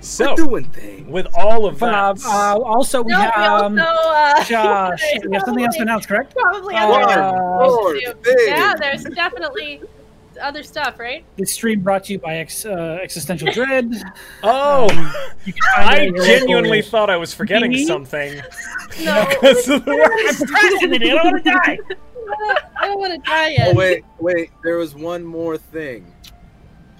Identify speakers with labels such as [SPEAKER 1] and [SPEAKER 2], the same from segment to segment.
[SPEAKER 1] So
[SPEAKER 2] doing things.
[SPEAKER 1] with all of
[SPEAKER 3] Uh,
[SPEAKER 1] that,
[SPEAKER 3] uh, also, we
[SPEAKER 4] No, we
[SPEAKER 3] have um,
[SPEAKER 4] also, uh,
[SPEAKER 3] Josh. We have something else to
[SPEAKER 4] probably-
[SPEAKER 3] announce, correct?
[SPEAKER 4] Probably
[SPEAKER 3] Uh,
[SPEAKER 4] other
[SPEAKER 3] Lord,
[SPEAKER 2] Lord,
[SPEAKER 4] too.
[SPEAKER 2] big.
[SPEAKER 4] Yeah, there's definitely other stuff, right?
[SPEAKER 3] This stream brought to you by ex, uh, Existential Dread.
[SPEAKER 1] oh,
[SPEAKER 3] You can find it
[SPEAKER 1] I
[SPEAKER 3] in your
[SPEAKER 1] genuinely
[SPEAKER 3] local-
[SPEAKER 1] thought I was forgetting
[SPEAKER 3] Me? Oh,
[SPEAKER 1] something
[SPEAKER 4] No,
[SPEAKER 1] because of the
[SPEAKER 3] I
[SPEAKER 1] word.
[SPEAKER 3] procrastinated. I want to die.
[SPEAKER 4] I don't want to die yet.
[SPEAKER 2] Oh wait, wait. There was one more thing.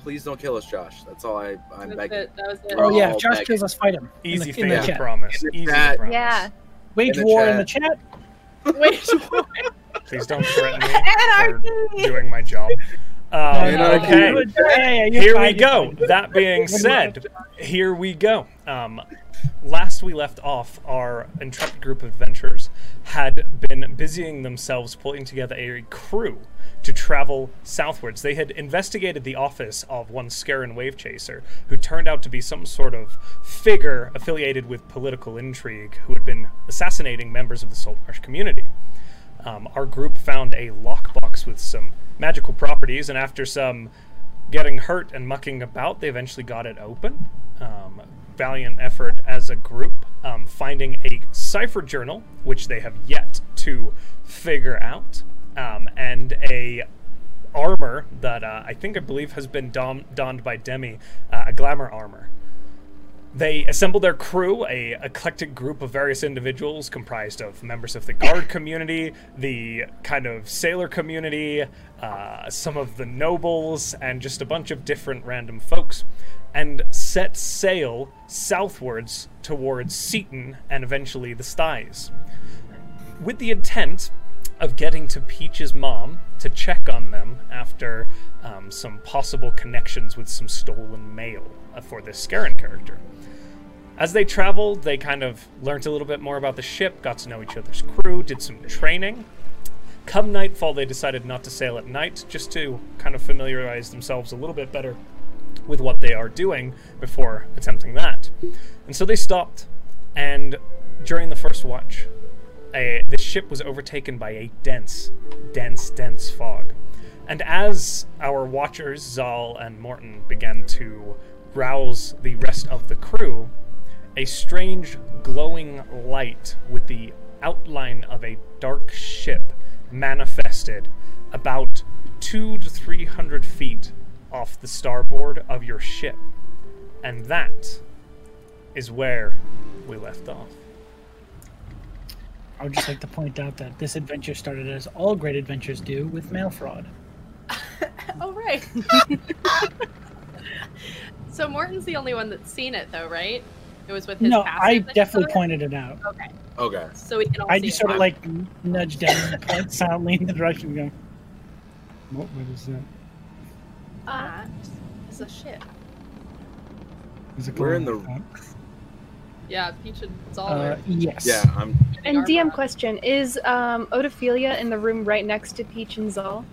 [SPEAKER 2] Please don't kill us, Josh. That's all I, I'm
[SPEAKER 4] That's
[SPEAKER 2] begging.
[SPEAKER 4] it. That was it.
[SPEAKER 3] Oh yeah,
[SPEAKER 2] Oh,
[SPEAKER 3] if Josh
[SPEAKER 2] back.
[SPEAKER 3] kills us, fight him. In
[SPEAKER 1] Easy
[SPEAKER 3] the, in
[SPEAKER 1] thing
[SPEAKER 3] the
[SPEAKER 1] to
[SPEAKER 3] chat.
[SPEAKER 1] promise.
[SPEAKER 2] In the
[SPEAKER 1] Easy to
[SPEAKER 2] chat.
[SPEAKER 1] promise.
[SPEAKER 4] Yeah.
[SPEAKER 3] Wage
[SPEAKER 2] In the
[SPEAKER 3] war in
[SPEAKER 2] chat.
[SPEAKER 3] the chat.
[SPEAKER 4] Wait.
[SPEAKER 1] Please don't threaten me for
[SPEAKER 4] Anarchy.
[SPEAKER 1] doing my job.
[SPEAKER 3] No,
[SPEAKER 1] Um,
[SPEAKER 3] no,
[SPEAKER 2] Anarchy.
[SPEAKER 1] okay.
[SPEAKER 3] you- yeah, yeah, yeah, you're
[SPEAKER 1] here we
[SPEAKER 3] fine, you're
[SPEAKER 1] go.
[SPEAKER 3] fine.
[SPEAKER 1] That being said, here we go. Um, last we left off, our intrepid group of adventurers had been busying themselves pulling together a crew to travel southwards. They had investigated the office of one Scaran Wave Chaser, who turned out to be some sort of figure affiliated with political intrigue who had been assassinating members of the Saltmarsh community. Um, our group found a lockbox with some magical properties, and after some getting hurt and mucking about, they eventually got it open. Um, valiant effort as a group, um, finding a cipher journal, which they have yet to figure out, um, and a armor that uh, I think I believe has been dom- donned by Demi, uh, a glamour armor. They assembled their crew, a eclectic group of various individuals comprised of members of the guard community, the kind of sailor community, uh, some of the nobles, and just a bunch of different random folks, and set sail southwards towards Seaton and eventually the Styes with the intent of getting to Peach's mom to check on them after um, some possible connections with some stolen mail uh, for this Scaran character. As they traveled, they kind of learnt a little bit more about the ship, got to know each other's crew, did some training. Come nightfall, they decided not to sail at night just to kind of familiarize themselves a little bit better with what they are doing before attempting that. And so they stopped, and during the first watch, a, the ship was overtaken by a dense, dense, dense fog. And as our watchers, Zal and Morton, began to rouse the rest of the crew, a strange glowing light with the outline of a dark ship manifested about two to three hundred feet off the starboard of your ship. And that is where we left off.
[SPEAKER 3] I would just like to point out that this adventure started as all great adventures do with mail fraud.
[SPEAKER 4] Oh right. so Morton's the only one that's seen it, though, right? It was with his.
[SPEAKER 3] no,
[SPEAKER 4] passive
[SPEAKER 3] I
[SPEAKER 4] that he
[SPEAKER 3] definitely
[SPEAKER 4] saw it?
[SPEAKER 3] pointed it out.
[SPEAKER 4] Okay,
[SPEAKER 2] Okay.
[SPEAKER 4] so we can all
[SPEAKER 3] I
[SPEAKER 4] see
[SPEAKER 3] just
[SPEAKER 4] it.
[SPEAKER 3] sort of like nudged down and point soundly in the direction and go. What, what is that?
[SPEAKER 4] Ah, it's a ship.
[SPEAKER 3] Is it
[SPEAKER 2] We're
[SPEAKER 3] going
[SPEAKER 2] in the-
[SPEAKER 3] like
[SPEAKER 4] Yeah, Peach and
[SPEAKER 3] that?
[SPEAKER 4] Zal.
[SPEAKER 3] Uh,
[SPEAKER 4] are
[SPEAKER 3] yes.
[SPEAKER 2] Yeah, I'm
[SPEAKER 4] getting
[SPEAKER 5] And
[SPEAKER 4] our
[SPEAKER 5] DM
[SPEAKER 4] map.
[SPEAKER 5] question is um, Odophilia in the room right next to Peach and Zal?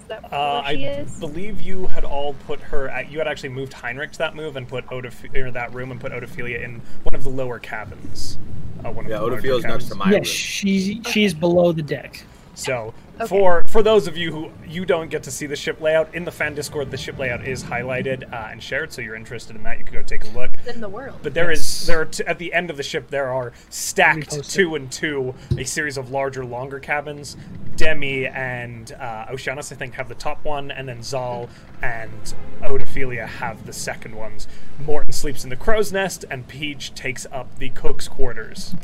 [SPEAKER 5] Is that where
[SPEAKER 1] Uh,
[SPEAKER 5] she
[SPEAKER 1] I
[SPEAKER 5] is?
[SPEAKER 1] believe you had all put her at. You had actually moved Heinrich to that move and put Odoph- or that room and put Odophilia in one of the lower cabins. Uh, one of
[SPEAKER 2] yeah.
[SPEAKER 1] the larger
[SPEAKER 2] Odafield's next to
[SPEAKER 1] cabins.
[SPEAKER 2] my
[SPEAKER 3] yes, she she's below the deck.
[SPEAKER 1] So
[SPEAKER 5] Okay.
[SPEAKER 1] for for those of you who you don't get to see the ship layout in the fan Discord, the ship layout is highlighted uh, and shared. So you're interested in that, you can go take a look.
[SPEAKER 4] in the world.
[SPEAKER 1] But there is there are t- at the end of the ship there are
[SPEAKER 3] Repost
[SPEAKER 1] stacked
[SPEAKER 3] it.
[SPEAKER 1] two and two a series of larger longer cabins. Demi and uh, Oceanus I think have the top one, and then Zal and Odophilia have the second ones. Morton sleeps in the crow's nest, and Peach takes up the cook's quarters.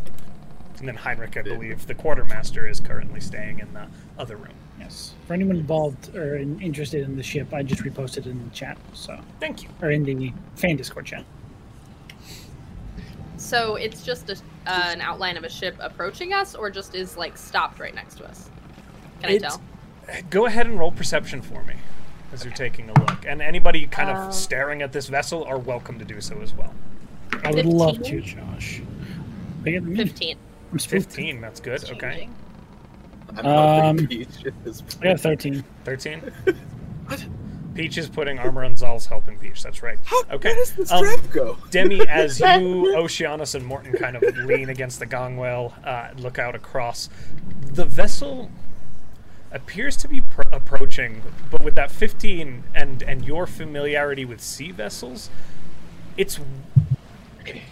[SPEAKER 1] And then Heinrich, I believe, the quartermaster is currently staying in the other room.
[SPEAKER 3] Yes. For anyone involved or in- interested in the ship, I just reposted it in the chat, so
[SPEAKER 1] Thank you.
[SPEAKER 3] or in the fan Discord chat.
[SPEAKER 4] So it's just a, uh, an outline of a ship approaching us, or just is like stopped right next to us. Can I
[SPEAKER 1] It's-
[SPEAKER 4] tell?
[SPEAKER 1] Go ahead and roll perception for me as you're taking a look. And anybody kind
[SPEAKER 4] Um,
[SPEAKER 1] of staring at this vessel are welcome to do so as well.
[SPEAKER 3] I would love to,
[SPEAKER 4] 15?
[SPEAKER 3] Josh. Bigger than me.
[SPEAKER 4] Fifteen.
[SPEAKER 3] I'm spooked.
[SPEAKER 1] 15, that's good.
[SPEAKER 4] It's
[SPEAKER 1] Okay.
[SPEAKER 4] changing.
[SPEAKER 2] room. I'm not
[SPEAKER 3] Um,
[SPEAKER 2] um, Peach at this
[SPEAKER 3] I
[SPEAKER 2] point.
[SPEAKER 3] got 13.
[SPEAKER 1] 13? Peach is putting armor on Zal's helping Peach. That's right. Okay.
[SPEAKER 2] Where does this
[SPEAKER 1] um,
[SPEAKER 2] trap go?
[SPEAKER 1] Demi, as you, Oceanus, and Morton kind of lean against the gangway, uh, look out across, the vessel appears to be pr- approaching, but with that 15 and, and your familiarity with sea vessels, it's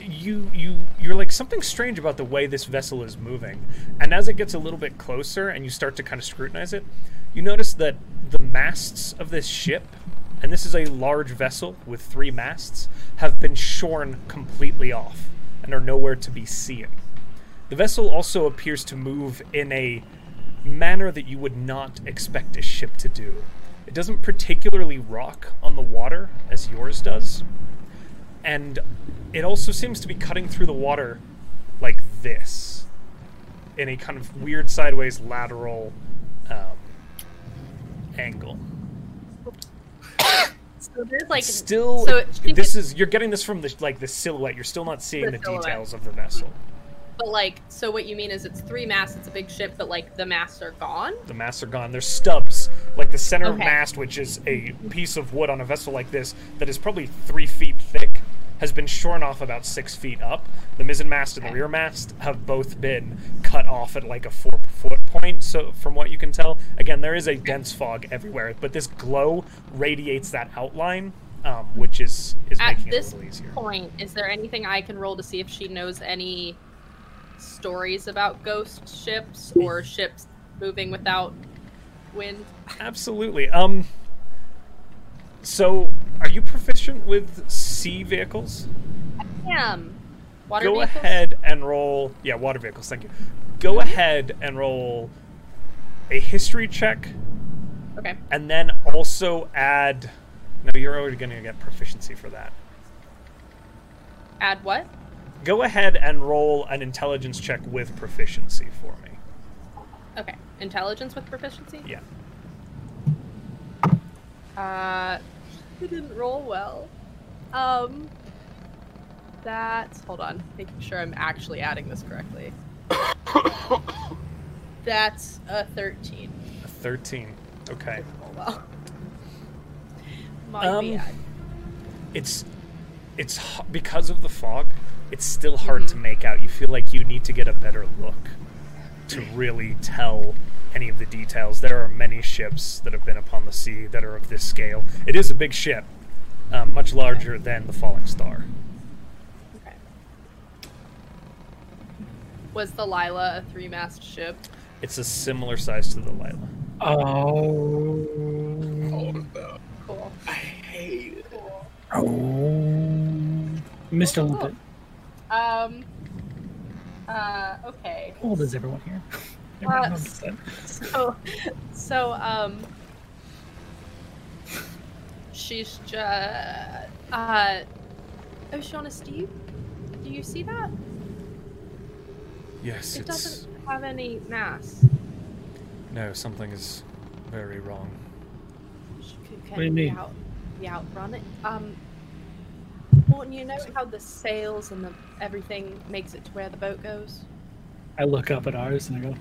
[SPEAKER 1] you you you're like something strange about the way this vessel is moving and as it gets a little bit closer and you start to kind of scrutinize it you notice that the masts of this ship and this is a large vessel with three masts have been shorn completely off and are nowhere to be seen the vessel also appears to move in a manner that you would not expect a ship to do it doesn't particularly rock on the water as yours does and it also seems to be cutting through the water like this in a kind of weird sideways lateral um, angle
[SPEAKER 4] So there's like
[SPEAKER 1] still
[SPEAKER 4] so it- think
[SPEAKER 1] this
[SPEAKER 4] it-
[SPEAKER 1] is you're getting this from the like the silhouette you're still not seeing the,
[SPEAKER 4] The silhouette.
[SPEAKER 1] details of the vessel
[SPEAKER 4] but like so what you mean is it's three masts, it's a big ship, but like the masts are gone.
[SPEAKER 1] the masts are gone there's stubs like the center
[SPEAKER 4] Okay.
[SPEAKER 1] mast which is a piece of wood on a vessel like this that is probably three feet thick has been shorn off about six feet up the mizzen mast and the
[SPEAKER 4] Okay.
[SPEAKER 1] rear mast have both been cut off at like a four foot point so from what you can tell again there is a dense fog everywhere but this glow radiates that outline um, which is is
[SPEAKER 4] At
[SPEAKER 1] making
[SPEAKER 4] this
[SPEAKER 1] it a little easier
[SPEAKER 4] point, is there anything I can roll to see if she knows any stories about ghost ships or ships moving without wind?
[SPEAKER 1] Absolutely. Um. So, are you proficient with sea vehicles?
[SPEAKER 4] Damn. Water
[SPEAKER 1] Go
[SPEAKER 4] vehicles?
[SPEAKER 1] ahead and roll. Yeah, water vehicles. Thank you. Go ahead and roll a history check,
[SPEAKER 4] Okay.
[SPEAKER 1] and then also add. No, you're already going to get proficiency for that.
[SPEAKER 4] Add what?
[SPEAKER 1] Go ahead and roll an intelligence check with proficiency for me.
[SPEAKER 4] Okay. Intelligence with proficiency?
[SPEAKER 1] Yeah.
[SPEAKER 4] Uh, it didn't roll well. Um, that's hold on, making sure I'm actually adding this correctly. that's a thirteen.
[SPEAKER 1] A 13. Okay.
[SPEAKER 4] Oh well. Might be
[SPEAKER 1] Um,
[SPEAKER 4] bad.
[SPEAKER 1] it's it's h- because of the fog it's still hard
[SPEAKER 4] Mm-hmm.
[SPEAKER 1] to make out you feel like you need to get a better look to really tell any of the details there are many ships that have been upon the sea that are of this scale it is a big ship um, much larger than the falling star
[SPEAKER 4] Okay. Was the Lila a three-mast ship?
[SPEAKER 1] it's a similar size to the lila
[SPEAKER 3] Oh.
[SPEAKER 2] no.
[SPEAKER 4] Cool.
[SPEAKER 2] I hate it.
[SPEAKER 4] Cool.
[SPEAKER 3] Oh. Mr.
[SPEAKER 4] Oh.
[SPEAKER 3] Limpet.
[SPEAKER 4] Um. Uh. Okay.
[SPEAKER 3] How old is everyone here?
[SPEAKER 4] Uh,
[SPEAKER 3] Everyone knows that.
[SPEAKER 4] so so um she's just uh oh Shauna Steve do you see that
[SPEAKER 1] yes
[SPEAKER 4] it doesn't have any mass
[SPEAKER 1] no something is very wrong
[SPEAKER 4] she could
[SPEAKER 3] do you
[SPEAKER 4] we
[SPEAKER 3] mean?
[SPEAKER 4] out we outrun it um Morton you know how the sails and the everything makes it to where the boat goes
[SPEAKER 3] I look up at ours and I go,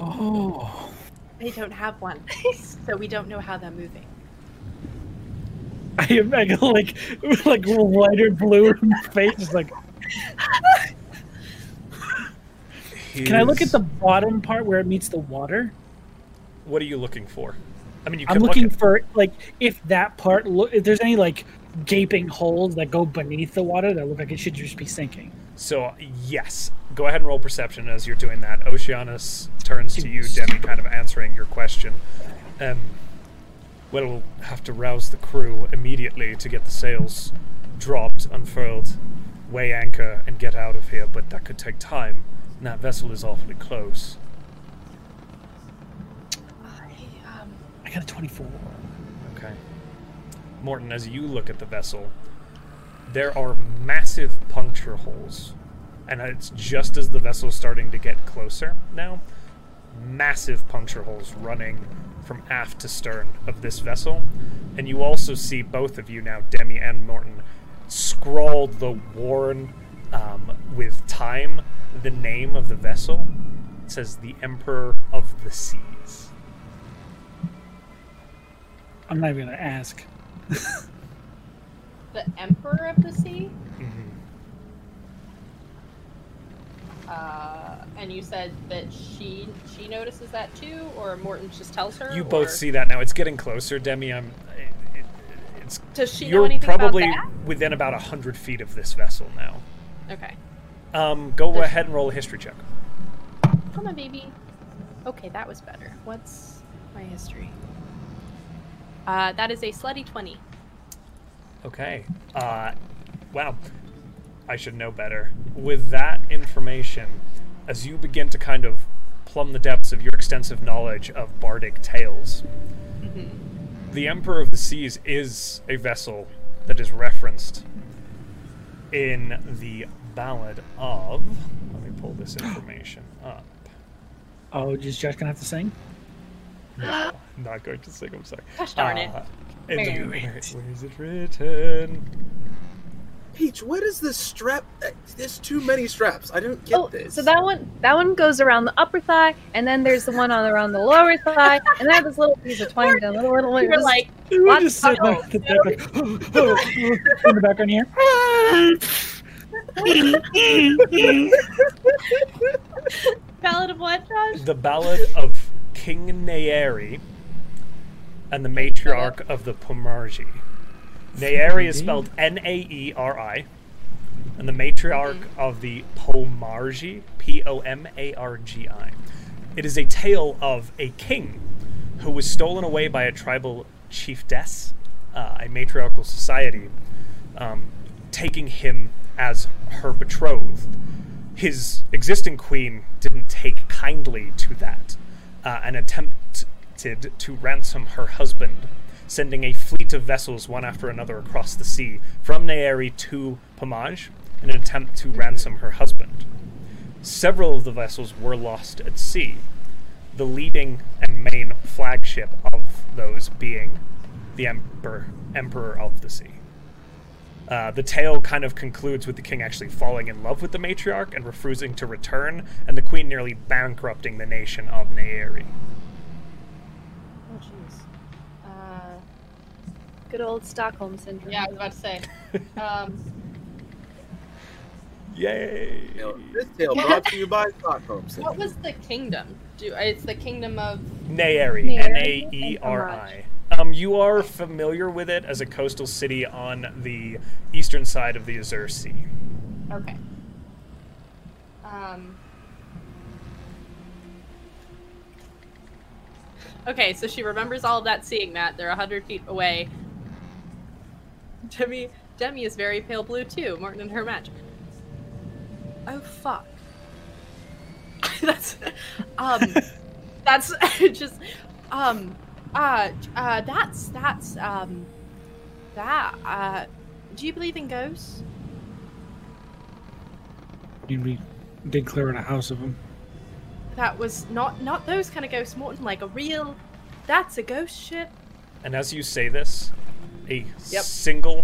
[SPEAKER 3] oh.
[SPEAKER 4] they don't have one so we don't know how they're moving
[SPEAKER 3] I am I go like like lighter blue in my face. It's like, can I look at the bottom part where it meets the water?
[SPEAKER 1] what are you looking for i mean you can
[SPEAKER 3] I'm
[SPEAKER 1] look
[SPEAKER 3] looking
[SPEAKER 1] at-
[SPEAKER 3] for like if that part look if there's any like gaping holes that go beneath the water that look like it should just be sinking.
[SPEAKER 1] So yes, go ahead and roll perception as you're doing that. Oceanus turns to you, Demi, kind of answering your question. Um, well, we'll have to rouse the crew immediately to get the sails dropped, unfurled, weigh anchor, and get out of here. But that could take time, and that vessel is awfully close.
[SPEAKER 4] I um
[SPEAKER 3] I got a 24.
[SPEAKER 1] Okay. Morton, as you look at the vessel, there are massive puncture holes. And it's just as the vessel's starting to get closer now, massive puncture holes running from aft to stern of this vessel. And you also see both of you now, Demi and Morton, scrawled the worn um, with time the name of the vessel. It says the Emperor of the Seas.
[SPEAKER 3] I'm not even gonna ask.
[SPEAKER 4] the Emperor of the Sea
[SPEAKER 1] Mhm.
[SPEAKER 4] Uh, and you said that she she notices that too, or Morton just tells her.
[SPEAKER 1] You
[SPEAKER 4] or-
[SPEAKER 1] both see that now. It's getting closer, Demi. I'm. It, it, It's,
[SPEAKER 4] Does she know
[SPEAKER 1] you're
[SPEAKER 4] anything
[SPEAKER 1] probably
[SPEAKER 4] about
[SPEAKER 1] within about hundred feet of this vessel now.
[SPEAKER 4] that? Okay.
[SPEAKER 1] Um, go
[SPEAKER 4] Does-
[SPEAKER 1] ahead and roll a history check.
[SPEAKER 4] Come on, baby. Okay, that was better. What's my history? Uh, that is a slutty 20.
[SPEAKER 1] Okay. Uh, wow. I should know better. With that information, as you begin to kind of plumb the depths of your extensive knowledge of bardic tales,
[SPEAKER 4] Mm-hmm.
[SPEAKER 1] the Emperor of the Seas is a vessel that is referenced in the Ballad of. Let me pull this information up.
[SPEAKER 3] Oh, is Josh gonna have to sing?
[SPEAKER 1] No, I'm not going to sing. I'm sorry.
[SPEAKER 4] Gosh darn it.
[SPEAKER 1] Uh, in the-
[SPEAKER 3] Do it.
[SPEAKER 1] where is it written?
[SPEAKER 2] Peach, what is this strap? Uh, There's too many straps. I don't get
[SPEAKER 5] Oh,
[SPEAKER 2] this.
[SPEAKER 5] so that one that one goes around the upper thigh, and then there's the one on around the lower thigh, and I have this little piece of twine down the little little.
[SPEAKER 4] You're
[SPEAKER 5] little
[SPEAKER 4] like,
[SPEAKER 3] We were
[SPEAKER 5] Lots
[SPEAKER 3] just sitting
[SPEAKER 5] of-
[SPEAKER 3] there at the deck, like, in the background here.
[SPEAKER 4] Ballad of what, Josh?
[SPEAKER 1] the ballad of King Nayeri and the matriarch of the Pomarji. Nayeri is spelled N A E R I, and the matriarch of the Pomarji, P O M A R G I. It is a tale of a king who was stolen away by a tribal chiefess, uh, a matriarchal society, um, taking him as her betrothed his existing queen didn't take kindly to that uh, and attempted to ransom her husband, sending a fleet of vessels one after another across the sea from Naeri to Pomage in an attempt to ransom her husband. Several of the vessels were lost at sea, the leading and main flagship of those being the Emperor, Emperor of the Sea. Uh, the tale kind of concludes with the king actually falling in love with the matriarch and refusing to return, and the queen nearly bankrupting the nation of Naeri.
[SPEAKER 4] Oh, jeez. Uh,
[SPEAKER 5] good old Stockholm syndrome.
[SPEAKER 4] yeah, I was about to say. Um,
[SPEAKER 1] Yay!
[SPEAKER 2] Now, this tale brought to you by Stockholm. Syndrome.
[SPEAKER 4] what was the kingdom? Do It's the kingdom of.
[SPEAKER 1] Naeri,
[SPEAKER 5] Naeri,
[SPEAKER 1] N A E R I. Um, you are familiar with it as a coastal city on the eastern side of the Azure Sea.
[SPEAKER 4] Okay. Um. Okay, so she remembers all of that, seeing that they're hundred feet away. Demi, Demi is very pale blue too. Martin and her match. Oh fuck. that's, um, that's just, um, uh, uh, that's that's um, that uh, do you believe in ghosts?
[SPEAKER 3] And we did clear out a house of them.
[SPEAKER 4] that was not not those kind of ghosts, Morton. Like a real, that's a ghost ship.
[SPEAKER 1] And as you say this, a
[SPEAKER 4] Yep.
[SPEAKER 1] single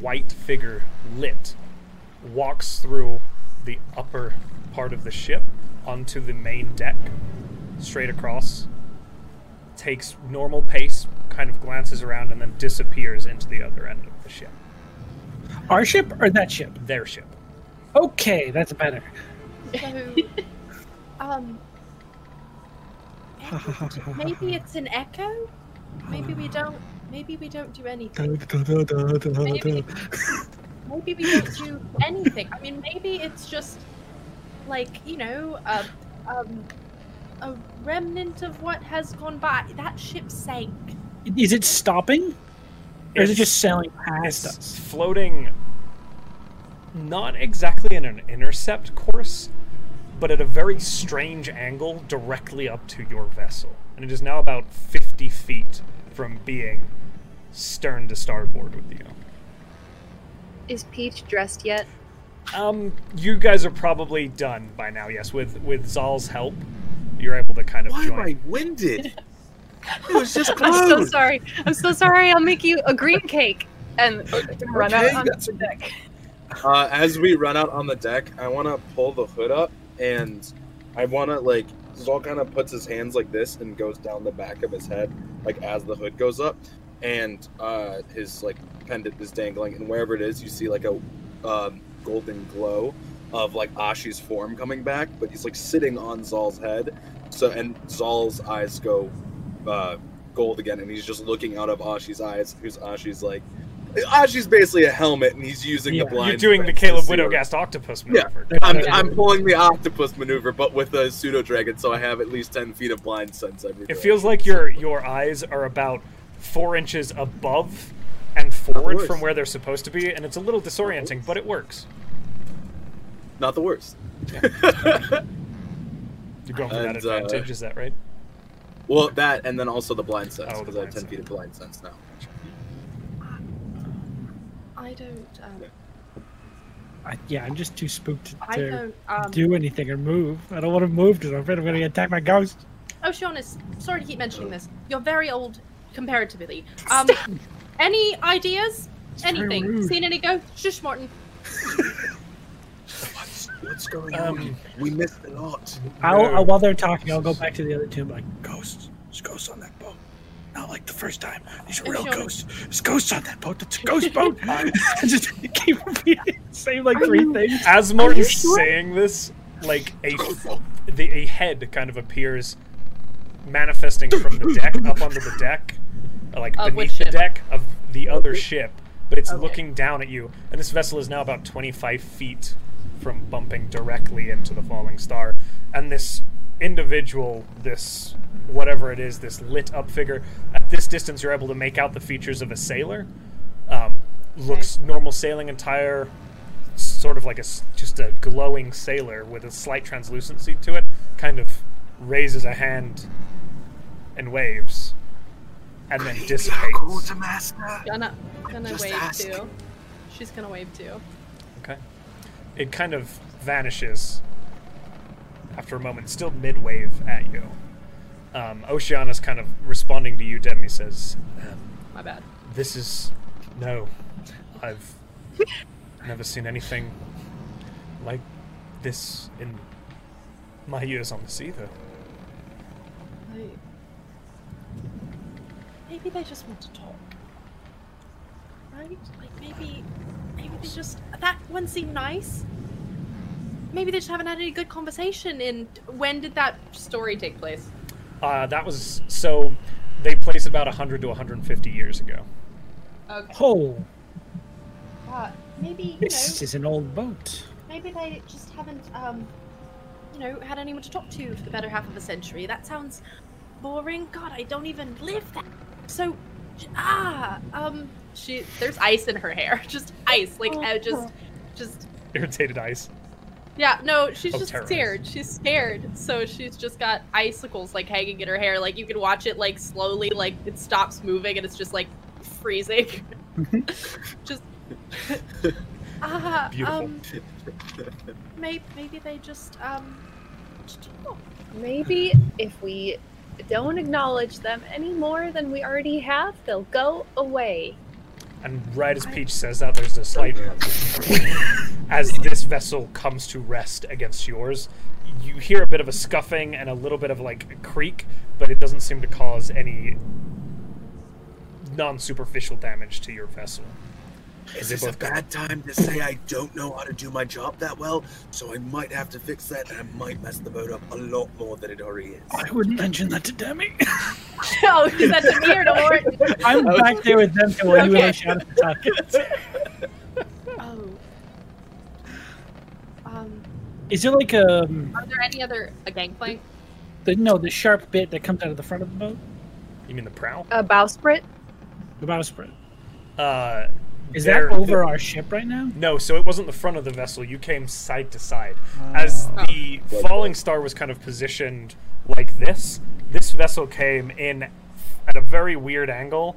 [SPEAKER 1] white figure lit walks through the upper part of the ship onto the main deck, straight across, takes normal pace, kind of glances around, and then disappears into the other end of the ship.
[SPEAKER 3] Our ship or that ship?
[SPEAKER 1] Their ship.
[SPEAKER 3] Okay, that's better.
[SPEAKER 4] So, um, maybe it's an echo. Maybe we don't. Maybe we don't do anything. Maybe, maybe we don't do anything. I mean, maybe it's just like you know, a, um, a remnant of what has gone by. That ship sank.
[SPEAKER 3] Is it stopping? Or is it just sailing past
[SPEAKER 1] It's
[SPEAKER 3] us?
[SPEAKER 1] floating not exactly in an intercept course, but at a very strange angle directly up to your vessel. And it is now about 50 feet from being stern to starboard with you.
[SPEAKER 5] Is Peach dressed yet?
[SPEAKER 1] Um, you guys are probably done by now, yes. With with Zal's help, you're able to kind of
[SPEAKER 2] Why am
[SPEAKER 1] join.
[SPEAKER 2] I winded? It was just
[SPEAKER 5] I'm
[SPEAKER 2] clothes.
[SPEAKER 5] so sorry. I'm so sorry. I'll make you a green cake and run out
[SPEAKER 2] okay,
[SPEAKER 5] on
[SPEAKER 2] that's
[SPEAKER 5] the deck.
[SPEAKER 2] Uh, as we run out on the deck, I want to pull the hood up and I want to like Zol kind of puts his hands like this and goes down the back of his head, like as the hood goes up, and uh, his like pendant is dangling, and wherever it is, you see like a um, golden glow of like Ashi's form coming back, but he's like sitting on Zol's head, so and Zol's eyes go uh, gold again, and he's just looking out of Ashi's eyes. Who's Ashi's like? Ashi's basically a helmet, and he's using
[SPEAKER 3] Yeah,
[SPEAKER 2] the blind.
[SPEAKER 1] You're doing the
[SPEAKER 2] effect to
[SPEAKER 1] Caleb
[SPEAKER 2] see what-
[SPEAKER 1] Widowgast octopus
[SPEAKER 2] Yeah.
[SPEAKER 1] maneuver.
[SPEAKER 2] I'm,
[SPEAKER 3] Okay.
[SPEAKER 2] I'm pulling the octopus maneuver, but with a pseudo dragon, so I have at least ten feet of blind sense. Every
[SPEAKER 1] It
[SPEAKER 2] direction.
[SPEAKER 1] feels like your your eyes are about four inches above and forward
[SPEAKER 2] worse.
[SPEAKER 1] from where they're supposed to be, and it's a little disorienting, but it works.
[SPEAKER 2] not the worst.
[SPEAKER 1] You're going for
[SPEAKER 2] And,
[SPEAKER 1] that
[SPEAKER 2] uh,
[SPEAKER 1] advantage, is that right?
[SPEAKER 2] Well, that and then also the blind sense
[SPEAKER 1] Oh, the
[SPEAKER 2] because I have
[SPEAKER 1] blind
[SPEAKER 2] ten
[SPEAKER 1] sense.
[SPEAKER 2] feet of blind sense now.
[SPEAKER 4] I don't. Um,
[SPEAKER 3] I, yeah, I'm just too spooked to
[SPEAKER 4] I don't. Um,
[SPEAKER 3] do anything or move. I don't want to move because I'm afraid I'm going to attack my ghost.
[SPEAKER 4] Oh, Seamus, sorry to keep mentioning this. You're very old comparatively. Um, any ideas?
[SPEAKER 3] very
[SPEAKER 4] Anything?
[SPEAKER 3] rude.
[SPEAKER 4] Seen any ghosts? Shush, Morton.
[SPEAKER 2] What's, what's going
[SPEAKER 1] Um,
[SPEAKER 2] We missed a lot.
[SPEAKER 3] I'll,
[SPEAKER 1] No.
[SPEAKER 3] I'll, while they're talking, I'll go back to the other two. and be like ghosts, there's ghosts on that boat. Not like the first time. These are
[SPEAKER 4] Oh,
[SPEAKER 3] real
[SPEAKER 4] sure.
[SPEAKER 3] ghosts. There's ghosts on that boat. That's a ghost boat. I just keep repeating the same like three things.
[SPEAKER 1] As Martin's saying this, like a the a head kind of appears, manifesting from the deck up onto the deck, uh, like
[SPEAKER 4] Of
[SPEAKER 1] beneath
[SPEAKER 4] which
[SPEAKER 1] the
[SPEAKER 4] ship?
[SPEAKER 1] deck of the other ship. But it's
[SPEAKER 4] Okay.
[SPEAKER 1] looking down at you, and this vessel is now about twenty-five feet from bumping directly into the falling star. And this individual, this whatever it is, this lit up figure, at this distance, you're able to make out the features of a sailor. Um, looks normal sailing attire, sort of like a s- just a glowing sailor with a slight translucency to it kind of raises a hand and waves and then dissipates
[SPEAKER 2] master.
[SPEAKER 4] Gonna, gonna
[SPEAKER 2] Just
[SPEAKER 4] wave
[SPEAKER 2] ask.
[SPEAKER 4] too. She's gonna wave too.
[SPEAKER 1] okay it kind of vanishes after a moment still mid wave at you um, oceana's kind of responding to you demi says um,
[SPEAKER 4] My bad.
[SPEAKER 1] this is no i've never seen anything like this in my years on the sea though
[SPEAKER 4] I... Maybe they just want to talk. Right? Like maybe, maybe they just that one seemed nice. Maybe they just haven't had any good conversation. And when did that story take place?
[SPEAKER 1] Uh, that was so they place about 100 to 150 years ago.
[SPEAKER 4] Okay.
[SPEAKER 3] Oh,
[SPEAKER 4] Uh, maybe you
[SPEAKER 3] this is an old boat.
[SPEAKER 4] Maybe they just haven't, um, you know, had anyone to talk to for the better half of a century. That sounds boring. God, I don't even live that. So, j- ah, um, Oh, she, there's ice in her hair. Just ice. Like, I just, just,
[SPEAKER 1] Irritated ice.
[SPEAKER 4] yeah, no, she's
[SPEAKER 1] Oh,
[SPEAKER 4] just
[SPEAKER 1] terror ice.
[SPEAKER 4] scared. She's scared. So she's just got icicles, like, hanging in her hair. Like, you can watch it, like, slowly, like, it stops moving and it's just, like, freezing. just, ah,
[SPEAKER 1] Mm-hmm. Beautiful.
[SPEAKER 4] um, Maybe, maybe they just um. just- oh,
[SPEAKER 5] Maybe if we don't acknowledge them any more than we already have, they'll go away.
[SPEAKER 1] And right as Peach says that, there's a slight as this vessel comes to rest against yours. You hear a bit of a scuffing and a little bit of like a creak, but it doesn't seem to cause any non-superficial damage to your vessel.
[SPEAKER 2] Is
[SPEAKER 1] They
[SPEAKER 2] this a
[SPEAKER 1] both got
[SPEAKER 2] bad time to say I don't know how to do my job that well? So I might have to fix that, and I might mess the boat up a lot more than it already is.
[SPEAKER 4] Oh,
[SPEAKER 3] I wouldn't mention that to Demi.
[SPEAKER 4] is that Oh, to me or to Warren?
[SPEAKER 3] I'm back there with them to where you and Oceana are talking.
[SPEAKER 4] Oh. Um,
[SPEAKER 3] Is there like um,
[SPEAKER 4] are there any other a gangplank?
[SPEAKER 3] the, no the sharp bit that comes out of the front of the boat?
[SPEAKER 1] You mean the prow?
[SPEAKER 5] A bowsprit?
[SPEAKER 3] The bowsprit.
[SPEAKER 1] Uh,
[SPEAKER 3] Is
[SPEAKER 1] there-
[SPEAKER 3] that over our ship right now?
[SPEAKER 1] No, so it wasn't the front of the vessel. You came side to side.
[SPEAKER 3] Ah.
[SPEAKER 1] As the
[SPEAKER 2] Oh.
[SPEAKER 1] falling star was kind of positioned like this, this vessel came in at a very weird angle,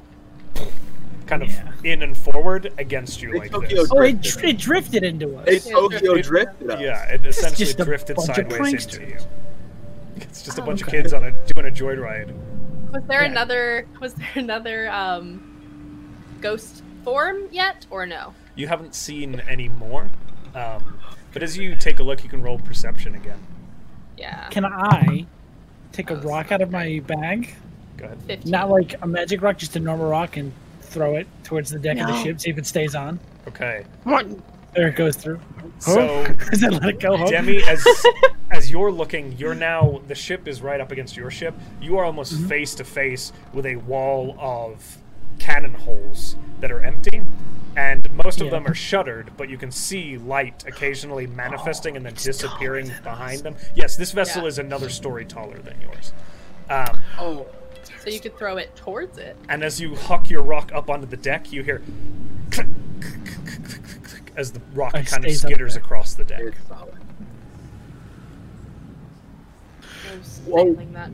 [SPEAKER 1] kind of
[SPEAKER 3] Yeah.
[SPEAKER 1] in and forward against you
[SPEAKER 2] Hey,
[SPEAKER 1] like
[SPEAKER 2] Tokyo.
[SPEAKER 1] this.
[SPEAKER 3] Oh, it, dr- it drifted into us.
[SPEAKER 2] It's
[SPEAKER 4] Yeah,
[SPEAKER 2] Tokyo
[SPEAKER 1] it-
[SPEAKER 2] drifted us.
[SPEAKER 1] Yeah, it essentially
[SPEAKER 3] just a
[SPEAKER 1] drifted
[SPEAKER 3] bunch of
[SPEAKER 1] sideways
[SPEAKER 3] pranksters.
[SPEAKER 1] into you. It's just a
[SPEAKER 4] Oh,
[SPEAKER 1] bunch
[SPEAKER 3] okay.
[SPEAKER 1] of kids on a doing a joyride.
[SPEAKER 4] Was there
[SPEAKER 3] Yeah.
[SPEAKER 4] another? Was there another um, ghost form yet or no?
[SPEAKER 1] You haven't seen any more, um, but as you take a look, you can roll perception again.
[SPEAKER 4] Yeah.
[SPEAKER 3] Can I take a rock out of my bag?
[SPEAKER 1] Go ahead.
[SPEAKER 4] Fifteen.
[SPEAKER 3] Not like a magic rock, just a normal rock, and throw it towards the deck of the
[SPEAKER 5] No.
[SPEAKER 3] ship, see if it stays on.
[SPEAKER 1] Okay.
[SPEAKER 6] Martin,
[SPEAKER 3] There it goes through.
[SPEAKER 1] So
[SPEAKER 3] Is that let it go? Huh?
[SPEAKER 1] Demi, as as you're looking, you're now the ship is right up against your ship. You are almost
[SPEAKER 3] Mm-hmm.
[SPEAKER 1] face to face with a wall of cannon holes that are empty, and most of
[SPEAKER 3] Yeah.
[SPEAKER 1] them are shuttered. But you can see light occasionally manifesting and then disappearing behind them. Yes, this vessel
[SPEAKER 4] Yeah.
[SPEAKER 1] is another story taller than yours. Um,
[SPEAKER 2] Oh,
[SPEAKER 4] So you could throw it towards it.
[SPEAKER 1] and as you huck your rock up onto the deck, you hear click, click, click, click, click, click, click, as the rock
[SPEAKER 3] It
[SPEAKER 1] kind of
[SPEAKER 3] Oh, stays up
[SPEAKER 1] skitters
[SPEAKER 3] there.
[SPEAKER 1] across the deck.
[SPEAKER 2] it's solid.
[SPEAKER 4] Or
[SPEAKER 2] Whoa.
[SPEAKER 4] something that.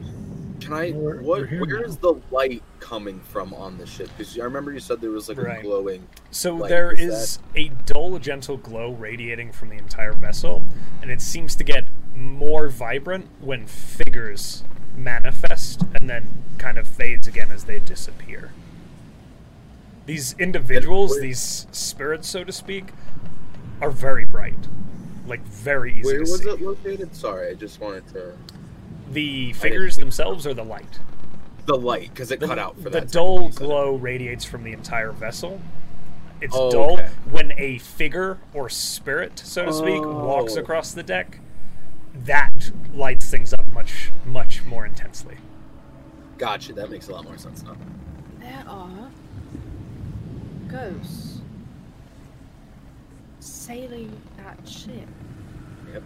[SPEAKER 2] Can I?
[SPEAKER 3] We're-
[SPEAKER 2] what?
[SPEAKER 3] we're here
[SPEAKER 2] where
[SPEAKER 3] now.
[SPEAKER 2] is the light coming from on the ship? Because I remember you said there was like
[SPEAKER 1] Right.
[SPEAKER 2] a glowing.
[SPEAKER 1] So
[SPEAKER 2] Like,
[SPEAKER 1] there is
[SPEAKER 2] is
[SPEAKER 1] a dull, gentle glow radiating from the entire vessel, and it seems to get more vibrant when figures manifest and then kind of fades again as they disappear. These individuals,
[SPEAKER 2] where-
[SPEAKER 1] these spirits, so to speak, are very bright, like very easy
[SPEAKER 2] Where
[SPEAKER 1] to
[SPEAKER 2] was
[SPEAKER 1] see.
[SPEAKER 2] it located? Sorry, I just wanted to.
[SPEAKER 1] The figures
[SPEAKER 2] see it.
[SPEAKER 1] themselves are the light.
[SPEAKER 2] The light, because it cut out for
[SPEAKER 1] the
[SPEAKER 2] that.
[SPEAKER 1] dull
[SPEAKER 2] second you said it.
[SPEAKER 1] glow radiates from the entire vessel. It's
[SPEAKER 2] Oh,
[SPEAKER 1] dull
[SPEAKER 2] okay.
[SPEAKER 1] when a figure or spirit, so to speak, walks
[SPEAKER 2] Oh.
[SPEAKER 1] across the deck. That lights things up much, much more intensely.
[SPEAKER 2] Gotcha. That makes a lot more sense now.
[SPEAKER 4] There are ghosts sailing that ship.
[SPEAKER 2] Yep.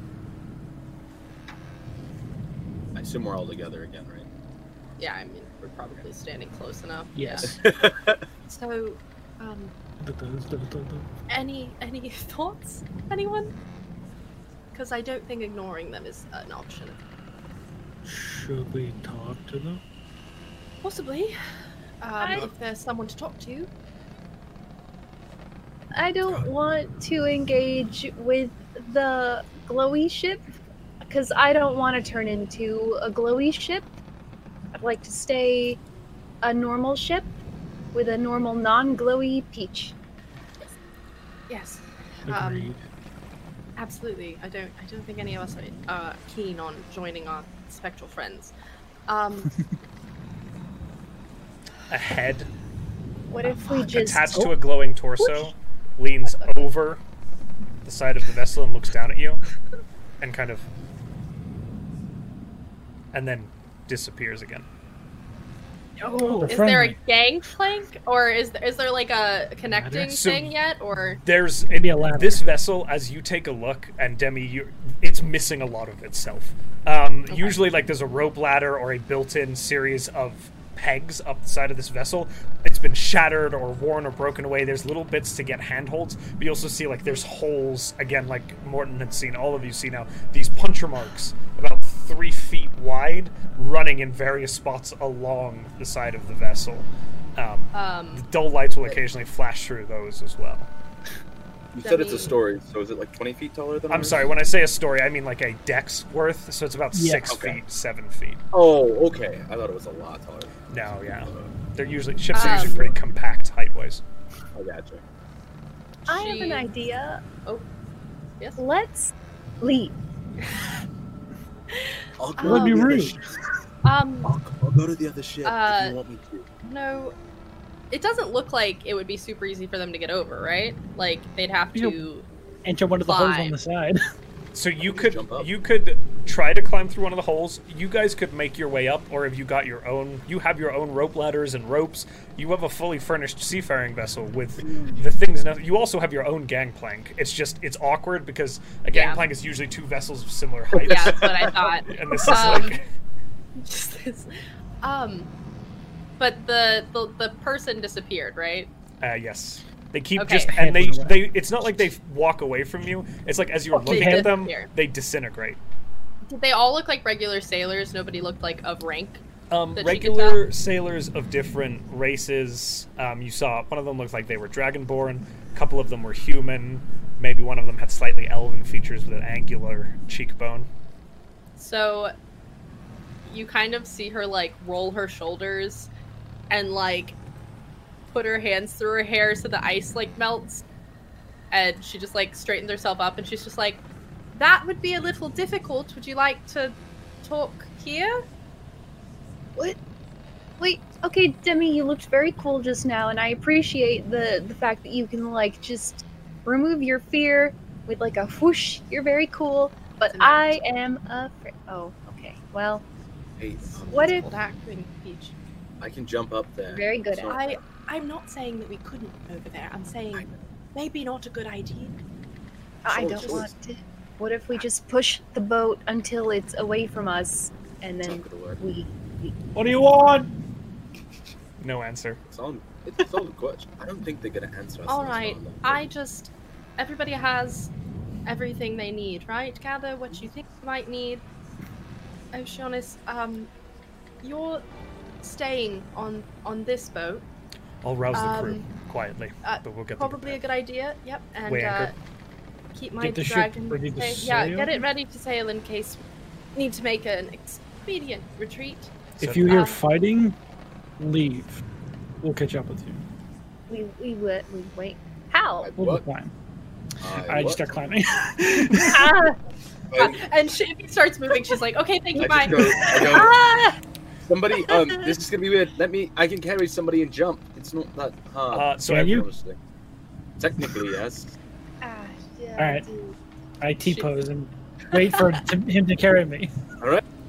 [SPEAKER 2] I assume we're all together again,
[SPEAKER 4] Yeah, I mean, we're probably standing close enough.
[SPEAKER 3] Yes.
[SPEAKER 4] Um,
[SPEAKER 2] right?
[SPEAKER 4] Yeah. So, um,
[SPEAKER 3] That's
[SPEAKER 4] any any thoughts, anyone? Because I don't think ignoring them is an option.
[SPEAKER 3] Should we talk to them?
[SPEAKER 4] Possibly, um,
[SPEAKER 5] I-
[SPEAKER 4] if there's someone to talk to.
[SPEAKER 5] I don't want to engage with the glowy ship because I don't want to turn into a glowy ship. I'd like to stay a normal ship with a normal non glowy peach.
[SPEAKER 4] Yes, Um,
[SPEAKER 3] Agreed.
[SPEAKER 4] absolutely. I don't. I don't think any of us are uh, keen on joining our spectral friends. Um,
[SPEAKER 1] A head
[SPEAKER 5] What if we just.
[SPEAKER 1] attached to a glowing torso leans over the side of the vessel and looks down at you, and kind of, and then disappears again.
[SPEAKER 3] Oh,
[SPEAKER 4] is there a gangplank, or is there, is there like a connecting
[SPEAKER 1] So-
[SPEAKER 4] thing yet? Or
[SPEAKER 1] There's in
[SPEAKER 3] be a ladder.
[SPEAKER 1] this vessel as you take a look, and Demi, you, it's missing a lot of itself. Um,
[SPEAKER 4] Okay.
[SPEAKER 1] Usually, like there's a rope ladder or a built-in series of pegs up the side of this vessel. It's been shattered or worn or broken away. There's little bits to get handholds, but you also see like there's holes again, like Morton had seen. All of you see now these puncher marks about three feet wide, running in various spots along the side of the vessel. Um,
[SPEAKER 4] um,
[SPEAKER 1] dull lights will occasionally flash through those as well.
[SPEAKER 2] you
[SPEAKER 4] That
[SPEAKER 2] said it's a
[SPEAKER 4] means-
[SPEAKER 2] story, so is it like 20 feet taller than
[SPEAKER 1] I'm
[SPEAKER 2] ours?
[SPEAKER 1] sorry, when I say a story, I mean like a deck's worth, so it's about
[SPEAKER 3] Yeah.
[SPEAKER 1] six
[SPEAKER 2] Okay.
[SPEAKER 1] feet, seven feet.
[SPEAKER 2] Oh, okay. I thought it was a lot taller.
[SPEAKER 1] No, yeah. They're usually ships are usually
[SPEAKER 4] Um,
[SPEAKER 1] pretty compact height wise.
[SPEAKER 2] I gotcha.
[SPEAKER 5] I have an
[SPEAKER 4] She-
[SPEAKER 5] idea.
[SPEAKER 4] yes.
[SPEAKER 5] Let's leave.
[SPEAKER 2] I'll
[SPEAKER 4] go That'd to be
[SPEAKER 3] the other rude.
[SPEAKER 4] Um,
[SPEAKER 2] I'll, go to the other ship
[SPEAKER 4] if Uh, you
[SPEAKER 2] want me to.
[SPEAKER 4] No, it doesn't look like it would be super easy for them to get over, right? Like they'd have
[SPEAKER 3] You
[SPEAKER 4] to.
[SPEAKER 3] Enter one of the holes on
[SPEAKER 4] Five.
[SPEAKER 3] the side.
[SPEAKER 1] So you
[SPEAKER 2] can
[SPEAKER 1] could
[SPEAKER 2] jump up.
[SPEAKER 1] you could try to climb through one of the holes. You guys could make your way up, or if you got your own, you have your own rope ladders and ropes. You have a fully furnished seafaring vessel with the things. Now, you also have your own gangplank. It's just it's awkward because a
[SPEAKER 4] Yeah.
[SPEAKER 1] gangplank is usually two vessels of similar heights,
[SPEAKER 4] Yeah, that's what I thought.
[SPEAKER 1] and this is
[SPEAKER 4] Um,
[SPEAKER 1] like
[SPEAKER 4] Just this- um, but the, the the person disappeared, right?
[SPEAKER 1] Uh, yes. They keep
[SPEAKER 4] Okay.
[SPEAKER 1] just and they
[SPEAKER 3] Hand
[SPEAKER 1] they it's not like they walk away from you. It's like as you're
[SPEAKER 3] Okay.
[SPEAKER 1] looking at them,
[SPEAKER 4] Disappear.
[SPEAKER 1] they disintegrate.
[SPEAKER 4] Did they all look like regular sailors? Nobody looked like of rank.
[SPEAKER 1] Um,
[SPEAKER 4] That you can
[SPEAKER 1] regular sailors of different races. Um, you saw one of them looked like they were dragonborn. A couple of them were human. Maybe one of them had slightly elven features with an angular cheekbone.
[SPEAKER 4] So you kind of see her like roll her shoulders and like put her hands through her hair so the ice like melts and she just like straightens herself up and she's just like that would be a little difficult would you like to talk here
[SPEAKER 5] Wait, okay, Demi, you looked very cool just now, and I appreciate the the fact that you can like just remove your fear with like a whoosh. You're very cool, but
[SPEAKER 4] It's an
[SPEAKER 5] I
[SPEAKER 4] act.
[SPEAKER 5] am afraid. Oh, okay. Well,
[SPEAKER 2] Hey, um,
[SPEAKER 5] What if-
[SPEAKER 4] Old acting peach.
[SPEAKER 2] I can jump up there.
[SPEAKER 5] very good
[SPEAKER 2] So-
[SPEAKER 5] at it.
[SPEAKER 4] I I'm not saying that we couldn't over there. I'm saying maybe not a good idea.
[SPEAKER 5] I
[SPEAKER 2] so
[SPEAKER 5] don't
[SPEAKER 2] just-
[SPEAKER 5] want to. What if we just push the boat until it's away from us, and
[SPEAKER 2] It's not
[SPEAKER 5] then
[SPEAKER 2] gonna work.
[SPEAKER 5] we?
[SPEAKER 3] What do you want?
[SPEAKER 1] No answer.
[SPEAKER 2] It's all, it's all a question. I don't think they're gonna answer us.
[SPEAKER 4] All
[SPEAKER 2] on this
[SPEAKER 4] right,
[SPEAKER 2] one.
[SPEAKER 4] I just everybody has everything they need, right? Gather what you think you might need. Oceanus, um, you're staying on on this boat.
[SPEAKER 1] I'll rouse the crew
[SPEAKER 4] Um,
[SPEAKER 1] quietly,
[SPEAKER 4] uh,
[SPEAKER 1] but we'll get
[SPEAKER 4] Probably a
[SPEAKER 1] them
[SPEAKER 4] good idea. Yep, and
[SPEAKER 1] Weigh
[SPEAKER 4] uh,
[SPEAKER 1] anchor.
[SPEAKER 4] keep my
[SPEAKER 3] Get the ship
[SPEAKER 4] dragon.
[SPEAKER 3] ready to
[SPEAKER 4] sail- yeah,
[SPEAKER 3] sail.
[SPEAKER 4] get it ready to sail in case we need to make an expedient retreat.
[SPEAKER 3] If
[SPEAKER 1] So-
[SPEAKER 3] you hear
[SPEAKER 4] Um,
[SPEAKER 3] fighting, leave. We'll catch up with you.
[SPEAKER 5] We we wait. We wait. How?
[SPEAKER 2] Like,
[SPEAKER 3] We'll
[SPEAKER 2] what?
[SPEAKER 3] be fine.
[SPEAKER 2] I,
[SPEAKER 3] I
[SPEAKER 2] what?
[SPEAKER 3] just start climbing.
[SPEAKER 5] ah,
[SPEAKER 4] Uh,
[SPEAKER 2] I,
[SPEAKER 4] and she if he starts moving. She's like, "Okay, thank you,
[SPEAKER 2] I
[SPEAKER 4] bye."
[SPEAKER 2] just go, I go,
[SPEAKER 5] ah!
[SPEAKER 2] somebody, um, this is gonna be weird. Let me, I can carry somebody and jump. It's not that hard.
[SPEAKER 1] Uh, so
[SPEAKER 3] Can you-
[SPEAKER 2] Honestly. Technically, yes.
[SPEAKER 5] Ah, yeah,
[SPEAKER 3] All right.
[SPEAKER 5] dude.
[SPEAKER 3] I T pose and wait for t- him to carry me.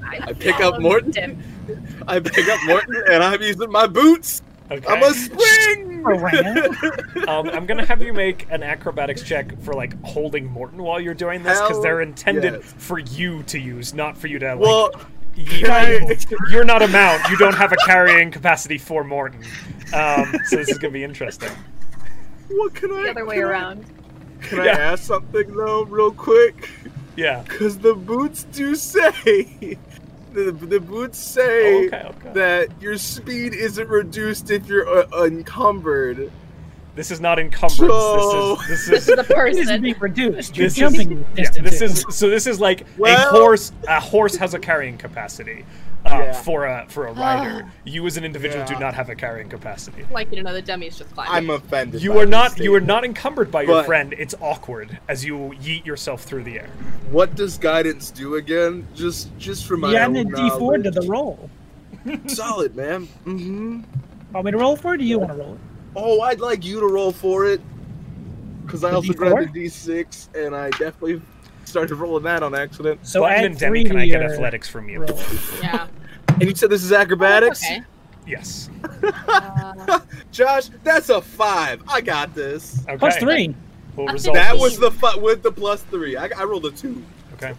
[SPEAKER 2] I pick up
[SPEAKER 5] follow
[SPEAKER 2] Morton.
[SPEAKER 5] Dim.
[SPEAKER 2] I pick up Morton, and I'm using my boots.
[SPEAKER 1] Okay.
[SPEAKER 2] I'm a spring.
[SPEAKER 3] Around.
[SPEAKER 1] um, I'm gonna have you make an acrobatics check for like holding Morton while you're doing this because
[SPEAKER 2] Hell
[SPEAKER 1] they're intended
[SPEAKER 2] yes.
[SPEAKER 1] for you to use, not for you to like.
[SPEAKER 2] well,
[SPEAKER 1] ye-
[SPEAKER 2] I-
[SPEAKER 1] You're not a mount. You don't have a carrying capacity for Morton. Um, so this is gonna be interesting.
[SPEAKER 2] what can I?
[SPEAKER 5] The other way
[SPEAKER 2] can I-
[SPEAKER 5] around.
[SPEAKER 2] Can I
[SPEAKER 1] Yeah.
[SPEAKER 2] ask something though, real quick?
[SPEAKER 1] Yeah.
[SPEAKER 2] Because the boots do say, the, the boots
[SPEAKER 1] Oh,
[SPEAKER 2] say
[SPEAKER 1] okay. Okay.
[SPEAKER 2] that your speed isn't reduced if you're uh, encumbered.
[SPEAKER 1] This is not encumbrance. This is this is
[SPEAKER 4] This is the
[SPEAKER 3] It isn't
[SPEAKER 4] person.
[SPEAKER 3] being reduced. You're
[SPEAKER 1] This is-
[SPEAKER 3] jumping
[SPEAKER 1] Yeah,
[SPEAKER 3] distances.
[SPEAKER 1] this is so. This is like a
[SPEAKER 2] Well-
[SPEAKER 1] horse. A horse has a carrying capacity uh,
[SPEAKER 2] Yeah.
[SPEAKER 1] for a for a rider. you as an individual do
[SPEAKER 2] Yeah.
[SPEAKER 1] not have a carrying capacity.
[SPEAKER 4] like in another dummy is just climbing.
[SPEAKER 2] I'm offended.
[SPEAKER 1] You
[SPEAKER 2] by
[SPEAKER 1] are
[SPEAKER 2] this
[SPEAKER 1] not. You are
[SPEAKER 2] statement.
[SPEAKER 1] not encumbered by your
[SPEAKER 2] But-
[SPEAKER 1] friend. It's awkward as you yeet yourself through the air.
[SPEAKER 2] What does guidance do again? Just, just for my
[SPEAKER 3] You
[SPEAKER 2] own
[SPEAKER 3] added a D4 to
[SPEAKER 2] knowledge.
[SPEAKER 3] the roll.
[SPEAKER 2] Solid, man. Mm-hmm.
[SPEAKER 3] Want me to roll for it or do you want to roll it?
[SPEAKER 2] Oh, I'd like you to roll for it. Because I
[SPEAKER 3] The
[SPEAKER 2] also
[SPEAKER 3] D4?
[SPEAKER 2] grabbed a D6, and I definitely started rolling that on accident.
[SPEAKER 3] So
[SPEAKER 1] Button
[SPEAKER 3] add
[SPEAKER 1] and Demi,
[SPEAKER 3] three
[SPEAKER 1] can
[SPEAKER 3] to
[SPEAKER 1] I get
[SPEAKER 3] your
[SPEAKER 1] athletics from you?
[SPEAKER 3] roll.
[SPEAKER 4] yeah. Oh,
[SPEAKER 2] And you said this is acrobatics?
[SPEAKER 4] Okay.
[SPEAKER 1] Yes.
[SPEAKER 4] Uh,
[SPEAKER 2] Josh, that's a five. I got this.
[SPEAKER 1] Okay.
[SPEAKER 3] Plus three.
[SPEAKER 1] We'll
[SPEAKER 4] That
[SPEAKER 1] result.
[SPEAKER 2] That
[SPEAKER 4] Dolphins.
[SPEAKER 2] was the fu- with the plus three. I, I rolled a two.
[SPEAKER 1] Okay.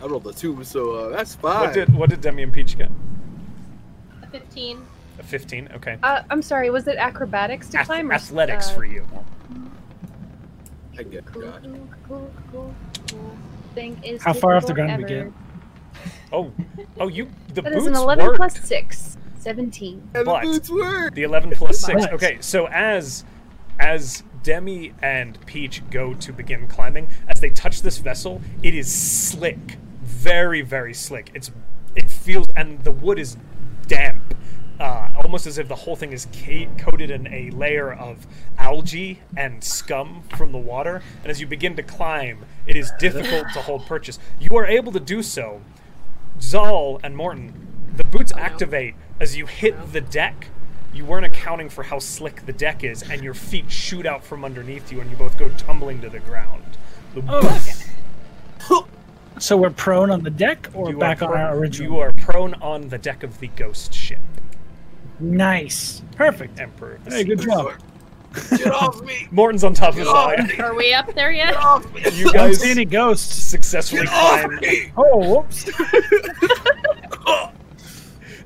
[SPEAKER 2] I rolled a two, so uh, that's five.
[SPEAKER 1] What did what did Demi and Peach get?
[SPEAKER 4] a 15.
[SPEAKER 1] A Fifteen. Okay.
[SPEAKER 5] Uh, I'm sorry. Was it acrobatics to
[SPEAKER 1] Ath-
[SPEAKER 5] climb or
[SPEAKER 1] athletics
[SPEAKER 5] uh,
[SPEAKER 1] for you.
[SPEAKER 2] I get
[SPEAKER 5] Cool,
[SPEAKER 2] God.
[SPEAKER 5] cool, cool, cool, cool. Thing is
[SPEAKER 3] How far off the
[SPEAKER 5] difficult
[SPEAKER 3] ground we
[SPEAKER 5] ever.
[SPEAKER 3] get?
[SPEAKER 1] Oh, oh, you. The
[SPEAKER 5] That
[SPEAKER 1] boots
[SPEAKER 5] is an 11
[SPEAKER 1] worked.
[SPEAKER 5] plus 6. 17.
[SPEAKER 2] And
[SPEAKER 1] But-
[SPEAKER 2] the boots work.
[SPEAKER 1] The eleven plus six.
[SPEAKER 3] Nice.
[SPEAKER 1] Okay, so as as Demi and Peach go to begin climbing, as they touch this vessel, it is slick, very very slick. It's it feels and the wood is damp, uh, almost as if the whole thing is ca- coated in a layer of algae and scum from the water. And as you begin to climb, it is difficult to hold purchase. You are able to do so Zal and Morton, the boots
[SPEAKER 2] Oh,
[SPEAKER 1] activate as you hit the deck. You weren't accounting for how slick the deck is, and your feet shoot out from underneath you, and you both go tumbling to the ground. The
[SPEAKER 3] Oh, So we're prone on the deck or
[SPEAKER 1] you are
[SPEAKER 3] back on
[SPEAKER 1] prone-
[SPEAKER 3] our original?
[SPEAKER 1] You are prone on the deck of the ghost ship,
[SPEAKER 3] Nice. Perfect.
[SPEAKER 1] Emperor. of the
[SPEAKER 3] Hey,
[SPEAKER 1] Sea.
[SPEAKER 3] good job.
[SPEAKER 2] Get off me.
[SPEAKER 1] Morton's on top of Zal.
[SPEAKER 4] Are we up there yet?
[SPEAKER 2] Get off me.
[SPEAKER 1] You guys
[SPEAKER 3] Outstanding ghosts.
[SPEAKER 1] successfully
[SPEAKER 2] Get off
[SPEAKER 1] climb.
[SPEAKER 2] me.
[SPEAKER 3] Oh, whoops.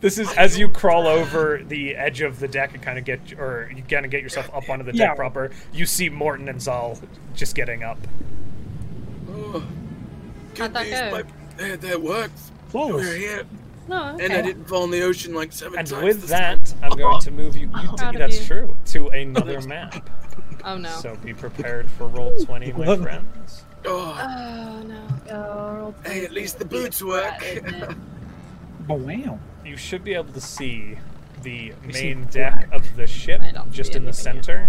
[SPEAKER 1] This is as you crawl over the edge of the deck and kind of get, or you kind of get yourself up onto the deck
[SPEAKER 3] Yeah.
[SPEAKER 1] proper. You see Morton and Zal just getting up.
[SPEAKER 2] Oh,
[SPEAKER 4] How'd
[SPEAKER 2] good
[SPEAKER 4] that
[SPEAKER 2] news,
[SPEAKER 4] go?
[SPEAKER 2] my- That, that worked. We're
[SPEAKER 3] Close.
[SPEAKER 2] here.
[SPEAKER 4] No.
[SPEAKER 2] And I didn't fall in the ocean like seven
[SPEAKER 1] And
[SPEAKER 2] times.
[SPEAKER 1] with
[SPEAKER 2] this
[SPEAKER 1] that, I'm going to move you. you
[SPEAKER 4] Proud
[SPEAKER 1] did,
[SPEAKER 4] of
[SPEAKER 1] that's
[SPEAKER 4] you.
[SPEAKER 1] true. To another map.
[SPEAKER 4] Oh no.
[SPEAKER 1] So be prepared for roll twenty, my friends.
[SPEAKER 2] time. Oh,
[SPEAKER 4] Oh no.
[SPEAKER 5] Oh,
[SPEAKER 2] hey, at least the boots work.
[SPEAKER 3] Oh, wow.
[SPEAKER 1] You should be able to see the
[SPEAKER 3] We see
[SPEAKER 1] main deck of the ship,
[SPEAKER 4] I don't
[SPEAKER 1] just
[SPEAKER 4] see
[SPEAKER 1] in the
[SPEAKER 4] anything yet.
[SPEAKER 1] center.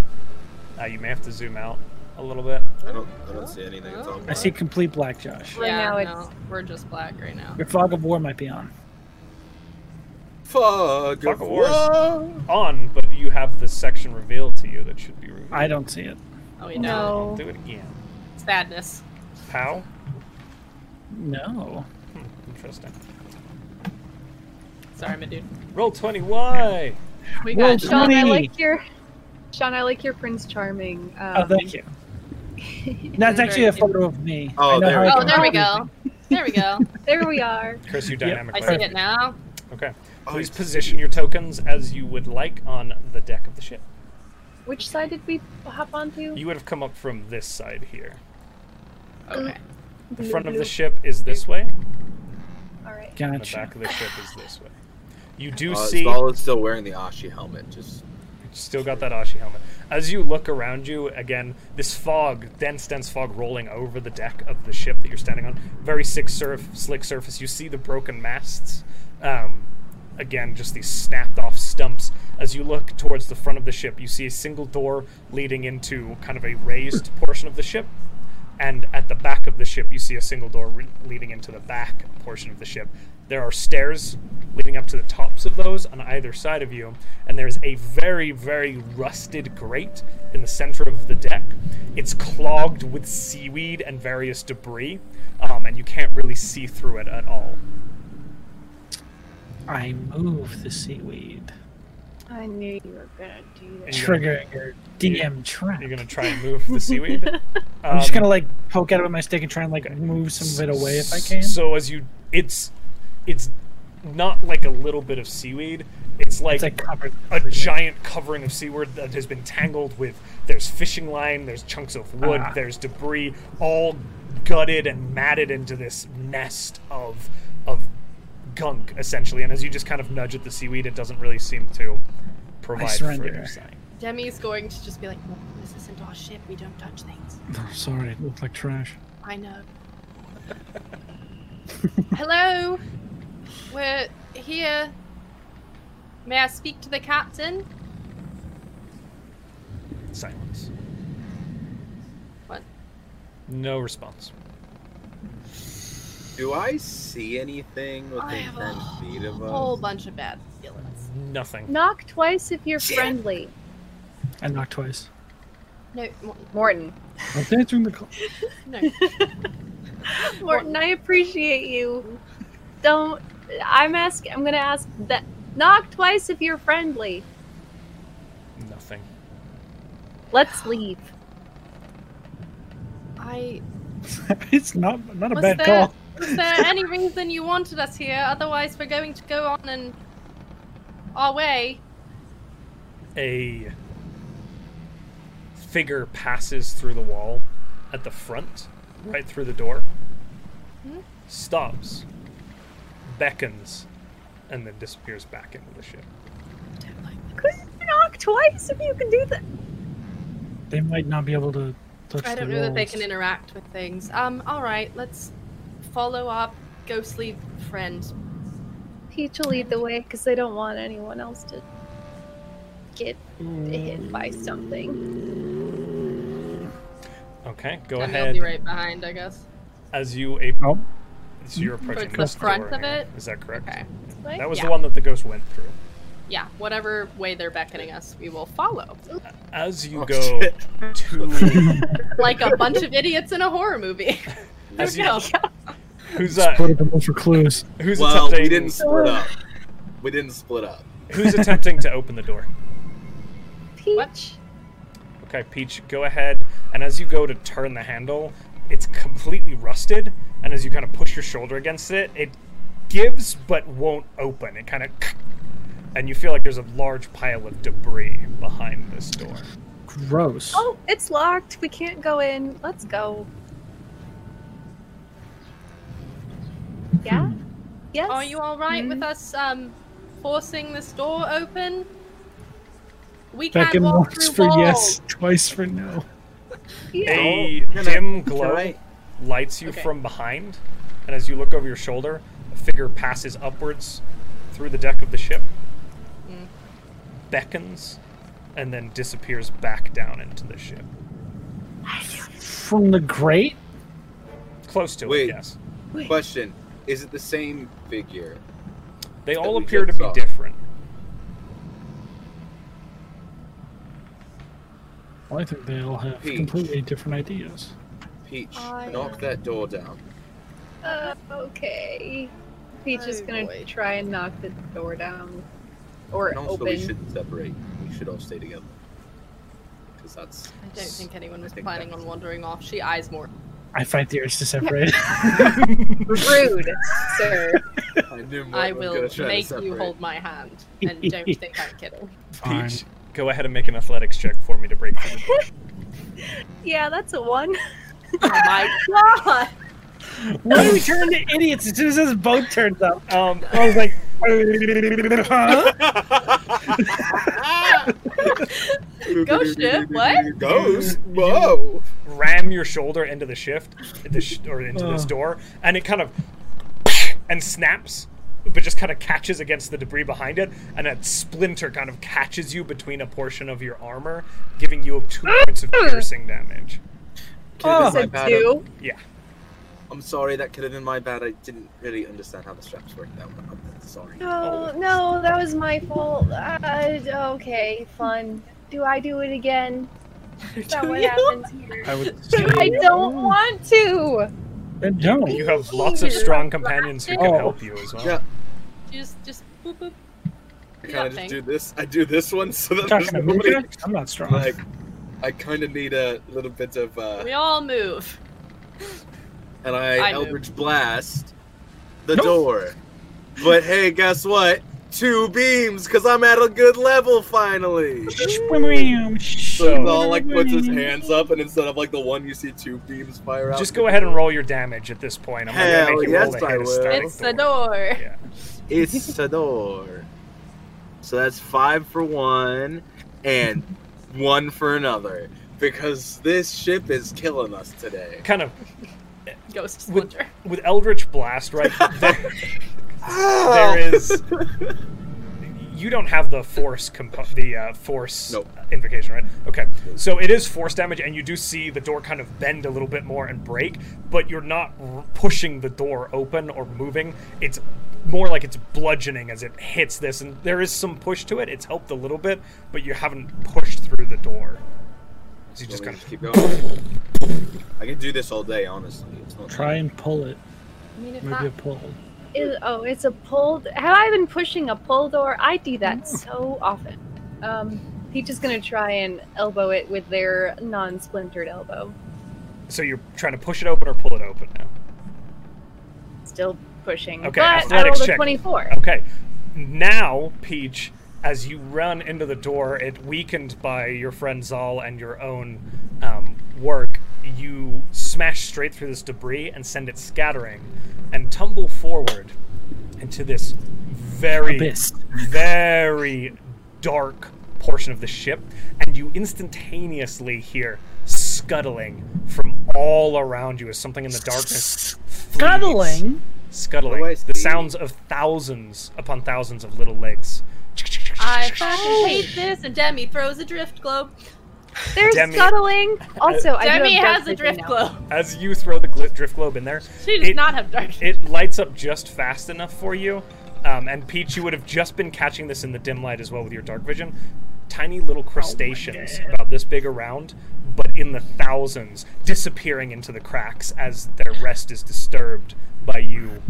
[SPEAKER 1] Uh, you may have to zoom out a little bit.
[SPEAKER 2] I don't, I don't see anything. It's all
[SPEAKER 3] I see complete black, Josh.
[SPEAKER 5] Right
[SPEAKER 4] yeah,
[SPEAKER 5] now
[SPEAKER 4] no,
[SPEAKER 5] it's-
[SPEAKER 4] we're just black right now.
[SPEAKER 3] Your fog of war might be on.
[SPEAKER 2] Fog
[SPEAKER 1] Fog
[SPEAKER 2] of
[SPEAKER 1] of war's
[SPEAKER 2] war.
[SPEAKER 1] On, but you have this section revealed to you that should be revealed.
[SPEAKER 3] I don't see it.
[SPEAKER 4] Oh, you know,
[SPEAKER 5] No.
[SPEAKER 1] Do it again.
[SPEAKER 4] sadness.
[SPEAKER 1] How?
[SPEAKER 3] No.
[SPEAKER 1] Hmm, interesting.
[SPEAKER 4] Sorry, my dude.
[SPEAKER 1] Roll 20. Why?
[SPEAKER 4] We
[SPEAKER 3] Roll
[SPEAKER 4] got
[SPEAKER 3] tw-
[SPEAKER 5] Sean, I
[SPEAKER 3] Tony.
[SPEAKER 5] like your. Sean, I like your Prince Charming.
[SPEAKER 3] Oh,
[SPEAKER 5] Um,
[SPEAKER 3] thank you. That's
[SPEAKER 4] Very
[SPEAKER 3] actually a
[SPEAKER 4] cute.
[SPEAKER 3] photo of me.
[SPEAKER 2] Oh,
[SPEAKER 3] I know
[SPEAKER 2] there
[SPEAKER 3] how
[SPEAKER 2] we
[SPEAKER 3] I
[SPEAKER 2] go.
[SPEAKER 4] Oh,
[SPEAKER 3] can
[SPEAKER 4] there we
[SPEAKER 3] hide
[SPEAKER 4] go. There we go.
[SPEAKER 5] there we are.
[SPEAKER 1] Chris, you
[SPEAKER 3] Yep,
[SPEAKER 1] dynamically.
[SPEAKER 4] I see it now.
[SPEAKER 1] Okay.
[SPEAKER 2] Oh,
[SPEAKER 1] Please
[SPEAKER 2] it's-
[SPEAKER 1] position your tokens as you would like on the deck of the ship.
[SPEAKER 5] Which side did we hop onto?
[SPEAKER 1] You would have come up from this side here.
[SPEAKER 4] Okay.
[SPEAKER 1] The front of the ship is this way.
[SPEAKER 5] All right.
[SPEAKER 1] The
[SPEAKER 3] everything.
[SPEAKER 1] back
[SPEAKER 3] Gotcha.
[SPEAKER 1] of the ship is this way. You do
[SPEAKER 2] Uh,
[SPEAKER 1] see.
[SPEAKER 2] Zal is still wearing the Ashi helmet. Just
[SPEAKER 1] Still got that Ashi helmet. As you look around you, again, this fog, dense, dense fog rolling over the deck of the ship that you're standing on. Very sick surf, slick surface. You see the broken masts. Um, again, just these snapped off stumps. As you look towards the front of the ship, you see a single door leading into kind of a raised portion of the ship. And at the back of the ship, you see a single door re- leading into the back portion of the ship. There are stairs leading up to the tops of those on either side of you, and there's a very, very rusted grate in the center of the deck. It's clogged with seaweed and various debris, um, and you can't really see through it at all.
[SPEAKER 3] I move the seaweed,
[SPEAKER 5] I knew you were gonna do
[SPEAKER 1] And
[SPEAKER 5] that.
[SPEAKER 1] you're gonna-
[SPEAKER 3] triggering your DM trap.
[SPEAKER 1] You're gonna try and move the seaweed.
[SPEAKER 3] I'm just gonna like poke at it with my stick and try and like move some of it away if I can.
[SPEAKER 1] So as you, it's, it's not like a little bit of seaweed. It's like,
[SPEAKER 3] it's like covered.
[SPEAKER 1] a giant covering of seaward that has been tangled with there's fishing line, there's chunks of wood,
[SPEAKER 3] Ah.
[SPEAKER 1] there's debris, all gutted and matted into this nest of of gunk essentially. And as you just kind of nudge at the seaweed, it doesn't really seem to provide
[SPEAKER 3] surrender.
[SPEAKER 1] further sign.
[SPEAKER 4] Demi's going to just be like, "No, this isn't our ship. We don't touch things.
[SPEAKER 3] Oh, sorry, it looked like trash.
[SPEAKER 4] I know. Hello. We're here. May I speak to the captain?
[SPEAKER 1] Silence.
[SPEAKER 4] What?
[SPEAKER 1] No response.
[SPEAKER 2] do I see anything
[SPEAKER 4] I
[SPEAKER 2] within
[SPEAKER 4] have a
[SPEAKER 2] ten feet of us?
[SPEAKER 4] whole bunch of bad feelings.
[SPEAKER 1] Nothing.
[SPEAKER 5] Knock twice if you're friendly.
[SPEAKER 3] I knocked twice.
[SPEAKER 4] No, Mor-
[SPEAKER 5] Morton.
[SPEAKER 3] I'm answering the call.
[SPEAKER 4] no.
[SPEAKER 5] Morton, I appreciate you. Don't. I'm asking. I'm gonna ask that. Knock twice if you're friendly.
[SPEAKER 1] Nothing.
[SPEAKER 5] Let's leave.
[SPEAKER 4] I.
[SPEAKER 3] it's not not a
[SPEAKER 4] Was
[SPEAKER 3] bad
[SPEAKER 4] there-
[SPEAKER 3] call.
[SPEAKER 4] Was there any reason you wanted us here? Otherwise, we're going to go on and our way.
[SPEAKER 1] a figure passes through the wall at the front, right through the door,
[SPEAKER 4] Hmm?
[SPEAKER 1] stops, beckons, and then disappears back into the ship.
[SPEAKER 5] Could you knock twice if you can do that?
[SPEAKER 3] They might not be able to touch
[SPEAKER 4] I don't
[SPEAKER 3] the
[SPEAKER 4] know that they
[SPEAKER 3] walls.
[SPEAKER 4] can interact with things. Um, all right, let's follow our ghostly friend.
[SPEAKER 5] Peach will lead the way because they don't want anyone else to get hit by something.
[SPEAKER 1] Okay, go
[SPEAKER 4] and
[SPEAKER 1] ahead.
[SPEAKER 4] they'll be right behind, I guess.
[SPEAKER 1] as you a-
[SPEAKER 3] Oh,
[SPEAKER 1] as you're approaching
[SPEAKER 4] Towards the
[SPEAKER 1] this
[SPEAKER 4] front
[SPEAKER 1] door
[SPEAKER 4] of
[SPEAKER 1] here.
[SPEAKER 4] it?
[SPEAKER 1] Is that correct?
[SPEAKER 4] Okay.
[SPEAKER 5] Right?
[SPEAKER 1] That was
[SPEAKER 4] Yeah.
[SPEAKER 1] the one that the ghost went through.
[SPEAKER 4] Yeah, whatever way they're beckoning us, we will follow.
[SPEAKER 1] As you
[SPEAKER 2] Oh,
[SPEAKER 1] go
[SPEAKER 2] shit.
[SPEAKER 1] to
[SPEAKER 4] Like a bunch of idiots in a horror movie.
[SPEAKER 1] as you,
[SPEAKER 4] Yeah.
[SPEAKER 1] who's uh,
[SPEAKER 3] put up a bunch of clues.
[SPEAKER 1] who's
[SPEAKER 2] Well,
[SPEAKER 1] attempting
[SPEAKER 2] we didn't split up. We didn't split up.
[SPEAKER 1] who's attempting to open the door?
[SPEAKER 5] Peach.
[SPEAKER 4] What?
[SPEAKER 1] Okay, Peach, go ahead. And as you go to turn the handle, it's completely rusted. And as you kind of push your shoulder against it, it gives but won't open. It kind of. And you feel like there's a large pile of debris behind this door.
[SPEAKER 3] Gross.
[SPEAKER 5] Oh, it's locked. We can't go in. Let's go. Yeah. Hmm. Yes.
[SPEAKER 4] Are you all right
[SPEAKER 3] Mm.
[SPEAKER 4] with us um, forcing this door open? We
[SPEAKER 3] Beck
[SPEAKER 4] can't
[SPEAKER 3] and
[SPEAKER 4] walk
[SPEAKER 3] once
[SPEAKER 4] through
[SPEAKER 3] for
[SPEAKER 4] walls.
[SPEAKER 3] yes, twice for no.
[SPEAKER 5] Yeah.
[SPEAKER 1] A
[SPEAKER 2] Oh, can I-
[SPEAKER 1] dim
[SPEAKER 2] can
[SPEAKER 1] glow
[SPEAKER 2] I-
[SPEAKER 1] lights you
[SPEAKER 4] Okay.
[SPEAKER 1] from behind. And as you look over your shoulder, a figure passes upwards through the deck of the ship,
[SPEAKER 4] Mm.
[SPEAKER 1] beckons, and then disappears back down into the ship.
[SPEAKER 3] From the grate?
[SPEAKER 1] Close to
[SPEAKER 2] Wait.
[SPEAKER 1] it, yes.
[SPEAKER 2] Question: Is it the same figure?
[SPEAKER 1] They
[SPEAKER 2] that
[SPEAKER 1] all
[SPEAKER 2] we
[SPEAKER 1] appear to
[SPEAKER 2] just
[SPEAKER 1] be
[SPEAKER 2] saw.
[SPEAKER 1] different.
[SPEAKER 3] Well, I think they all have
[SPEAKER 2] Peach.
[SPEAKER 3] completely different ideas.
[SPEAKER 2] Peach,
[SPEAKER 4] I,
[SPEAKER 2] knock
[SPEAKER 4] uh,
[SPEAKER 2] that door down.
[SPEAKER 5] Uh, okay. Peach is
[SPEAKER 4] Oh,
[SPEAKER 5] gonna
[SPEAKER 4] boy.
[SPEAKER 5] try and knock the door down. Or
[SPEAKER 2] And also, we
[SPEAKER 5] open.
[SPEAKER 2] shouldn't separate. We should all stay together. Because that's.
[SPEAKER 4] I don't think anyone was
[SPEAKER 2] I think
[SPEAKER 4] planning
[SPEAKER 2] that's-
[SPEAKER 4] on wandering off. She eyes more.
[SPEAKER 3] I fight the urge to separate.
[SPEAKER 5] Rude, sir.
[SPEAKER 2] I knew Morton
[SPEAKER 4] I
[SPEAKER 2] was
[SPEAKER 4] will
[SPEAKER 2] gonna try to
[SPEAKER 4] make you
[SPEAKER 2] separate.
[SPEAKER 4] hold my hand, and don't think I'm kidding.
[SPEAKER 3] Fine.
[SPEAKER 1] Peach, go ahead and make an athletics check for me to break through. the door.
[SPEAKER 5] Yeah, that's a one.
[SPEAKER 4] Oh my god!
[SPEAKER 3] Why do we turn into idiots as soon as this boat turns up?
[SPEAKER 1] Um,
[SPEAKER 3] I was like,
[SPEAKER 4] Ghost ship? What?
[SPEAKER 2] Ghost? Whoa!
[SPEAKER 1] ram your shoulder into the shift, the sh- or into this
[SPEAKER 3] Ugh.
[SPEAKER 1] door, and it kind of and snaps, but just kind of catches against the debris behind it, and a splinter kind of catches you between a portion of your armor, giving you two points of piercing damage.
[SPEAKER 2] Could have been Oh my
[SPEAKER 5] Said
[SPEAKER 2] bad.
[SPEAKER 5] two.
[SPEAKER 1] Yeah,
[SPEAKER 2] I'm sorry, that could have been my bad. I didn't really understand how the straps work that one. I'm sorry. Oh.
[SPEAKER 5] No, no, that was my fault. Uh, okay, fun. Do I do it again? Is that
[SPEAKER 4] Do
[SPEAKER 5] what
[SPEAKER 4] you?
[SPEAKER 5] happens here?
[SPEAKER 1] I would.
[SPEAKER 5] I don't want to.
[SPEAKER 3] then don't.
[SPEAKER 1] You have lots of strong companions who can
[SPEAKER 3] Oh.
[SPEAKER 1] help you as well.
[SPEAKER 2] Yeah,
[SPEAKER 4] Just, just boop boop.
[SPEAKER 2] I
[SPEAKER 4] Do
[SPEAKER 2] kind
[SPEAKER 4] that
[SPEAKER 2] of just
[SPEAKER 4] thing.
[SPEAKER 2] do this. I do this one so that
[SPEAKER 3] Talking
[SPEAKER 2] there's
[SPEAKER 3] to
[SPEAKER 2] no way.
[SPEAKER 3] Muka? I'm not strong.
[SPEAKER 2] Like, I kind of need a little bit of. uh
[SPEAKER 4] We all move.
[SPEAKER 2] And
[SPEAKER 4] I
[SPEAKER 2] I,
[SPEAKER 4] move.
[SPEAKER 2] Eldritch Blast the
[SPEAKER 3] Nope.
[SPEAKER 2] door. But hey, guess what? Two beams, because I'm at a good level finally. So
[SPEAKER 1] So-
[SPEAKER 2] Zal like puts his hands up, and instead of like the one, you see two beams fire out.
[SPEAKER 1] Just go ahead and roll your damage at this point. I'm not gonna
[SPEAKER 2] Hell
[SPEAKER 1] make you
[SPEAKER 2] yes,
[SPEAKER 1] roll to
[SPEAKER 2] I
[SPEAKER 1] hit a
[SPEAKER 2] will.
[SPEAKER 1] static
[SPEAKER 4] It's the door.
[SPEAKER 1] Yeah.
[SPEAKER 2] It's a door. So that's five for one, and one for another, because this ship is killing us today.
[SPEAKER 1] Kind of
[SPEAKER 4] Ghost
[SPEAKER 1] Would-
[SPEAKER 4] splinter.
[SPEAKER 1] with Eldritch Blast, right? There, there is. You don't have the force compo- the uh, force
[SPEAKER 2] Nope.
[SPEAKER 1] invocation, right? Okay, so it is force damage, and you do see the door kind of bend a little bit more and break, but you're not r- pushing the door open or moving. It's more like it's bludgeoning as it hits this, and there is some push to it. It's helped a little bit, but you haven't pushed through the door. So you just
[SPEAKER 2] Let
[SPEAKER 1] kind
[SPEAKER 2] me
[SPEAKER 1] of
[SPEAKER 2] keep going. I could do this all day, honestly. It's not
[SPEAKER 3] Try and pull it.
[SPEAKER 4] I mean, if
[SPEAKER 3] Maybe a
[SPEAKER 4] that,
[SPEAKER 3] pull.
[SPEAKER 5] Is- oh, it's a pulled. Have I been pushing a pull door? I do that so often. Um, Peach is gonna try and elbow it with their non-splintered elbow.
[SPEAKER 1] so you're trying to push it open or pull it open now.
[SPEAKER 5] Still pushing.
[SPEAKER 1] Okay,
[SPEAKER 5] but I
[SPEAKER 1] athletics
[SPEAKER 5] rolled a
[SPEAKER 1] check. Uh,
[SPEAKER 5] twenty-four.
[SPEAKER 1] Okay. Now, Peach, as you run into the door, it weakened by your friend Zal and your own um, work, you smash straight through this debris and send it scattering and tumble forward into this very
[SPEAKER 3] Abyss.
[SPEAKER 1] very dark portion of the ship, and you instantaneously hear scuttling from all around you as something in the darkness. flees.
[SPEAKER 3] Scuttling?
[SPEAKER 1] Scuttling.
[SPEAKER 2] Oh, I
[SPEAKER 1] the
[SPEAKER 2] see.
[SPEAKER 1] sounds of thousands upon thousands of little legs.
[SPEAKER 4] I
[SPEAKER 3] Oh.
[SPEAKER 4] fucking hate this. And Demi throws a drift globe.
[SPEAKER 5] There's
[SPEAKER 1] Demi-
[SPEAKER 5] scuttling. Also, I do
[SPEAKER 4] Demi
[SPEAKER 5] have dark
[SPEAKER 4] has a
[SPEAKER 5] vision
[SPEAKER 4] drift
[SPEAKER 5] now.
[SPEAKER 4] globe.
[SPEAKER 1] As you throw the gl- drift globe in there,
[SPEAKER 4] She does
[SPEAKER 1] It-
[SPEAKER 4] not have dark.
[SPEAKER 1] it lights up just fast enough for you. Um, and Peach, you would have just been catching this in the dim light as well with your dark vision. Tiny little crustaceans
[SPEAKER 3] God.
[SPEAKER 1] about this big around, but in the thousands, disappearing into the cracks as their rest is disturbed by you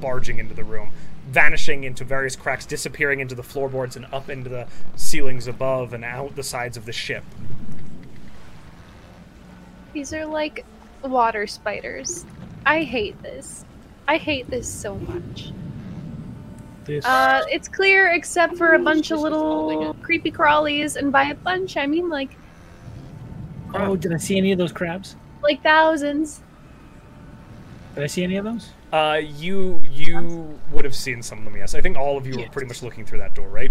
[SPEAKER 1] barging into the room, vanishing into various cracks, disappearing into the floorboards and up into the ceilings above and out the sides of the ship.
[SPEAKER 5] These are like water spiders. I hate this. I hate this so much.
[SPEAKER 3] This.
[SPEAKER 5] Uh, it's clear except for a bunch of
[SPEAKER 4] She's just holding
[SPEAKER 5] little creepy crawlies, and by a bunch I mean like
[SPEAKER 3] oh, did I see any of those crabs?
[SPEAKER 5] like thousands.
[SPEAKER 3] Did I see any of those?
[SPEAKER 1] Uh, you you would have seen some of them, yes. I think all of you were pretty much looking through that door, right?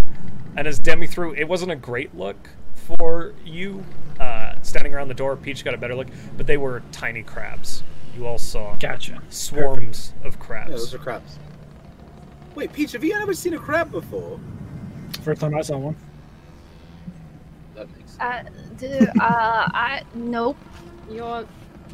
[SPEAKER 1] And as Demi threw, it wasn't a great look for you. Uh, standing around the door, Peach got a better look, but they were tiny crabs. You all saw
[SPEAKER 3] Gotcha.
[SPEAKER 1] swarms of
[SPEAKER 2] Yeah, those
[SPEAKER 1] crabs.
[SPEAKER 2] are crabs. Wait, Peach, have you ever seen a crab before?
[SPEAKER 3] First time I saw one.
[SPEAKER 2] That makes sense.
[SPEAKER 5] Uh, d- uh, I nope.
[SPEAKER 4] Your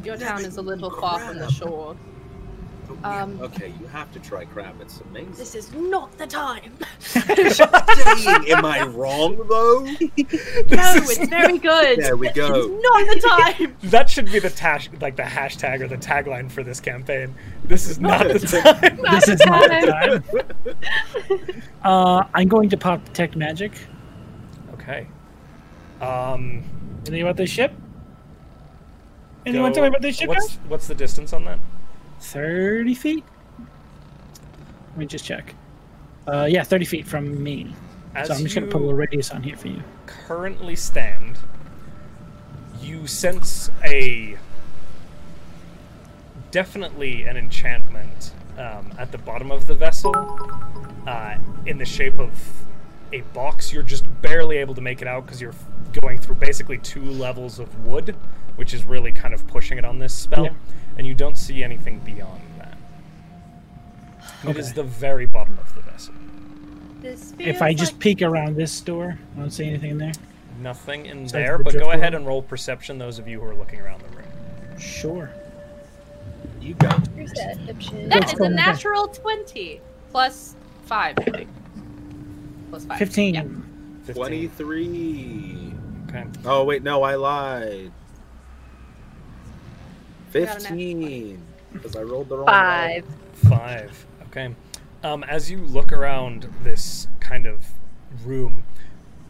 [SPEAKER 4] your town is a little
[SPEAKER 2] Crap.
[SPEAKER 4] far from the shore.
[SPEAKER 2] Oh, yeah,
[SPEAKER 4] Um,
[SPEAKER 2] okay, you have to try crab. It's amazing.
[SPEAKER 4] This is not the time.
[SPEAKER 2] Dang, am I wrong though?
[SPEAKER 4] No, it's very good.
[SPEAKER 2] There we go.
[SPEAKER 4] It's not the time.
[SPEAKER 1] That should be the tash, like the hashtag or the tagline for this campaign. This is not the time.
[SPEAKER 3] This is not the time. Uh, I'm going to pop detect magic.
[SPEAKER 1] Okay. Um.
[SPEAKER 3] Anything about this ship? Anyone
[SPEAKER 1] go-
[SPEAKER 3] tell me about this ship?
[SPEAKER 1] What's
[SPEAKER 3] guys?
[SPEAKER 1] what's the distance on that?
[SPEAKER 3] Thirty feet. Let me just check. Uh, yeah, thirty feet from me.
[SPEAKER 1] As
[SPEAKER 3] so I'm just
[SPEAKER 1] you
[SPEAKER 3] gonna put a little radius on here for you.
[SPEAKER 1] currently stand, you sense a definitely an enchantment um, at the bottom of the vessel, uh, in the shape of a box. You're just barely able to make it out because you're f- going through basically two levels of wood, which is really kind of pushing it on this spell,
[SPEAKER 3] Yeah.
[SPEAKER 1] and you don't see anything beyond that. And It is
[SPEAKER 3] Okay.
[SPEAKER 1] the very bottom of the vessel.
[SPEAKER 4] This
[SPEAKER 3] If
[SPEAKER 4] feels
[SPEAKER 3] I just
[SPEAKER 4] like-
[SPEAKER 3] peek around this door, I don't see anything in there.
[SPEAKER 1] Nothing in
[SPEAKER 3] Sounds
[SPEAKER 1] there,
[SPEAKER 3] like
[SPEAKER 1] but go
[SPEAKER 3] driftwood.
[SPEAKER 1] ahead and roll perception, those of you who are looking around the room.
[SPEAKER 3] Sure.
[SPEAKER 2] You got
[SPEAKER 5] Here's that dipshit.
[SPEAKER 4] That is
[SPEAKER 3] go.
[SPEAKER 4] a natural 20 plus 5, I think. Plus 5.
[SPEAKER 3] Fifteen.
[SPEAKER 4] Yeah.
[SPEAKER 1] 15.
[SPEAKER 2] 23.
[SPEAKER 1] Okay.
[SPEAKER 2] Oh, wait, no, I lied.
[SPEAKER 4] got a nat
[SPEAKER 2] 15. Because I rolled the wrong
[SPEAKER 5] Five.
[SPEAKER 1] Five. Okay. Um, as you look around this kind of room,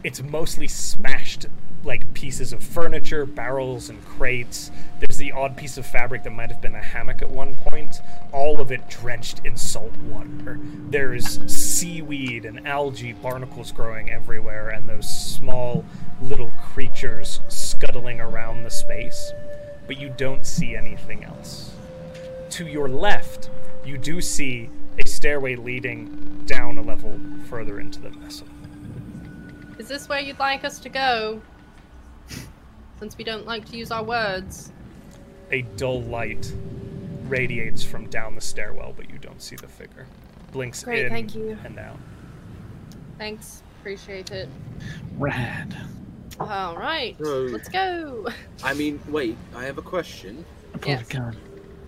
[SPEAKER 1] it's mostly smashed like pieces of furniture, barrels, and crates. There's the odd piece of fabric that might have been a hammock at one point. All of it drenched in salt water. There is seaweed and algae, barnacles growing everywhere, and those small little creatures scuttling around the space. But you don't see anything else to your left, you do see a stairway leading down a level further into the vessel.
[SPEAKER 4] Is this where you'd like us to go? Since we don't like to use our words.
[SPEAKER 1] A dull light radiates from down the stairwell, but you don't see the figure. Blinks
[SPEAKER 4] Great,
[SPEAKER 1] in
[SPEAKER 4] thank you.
[SPEAKER 1] and out.
[SPEAKER 4] Thanks. Appreciate it.
[SPEAKER 3] Rad.
[SPEAKER 4] All right.
[SPEAKER 2] Right.
[SPEAKER 4] Let's go.
[SPEAKER 2] I mean, wait, I have a question.
[SPEAKER 3] I pulled
[SPEAKER 4] Yes.
[SPEAKER 3] a gun.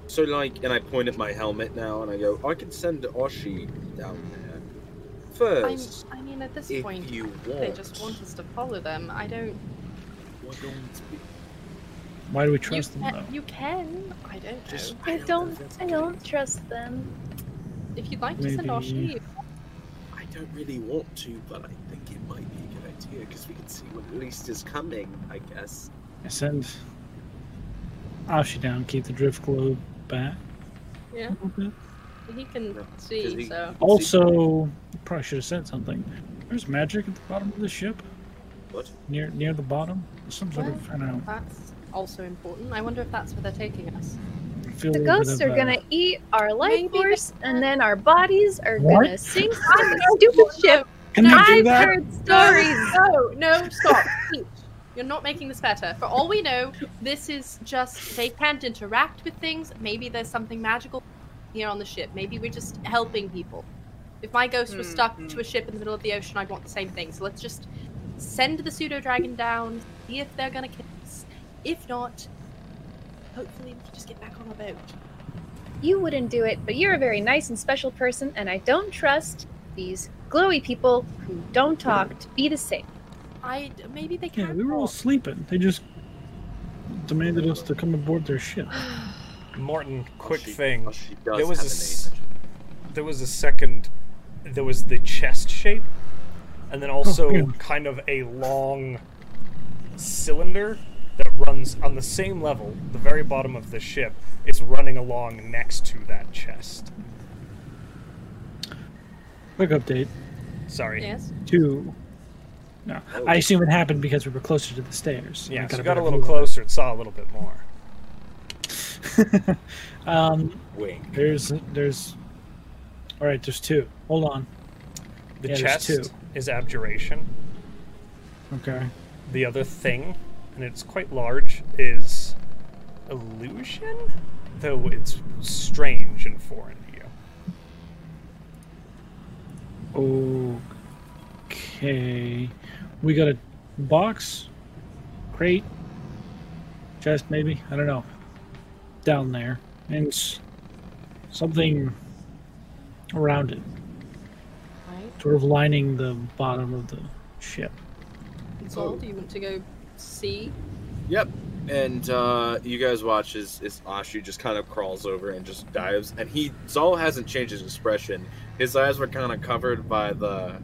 [SPEAKER 2] So, like, and I point at my helmet now and I go, I can send Oshi down there.
[SPEAKER 4] i
[SPEAKER 2] First,
[SPEAKER 4] I mean, at this
[SPEAKER 2] if
[SPEAKER 4] point,
[SPEAKER 2] you want.
[SPEAKER 4] they just want us to follow them. I don't.
[SPEAKER 2] Why don't we-
[SPEAKER 3] Why do we
[SPEAKER 4] You
[SPEAKER 3] trust them
[SPEAKER 4] can,
[SPEAKER 3] though?
[SPEAKER 4] you can. I don't know.
[SPEAKER 2] Just-
[SPEAKER 5] I
[SPEAKER 2] don't know
[SPEAKER 5] don't.
[SPEAKER 2] if that's
[SPEAKER 5] I don't trust them.
[SPEAKER 4] If you'd like to send our
[SPEAKER 3] Maybe-
[SPEAKER 4] sheep,
[SPEAKER 2] I don't really want to, but I think it might be a good idea because we can see what at least is coming, I guess.
[SPEAKER 3] I send Ashi down. Keep the drift globe back.
[SPEAKER 4] yeah,
[SPEAKER 3] Okay.
[SPEAKER 4] he can
[SPEAKER 2] No,
[SPEAKER 4] see.
[SPEAKER 2] 'cause he-
[SPEAKER 4] So
[SPEAKER 3] Also, probably should have said something. There's magic at the bottom of the ship.
[SPEAKER 2] What?
[SPEAKER 3] Near near the bottom. Some sort of I don't know.
[SPEAKER 4] that's also important. I wonder if that's where they're taking us.
[SPEAKER 3] I feel
[SPEAKER 5] The
[SPEAKER 3] a little bit
[SPEAKER 5] ghosts
[SPEAKER 3] of,
[SPEAKER 5] are
[SPEAKER 3] uh,
[SPEAKER 5] gonna eat our life
[SPEAKER 4] Maybe
[SPEAKER 5] force, and then our bodies are
[SPEAKER 3] What?
[SPEAKER 5] gonna sink to the stupid ship.
[SPEAKER 3] Can
[SPEAKER 4] No,
[SPEAKER 3] they do
[SPEAKER 5] I've
[SPEAKER 3] that?
[SPEAKER 5] heard
[SPEAKER 4] Sorry,
[SPEAKER 5] stories.
[SPEAKER 4] no, no, stop. Peach, You're not making this better. For all we know, this is just they can't interact with things. Maybe there's something magical here on the ship. Maybe we're just helping people. If my ghost was stuck to a ship in the middle of the ocean, I'd want the same thing. So let's just send the pseudo dragon down, see if they're gonna kill us. If not, hopefully we can just get back on our boat.
[SPEAKER 5] You wouldn't do it, but you're a very nice and special person, and I don't trust these glowy people who don't talk to be the same.
[SPEAKER 4] I maybe they can.
[SPEAKER 3] Yeah, we were all sleeping. They just demanded us to come aboard their ship.
[SPEAKER 1] Morton, quick
[SPEAKER 2] Oshi-
[SPEAKER 1] thing.
[SPEAKER 2] Oshi oh, does
[SPEAKER 1] There
[SPEAKER 2] have
[SPEAKER 1] was a
[SPEAKER 2] an
[SPEAKER 1] s-
[SPEAKER 2] agent.
[SPEAKER 1] There was a second. There was the chest shape, and then also
[SPEAKER 3] Oh, yeah.
[SPEAKER 1] kind of a long cylinder that runs on the same level, the very bottom of the ship. is running along next to that chest.
[SPEAKER 3] Quick update.
[SPEAKER 1] Sorry.
[SPEAKER 4] Yes.
[SPEAKER 3] Two. No,
[SPEAKER 2] Oh.
[SPEAKER 3] I assume it happened because we were closer to the stairs.
[SPEAKER 1] Yeah,
[SPEAKER 3] We
[SPEAKER 1] so you
[SPEAKER 3] a
[SPEAKER 1] got a
[SPEAKER 3] better
[SPEAKER 1] little
[SPEAKER 3] view
[SPEAKER 1] closer and saw a little bit more.
[SPEAKER 3] of it. um,
[SPEAKER 2] Wink.
[SPEAKER 3] there's, there's. All right, there's two. Hold on.
[SPEAKER 1] The
[SPEAKER 3] Yeah, there's
[SPEAKER 1] chest
[SPEAKER 3] two.
[SPEAKER 1] is abjuration.
[SPEAKER 3] Okay.
[SPEAKER 1] The other thing, and it's quite large, is illusion? Though it's strange and foreign to you.
[SPEAKER 3] Okay. We got a box, crate, chest, maybe. I don't know. Down there. And s- something around it,
[SPEAKER 4] Right?
[SPEAKER 3] sort of lining the bottom of the ship.
[SPEAKER 4] Sol, do you want to go see?
[SPEAKER 2] Yep. And uh, you guys watch as, as Ashu just kind of crawls over and just dives. And he Zal hasn't changed his expression. His eyes were kind of covered by the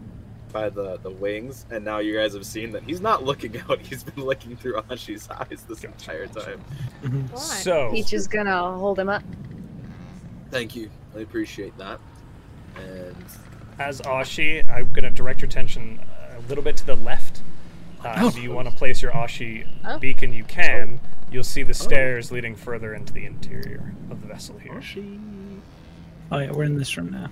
[SPEAKER 2] by the, the wings, and now you guys have seen that he's not looking out. He's been looking through Ashu's eyes this entire time.
[SPEAKER 4] Right.
[SPEAKER 1] So
[SPEAKER 5] Peach is gonna hold him up.
[SPEAKER 2] Thank you. I appreciate that. And
[SPEAKER 1] as Ashi, I'm going to direct your attention uh, a little bit to the left. Uh,
[SPEAKER 3] Oh.
[SPEAKER 1] If you want to place your Ashi
[SPEAKER 4] Oh.
[SPEAKER 1] beacon, you can. You'll see the stairs leading further into the interior of the vessel here.
[SPEAKER 3] Oh yeah, we're in this room now.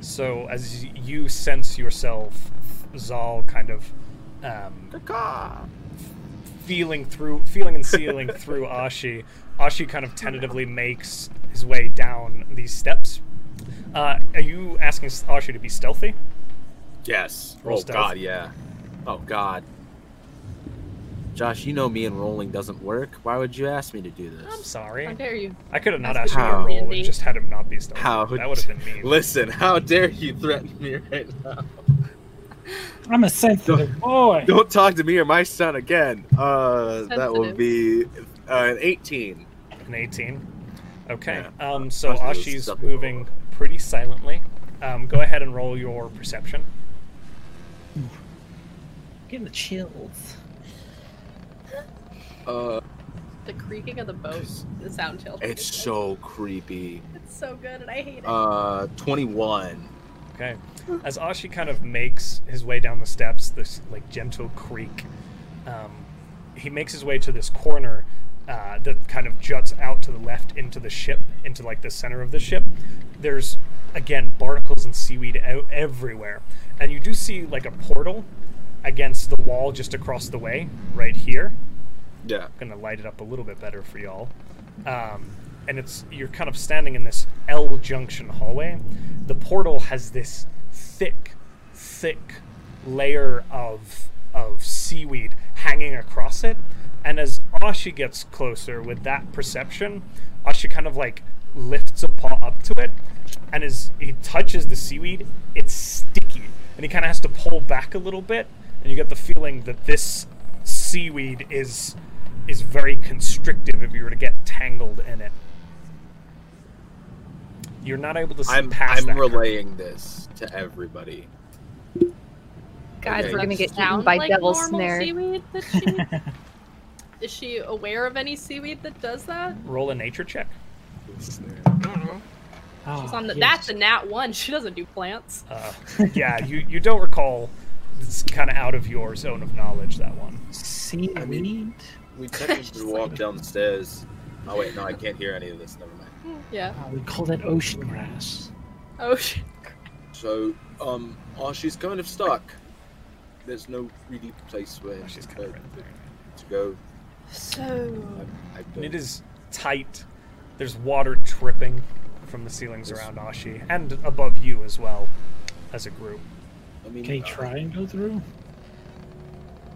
[SPEAKER 1] So as y- you sense yourself, Zal kind of um, feeling through, feeling and sealing through Ashi. Ashi kind of tentatively makes his way down these steps. Uh, are you asking s- Ashi to be stealthy?
[SPEAKER 2] Yes.
[SPEAKER 1] Roll
[SPEAKER 2] oh
[SPEAKER 1] stealth.
[SPEAKER 2] god, yeah. Oh god. Josh, you know me and rolling doesn't work. Why would you ask me to do
[SPEAKER 1] I'm
[SPEAKER 2] this?
[SPEAKER 4] How
[SPEAKER 1] sorry.
[SPEAKER 4] dare you?
[SPEAKER 1] I could have not asked
[SPEAKER 4] That's
[SPEAKER 1] you to
[SPEAKER 2] how-
[SPEAKER 1] roll and
[SPEAKER 4] Indeed.
[SPEAKER 1] just had him not be stealthy.
[SPEAKER 2] How
[SPEAKER 1] That would have been mean.
[SPEAKER 2] Listen, how dare you threaten me right now?
[SPEAKER 3] I'm a sensitive boy.
[SPEAKER 2] Don't talk to me or my son again. Uh, that will
[SPEAKER 4] Sensitive.
[SPEAKER 2] be uh, an 18.
[SPEAKER 1] An 18. Okay.
[SPEAKER 2] Yeah.
[SPEAKER 1] Um, so
[SPEAKER 2] Must have been
[SPEAKER 1] Ashi's
[SPEAKER 2] stealthy
[SPEAKER 1] moving
[SPEAKER 2] roll.
[SPEAKER 1] pretty silently. Um, go ahead and roll your perception.
[SPEAKER 3] Getting the chills.
[SPEAKER 2] Uh,
[SPEAKER 4] The creaking of the boat, the sound hill.
[SPEAKER 2] it's so creepy.
[SPEAKER 4] It's so good, and I hate it.
[SPEAKER 2] Uh, 21.
[SPEAKER 1] Okay. As Ashi kind of makes his way down the steps, this like gentle creak, um, he makes his way to this corner uh, that kind of juts out to the left into the ship, into like the center of the ship. There's again barnacles and seaweed out everywhere, and you do see like a portal against the wall just across the way, right here
[SPEAKER 2] Yeah.
[SPEAKER 1] gonna light it up a little bit better for y'all. Um, and it's you're kind of standing in this L junction hallway. The portal has this thick, thick layer of of seaweed hanging across it. And as Ashi gets closer with that perception, Ashi kind of like lifts a paw up to it, and as he touches the seaweed, it's sticky, and he kind of has to pull back a little bit, and you get the feeling that this seaweed is is very constrictive if you were to get tangled in it. You're not able to see
[SPEAKER 2] I'm,
[SPEAKER 1] past
[SPEAKER 2] I'm
[SPEAKER 1] that curve.
[SPEAKER 2] relaying this to everybody.
[SPEAKER 5] Guys,
[SPEAKER 2] Okay.
[SPEAKER 5] we're gonna get eaten
[SPEAKER 4] Sound
[SPEAKER 5] by
[SPEAKER 4] like
[SPEAKER 5] devil
[SPEAKER 4] normal
[SPEAKER 5] snare.
[SPEAKER 4] seaweed that she- Is she aware of any seaweed that does that?
[SPEAKER 1] Roll a nature check.
[SPEAKER 3] Ah,
[SPEAKER 5] Ah,
[SPEAKER 4] She's on the, That's a nat one. She doesn't do plants.
[SPEAKER 1] Uh, yeah, you, you don't recall. It's kind of out of your zone of knowledge, that one.
[SPEAKER 3] seaweed.
[SPEAKER 2] I mean- We technically walk downstairs. Oh, wait, no, I can't hear any of this. Never mind.
[SPEAKER 4] Yeah.
[SPEAKER 3] Uh, we call that ocean grass.
[SPEAKER 4] Oh, she,
[SPEAKER 2] So, um, oh, she's kind of stuck. There's no really place where
[SPEAKER 1] Oh, she's kind
[SPEAKER 2] uh,
[SPEAKER 1] of right there.
[SPEAKER 2] to go.
[SPEAKER 4] so
[SPEAKER 2] I
[SPEAKER 1] And it
[SPEAKER 2] don't-
[SPEAKER 1] is tight. There's water dripping from the ceilings around Ashi and above you as well as a group.
[SPEAKER 2] I mean,
[SPEAKER 3] Can you
[SPEAKER 2] uh,
[SPEAKER 3] try and go through?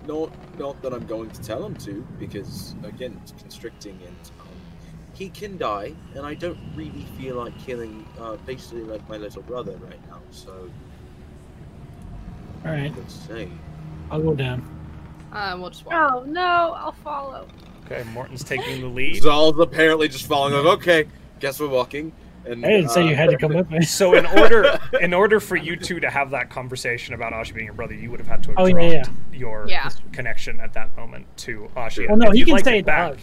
[SPEAKER 2] Not, not that I'm going to tell him to, because again, it's constricting, and um, he can die, and I don't really feel like killing, uh, basically like my little brother right now. So,
[SPEAKER 3] All right,
[SPEAKER 2] let's see.
[SPEAKER 3] I'll go down.
[SPEAKER 4] uh, we'll just walk.
[SPEAKER 5] Oh no, I'll follow.
[SPEAKER 1] Okay, Morton's taking the lead.
[SPEAKER 2] Zal's apparently just following. Like, okay, guess we're walking. And uh,
[SPEAKER 3] I didn't say you had to come
[SPEAKER 2] up.
[SPEAKER 3] with me.
[SPEAKER 1] So in order in order for you two to have that conversation about Ashi being your brother, you would have had to have
[SPEAKER 3] Oh, yeah,
[SPEAKER 1] dropped
[SPEAKER 3] yeah.
[SPEAKER 1] your
[SPEAKER 4] Yeah.
[SPEAKER 1] connection at that moment to Ashi.
[SPEAKER 3] Well, no,
[SPEAKER 1] If
[SPEAKER 3] he
[SPEAKER 1] you'd
[SPEAKER 3] can
[SPEAKER 1] like
[SPEAKER 3] say
[SPEAKER 1] it
[SPEAKER 3] it
[SPEAKER 1] back.
[SPEAKER 3] back.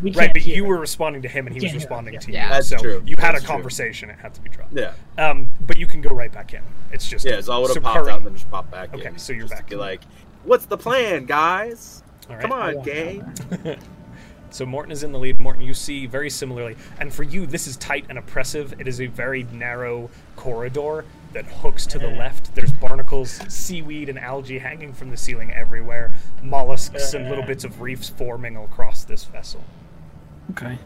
[SPEAKER 3] We
[SPEAKER 1] Right,
[SPEAKER 3] can't
[SPEAKER 1] but
[SPEAKER 3] hear
[SPEAKER 1] you
[SPEAKER 3] it.
[SPEAKER 1] were responding to him and he was
[SPEAKER 3] Yeah,
[SPEAKER 1] responding
[SPEAKER 3] yeah.
[SPEAKER 1] to
[SPEAKER 4] Yeah.
[SPEAKER 1] you.
[SPEAKER 2] That's
[SPEAKER 1] so
[SPEAKER 2] true,
[SPEAKER 1] you had a
[SPEAKER 2] that's true.
[SPEAKER 1] conversation, it had to be dropped.
[SPEAKER 2] Yeah.
[SPEAKER 1] Um, but you can go right back in. It's just
[SPEAKER 2] Yeah, so I would
[SPEAKER 1] so
[SPEAKER 2] have popped out
[SPEAKER 1] Karin-
[SPEAKER 2] and then just popped back in.
[SPEAKER 1] Okay, so you're
[SPEAKER 2] just to
[SPEAKER 1] back.
[SPEAKER 2] Be like, what's the plan, guys?
[SPEAKER 1] All right.
[SPEAKER 2] Come
[SPEAKER 3] I
[SPEAKER 2] on,
[SPEAKER 3] walked
[SPEAKER 2] gang.
[SPEAKER 3] down there.
[SPEAKER 1] So Morton is in the lead. Morton, you see very similarly, and for you, this is tight and oppressive. It is a very narrow corridor that hooks to the
[SPEAKER 3] Yeah.
[SPEAKER 1] left. There's barnacles, seaweed, and algae hanging from the ceiling everywhere. Mollusks and little
[SPEAKER 3] Yeah.
[SPEAKER 1] bits of reefs forming across this vessel.
[SPEAKER 3] Okay.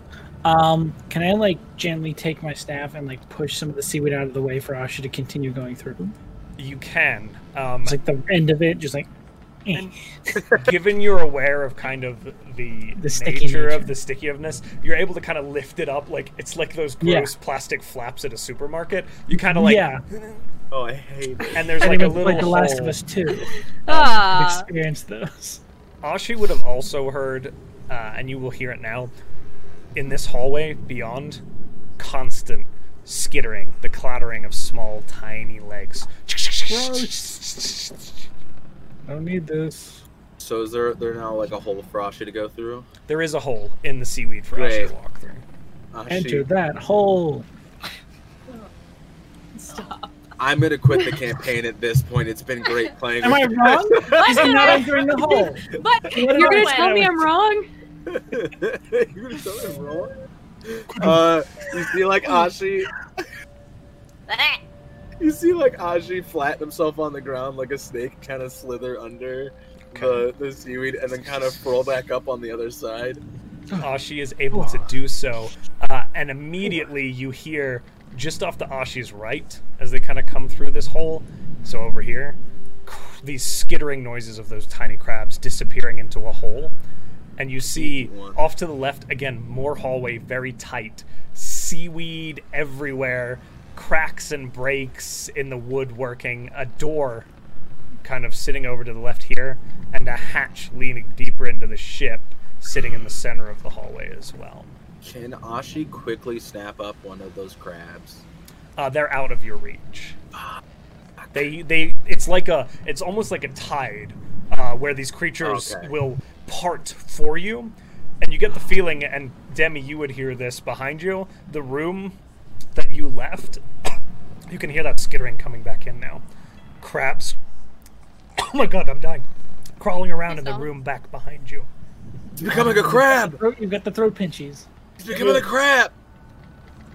[SPEAKER 3] Um, can I like gently take my staff and like push some of the seaweed out of the way for Asha to continue going through?
[SPEAKER 1] You can. Um,
[SPEAKER 3] It's like eh. the end of it, just like
[SPEAKER 1] And given you're aware of kind of the,
[SPEAKER 3] The
[SPEAKER 1] nature,
[SPEAKER 3] sticky
[SPEAKER 1] of
[SPEAKER 3] nature.
[SPEAKER 1] the stickiness, you're able to kind of lift it up like it's like those
[SPEAKER 3] Yeah.
[SPEAKER 1] gross plastic flaps at a supermarket. You kind of like
[SPEAKER 3] Yeah.
[SPEAKER 2] Oh, I hate it.
[SPEAKER 1] and there's
[SPEAKER 3] I
[SPEAKER 1] like a
[SPEAKER 3] didn't
[SPEAKER 1] little
[SPEAKER 3] like The Last of
[SPEAKER 1] hole.
[SPEAKER 3] Us Two.
[SPEAKER 4] Uh,
[SPEAKER 5] Uh,
[SPEAKER 6] Ah.
[SPEAKER 3] Experience those.
[SPEAKER 1] Ashi would have also heard, uh, and you will hear it now, in this hallway beyond, constant skittering, the clattering of small, tiny legs.
[SPEAKER 3] I don't need this.
[SPEAKER 2] So is there there now like a hole for Ashi to go through?
[SPEAKER 1] There is a hole in the seaweed for Ashi
[SPEAKER 2] Great.
[SPEAKER 1] to walk through.
[SPEAKER 2] Ashi,
[SPEAKER 3] Enter that hole.
[SPEAKER 4] Stop.
[SPEAKER 2] I'm gonna quit the campaign at this point. It's been great playing.
[SPEAKER 3] Am
[SPEAKER 2] with
[SPEAKER 3] I
[SPEAKER 2] you
[SPEAKER 3] wrong? Is it not entering the hole?
[SPEAKER 4] But
[SPEAKER 3] What
[SPEAKER 5] You're
[SPEAKER 3] did
[SPEAKER 5] gonna
[SPEAKER 3] I
[SPEAKER 5] tell
[SPEAKER 3] do?
[SPEAKER 5] me I'm wrong?
[SPEAKER 2] You're gonna tell me I'm wrong? Uh, you see, like Ashi, you see, like Ashi flatten himself on the ground like a snake, kind of slither under the, the seaweed, and then kind of roll back up on the other side.
[SPEAKER 1] Ashi is able to do so, uh, and immediately you hear just off the Ashi's right as they kind of come through this hole. So over here, cr- these skittering noises of those tiny crabs disappearing into a hole, and you see off to the left again more hallway, very tight, seaweed everywhere, cracks and breaks in the woodworking, a door kind of sitting over to the left here, and a hatch leaning deeper into the ship, sitting in the center of the hallway as well.
[SPEAKER 2] Can Ashi quickly snap up one of those crabs?
[SPEAKER 1] Uh, they're out of your reach. They, they, it's like a, it's almost like a tide, uh, where these creatures
[SPEAKER 2] Okay.
[SPEAKER 1] will part for you, and you get the feeling. And Demi, you would hear this behind you. The room that you left, you can hear that skittering coming back in now. Crabs. Oh my god, I'm dying. Crawling around in the
[SPEAKER 4] Yourself?
[SPEAKER 1] room back behind you.
[SPEAKER 2] It's becoming a crab.
[SPEAKER 3] Throat- You've got the throat pinchies.
[SPEAKER 2] It's becoming a crab.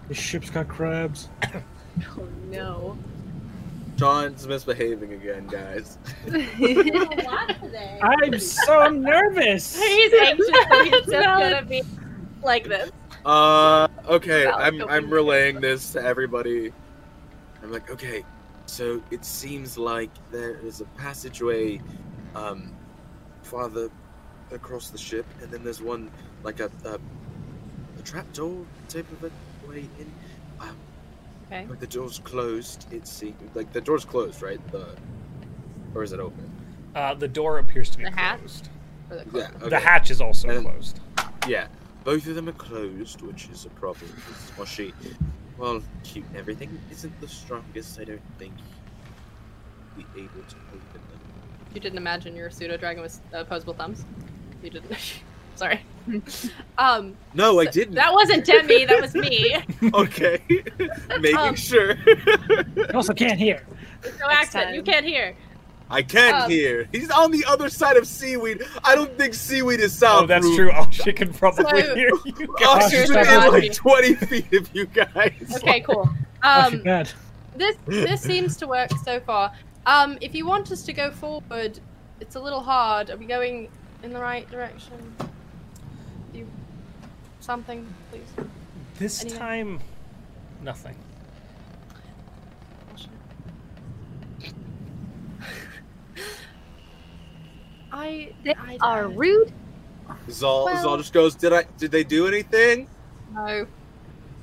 [SPEAKER 3] The ship's got crabs.
[SPEAKER 4] Oh no.
[SPEAKER 2] John's misbehaving again, guys.
[SPEAKER 3] I'm so nervous.
[SPEAKER 4] He's anxious that he's just
[SPEAKER 5] valid.
[SPEAKER 4] gonna be like this.
[SPEAKER 2] Uh, okay,
[SPEAKER 4] Valid
[SPEAKER 2] I'm
[SPEAKER 4] point.
[SPEAKER 2] I'm relaying this to everybody. I'm like, okay, so it seems like there is a passageway, um, farther across the ship, and then there's one like a a, a trapdoor type of a way in. Um,
[SPEAKER 4] Okay.
[SPEAKER 2] Like the door's closed. It seems like the door's closed, right? The or is it open?
[SPEAKER 1] Uh, the door appears to be
[SPEAKER 4] The hatch?
[SPEAKER 1] closed.
[SPEAKER 2] Yeah.
[SPEAKER 1] The
[SPEAKER 2] okay.
[SPEAKER 1] hatch is also
[SPEAKER 2] And-
[SPEAKER 1] closed.
[SPEAKER 2] Yeah, both of them are closed, which is a problem. Because Oshi, well, cute and everything, isn't the strongest. I don't think he'd be able to open them.
[SPEAKER 4] You didn't imagine your pseudo dragon was opposable thumbs. You didn't. Sorry. Um.
[SPEAKER 2] No, I
[SPEAKER 4] so-
[SPEAKER 2] didn't.
[SPEAKER 4] That wasn't Demi. That was me.
[SPEAKER 2] okay. Making
[SPEAKER 4] Um,
[SPEAKER 2] sure
[SPEAKER 3] You also can't hear.
[SPEAKER 4] No accent. You can't hear.
[SPEAKER 2] I can't
[SPEAKER 4] um,
[SPEAKER 2] hear. He's on the other side of seaweed. I don't think seaweed is south.
[SPEAKER 1] Oh, that's
[SPEAKER 2] Rube.
[SPEAKER 1] true. Ashi can probably
[SPEAKER 4] So-
[SPEAKER 1] hear you.
[SPEAKER 2] Oshi should
[SPEAKER 3] Oshi's
[SPEAKER 2] be
[SPEAKER 3] not
[SPEAKER 2] like
[SPEAKER 4] happy.
[SPEAKER 2] twenty feet of you guys.
[SPEAKER 4] Okay. Cool.
[SPEAKER 3] Oh, too
[SPEAKER 4] Um.
[SPEAKER 3] bad.
[SPEAKER 4] This this seems to work so far. Um. If you want us to go forward, it's a little hard. Are we going in the right direction? You. Something, please.
[SPEAKER 1] This
[SPEAKER 4] Anyway.
[SPEAKER 1] time, nothing.
[SPEAKER 4] I.
[SPEAKER 5] They
[SPEAKER 4] I
[SPEAKER 5] are
[SPEAKER 4] don't
[SPEAKER 5] rude.
[SPEAKER 2] Zal
[SPEAKER 4] Well-
[SPEAKER 2] Zal just goes. Did I? Did they do anything?
[SPEAKER 4] know.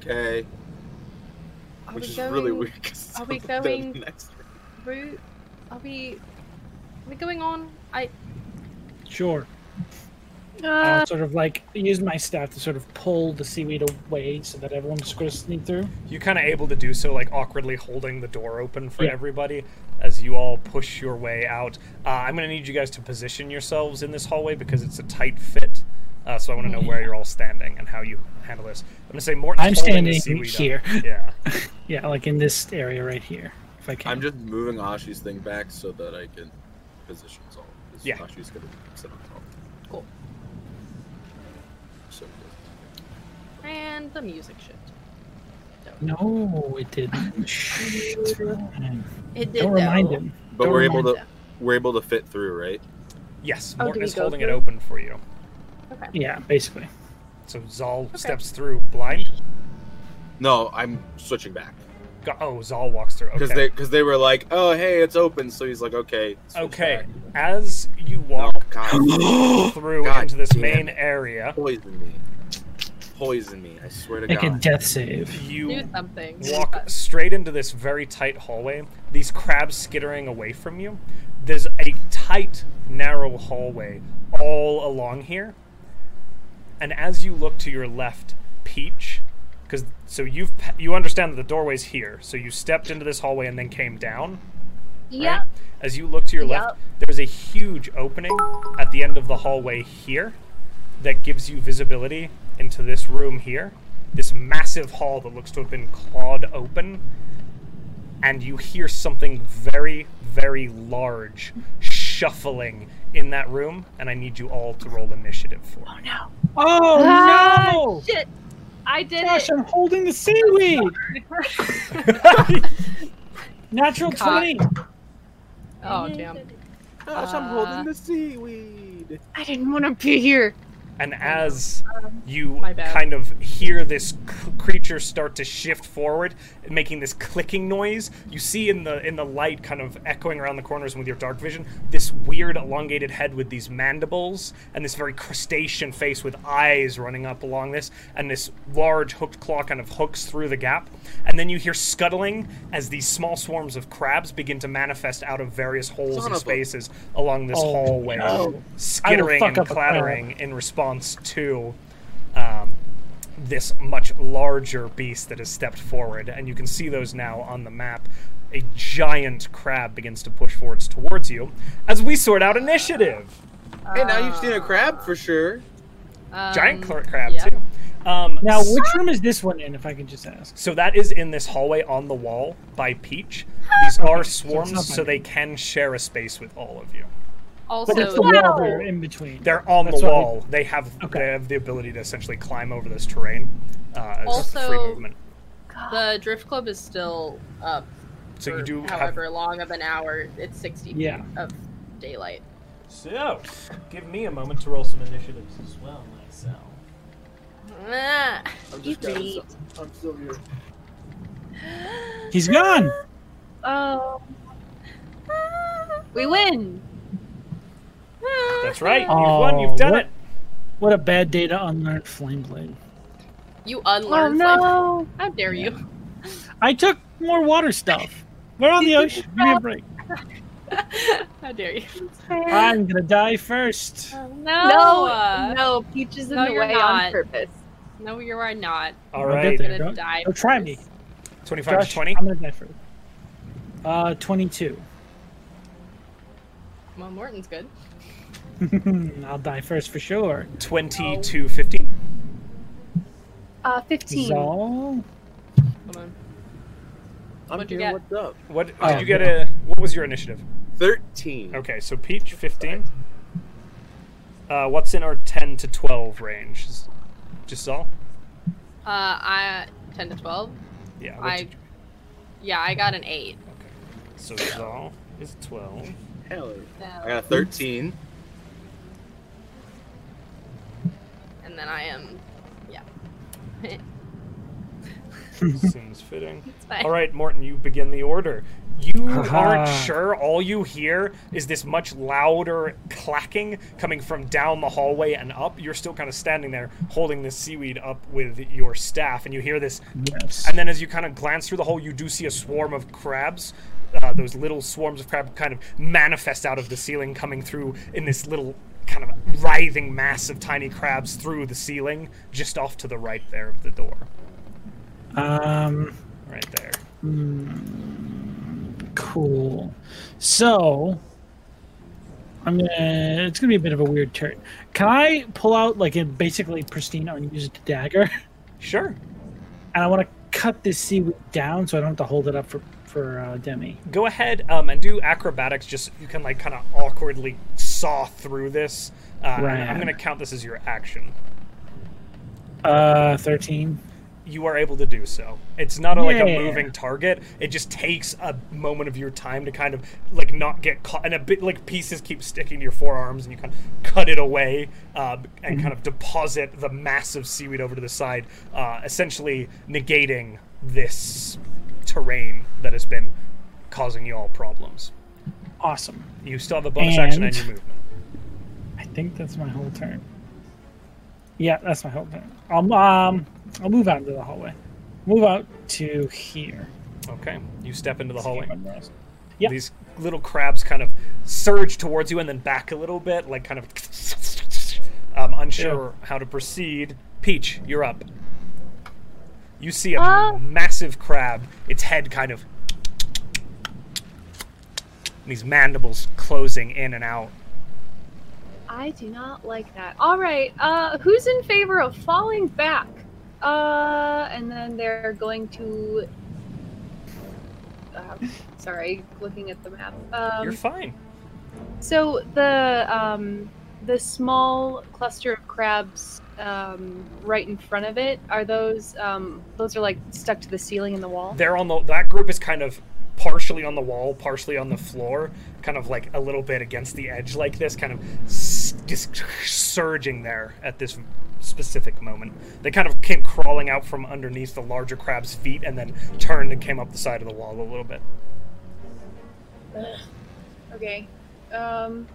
[SPEAKER 2] Okay,
[SPEAKER 4] Are
[SPEAKER 2] which
[SPEAKER 4] we
[SPEAKER 2] is
[SPEAKER 4] going
[SPEAKER 2] really weird. 'cause
[SPEAKER 4] are we
[SPEAKER 2] they're the
[SPEAKER 4] going-
[SPEAKER 2] next-
[SPEAKER 4] route? Are we? Are we going on? I.
[SPEAKER 3] Sure.
[SPEAKER 5] Uh,
[SPEAKER 3] I'll sort of like use my staff to sort of pull the seaweed away so that everyone just going to sneak through.
[SPEAKER 1] You're kind of able to do so, like awkwardly holding the door open for
[SPEAKER 3] Yeah.
[SPEAKER 1] everybody as you all push your way out. Uh, I'm going to need you guys to position yourselves in this hallway because it's a tight fit. Uh, so I want to know where you're all standing and how you handle this. I'm going to say Morton.
[SPEAKER 3] Mm-hmm. I'm standing here.
[SPEAKER 1] Yeah.
[SPEAKER 3] Yeah, like in this area right here. If I can.
[SPEAKER 2] I'm just moving Ashi's thing back so that I can position Zol. 'cause
[SPEAKER 1] Yeah.
[SPEAKER 2] Ashi's gonna sit on top.
[SPEAKER 4] Cool.
[SPEAKER 2] So he doesn't-
[SPEAKER 4] And the music shit.
[SPEAKER 3] No, it didn't. Shh, it's fine.
[SPEAKER 4] It did.
[SPEAKER 3] Don't remind him.
[SPEAKER 2] But
[SPEAKER 3] Don't
[SPEAKER 2] we're
[SPEAKER 3] remind
[SPEAKER 2] able to we're able to fit through, right?
[SPEAKER 1] Yes,
[SPEAKER 4] Oh, do
[SPEAKER 1] Morton
[SPEAKER 4] we
[SPEAKER 1] is
[SPEAKER 4] go
[SPEAKER 1] holding it
[SPEAKER 4] through?
[SPEAKER 1] open for you.
[SPEAKER 3] Yeah, basically.
[SPEAKER 1] So Zal steps through blind.
[SPEAKER 2] No, I'm switching back.
[SPEAKER 1] Go- oh, Zal walks through.
[SPEAKER 2] because
[SPEAKER 1] Okay.
[SPEAKER 2] they because they were like, oh hey, it's open. So he's like, okay. switch
[SPEAKER 1] okay.
[SPEAKER 2] back."
[SPEAKER 1] As you
[SPEAKER 2] No,
[SPEAKER 1] walk
[SPEAKER 2] God,
[SPEAKER 1] through
[SPEAKER 2] God
[SPEAKER 1] into this
[SPEAKER 2] damn.
[SPEAKER 1] main area,
[SPEAKER 2] poison me, poison me. I swear to
[SPEAKER 3] Make a
[SPEAKER 2] God.
[SPEAKER 3] death save.
[SPEAKER 1] you
[SPEAKER 4] Do something.
[SPEAKER 1] walk straight into this very tight hallway. These crabs skittering away from you. There's a tight, narrow hallway all along here. And as you look to your left, Peach, because so you've pa- you understand that the doorway's here. So you stepped into this hallway and then came down.
[SPEAKER 5] Yep.
[SPEAKER 1] right? As you look to your left, there's a huge opening at the end of the hallway here that gives you visibility into this room here. This massive hall that looks to have been clawed open. And you hear something very, very large shuffling in that room. And I need you all to roll initiative for it.
[SPEAKER 3] Oh
[SPEAKER 5] Ah,
[SPEAKER 3] no!
[SPEAKER 5] Shit. I did
[SPEAKER 3] Gosh,
[SPEAKER 5] it.
[SPEAKER 3] I'm holding the seaweed. Natural
[SPEAKER 4] Cock.
[SPEAKER 3] twenty.
[SPEAKER 4] oh damn.
[SPEAKER 2] Gosh, I'm
[SPEAKER 4] Uh,
[SPEAKER 2] holding the seaweed.
[SPEAKER 5] I didn't want to be here.
[SPEAKER 1] And as you
[SPEAKER 4] Um, my bad.
[SPEAKER 1] kind of hear this c- creature start to shift forward, making this clicking noise, you see in the in the light, kind of echoing around the corners with your dark vision, this weird elongated head with these mandibles and this very crustacean face with eyes running up along this, and this large hooked claw kind of hooks through the gap. And then you hear scuttling as these small swarms of crabs begin to manifest out of various holes
[SPEAKER 2] Son
[SPEAKER 1] and
[SPEAKER 2] of a-
[SPEAKER 1] spaces along this
[SPEAKER 3] Oh,
[SPEAKER 1] hallway
[SPEAKER 3] no.
[SPEAKER 1] skittering
[SPEAKER 3] fuck
[SPEAKER 1] and
[SPEAKER 3] up a crab.
[SPEAKER 1] clattering in response to um, this much larger beast that has stepped forward. And you can see those now on the map. A giant crab begins to push forwards towards you as we sort out initiative.
[SPEAKER 2] Hey, now you've seen a crab
[SPEAKER 4] Uh,
[SPEAKER 2] for sure.
[SPEAKER 1] giant
[SPEAKER 4] Um,
[SPEAKER 1] cra- crab,
[SPEAKER 4] yeah.
[SPEAKER 1] too. Um,
[SPEAKER 3] Now, which room is this one in? If I can just ask.
[SPEAKER 1] So that is in this hallway on the wall by Peach. These are
[SPEAKER 3] Okay, so it's
[SPEAKER 1] swarms,
[SPEAKER 3] not
[SPEAKER 1] so,
[SPEAKER 3] by
[SPEAKER 1] they
[SPEAKER 3] me.
[SPEAKER 1] can share a space with all of you.
[SPEAKER 4] Also,
[SPEAKER 3] But it's the wall there in between.
[SPEAKER 1] They're on
[SPEAKER 3] That's
[SPEAKER 1] the
[SPEAKER 3] what we-
[SPEAKER 1] wall. They have
[SPEAKER 3] Okay.
[SPEAKER 1] they have the ability to essentially climb over this terrain uh, as free
[SPEAKER 4] Also-
[SPEAKER 1] movement.
[SPEAKER 4] the drift club is still up.
[SPEAKER 1] So you
[SPEAKER 4] for
[SPEAKER 1] do have-
[SPEAKER 4] however long of an hour. It's sixty feet
[SPEAKER 3] Yeah.
[SPEAKER 4] of daylight.
[SPEAKER 1] So, give me a moment to roll some initiatives as well myself.
[SPEAKER 4] Ah.
[SPEAKER 2] I'm
[SPEAKER 5] You
[SPEAKER 2] just gonna-
[SPEAKER 5] bleed.
[SPEAKER 2] I'm still here.
[SPEAKER 3] He's gone.
[SPEAKER 5] Oh. We win.
[SPEAKER 1] That's right. You've
[SPEAKER 3] Oh,
[SPEAKER 1] won. You've done
[SPEAKER 3] what-
[SPEAKER 1] it.
[SPEAKER 3] What a bad day to unlearn flame blade.
[SPEAKER 4] You
[SPEAKER 5] Oh
[SPEAKER 4] unlearn. flavor.
[SPEAKER 5] no.
[SPEAKER 4] How dare you?
[SPEAKER 3] I took more water stuff. We're on the ocean. Give me a break.
[SPEAKER 4] How dare you?
[SPEAKER 3] I'm gonna die first.
[SPEAKER 4] No,
[SPEAKER 5] Ah, No, no, Peach is in
[SPEAKER 4] no,
[SPEAKER 5] the
[SPEAKER 4] you're
[SPEAKER 5] way on
[SPEAKER 4] not.
[SPEAKER 5] purpose.
[SPEAKER 4] no, you are not.
[SPEAKER 1] All
[SPEAKER 3] I'll get
[SPEAKER 1] right.
[SPEAKER 3] there.
[SPEAKER 4] You're gonna
[SPEAKER 3] don't-
[SPEAKER 4] die.
[SPEAKER 3] don't Oh, try
[SPEAKER 4] first.
[SPEAKER 3] me.
[SPEAKER 1] 25 to
[SPEAKER 3] Josh,
[SPEAKER 1] 20.
[SPEAKER 3] I'm gonna die first. Uh, 22.
[SPEAKER 4] Well, Morton's good.
[SPEAKER 3] I'll die first for sure.
[SPEAKER 1] 20 to 15.
[SPEAKER 5] Uh, 15.
[SPEAKER 3] Zal?
[SPEAKER 4] Come on.
[SPEAKER 2] I'm
[SPEAKER 4] What'd you
[SPEAKER 2] here.
[SPEAKER 4] get?
[SPEAKER 2] What's up?
[SPEAKER 1] What did
[SPEAKER 3] Oh,
[SPEAKER 1] you get
[SPEAKER 3] yeah.
[SPEAKER 1] a what was your initiative?
[SPEAKER 2] Thirteen.
[SPEAKER 1] Okay, so Peach 15. Uh, what's in our 10 to 12 range? Is- Giselle?
[SPEAKER 4] Uh, I ten to twelve.
[SPEAKER 1] Yeah. what
[SPEAKER 4] I-
[SPEAKER 1] did you-
[SPEAKER 4] Yeah, I got an eight.
[SPEAKER 1] so Giselle is 12.
[SPEAKER 2] Hell yeah. I
[SPEAKER 4] So,
[SPEAKER 2] got a thirteen.
[SPEAKER 4] and then I am. Yeah.
[SPEAKER 1] Seems fitting.
[SPEAKER 4] It's fine.
[SPEAKER 1] All right, Morton, you begin the order. You
[SPEAKER 3] Haha.
[SPEAKER 1] aren't sure. All you hear is this much louder clacking coming from down the hallway and up. You're still kind of standing there holding this seaweed up with your staff, and you hear this.
[SPEAKER 3] Yes.
[SPEAKER 1] And then as you kind of glance through the hole, you do see a swarm of crabs. Uh, those little swarms of crab kind of manifest out of the ceiling, coming through in this little kind of writhing mass of tiny crabs through the ceiling, just off to the right there of the door.
[SPEAKER 3] Um,
[SPEAKER 1] Right there.
[SPEAKER 3] cool. So, I'm gonna. It's gonna be a bit of a weird turn. Can I pull out like a basically pristine unused dagger?
[SPEAKER 1] Sure.
[SPEAKER 3] and I want to cut this seaweed down so I don't have to hold it up for for uh, Demi.
[SPEAKER 1] go ahead um, and do acrobatics. Just you can like kind of awkwardly saw through this. Uh, and
[SPEAKER 3] Right.
[SPEAKER 1] I'm going to count this as your action.
[SPEAKER 3] Uh, thirteen.
[SPEAKER 1] You are able to do so. It's not a, like
[SPEAKER 3] Yeah.
[SPEAKER 1] a moving target. It just takes a moment of your time to kind of like not get caught, and a bit like pieces keep sticking to your forearms, and you kind of cut it away uh, and
[SPEAKER 3] Mm-hmm.
[SPEAKER 1] kind of deposit the massive seaweed over to the side, uh, essentially negating this terrain that has been causing you all problems.
[SPEAKER 3] Awesome.
[SPEAKER 1] You still have a bonus action and
[SPEAKER 3] And-
[SPEAKER 1] your movement.
[SPEAKER 3] I think that's my whole turn. Yeah, that's my whole turn. I'll um, I'll move out into the hallway. Move out to here.
[SPEAKER 1] Okay. You step into the hallway.
[SPEAKER 3] Yeah.
[SPEAKER 1] These little crabs kind of surge towards you and then back a little bit, like kind of um, unsure how to proceed. Peach, you're up. You see a
[SPEAKER 5] Ah.
[SPEAKER 1] massive crab, its head kind of. and These mandibles closing in and out.
[SPEAKER 5] I do not like that. All right, uh, who's in favor of falling back? Uh, and then they're going to. Uh, sorry, looking at the map.
[SPEAKER 1] you're
[SPEAKER 5] Um,
[SPEAKER 1] fine.
[SPEAKER 5] so the um, the small cluster of crabs um, right in front of it are those um, those are like stuck to the ceiling and the wall.
[SPEAKER 1] They're on the. That group is kind of partially on the wall, partially on the floor, kind of like a little bit against the edge, like this, kind of s- just surging there at this specific moment. They kind of came crawling out from underneath the larger crab's feet and then turned and came up the side of the wall a little bit.
[SPEAKER 5] Okay. Um,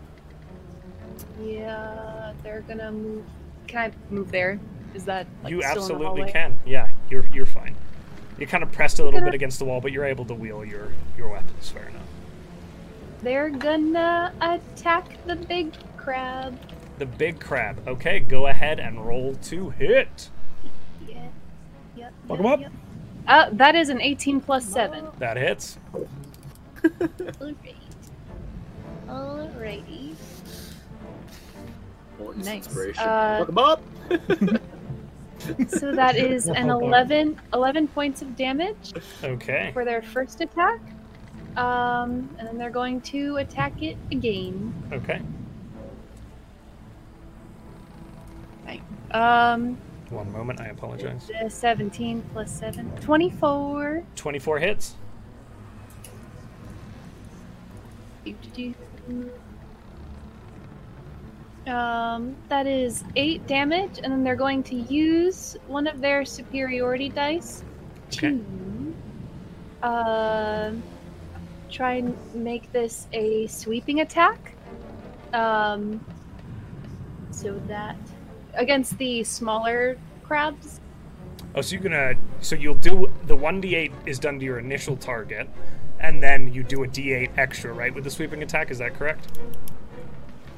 [SPEAKER 5] yeah, they're gonna move. Can I move there? Is that like,
[SPEAKER 1] you
[SPEAKER 5] still in the
[SPEAKER 1] absolutely
[SPEAKER 5] hallway?
[SPEAKER 1] can. Yeah, you're you're fine. You're kind of pressed a little
[SPEAKER 5] Gonna-
[SPEAKER 1] bit against the wall, but you're able to wheel your your weapons fair enough.
[SPEAKER 5] They're gonna attack the big crab.
[SPEAKER 1] The big crab. Okay, go ahead and roll to hit.
[SPEAKER 5] Yeah. Yep.
[SPEAKER 3] Fuck
[SPEAKER 5] yep,
[SPEAKER 3] 'em up.
[SPEAKER 5] yep. Uh, that is an 18 plus 7.
[SPEAKER 1] That hits.
[SPEAKER 5] Alright. Alrighty.
[SPEAKER 2] Morton's
[SPEAKER 5] Nice.
[SPEAKER 2] inspiration.
[SPEAKER 5] Uh,
[SPEAKER 2] Fuck 'em up.
[SPEAKER 5] So that is an
[SPEAKER 3] Wow.
[SPEAKER 5] 11, 11 points of damage
[SPEAKER 1] Okay.
[SPEAKER 5] for their first attack. Um, and then they're going to attack it again.
[SPEAKER 1] Okay.
[SPEAKER 5] Um,
[SPEAKER 1] One moment, I apologize.
[SPEAKER 5] the 17 plus 7. 24.
[SPEAKER 1] 24 hits.
[SPEAKER 5] Do, do, do. Um, that is eight damage, and then they're going to use one of their superiority dice
[SPEAKER 1] Okay.
[SPEAKER 5] to uh, try and make this a sweeping attack. Um, so that against the smaller crabs.
[SPEAKER 1] Oh, so you're gonna. So you'll do. The 1d8 is done to your initial target, and then you do a d8 extra, right, with the sweeping attack? Is that correct?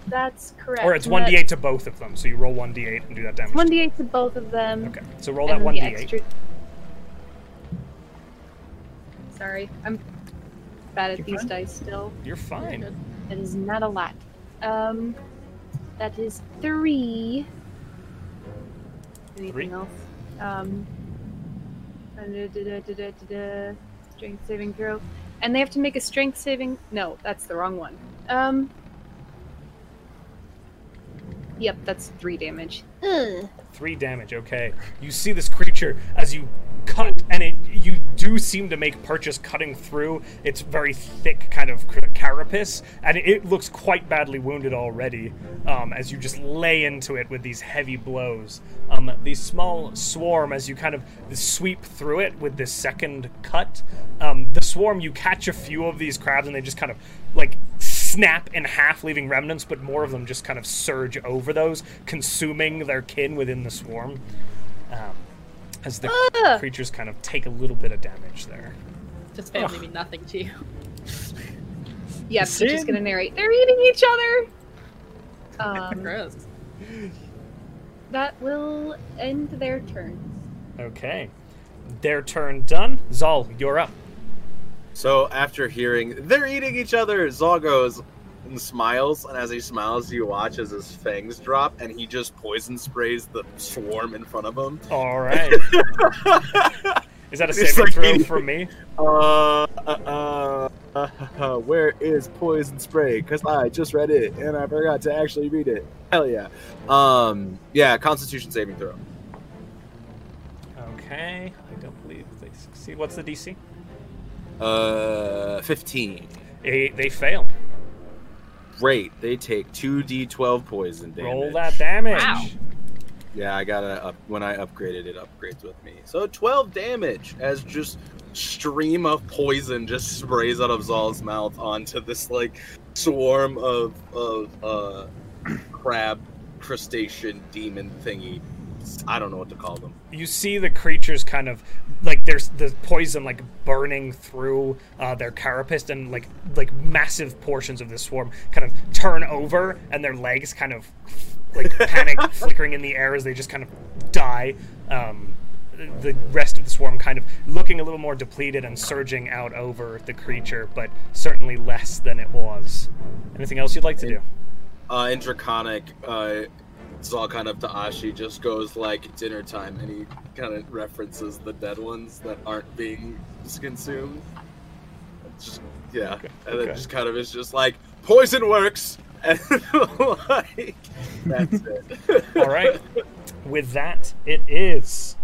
[SPEAKER 5] That's correct.
[SPEAKER 1] Or it's
[SPEAKER 5] and that-
[SPEAKER 1] 1d8 to both of them, so you roll 1d8 and do that damage.
[SPEAKER 5] 1d8 to both of them.
[SPEAKER 1] Okay, so roll that
[SPEAKER 5] and then the
[SPEAKER 1] 1d8.
[SPEAKER 5] extra- Sorry, I'm bad at
[SPEAKER 1] You're
[SPEAKER 5] these
[SPEAKER 1] fine.
[SPEAKER 5] dice still.
[SPEAKER 1] You're fine.
[SPEAKER 5] That is not a lot. Um, that is three. Anything
[SPEAKER 1] Three.
[SPEAKER 5] else? Um, da- da- da- da- da- da- da, strength saving throw, and they have to make a strength saving. No, that's the wrong one. Um. Yep, that's three damage.
[SPEAKER 1] Three damage, okay. You see this creature as you cut, and it you do seem to make purchase cutting through its very thick kind of cr- carapace, and it looks quite badly wounded already um, as you just lay into it with these heavy blows. Um, the small swarm, as you kind of sweep through it with this second cut, um, the swarm, you catch a few of these crabs, and they just kind of like snap in half, leaving remnants, but more of them just kind of surge over those, consuming their kin within the swarm. Um, as the
[SPEAKER 5] Ah!
[SPEAKER 1] creatures kind of take a little bit of damage there.
[SPEAKER 4] Does family mean nothing to you?
[SPEAKER 5] Yep,
[SPEAKER 3] It's
[SPEAKER 5] I'm just
[SPEAKER 3] in.
[SPEAKER 5] gonna narrate. They're eating each other. Um,
[SPEAKER 4] Gross.
[SPEAKER 5] that will end their turn.
[SPEAKER 1] Okay. Their turn done. Zal, you're up.
[SPEAKER 2] So after hearing they're eating each other, Zal goes and smiles, and as he smiles, you watch as his fangs drop, and he just poison sprays the swarm in front of him.
[SPEAKER 1] All right. Is that a
[SPEAKER 2] It's
[SPEAKER 1] saving
[SPEAKER 2] like
[SPEAKER 1] throw
[SPEAKER 2] eating-
[SPEAKER 1] for me?
[SPEAKER 2] Uh, uh, uh, uh, where is poison spray? Because I just read it and I forgot to actually read it. Hell yeah. Um, yeah, Constitution saving throw.
[SPEAKER 1] Okay. I don't believe they succeed. What's the DC?
[SPEAKER 2] Uh, 15.
[SPEAKER 1] They, they fail.
[SPEAKER 2] Great. They take 2d12 poison damage.
[SPEAKER 1] Roll that damage.
[SPEAKER 4] Wow.
[SPEAKER 2] Yeah, I gotta up when I upgraded it upgrades with me. So 12 damage as just stream of poison just sprays out of Zal's mouth onto this like swarm of of uh, crab crustacean demon thingy. I don't know what to call them.
[SPEAKER 1] you see the creatures kind of like there's the poison like burning through uh, their carapace and like like massive portions of the swarm kind of turn over and their legs kind of like panic flickering in the air as they just kind of die um, the rest of the swarm kind of looking a little more depleted and surging out over the creature but certainly less than it was anything else you'd like to do
[SPEAKER 2] Uh, in Draconic, uh, Zal kind of to Ashi just goes like "It's dinner time, and he kind of references the dead ones that aren't being consumed. Just yeah, and then
[SPEAKER 1] okay.
[SPEAKER 2] just kind of is just like poison works, and like that's it.
[SPEAKER 1] All right. With that, it is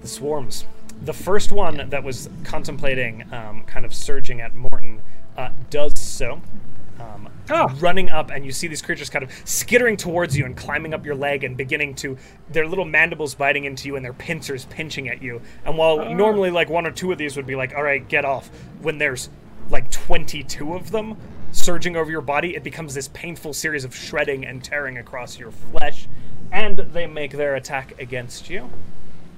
[SPEAKER 1] the swarms. The first one that was contemplating um, kind of surging at Morton uh, does so. Um,
[SPEAKER 3] Oh.
[SPEAKER 1] Running up, and you see these creatures kind of skittering towards you and climbing up your leg and beginning to their little mandibles biting into you and their pincers pinching at you. And while normally like one or two of these would be like, "All right, get off," when there's like 22 of them surging over your body, it becomes this painful series of shredding and tearing across your flesh. And they make their attack against you.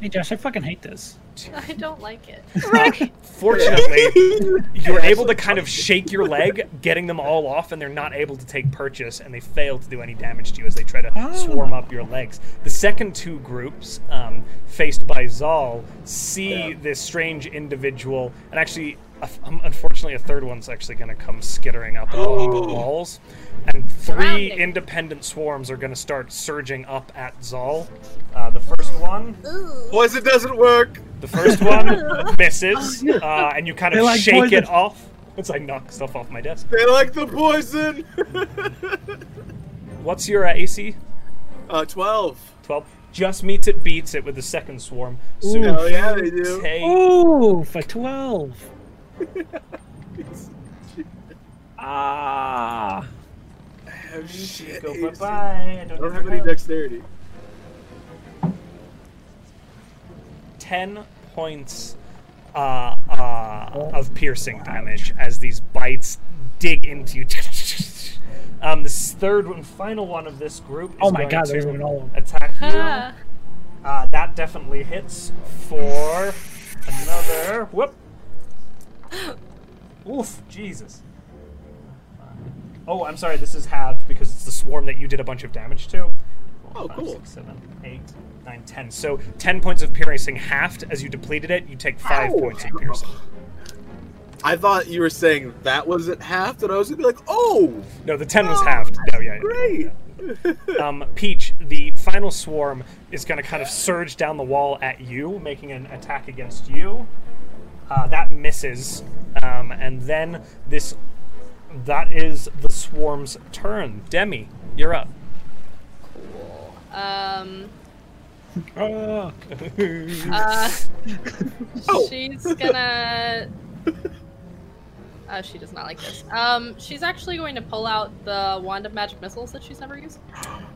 [SPEAKER 3] Hey, Josh, I fucking hate this.
[SPEAKER 4] I don't like it.
[SPEAKER 1] Fortunately, you're able to kind of shake your leg, getting them all off, and they're not able to take purchase, and they fail to do any damage to you as they try to swarm up your legs. The second two groups, um, faced by Zal, see this strange individual, and actually, uh, um, unfortunately, a third one's actually going to come skittering up along the walls, and three
[SPEAKER 4] Surrounding.
[SPEAKER 1] independent swarms are going to start surging up at Zal. Uh, the first one.
[SPEAKER 2] Poison doesn't work.
[SPEAKER 1] The first one misses, uh, and you kind
[SPEAKER 3] They
[SPEAKER 1] of
[SPEAKER 3] like
[SPEAKER 1] shake it
[SPEAKER 3] poison.
[SPEAKER 1] off. It's like knock stuff off my desk.
[SPEAKER 2] They like the poison.
[SPEAKER 1] What's your uh, AC?
[SPEAKER 2] uh, Twelve.
[SPEAKER 1] Twelve. Just meets it, beats it with the second swarm. So
[SPEAKER 3] Ooh.
[SPEAKER 2] Hell Oh, yeah, they do.
[SPEAKER 1] take
[SPEAKER 3] Ooh, for 12.
[SPEAKER 2] Oh,
[SPEAKER 3] Ah.
[SPEAKER 2] Oh shit.
[SPEAKER 1] go
[SPEAKER 2] AC.
[SPEAKER 1] bye-bye, I
[SPEAKER 2] I
[SPEAKER 1] don't
[SPEAKER 2] don't
[SPEAKER 1] ever
[SPEAKER 2] have any
[SPEAKER 1] know.
[SPEAKER 2] dexterity.
[SPEAKER 1] ten points uh, uh, of piercing damage as these bites dig into you. um, this third and final one of this group. Is
[SPEAKER 3] Oh my
[SPEAKER 1] going
[SPEAKER 3] God,
[SPEAKER 1] to
[SPEAKER 3] there's one all over.
[SPEAKER 1] attack you.
[SPEAKER 4] Ah,
[SPEAKER 1] Uh, that definitely hits for another. Whoop. Oof, Jesus. Oh, I'm sorry. This is halved because it's the swarm that you did a bunch of damage to.
[SPEAKER 2] Oh,
[SPEAKER 1] Five,
[SPEAKER 2] cool.
[SPEAKER 1] six, seven, eight, nine, ten. So ten points of piercing halved as you depleted it. You take five
[SPEAKER 2] Ow.
[SPEAKER 1] points of piercing.
[SPEAKER 2] I thought you were saying that was at half, and I was gonna be like, oh,
[SPEAKER 1] No, the ten was
[SPEAKER 2] Oh,
[SPEAKER 1] halved. No, yeah, yeah, yeah,
[SPEAKER 2] great.
[SPEAKER 1] um, Peach, the final swarm is going to kind of surge down the wall at you, making an attack against you. Uh, that misses, um, and then this. That is the swarm's turn. Demi, you're up.
[SPEAKER 4] cool. Um,
[SPEAKER 3] Ah.
[SPEAKER 4] uh,
[SPEAKER 2] Oh.
[SPEAKER 4] she's gonna. Uh, she does not like this. Um, she's actually going to pull out the wand of magic missiles that she's never used,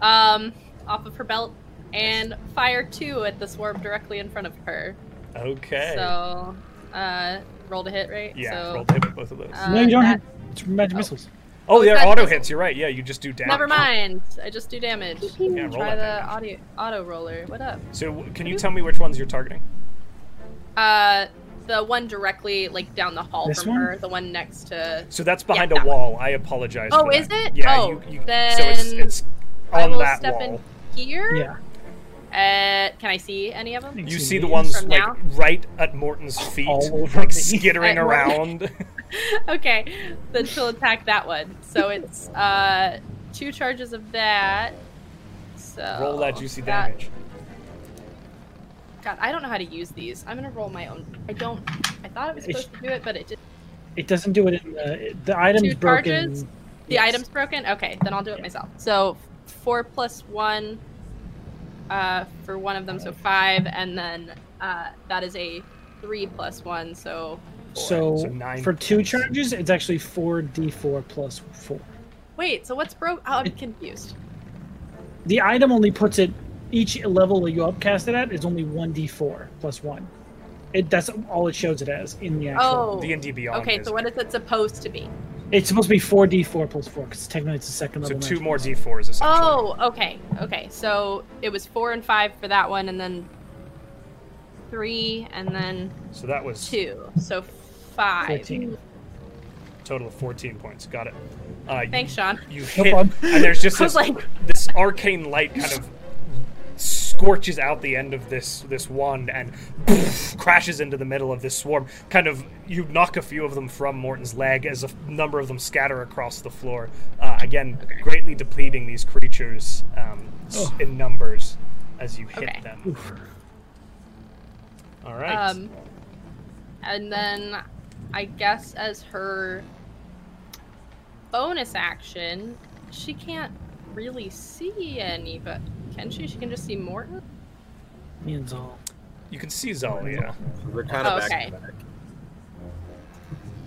[SPEAKER 4] um, off of her belt and fire two at the swarm directly in front of her.
[SPEAKER 1] Okay.
[SPEAKER 4] So, uh, roll to hit, right?
[SPEAKER 1] yeah,
[SPEAKER 4] So,
[SPEAKER 1] roll to hit with both of those.
[SPEAKER 4] uh,
[SPEAKER 3] no, you don't
[SPEAKER 4] that-
[SPEAKER 3] have it's magic missiles.
[SPEAKER 1] oh, they're
[SPEAKER 4] it's not
[SPEAKER 1] auto
[SPEAKER 4] missile.
[SPEAKER 1] hits. You're right. Yeah, you just do damage.
[SPEAKER 4] Never mind. I just do damage.
[SPEAKER 1] Yeah, roll
[SPEAKER 4] Try
[SPEAKER 1] that
[SPEAKER 4] the
[SPEAKER 1] damage.
[SPEAKER 4] audio, auto roller. What up?
[SPEAKER 1] So, w- can you tell me which ones you're targeting?
[SPEAKER 4] Uh, the one directly like down the hall
[SPEAKER 3] This
[SPEAKER 4] from
[SPEAKER 3] one?
[SPEAKER 4] her, the one next to.
[SPEAKER 1] So that's behind
[SPEAKER 4] that
[SPEAKER 1] a
[SPEAKER 4] one.
[SPEAKER 1] wall. I apologize.
[SPEAKER 4] Oh,
[SPEAKER 1] for that.
[SPEAKER 4] is it?
[SPEAKER 1] Yeah.
[SPEAKER 4] Oh,
[SPEAKER 1] you, you, so it's,
[SPEAKER 4] then
[SPEAKER 1] it's
[SPEAKER 4] I
[SPEAKER 1] on
[SPEAKER 4] will
[SPEAKER 1] that
[SPEAKER 4] step
[SPEAKER 1] wall.
[SPEAKER 4] in here.
[SPEAKER 3] Yeah.
[SPEAKER 4] Uh, can I see any of them?
[SPEAKER 3] Thank
[SPEAKER 1] You
[SPEAKER 3] Two
[SPEAKER 1] see the
[SPEAKER 3] days
[SPEAKER 1] ones
[SPEAKER 4] from
[SPEAKER 1] like
[SPEAKER 4] now?
[SPEAKER 1] right at Morton's feet,
[SPEAKER 3] All over
[SPEAKER 1] like
[SPEAKER 3] me.
[SPEAKER 1] skittering
[SPEAKER 4] At Morton.
[SPEAKER 1] around.
[SPEAKER 4] okay, then she'll attack that one. So it's uh two charges of that. So
[SPEAKER 1] Roll that juicy damage.
[SPEAKER 4] God, I don't know how to use these. I'm gonna roll my own. I don't. I thought I was
[SPEAKER 3] It's-
[SPEAKER 4] supposed to do it, but it did.
[SPEAKER 3] It doesn't do it in the the item's
[SPEAKER 4] Two
[SPEAKER 3] broken.
[SPEAKER 4] charges? The
[SPEAKER 3] Yes.
[SPEAKER 4] item's broken. Okay, then I'll do it myself. So four plus one uh, for one of them, so five, and then uh, that is a three plus one, so four.
[SPEAKER 3] So,
[SPEAKER 1] So nine
[SPEAKER 3] for two
[SPEAKER 1] points.
[SPEAKER 3] charges, it's actually four d4 plus four.
[SPEAKER 4] wait. So what's broke? Oh, I'm confused.
[SPEAKER 3] The item only puts it each level that you upcast it at is only one d4 plus one. It that's all it shows it as in the actual.
[SPEAKER 4] Oh.
[SPEAKER 1] D and D Beyond.
[SPEAKER 4] Okay,
[SPEAKER 1] is,
[SPEAKER 4] so what is it supposed to be?
[SPEAKER 3] It's supposed to be four D four plus four because technically it's the second
[SPEAKER 1] so
[SPEAKER 3] level.
[SPEAKER 1] two
[SPEAKER 3] magic.
[SPEAKER 1] more D fours essentially.
[SPEAKER 4] Oh, okay, okay. So it was four and five for that one, and then three, and then
[SPEAKER 1] So that was
[SPEAKER 4] two. So five.
[SPEAKER 3] Fourteen.
[SPEAKER 1] total of fourteen points. Got it. Uh, you-
[SPEAKER 4] Thanks, Sean.
[SPEAKER 1] you
[SPEAKER 3] No
[SPEAKER 1] hit,
[SPEAKER 3] problem.
[SPEAKER 1] and there's just
[SPEAKER 4] I was
[SPEAKER 1] this,
[SPEAKER 4] like-
[SPEAKER 1] this arcane light kind of scorches out the end of this this wand and crashes into the middle of this swarm. Kind of, you knock a few of them from Morton's leg as a f- number of them scatter across the floor. Uh, again, greatly depleting these creatures um, s-
[SPEAKER 3] Oh.
[SPEAKER 1] in numbers as you hit
[SPEAKER 4] Okay.
[SPEAKER 1] them. All right.
[SPEAKER 4] Um, and then I guess as her bonus action, she can't really see any, but can she? She can just see Morton.
[SPEAKER 3] Means all.
[SPEAKER 1] you can see Zalia.
[SPEAKER 2] We're kind of
[SPEAKER 4] Okay.
[SPEAKER 2] back to back.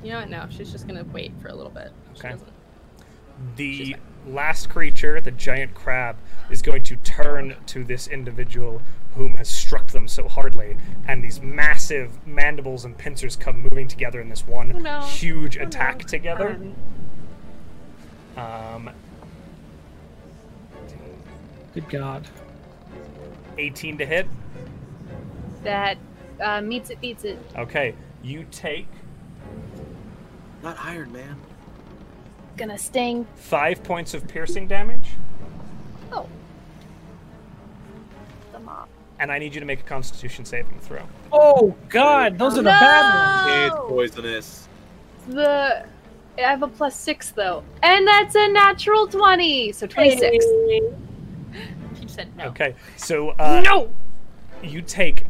[SPEAKER 4] You know what? No, she's just gonna wait for a little bit. She
[SPEAKER 1] Okay.
[SPEAKER 4] doesn't-
[SPEAKER 1] The last creature, the giant crab, is going to turn to this individual whom has struck them so hardly, and these massive mandibles and pincers come moving together in this one
[SPEAKER 4] Oh, no.
[SPEAKER 1] huge
[SPEAKER 4] Oh, no.
[SPEAKER 1] attack together.
[SPEAKER 4] Um,
[SPEAKER 1] Um,
[SPEAKER 3] Good God.
[SPEAKER 1] 18 to hit.
[SPEAKER 5] That uh, meets it, beats it.
[SPEAKER 1] Okay, you take
[SPEAKER 2] Not hired, man.
[SPEAKER 5] Gonna sting.
[SPEAKER 1] five points of piercing damage,
[SPEAKER 5] Oh. The mop.
[SPEAKER 1] and I need you to make a Constitution saving throw.
[SPEAKER 3] Oh God, those are the bad ones.
[SPEAKER 2] It's
[SPEAKER 5] No!
[SPEAKER 2] poisonous.
[SPEAKER 5] The I have a plus six though, and that's a natural twenty, so twenty-six.
[SPEAKER 4] She said no.
[SPEAKER 1] Okay, so uh,
[SPEAKER 3] No.
[SPEAKER 1] you take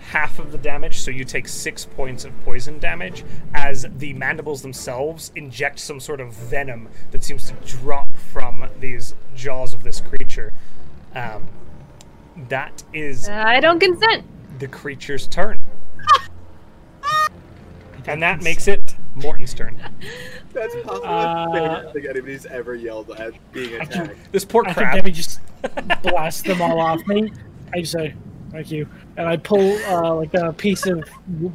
[SPEAKER 1] half of the damage, so you take six points of poison damage as the mandibles themselves inject some sort of venom that seems to drop from these jaws of this creature. Um, that is
[SPEAKER 5] Uh, I don't consent.
[SPEAKER 1] the creature's turn, and that makes it Morton's turn.
[SPEAKER 2] That's probably
[SPEAKER 3] Uh,
[SPEAKER 2] the favorite thing anybody's ever yelled at being attacked.
[SPEAKER 1] Uh, This poor
[SPEAKER 3] I think let
[SPEAKER 1] crab.
[SPEAKER 3] me just blast them all off me. I just say, "Thank you," and I pull uh, like a piece of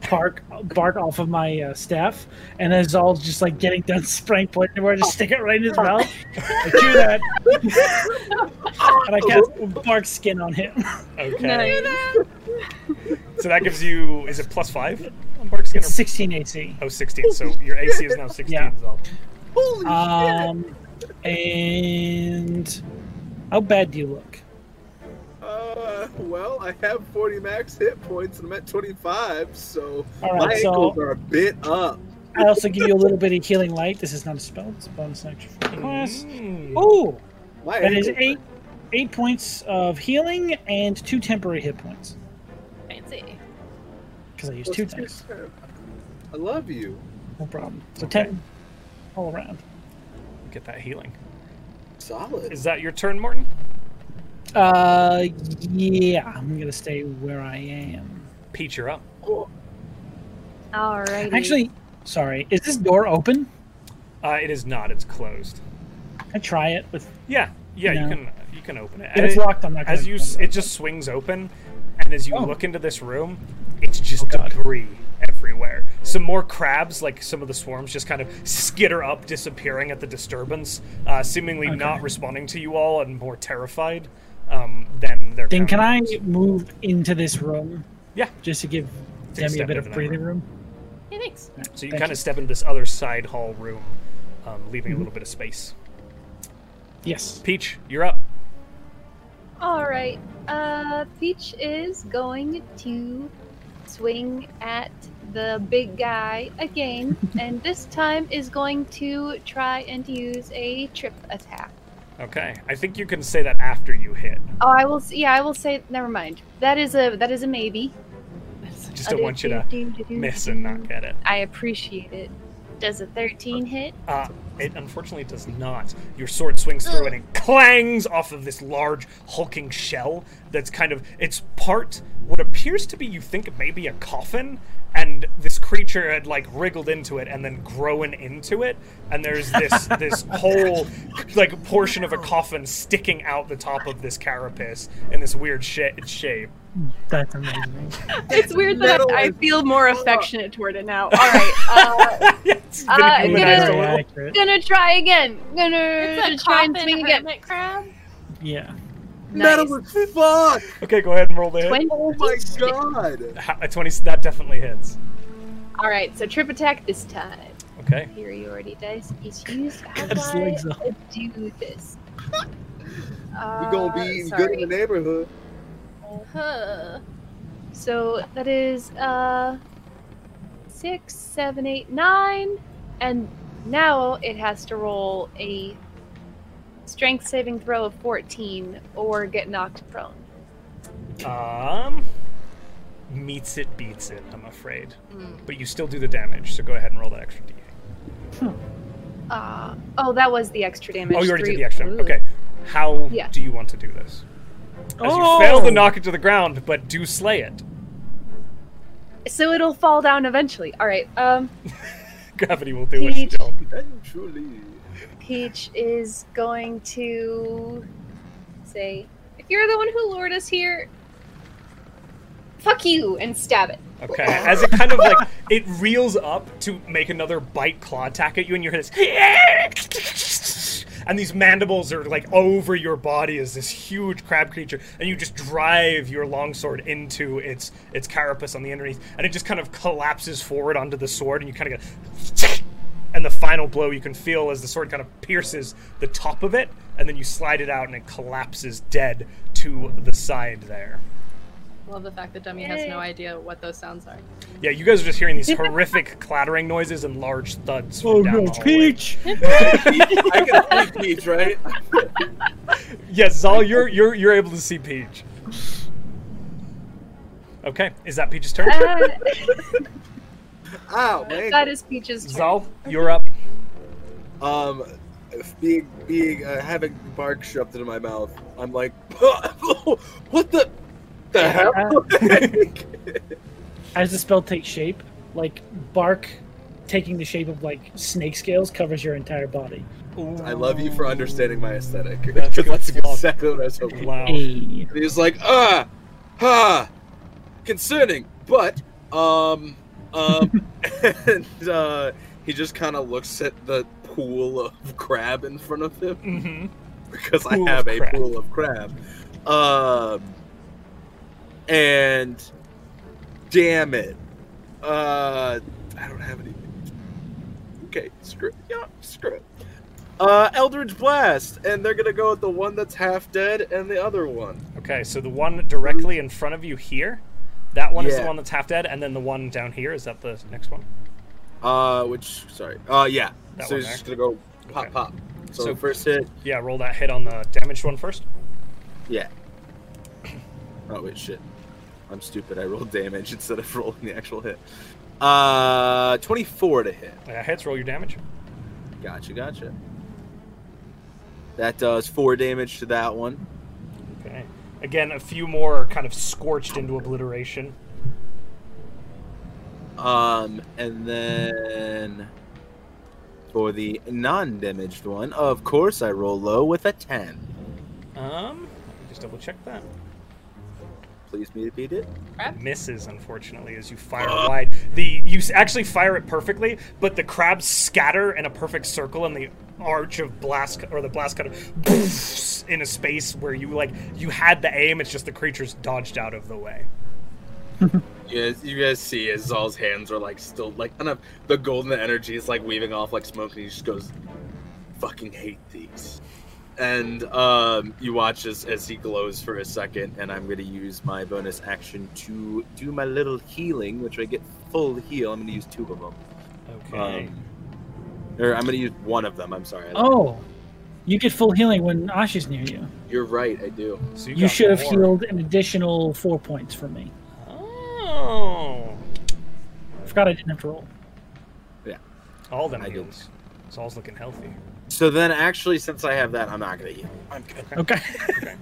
[SPEAKER 3] bark bark off of my uh, staff, and as all just like getting done spraying poison everywhere, I just stick it right in his mouth. I chew that, and I cast bark skin on him.
[SPEAKER 1] Okay, so that gives you is it plus five on Bark Skin?
[SPEAKER 3] It's
[SPEAKER 1] Or,
[SPEAKER 3] 16 AC.
[SPEAKER 1] oh, 16. So your AC is now 16.
[SPEAKER 3] Yeah.
[SPEAKER 1] Zal.
[SPEAKER 2] Holy
[SPEAKER 3] Um, and how bad do you look?
[SPEAKER 2] Uh, well, I have 40 max hit points and I'm at 25, so
[SPEAKER 3] All
[SPEAKER 2] my
[SPEAKER 3] right, so
[SPEAKER 2] ankles are a bit up.
[SPEAKER 3] I also give you a little bit of healing light. This is not a spell; it's a bonus action for the class.
[SPEAKER 1] Mm.
[SPEAKER 3] Ooh.
[SPEAKER 2] My
[SPEAKER 3] That
[SPEAKER 2] ankles
[SPEAKER 3] is
[SPEAKER 2] are-
[SPEAKER 3] eight, eight points of healing and two temporary hit points
[SPEAKER 4] Fancy.
[SPEAKER 3] because I used two times.
[SPEAKER 2] I love you.
[SPEAKER 3] No problem. So
[SPEAKER 1] Okay.
[SPEAKER 3] ten all around.
[SPEAKER 1] Get that healing.
[SPEAKER 2] Solid.
[SPEAKER 1] Is that your turn, Morton?
[SPEAKER 3] Uh, yeah, I'm gonna stay where I am.
[SPEAKER 1] Peach, you're up.
[SPEAKER 2] Cool.
[SPEAKER 5] All right.
[SPEAKER 3] Actually, sorry, is this door open?
[SPEAKER 1] Uh, it is not. It's closed.
[SPEAKER 3] Can I try it with.
[SPEAKER 1] Yeah, yeah. You
[SPEAKER 3] No.
[SPEAKER 1] can you can open it.
[SPEAKER 3] If it's
[SPEAKER 1] And it-
[SPEAKER 3] locked, I'm not gonna.
[SPEAKER 1] As you, s- it just swings open, and as you
[SPEAKER 3] Oh.
[SPEAKER 1] look into this room, it's just
[SPEAKER 3] God.
[SPEAKER 1] debris everywhere. Some more crabs, like some of the swarms, just kind of skitter up, disappearing at the disturbance, uh, seemingly not responding to you all, and more terrified um, than their.
[SPEAKER 3] Then can I
[SPEAKER 1] counterparts.
[SPEAKER 3] move into this room?
[SPEAKER 1] Yeah.
[SPEAKER 3] Just to give
[SPEAKER 1] Take a
[SPEAKER 3] Demi a
[SPEAKER 1] step
[SPEAKER 3] bit
[SPEAKER 1] into
[SPEAKER 3] of
[SPEAKER 1] that
[SPEAKER 3] breathing room.
[SPEAKER 4] Hey, thanks.
[SPEAKER 1] So you
[SPEAKER 3] Thank Mm-hmm.
[SPEAKER 1] kind of step into this other side hall room, um, leaving a little bit of space.
[SPEAKER 3] Yes.
[SPEAKER 1] Peach, you're up.
[SPEAKER 5] All right. Uh, Peach is going to swing at the big guy again, and this time is going to try and use a trip attack.
[SPEAKER 1] Okay, I think you can say that after you hit.
[SPEAKER 5] Oh, I will. s- Yeah, I will say. Never mind. That is a that is a maybe. Uh,
[SPEAKER 1] Just don't want you to miss and not get it.
[SPEAKER 5] I appreciate it. Does a thirteen hit?
[SPEAKER 1] Uh, it unfortunately does not. Your sword swings through and it clangs off of this large hulking shell that's kind of it's part what appears to be you think maybe a coffin and this creature had like wriggled into it and then grown into it, and there's this this whole like portion of a coffin sticking out the top of this carapace in this weird sh- shape.
[SPEAKER 3] That's amazing.
[SPEAKER 4] It's weird that
[SPEAKER 2] Metal
[SPEAKER 4] I, I
[SPEAKER 2] is-
[SPEAKER 4] feel more affectionate toward it now. All right. Uh,
[SPEAKER 1] It's been
[SPEAKER 5] uh,
[SPEAKER 3] Very
[SPEAKER 1] humanized a
[SPEAKER 5] yeah.
[SPEAKER 1] little.
[SPEAKER 3] accurate.
[SPEAKER 5] Gonna try again. Gonna
[SPEAKER 4] it's a
[SPEAKER 5] try and
[SPEAKER 4] coffin
[SPEAKER 5] swing again.
[SPEAKER 4] hermit crab.
[SPEAKER 3] Yeah.
[SPEAKER 5] Nice.
[SPEAKER 2] Metal is fuck!
[SPEAKER 1] Okay, go ahead and roll the hit.
[SPEAKER 5] 20.
[SPEAKER 2] Oh my god!
[SPEAKER 1] Ha- A twenty that definitely hits.
[SPEAKER 5] All right, so trip attack this time.
[SPEAKER 1] Okay.
[SPEAKER 5] Superiority dice is used. How
[SPEAKER 3] Cut his legs
[SPEAKER 5] do
[SPEAKER 3] off.
[SPEAKER 5] I do this? Uh,
[SPEAKER 2] We gonna be eating good in the neighborhood.
[SPEAKER 5] Uh-huh. So that is uh six, seven, eight, nine, and now it has to roll a strength saving throw of fourteen or get knocked prone.
[SPEAKER 1] Um, meets it, beats it. I'm afraid, but you still do the damage. So go ahead and roll that extra d.
[SPEAKER 5] Uh, oh, that was the extra damage.
[SPEAKER 1] Oh, you already
[SPEAKER 5] Three-
[SPEAKER 1] did the extra.
[SPEAKER 5] Ooh.
[SPEAKER 1] Okay. How
[SPEAKER 5] Yeah.
[SPEAKER 1] do you want to do this? As you
[SPEAKER 3] Oh!
[SPEAKER 1] fail to knock it to the ground, but do slay it.
[SPEAKER 5] So it'll fall down eventually. All right. Um,
[SPEAKER 1] Gravity will do
[SPEAKER 5] Peach.
[SPEAKER 1] its job.
[SPEAKER 2] Eventually.
[SPEAKER 5] Peach is going to say, "If you're the one who lured us here, fuck you," and stab it.
[SPEAKER 1] Okay. As it kind of like it reels up to make another bite claw attack at you, and you're this. And these mandibles are like over your body as this huge crab creature, and you just drive your longsword into its its carapace on the underneath, and it just kind of collapses forward onto the sword, and you kind of go. And the final blow you can feel as the sword kind of pierces the top of it, and then you slide it out, and it collapses dead to the side there.
[SPEAKER 4] Love the fact that Dummy has no
[SPEAKER 5] Yay.
[SPEAKER 4] idea what those sounds are.
[SPEAKER 1] Yeah, you guys are just hearing these horrific clattering noises and large thuds. From
[SPEAKER 3] Oh
[SPEAKER 1] down
[SPEAKER 3] no,
[SPEAKER 1] the hallway.
[SPEAKER 3] Peach!
[SPEAKER 2] I can see Peach, right?
[SPEAKER 1] Yes, Zal, you're you're you're able to see Peach. Okay, is that Peach's turn?
[SPEAKER 5] Uh,
[SPEAKER 2] Ow, man.
[SPEAKER 5] that is Peach's turn.
[SPEAKER 1] Zal, you're up.
[SPEAKER 2] Um, being being uh, having bark shoved into my mouth, I'm like, what the the hell?
[SPEAKER 3] As the spell takes shape, like bark taking the shape of like snake scales covers your entire body.
[SPEAKER 2] I love you for understanding my aesthetic.
[SPEAKER 1] That's good
[SPEAKER 2] That's
[SPEAKER 1] stuff.
[SPEAKER 2] exactly what I was hoping.
[SPEAKER 1] Wow.
[SPEAKER 3] Hey.
[SPEAKER 2] And he's like, ah, ha, concerning, but um, um, and uh, he just kind of looks at the pool of crab in front of him.
[SPEAKER 1] Mm-hmm.
[SPEAKER 2] because
[SPEAKER 1] Pool
[SPEAKER 2] I
[SPEAKER 1] of
[SPEAKER 2] have a
[SPEAKER 1] crab.
[SPEAKER 2] pool of crab. Um, and damn it, uh, I don't have any. Okay, screw yeah, screw it. Uh, Eldridge Blast, and they're gonna go at the one that's half dead and the other one.
[SPEAKER 1] Okay, so the one directly in front of you here, that one is the
[SPEAKER 2] Yeah.
[SPEAKER 1] one that's half dead, and then the one down here is that the next one.
[SPEAKER 2] Uh, which sorry, uh, yeah.
[SPEAKER 1] That
[SPEAKER 2] so
[SPEAKER 1] one
[SPEAKER 2] he's just gonna go pop
[SPEAKER 1] Okay.
[SPEAKER 2] pop. So,
[SPEAKER 1] So-
[SPEAKER 2] first hit,
[SPEAKER 1] Yeah, roll that hit on the damaged one first.
[SPEAKER 2] yeah. Oh wait, shit. I'm stupid. I rolled damage instead of rolling the actual hit. Uh, 24 to hit.
[SPEAKER 1] Yeah, hits. Roll your damage.
[SPEAKER 2] Gotcha, gotcha. That does four damage to that one.
[SPEAKER 1] Okay. Again, a few more are kind of scorched into obliteration.
[SPEAKER 2] Um, and then for the non-damaged one, of course, I roll low with a ten.
[SPEAKER 1] Um, let me just double check that.
[SPEAKER 2] Please me to beat it.
[SPEAKER 1] misses unfortunately as you fire wide the you s- actually fire it perfectly but the crabs scatter in a perfect circle and the arch of blast or the blast kind of boofs in a space where you like you had the aim it's just the creatures dodged out of the way
[SPEAKER 2] You guys, you guys see as Zal's hands are like still like kind of the golden energy is like weaving off like smoke, and he just goes, "Fucking hate these." And um, you watch as, as he glows for a second, and I'm going to use my bonus action to do my little healing, which I get full heal. I'm going to use two of them,
[SPEAKER 1] okay
[SPEAKER 2] um, or I'm going to use one of them. I'm sorry. I lied.
[SPEAKER 3] Oh, you get full healing when Ash is near you.
[SPEAKER 2] You're right, I do.
[SPEAKER 1] so
[SPEAKER 3] You
[SPEAKER 1] got
[SPEAKER 3] should have
[SPEAKER 1] more.
[SPEAKER 3] healed an additional four points for me.
[SPEAKER 1] oh
[SPEAKER 3] I forgot I didn't have to roll.
[SPEAKER 1] all them
[SPEAKER 2] I did.
[SPEAKER 1] heals Saul's looking healthy
[SPEAKER 2] So then, actually, since I have that, I'm not going to heal. I'm good.
[SPEAKER 3] Okay.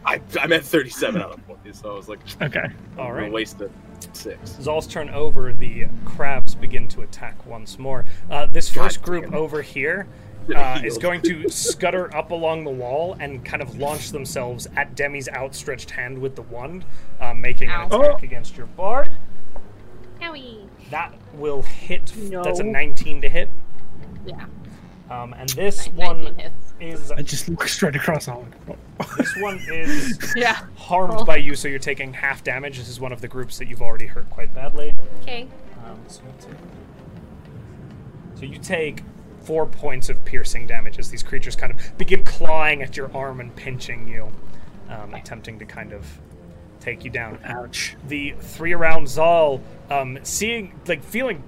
[SPEAKER 2] I, I'm at 37 out of 40, so I was like,
[SPEAKER 3] Okay.
[SPEAKER 1] all
[SPEAKER 2] I'm going
[SPEAKER 1] right
[SPEAKER 2] to waste the six.
[SPEAKER 1] Zal's turn over the crabs begin to attack once more. Uh, this first
[SPEAKER 2] God
[SPEAKER 1] group
[SPEAKER 2] damn.
[SPEAKER 1] over here
[SPEAKER 2] Should've
[SPEAKER 1] uh, is
[SPEAKER 2] healed.
[SPEAKER 1] going to scutter up along the wall and kind of launch themselves at Demi's outstretched hand with the wand, uh, making an
[SPEAKER 4] Ow.
[SPEAKER 2] Oh.
[SPEAKER 1] attack against your bard.
[SPEAKER 4] Owie.
[SPEAKER 1] That will hit.
[SPEAKER 3] No.
[SPEAKER 1] That's a 19 to hit.
[SPEAKER 4] Yeah.
[SPEAKER 1] Um, and this
[SPEAKER 4] nine-
[SPEAKER 1] one
[SPEAKER 4] 19 hits.
[SPEAKER 1] is
[SPEAKER 3] I just look straight across all of them.
[SPEAKER 1] this one is
[SPEAKER 4] Yeah.
[SPEAKER 1] harmed
[SPEAKER 4] Oh.
[SPEAKER 1] by you, so you're taking half damage. This is one of the groups that you've already hurt quite badly.
[SPEAKER 4] Okay.
[SPEAKER 1] Um, so, you take, so you take four points of piercing damage as these creatures kind of begin clawing at your arm and pinching you, um, attempting to kind of take you down.
[SPEAKER 3] Ouch.
[SPEAKER 1] The three around Zal, um, seeing, like, feeling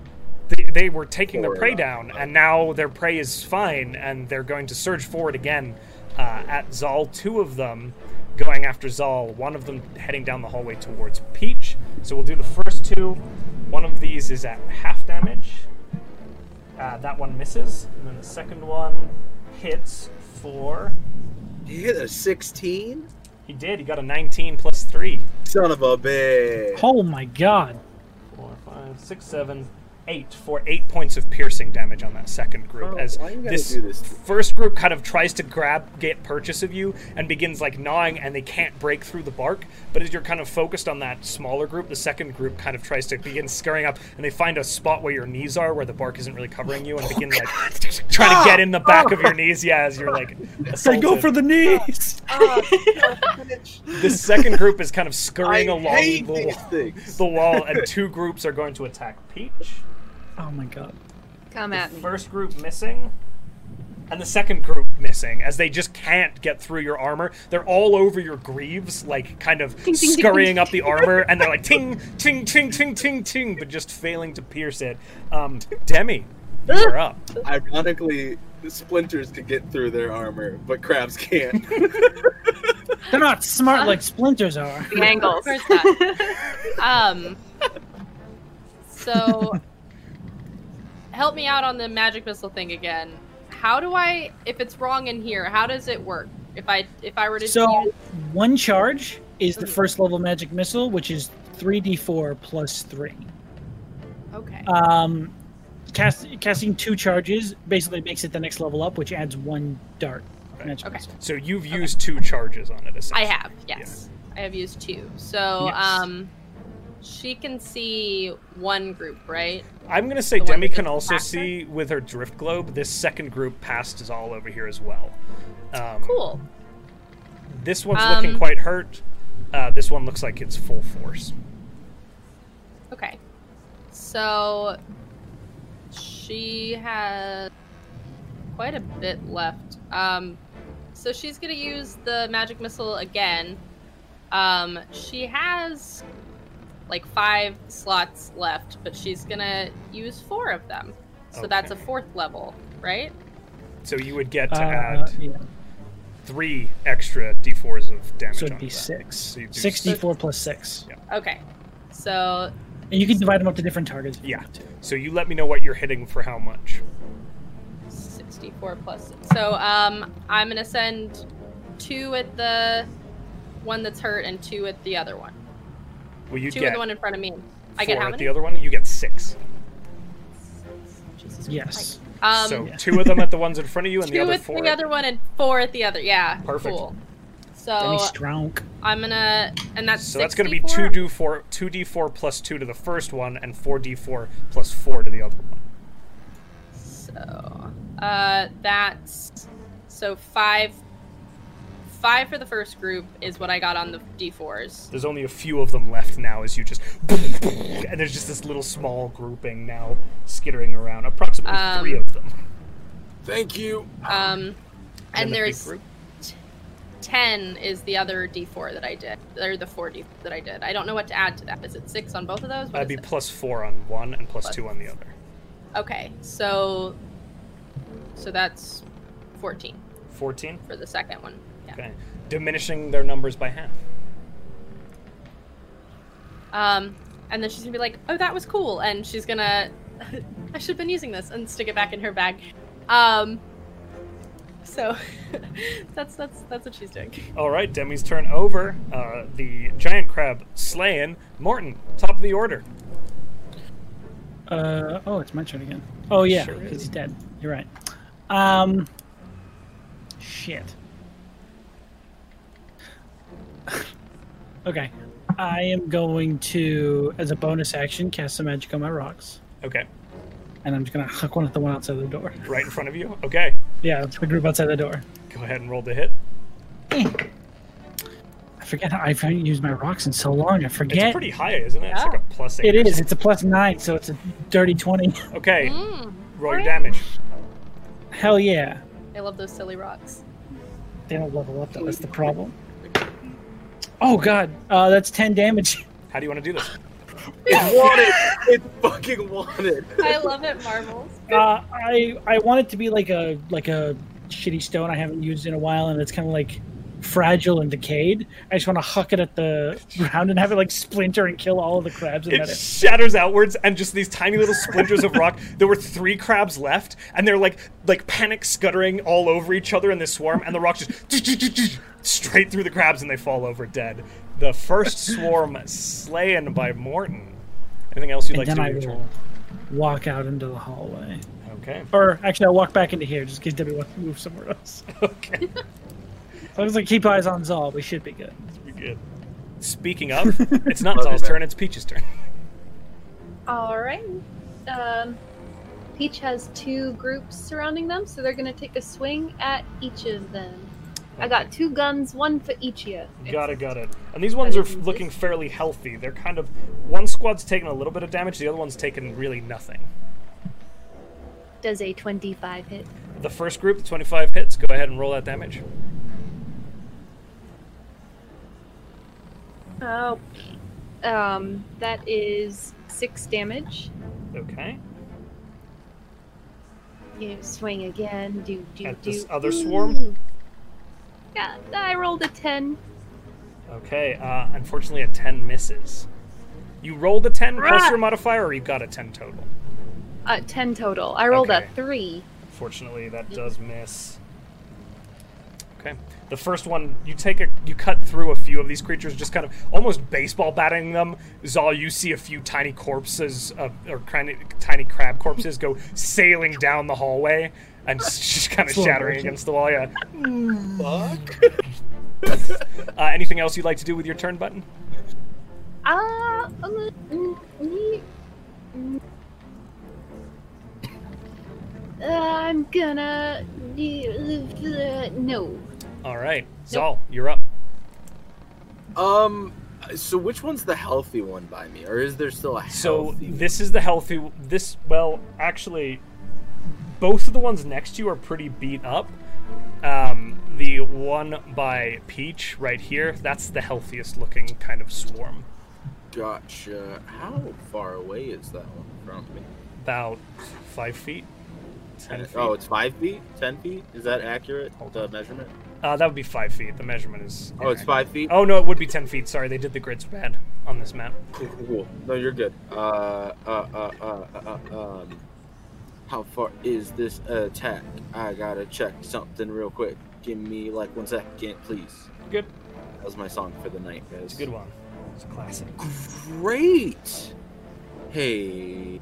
[SPEAKER 1] they, they were taking their
[SPEAKER 2] Four
[SPEAKER 1] prey
[SPEAKER 2] around
[SPEAKER 1] down,
[SPEAKER 2] Zal.
[SPEAKER 1] and now their prey is fine, and they're going to surge forward again uh, at Zal. Two of them going after Zal, one of them heading down the hallway towards Peach. So we'll do the first two. One of these is at half damage. Uh, that one misses, and then the second one hits for.
[SPEAKER 2] He hit a 16?
[SPEAKER 1] He did. He got a 19 plus three.
[SPEAKER 2] Son of a bitch.
[SPEAKER 3] Oh my god.
[SPEAKER 1] four, five, six, seven, eight for eight points of piercing damage on that second group.
[SPEAKER 2] Oh,
[SPEAKER 1] as
[SPEAKER 2] why you gotta
[SPEAKER 1] this,
[SPEAKER 2] do this?
[SPEAKER 1] first group kind of tries to grab, get purchase of you, and begins like gnawing, and they can't break through the bark. But as you're kind of focused on that smaller group, the second group kind of tries to begin scurrying up, and they find a spot where your knees are, where the bark isn't really covering you, and begin like trying to get in the back of your knees. Yeah, as you're like,
[SPEAKER 3] Say go
[SPEAKER 1] assaulted.
[SPEAKER 3] for the knees.
[SPEAKER 1] The second group is kind of scurrying
[SPEAKER 2] I
[SPEAKER 1] along
[SPEAKER 2] hate
[SPEAKER 1] the,
[SPEAKER 2] these
[SPEAKER 1] wall-
[SPEAKER 2] things.
[SPEAKER 1] the wall, and two groups are going to attack Peach.
[SPEAKER 3] Oh my god.
[SPEAKER 5] Come at me.
[SPEAKER 1] first group missing and the second group missing as they just can't get through your armor they're all over your greaves like kind of
[SPEAKER 5] Ting, ting, ting,
[SPEAKER 1] scurrying
[SPEAKER 5] ting.
[SPEAKER 1] up the armor and they're like ting ting ting ting ting ting but just failing to pierce it um demi you're up
[SPEAKER 2] Ironically, splinters could get through their armor, but crabs can't.
[SPEAKER 3] They're not smart like splinters are.
[SPEAKER 5] The angles.
[SPEAKER 4] Where's that? um. So, help me out on the magic missile thing again. How do I, if it's wrong in here, how does it work? If I if I were to
[SPEAKER 3] So
[SPEAKER 4] use-
[SPEAKER 3] one charge is the first level magic missile, which is three d four plus three.
[SPEAKER 4] okay,
[SPEAKER 3] Um, cast, casting two charges basically makes it the next level up, which adds one dart. Magic
[SPEAKER 4] Okay.
[SPEAKER 3] missile.
[SPEAKER 1] so you've used two charges on it
[SPEAKER 4] I
[SPEAKER 1] essentially.
[SPEAKER 4] have yes, I have used two. So
[SPEAKER 3] Yes.
[SPEAKER 4] um, she can see one group, right?
[SPEAKER 1] i'm gonna say
[SPEAKER 4] The one
[SPEAKER 1] demi
[SPEAKER 4] that
[SPEAKER 1] can
[SPEAKER 4] gets
[SPEAKER 1] also
[SPEAKER 4] attacked?
[SPEAKER 1] see with her drift globe this second group past is all over here as well um,
[SPEAKER 4] Cool.
[SPEAKER 1] this one's
[SPEAKER 4] Um,
[SPEAKER 1] looking quite hurt uh, this one looks like it's full force
[SPEAKER 4] Okay. So she has quite a bit left. Um, so she's gonna use the magic missile again. Um, she has like five slots left, but she's gonna use four of them. So that's a
[SPEAKER 1] Okay.
[SPEAKER 4] fourth level, right?
[SPEAKER 1] So you would get to
[SPEAKER 3] Uh,
[SPEAKER 1] add
[SPEAKER 3] yeah.
[SPEAKER 1] three extra d4s of damage.
[SPEAKER 3] So it'd
[SPEAKER 1] onto
[SPEAKER 3] be
[SPEAKER 1] that.
[SPEAKER 3] six.
[SPEAKER 1] So you do
[SPEAKER 3] Six d
[SPEAKER 1] six.
[SPEAKER 3] four plus six,
[SPEAKER 1] Yeah.
[SPEAKER 4] Okay. So
[SPEAKER 3] and you can divide them up to different targets. if you
[SPEAKER 1] Yeah.
[SPEAKER 3] want to.
[SPEAKER 1] So you let me know what you're hitting for how much.
[SPEAKER 4] 64 plus. So um, I'm gonna send two at the one that's hurt and two at the other one.
[SPEAKER 1] Well, you
[SPEAKER 4] Two
[SPEAKER 1] get
[SPEAKER 4] at the one in front of me. I
[SPEAKER 1] four
[SPEAKER 4] get how
[SPEAKER 1] at
[SPEAKER 4] many?
[SPEAKER 1] the other one. You get six.
[SPEAKER 4] Jesus
[SPEAKER 3] Yes.
[SPEAKER 4] Christ. Um,
[SPEAKER 1] so
[SPEAKER 3] Yeah.
[SPEAKER 1] two of them at the ones in front of you, and
[SPEAKER 4] two
[SPEAKER 1] the other
[SPEAKER 4] at
[SPEAKER 1] four.
[SPEAKER 4] the other one and four at the other. Yeah.
[SPEAKER 1] Perfect.
[SPEAKER 4] Cool.
[SPEAKER 3] Demi
[SPEAKER 1] oh,
[SPEAKER 4] So
[SPEAKER 1] uh,
[SPEAKER 3] Strunk.
[SPEAKER 4] I'm gonna, and that's
[SPEAKER 1] so that's going to be
[SPEAKER 4] 64?
[SPEAKER 1] two d four, two d four plus two to the first one, and four d four plus four to the other one.
[SPEAKER 4] So uh, that's so five. Five for the first group is what I got on the d4s.
[SPEAKER 1] There's only a few of them left now, as you just and there's just this little small grouping now skittering around, approximately
[SPEAKER 4] Um,
[SPEAKER 1] three of them.
[SPEAKER 2] Thank you.
[SPEAKER 4] Um,
[SPEAKER 1] then
[SPEAKER 4] and
[SPEAKER 1] the big
[SPEAKER 4] there's
[SPEAKER 1] group.
[SPEAKER 4] 10 is the other d4 that I did. They're the 4d that I did. I don't know what to add to that. Is it 6 on both of those? What
[SPEAKER 1] That'd
[SPEAKER 4] is
[SPEAKER 1] be
[SPEAKER 4] it?
[SPEAKER 1] plus four on one and plus
[SPEAKER 4] Plus-
[SPEAKER 1] two on the other.
[SPEAKER 4] okay, so so that's 14
[SPEAKER 1] 14.
[SPEAKER 4] for the second one. Yeah.
[SPEAKER 1] Okay. Diminishing their numbers by half.
[SPEAKER 4] Um, and then she's gonna be like, "Oh, that was cool," and she's gonna, "I should have been using this," and stick it back in her bag. Um, so that's that's that's what she's doing.
[SPEAKER 1] All right, Demi's turn over. Uh, the giant crab slaying Morton, top of the order.
[SPEAKER 3] Uh, oh, it's my turn again. Oh yeah,
[SPEAKER 1] Sure
[SPEAKER 3] because
[SPEAKER 1] is.
[SPEAKER 3] he's dead. You're right. Um, shit. okay, I am going to, as a bonus action, cast some magic on my rocks,
[SPEAKER 1] Okay,
[SPEAKER 3] and I'm just gonna huck one at the one outside the door.
[SPEAKER 1] right in front of you. Okay,
[SPEAKER 3] Yeah, the group outside the door.
[SPEAKER 1] go ahead and roll the hit.
[SPEAKER 3] I forget how I haven't used my rocks in so long. I
[SPEAKER 1] It's
[SPEAKER 3] forget.
[SPEAKER 1] pretty high, isn't it? It's like a plus eight.
[SPEAKER 3] It is. It's a plus nine, so it's a dirty twenty.
[SPEAKER 1] Okay,
[SPEAKER 4] Mm,
[SPEAKER 1] roll your
[SPEAKER 4] Alright.
[SPEAKER 1] damage.
[SPEAKER 3] Hell yeah.
[SPEAKER 4] I love those silly rocks.
[SPEAKER 3] They don't level up though. That's the problem. Oh god, uh, that's ten damage.
[SPEAKER 1] How do you want to do this?
[SPEAKER 2] It wanted. It fucking wanted.
[SPEAKER 4] I love it, marbles.
[SPEAKER 3] Uh, I I want it to be like a like a shitty stone I haven't used in a while, and it's kind of like fragile and decayed. I just want to huck it at the ground and have it like splinter and kill all of the crabs. in
[SPEAKER 1] It
[SPEAKER 3] that
[SPEAKER 1] shatters outwards, and just these tiny little splinters of rock. There were three crabs left, and they're like like panic scuttering all over each other in this swarm. And the rock just straight through the crabs, and they fall over dead. The first swarm slain by Morton. Anything else you'd
[SPEAKER 3] and
[SPEAKER 1] like to
[SPEAKER 3] then
[SPEAKER 1] do?
[SPEAKER 3] I
[SPEAKER 1] with your
[SPEAKER 3] will walk out into the hallway,
[SPEAKER 1] turn? Okay.
[SPEAKER 3] or actually I'll walk back into here just in case Debbie wants to move somewhere else.
[SPEAKER 1] Okay.
[SPEAKER 3] As long as I keep eyes on Zal, we should be good.
[SPEAKER 1] You're good. Speaking of, it's not
[SPEAKER 2] Love you,
[SPEAKER 1] Zal's
[SPEAKER 2] man.
[SPEAKER 1] turn. It's Peach's turn.
[SPEAKER 5] All right. Um, Peach has two groups surrounding them, so they're going to take a swing at each of them. I got two guns, one for each of you.
[SPEAKER 1] Got it, got it. And these ones are f- looking fairly healthy. They're kind of one squad's taking a little bit of damage, the other one's taken really nothing.
[SPEAKER 5] Does a 25 hit.
[SPEAKER 1] The first group, the 25 hits, go ahead and roll that damage.
[SPEAKER 5] Oh. Um, that is six damage.
[SPEAKER 1] Okay.
[SPEAKER 5] You swing again. Do, do,
[SPEAKER 1] At
[SPEAKER 5] do.
[SPEAKER 1] this other swarm?
[SPEAKER 5] Yeah, I rolled a 10.
[SPEAKER 1] Okay, uh, unfortunately, a 10 misses. You rolled a 10 plus
[SPEAKER 5] Ah!
[SPEAKER 1] your modifier, or you got a 10 total?
[SPEAKER 5] Uh, 10 total. I rolled
[SPEAKER 1] Okay.
[SPEAKER 5] a 3.
[SPEAKER 1] Fortunately, that does miss. Okay. The first one, you take a, you cut through a few of these creatures, just kind of almost baseball batting them. Zal, you see a few tiny corpses, uh, or tiny, tiny crab corpses, go sailing down the hallway and s- just kind of
[SPEAKER 3] Slow
[SPEAKER 1] shattering
[SPEAKER 3] motion.
[SPEAKER 1] against the wall. Yeah.
[SPEAKER 2] Fuck.
[SPEAKER 1] Uh, anything else you'd like to do with your turn button?
[SPEAKER 5] Ah, um, mm, me- mm. Uh, I'm gonna. No.
[SPEAKER 1] All right, Zal, you're up.
[SPEAKER 2] Um. So which one's the healthy one by me, or is there still a healthy?
[SPEAKER 1] So
[SPEAKER 2] one?
[SPEAKER 1] this is the healthy. This well, actually, both of the ones next to you are pretty beat up. Um, the one by Peach right here, that's the healthiest looking kind of swarm.
[SPEAKER 2] Gotcha. How far away is that one from me?
[SPEAKER 1] About five feet, ten feet.
[SPEAKER 2] Oh, it's five feet, ten feet. Is that accurate?
[SPEAKER 1] Hold
[SPEAKER 2] the measurement.
[SPEAKER 1] Uh, that would be five feet. The measurement is.
[SPEAKER 2] Oh, it's five feet.
[SPEAKER 1] Oh no, it would be ten feet. Sorry, they did the grids bad on this map.
[SPEAKER 2] Cool, cool, cool. No, you're good. Uh, uh, uh, uh, uh, um, how far is this attack? I gotta check something real quick. Give me like one second, please.
[SPEAKER 1] Good,
[SPEAKER 2] That was my song for the night, guys.
[SPEAKER 1] it's a good one. It's a classic.
[SPEAKER 2] Great. Hey,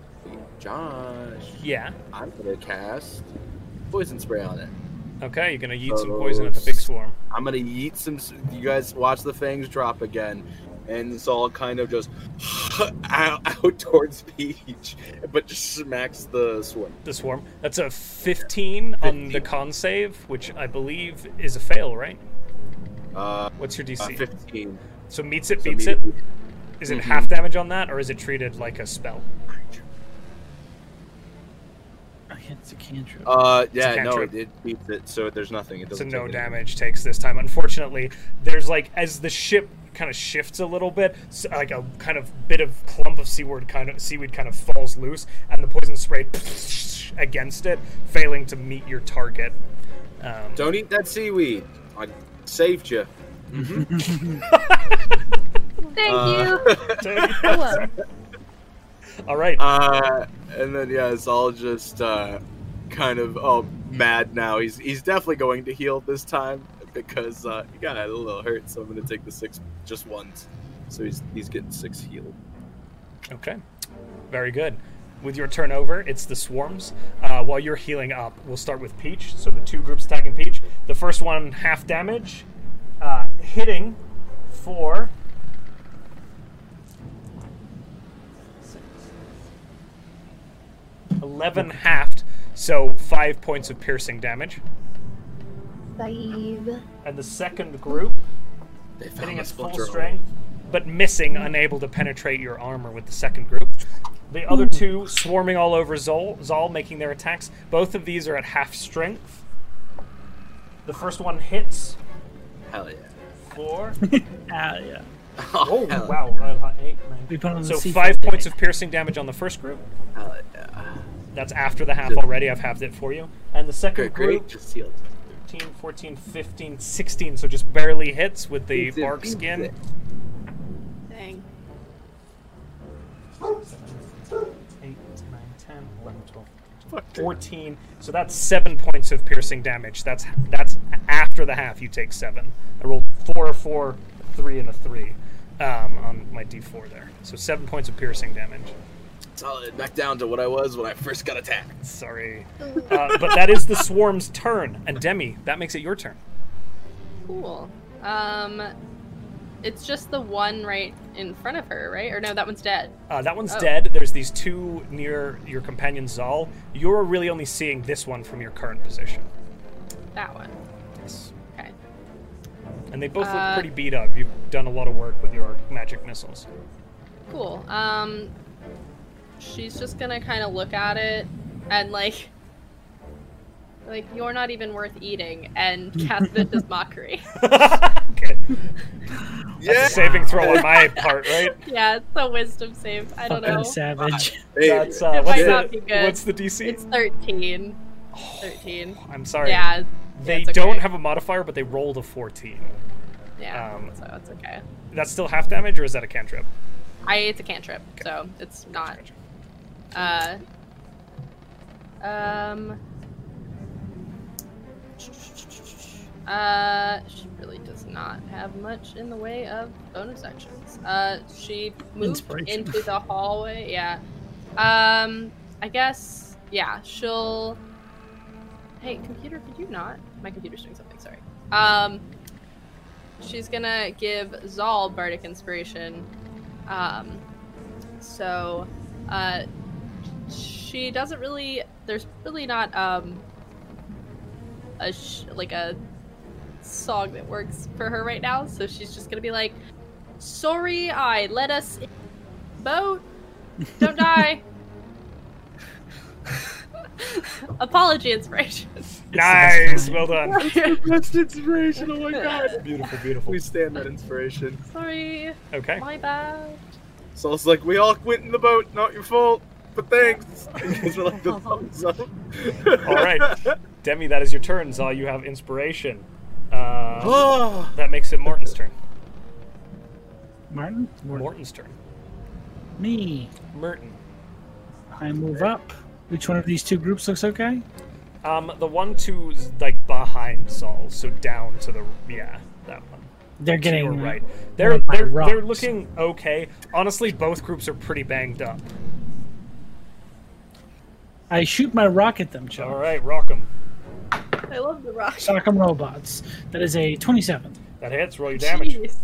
[SPEAKER 2] Josh.
[SPEAKER 1] Yeah.
[SPEAKER 2] I'm gonna cast poison spray on it.
[SPEAKER 1] Okay, you're gonna yeet some poison at the big swarm.
[SPEAKER 2] I'm gonna yeet some. You guys watch the fangs drop again, and it's all kind of just out, out towards Peach, but just smacks the swim.
[SPEAKER 1] The swarm. That's a 15 on the
[SPEAKER 2] 15.
[SPEAKER 1] con save, which I believe is a fail, right?
[SPEAKER 2] Uh,
[SPEAKER 1] What's your
[SPEAKER 2] uh,
[SPEAKER 1] DC?
[SPEAKER 2] 15.
[SPEAKER 1] so meets it,
[SPEAKER 2] So
[SPEAKER 1] beats it.
[SPEAKER 2] immediately-
[SPEAKER 1] Is it
[SPEAKER 2] Mhm.
[SPEAKER 1] half damage on that, or is it treated like a spell?
[SPEAKER 3] I can't, it's a cantrip.
[SPEAKER 2] Uh, yeah, no,
[SPEAKER 1] cantrip.
[SPEAKER 2] it, it beats it, so there's nothing. It
[SPEAKER 1] So
[SPEAKER 2] doesn't.
[SPEAKER 1] no
[SPEAKER 2] take
[SPEAKER 1] damage takes this time. Unfortunately, there's like as the ship kind of shifts a little bit, s- like a kind of bit of clump of seaweed kind of seaweed kind of falls loose, and the poison spray against it, failing to meet your target. Um,
[SPEAKER 2] Don't eat that seaweed. I saved you.
[SPEAKER 5] Thank
[SPEAKER 2] Uh,
[SPEAKER 5] you.
[SPEAKER 4] Hello.
[SPEAKER 1] all right.
[SPEAKER 2] Uh, and then yeah, it's all just uh, kind of oh mad now. He's he's definitely going to heal this time because uh, he got a little hurt. So I'm gonna take the six just once. So he's he's getting six healed.
[SPEAKER 1] Okay. Very good. With your turnover, it's the swarms. Uh, while you're healing up, we'll start with Peach. So the two groups attacking Peach. The first one, half damage, uh, hitting for. Eleven halved, so five points of piercing damage.
[SPEAKER 5] Five.
[SPEAKER 1] And the second group
[SPEAKER 2] They found
[SPEAKER 1] hitting
[SPEAKER 2] the
[SPEAKER 1] at full
[SPEAKER 2] splinter hole.
[SPEAKER 1] strength, but missing, unable to penetrate your armor with the second group. The other two swarming all over Zol, Zal, making their attacks. Both of these are at half strength. The first one hits
[SPEAKER 2] Hell yeah.
[SPEAKER 1] four.
[SPEAKER 3] Ah, yeah.
[SPEAKER 1] Oh,
[SPEAKER 2] hell yeah.
[SPEAKER 1] wow. right on Eight, nine.
[SPEAKER 3] We put on
[SPEAKER 1] So
[SPEAKER 3] the
[SPEAKER 1] five points of piercing damage on the first group.
[SPEAKER 2] Hell yeah.
[SPEAKER 1] That's after the half already. I've halved it for you. And the
[SPEAKER 2] Great,
[SPEAKER 1] second
[SPEAKER 2] great.
[SPEAKER 1] group,
[SPEAKER 2] Just sealed.
[SPEAKER 1] 13, 14, 15, 16. So just barely hits with the
[SPEAKER 2] Beats it,
[SPEAKER 1] bark
[SPEAKER 2] beats
[SPEAKER 1] skin.
[SPEAKER 2] it.
[SPEAKER 4] Dang.
[SPEAKER 1] 8, 9, 10, 11, 12, 14. So that's seven points of piercing damage. That's that's after the half. You take seven. I rolled four, four, three, and a three um, on my d4 there. So seven points of piercing damage.
[SPEAKER 2] Solid. Back down to what I was when I first got attacked.
[SPEAKER 1] Sorry, uh, but that is the swarm's turn. And Demi, that makes it your turn.
[SPEAKER 4] Cool. Um, it's just the one right in front of her, right? Or no, that one's dead.
[SPEAKER 1] Uh, that one's
[SPEAKER 4] Oh.
[SPEAKER 1] dead. There's these two near your companion Zal. You're really only seeing this one from your current position.
[SPEAKER 4] That one.
[SPEAKER 1] Yes.
[SPEAKER 4] Okay.
[SPEAKER 1] And they both look
[SPEAKER 4] Uh,
[SPEAKER 1] pretty beat up. You've done a lot of work with your magic missiles.
[SPEAKER 4] Cool. Um, she's just gonna kind of look at it and like, like you're not even worth eating, and cast this as mockery.
[SPEAKER 1] okay.
[SPEAKER 2] Yeah.
[SPEAKER 1] That's a saving throw on my part, right?
[SPEAKER 4] yeah, it's a wisdom save. I don't know.
[SPEAKER 3] Fucking savage.
[SPEAKER 2] Hey,
[SPEAKER 1] That's, uh,
[SPEAKER 4] It
[SPEAKER 1] what's,
[SPEAKER 4] might
[SPEAKER 1] the,
[SPEAKER 4] not be good.
[SPEAKER 1] what's the DC?
[SPEAKER 4] It's thirteen. Thirteen.
[SPEAKER 1] I'm sorry.
[SPEAKER 4] Yeah.
[SPEAKER 1] they
[SPEAKER 4] that's
[SPEAKER 1] don't
[SPEAKER 4] okay.
[SPEAKER 1] have a modifier, but they rolled a 14.
[SPEAKER 4] Yeah.
[SPEAKER 1] um,
[SPEAKER 4] so it's okay.
[SPEAKER 1] That's still half damage, or is that a cantrip?
[SPEAKER 4] I it's a cantrip, so it's not. Uh. Um. Uh, she really does not have much in the way of bonus actions. Uh, she moved
[SPEAKER 3] Inspiration.
[SPEAKER 4] into the hallway. Yeah. Um, I guess. Yeah, she'll. Hey, computer, could you not? My computer's doing something. Sorry. Um, she's gonna give Zal bardic inspiration. Um, so, uh, she doesn't really. There's really not um a sh- like a song that works for her right now. So she's just gonna be like, "Sorry, I let us in the boat. Don't die." Apology inspiration.
[SPEAKER 1] Nice! Well done.
[SPEAKER 2] That's inspiration. Oh my
[SPEAKER 4] God.
[SPEAKER 1] Beautiful, beautiful.
[SPEAKER 2] We stand that inspiration.
[SPEAKER 4] Sorry,
[SPEAKER 1] Okay.
[SPEAKER 4] my bad.
[SPEAKER 2] So it's like, we all went in the boat, not your fault, but thanks. Because we're like the thumbs up.
[SPEAKER 1] All right. Demi, that is your turn. Zal, you have inspiration. Uh,
[SPEAKER 2] Oh,
[SPEAKER 1] that makes it Morton's turn.
[SPEAKER 3] Martin?
[SPEAKER 1] Morton's turn.
[SPEAKER 3] Me.
[SPEAKER 1] Merton.
[SPEAKER 3] I move up. Which one of these two groups looks okay?
[SPEAKER 1] Um, the one to like behind Zal, so down to the yeah, that one.
[SPEAKER 3] They're
[SPEAKER 1] To
[SPEAKER 3] getting
[SPEAKER 1] your
[SPEAKER 3] uh,
[SPEAKER 1] right. They're
[SPEAKER 3] by
[SPEAKER 1] they're,
[SPEAKER 3] rocks.
[SPEAKER 1] they're looking okay. Honestly, both groups are pretty banged up.
[SPEAKER 3] I shoot my rock at them,
[SPEAKER 1] All
[SPEAKER 3] Joe.
[SPEAKER 1] right, rock 'em.
[SPEAKER 4] I love the rock.
[SPEAKER 3] Sock 'em robots. That is a 27.
[SPEAKER 1] That hits. Roll your damage.
[SPEAKER 4] Jeez.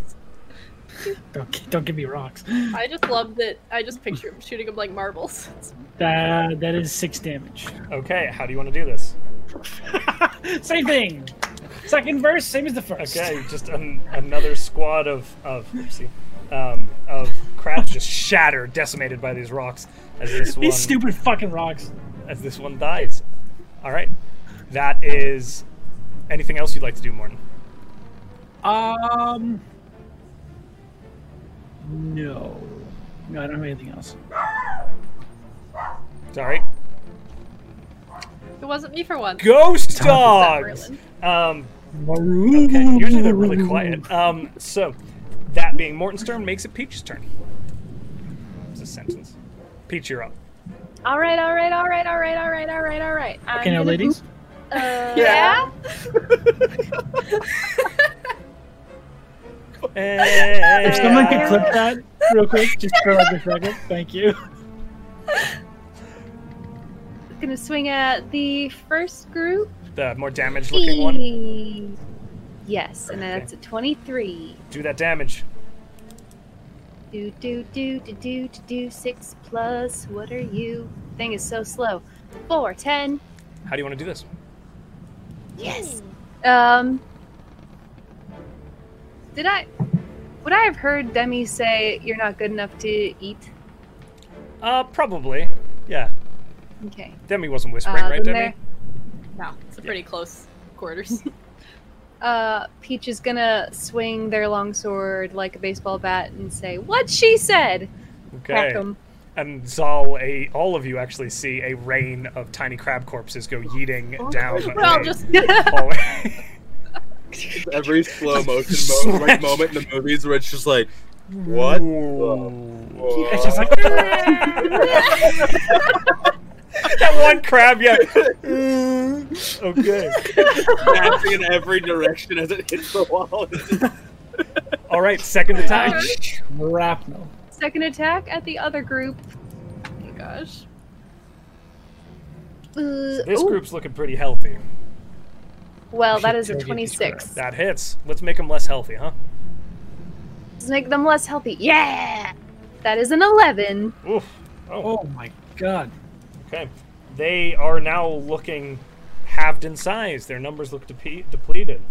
[SPEAKER 3] Don't, don't give me rocks.
[SPEAKER 4] I just love that. I just picture him shooting him like marbles.
[SPEAKER 3] That, that is six damage.
[SPEAKER 1] Okay, how do you want to do this?
[SPEAKER 3] same thing. Second verse, same as the first.
[SPEAKER 1] Okay, just an, another squad of of oopsie, um, of crabs just shattered, decimated by these rocks as this one
[SPEAKER 3] These stupid fucking rocks.
[SPEAKER 1] as this one dies. All right, that is. Anything else you'd like to do, Morton?
[SPEAKER 3] Um. No. No, I don't have anything else.
[SPEAKER 1] It's all right.
[SPEAKER 4] It wasn't me for once.
[SPEAKER 1] Ghost
[SPEAKER 4] Stop it,
[SPEAKER 1] dogs. Um, okay,
[SPEAKER 3] Okay,
[SPEAKER 1] usually they're really quiet. Um, so that being Morton's turn makes it Peach's turn. It's a sentence. Peach, you're up.
[SPEAKER 5] All right, all right, all right, all right, all right, all right, all right. I'm
[SPEAKER 3] Okay, now,
[SPEAKER 5] gonna
[SPEAKER 3] ladies.
[SPEAKER 5] boop- Uh,
[SPEAKER 4] Yeah.
[SPEAKER 3] If someone could clip that real quick, just for like a second. Thank you.
[SPEAKER 5] gonna swing at the first group.
[SPEAKER 1] The more damage looking one.
[SPEAKER 5] Yes, and that's a twenty-three.
[SPEAKER 1] Do that damage.
[SPEAKER 5] Do do do do do do do six plus. What are you? Thing is so slow. Four ten.
[SPEAKER 1] How do you want to do this?
[SPEAKER 5] Yes. Um. Did I? Would I have heard Demi say you're not good enough to eat?
[SPEAKER 1] Uh, probably. Yeah.
[SPEAKER 5] Okay.
[SPEAKER 1] Demi wasn't whispering,
[SPEAKER 5] Uh,
[SPEAKER 1] right,
[SPEAKER 5] then
[SPEAKER 1] Demi?
[SPEAKER 4] No, it's a pretty close quarters.
[SPEAKER 5] Uh, Peach is gonna swing their longsword like a baseball bat and say, "What she said." Crack 'em.
[SPEAKER 1] and Zal, a, all of you actually see a rain of tiny crab corpses go yeeting
[SPEAKER 5] Oh,
[SPEAKER 1] down.
[SPEAKER 4] We're all
[SPEAKER 1] a
[SPEAKER 4] just
[SPEAKER 1] hallway.
[SPEAKER 2] Every slow motion mo- like
[SPEAKER 1] Slash.
[SPEAKER 2] moment in the movies where it's just like, what? the-
[SPEAKER 1] Ooh.
[SPEAKER 3] It's just like
[SPEAKER 1] that one crab, yeah. okay.
[SPEAKER 2] dancing in every direction as it hits the wall.
[SPEAKER 1] All right, second attack.
[SPEAKER 3] Rapno.
[SPEAKER 5] Second attack at the other group.
[SPEAKER 4] oh my gosh.
[SPEAKER 5] Uh,
[SPEAKER 1] This
[SPEAKER 5] ooh.
[SPEAKER 1] group's looking pretty healthy.
[SPEAKER 5] Well, that is
[SPEAKER 3] Should
[SPEAKER 5] a
[SPEAKER 3] try to get these
[SPEAKER 5] 26.
[SPEAKER 1] That hits. Let's make them less healthy, huh?
[SPEAKER 5] Let's make them less healthy. Yeah! That is an 11.
[SPEAKER 1] Oof. Oh,
[SPEAKER 3] Oh my god.
[SPEAKER 1] okay. They are now looking halved in size. Their numbers look depe- depleted.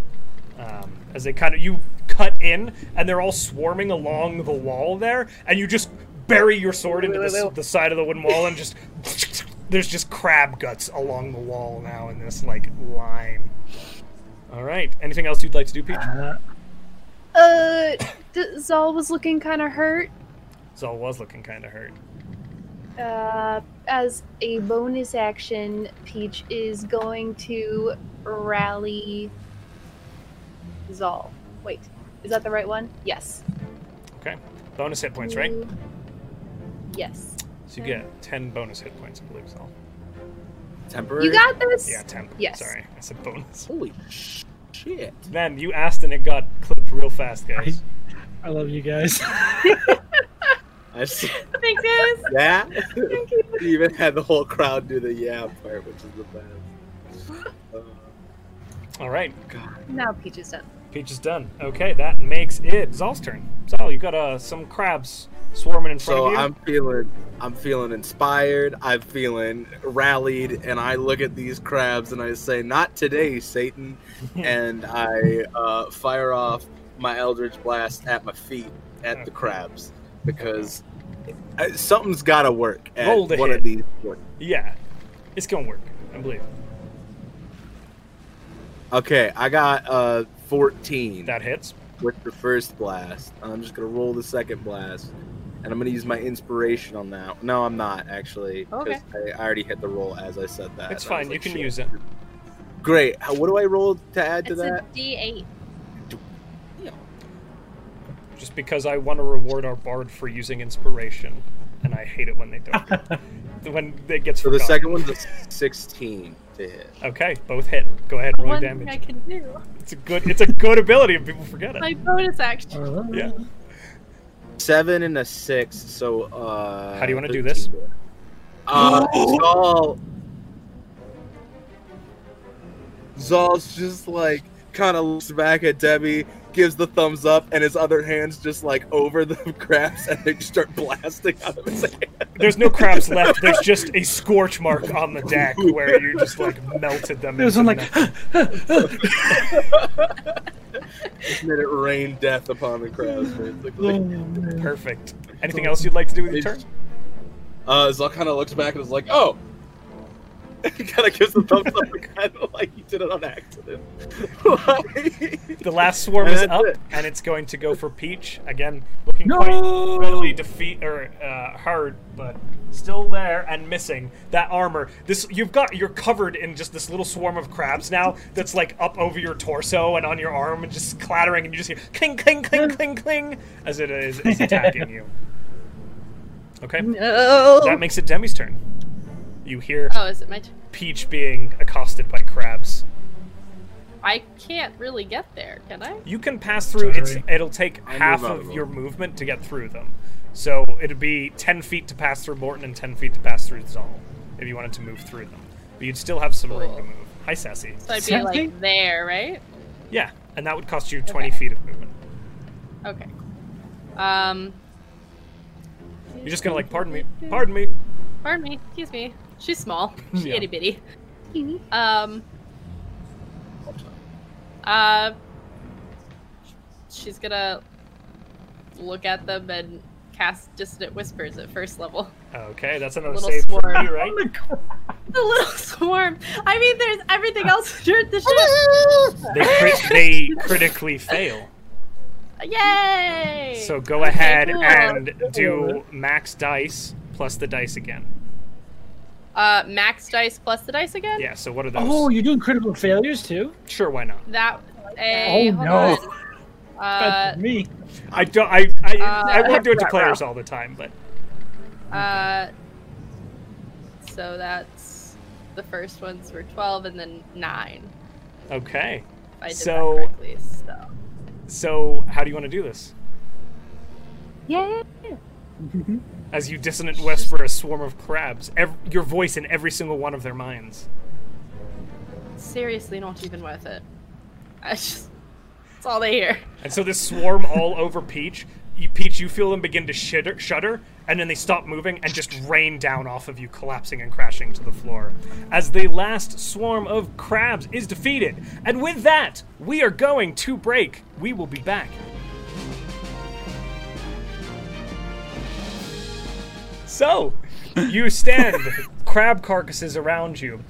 [SPEAKER 1] Um, as they kind of you cut in, and they're all swarming along the wall there, and you just bury your sword into the, s- the side of the wooden wall, and just there's just crab guts along the wall now in this like line. All right. Anything else you'd like to do, Peach?
[SPEAKER 3] Uh,
[SPEAKER 5] Uh, D- Zal was looking kind of hurt.
[SPEAKER 1] Zal was looking kind of hurt.
[SPEAKER 5] Uh, as a bonus action, Peach is going to rally Zal. Wait, is that the right one? Yes.
[SPEAKER 1] Okay. Bonus hit points, right?
[SPEAKER 5] Two- Yes.
[SPEAKER 1] So you get 10 bonus hit points, I believe, Zal.
[SPEAKER 2] Temporary.
[SPEAKER 5] You got this?
[SPEAKER 1] Yeah, 10.
[SPEAKER 5] Yes.
[SPEAKER 1] Sorry, I said bonus.
[SPEAKER 2] Holy shit.
[SPEAKER 1] Man, you asked and it got clipped real fast, guys.
[SPEAKER 3] I love you guys.
[SPEAKER 2] I see.
[SPEAKER 4] Thanks, guys.
[SPEAKER 2] Yeah. you even had the whole crowd do the yeah part, which is the best. Uh,
[SPEAKER 1] All right,
[SPEAKER 2] God.
[SPEAKER 5] Now Peach is done.
[SPEAKER 1] Peach is done. Okay, that makes it Zal's turn. Zal, you got uh, some crabs swarming in front of
[SPEAKER 2] So
[SPEAKER 1] you.
[SPEAKER 2] I'm feeling, I'm feeling inspired. I'm feeling rallied, and I look at these crabs and I say, "Not today, Satan!" and I uh, fire off my Eldritch Blast at my feet at the crabs because uh, something's got to work at
[SPEAKER 1] Roll to
[SPEAKER 2] one
[SPEAKER 1] hit.
[SPEAKER 2] of these.
[SPEAKER 1] Yeah, it's gonna work. I believe
[SPEAKER 2] Okay, I got uh 14.
[SPEAKER 1] that hits.
[SPEAKER 2] with the first blast. I'm just gonna roll the second blast, and I'm gonna use my inspiration on that. No, I'm not actually. 'cause
[SPEAKER 4] Okay.
[SPEAKER 2] I, I already hit the roll as I said that.
[SPEAKER 1] it's
[SPEAKER 2] I was
[SPEAKER 1] fine.
[SPEAKER 2] like,
[SPEAKER 1] you can
[SPEAKER 2] "Shit."
[SPEAKER 1] use it.
[SPEAKER 2] Great. How, what do I roll to add to
[SPEAKER 4] It's a
[SPEAKER 2] that?
[SPEAKER 4] D8.
[SPEAKER 1] Just because I want to reward our bard for using inspiration, and I hate it when they don't. when it gets
[SPEAKER 2] So the
[SPEAKER 1] forgotten.
[SPEAKER 2] second one's a 16 to hit.
[SPEAKER 1] Okay, both hit. Go ahead, roll
[SPEAKER 4] One
[SPEAKER 1] your
[SPEAKER 4] thing
[SPEAKER 1] damage.
[SPEAKER 4] I can do.
[SPEAKER 1] It's a good. It's a good ability, and people forget it.
[SPEAKER 4] My bonus
[SPEAKER 1] Uh,
[SPEAKER 4] action.
[SPEAKER 1] Yeah.
[SPEAKER 2] Seven and a six. So uh.
[SPEAKER 1] How do you wanna do
[SPEAKER 2] 13.
[SPEAKER 1] this?
[SPEAKER 2] Uh, Zal. Zal's just like kind of looks back at Debbie, gives the thumbs up, and his other hand's just like over the crabs, and they just start blasting out of his hand.
[SPEAKER 1] There's no crabs left. There's just a scorch mark on the deck where you just like melted them.
[SPEAKER 3] There's
[SPEAKER 1] into
[SPEAKER 3] one like
[SPEAKER 1] nothing.
[SPEAKER 2] Just made it rain death upon the crabs.
[SPEAKER 3] oh,
[SPEAKER 2] basically.
[SPEAKER 3] man.
[SPEAKER 1] perfect. Anything else you'd like to do with your turn?
[SPEAKER 2] Uh, Zal kind of looks back and is like, "Oh." He kind of gives the thumbs up, kind of like he did it on accident. Like-
[SPEAKER 1] The last swarm is
[SPEAKER 2] And that's
[SPEAKER 1] up,
[SPEAKER 2] it.
[SPEAKER 1] and it's going to go for Peach again, looking quite
[SPEAKER 3] no.
[SPEAKER 1] readily defeat or uh, hard, but still there and missing that armor. This you've got you're covered in just this little swarm of crabs now that's like up over your torso and on your arm and just clattering, and you just hear cling cling cling cling cling as it is, is attacking you. Okay,
[SPEAKER 5] No!
[SPEAKER 1] that makes it Demi's turn. You hear
[SPEAKER 4] Oh, is it my turn?
[SPEAKER 1] Peach being accosted by crabs.
[SPEAKER 4] I can't really get there, can I?
[SPEAKER 1] You can pass through. It's,
[SPEAKER 3] Sorry.
[SPEAKER 1] it'll take
[SPEAKER 2] I
[SPEAKER 1] half
[SPEAKER 2] move out of
[SPEAKER 1] of
[SPEAKER 2] the
[SPEAKER 1] your
[SPEAKER 2] way.
[SPEAKER 1] movement to get through them. So it'd be ten feet to pass through Morton and ten feet to pass through Zal. if you wanted to move through them. But you'd still have some room to
[SPEAKER 4] Cool.
[SPEAKER 1] move. Hi, Sassy.
[SPEAKER 4] So I'd be
[SPEAKER 3] Something?
[SPEAKER 4] like there, right?
[SPEAKER 1] Yeah, and that would cost you 20
[SPEAKER 4] Okay.
[SPEAKER 1] feet of movement.
[SPEAKER 4] Okay. Um.
[SPEAKER 1] You're just gonna like, pardon me, pardon me.
[SPEAKER 4] Pardon me. Excuse me. She's small. She's
[SPEAKER 1] Yeah.
[SPEAKER 4] itty bitty.
[SPEAKER 5] Mhm.
[SPEAKER 4] Um. Uh. She's gonna look at them and cast dissonant whispers at first level.
[SPEAKER 1] Okay, that's another
[SPEAKER 4] Little
[SPEAKER 1] save for
[SPEAKER 4] swarm.
[SPEAKER 1] you, right?
[SPEAKER 4] The little swarm. I mean, there's everything
[SPEAKER 3] Uh,
[SPEAKER 4] else turned to shit.
[SPEAKER 1] They, crit- they critically fail.
[SPEAKER 4] Yay!
[SPEAKER 1] So go ahead
[SPEAKER 4] cool.
[SPEAKER 1] and do max dice plus the dice again.
[SPEAKER 4] uh, max dice plus the dice again.
[SPEAKER 1] Yeah, so what are those?
[SPEAKER 3] Oh, you're doing critical failures too?
[SPEAKER 1] Sure, why not?
[SPEAKER 4] That. Hey,
[SPEAKER 3] Oh,
[SPEAKER 4] hold
[SPEAKER 3] no.
[SPEAKER 4] on.
[SPEAKER 3] That's
[SPEAKER 4] Uh,
[SPEAKER 3] me.
[SPEAKER 1] I don't. I I,
[SPEAKER 4] Uh,
[SPEAKER 1] I won't do it to
[SPEAKER 3] Right,
[SPEAKER 1] players all the time, but
[SPEAKER 4] Uh, so that's the first ones were 12 and then 9.
[SPEAKER 1] okay.
[SPEAKER 4] If I did
[SPEAKER 1] So-
[SPEAKER 4] that correctly. So,
[SPEAKER 1] So how do you want to do this?
[SPEAKER 5] Yeah.
[SPEAKER 1] As you dissonant whisper a swarm of crabs, ev- your voice in every single one of their minds.
[SPEAKER 4] seriously, not even worth it. I just, that's all they hear.
[SPEAKER 1] And so this swarm all over Peach. You, Peach, you feel them begin to shudder, shudder, and then they stop moving and just rain down off of you, collapsing and crashing to the floor. As the last swarm of crabs is defeated. And with that, we are going to break. We will be back. So, you stand, crab carcasses around you.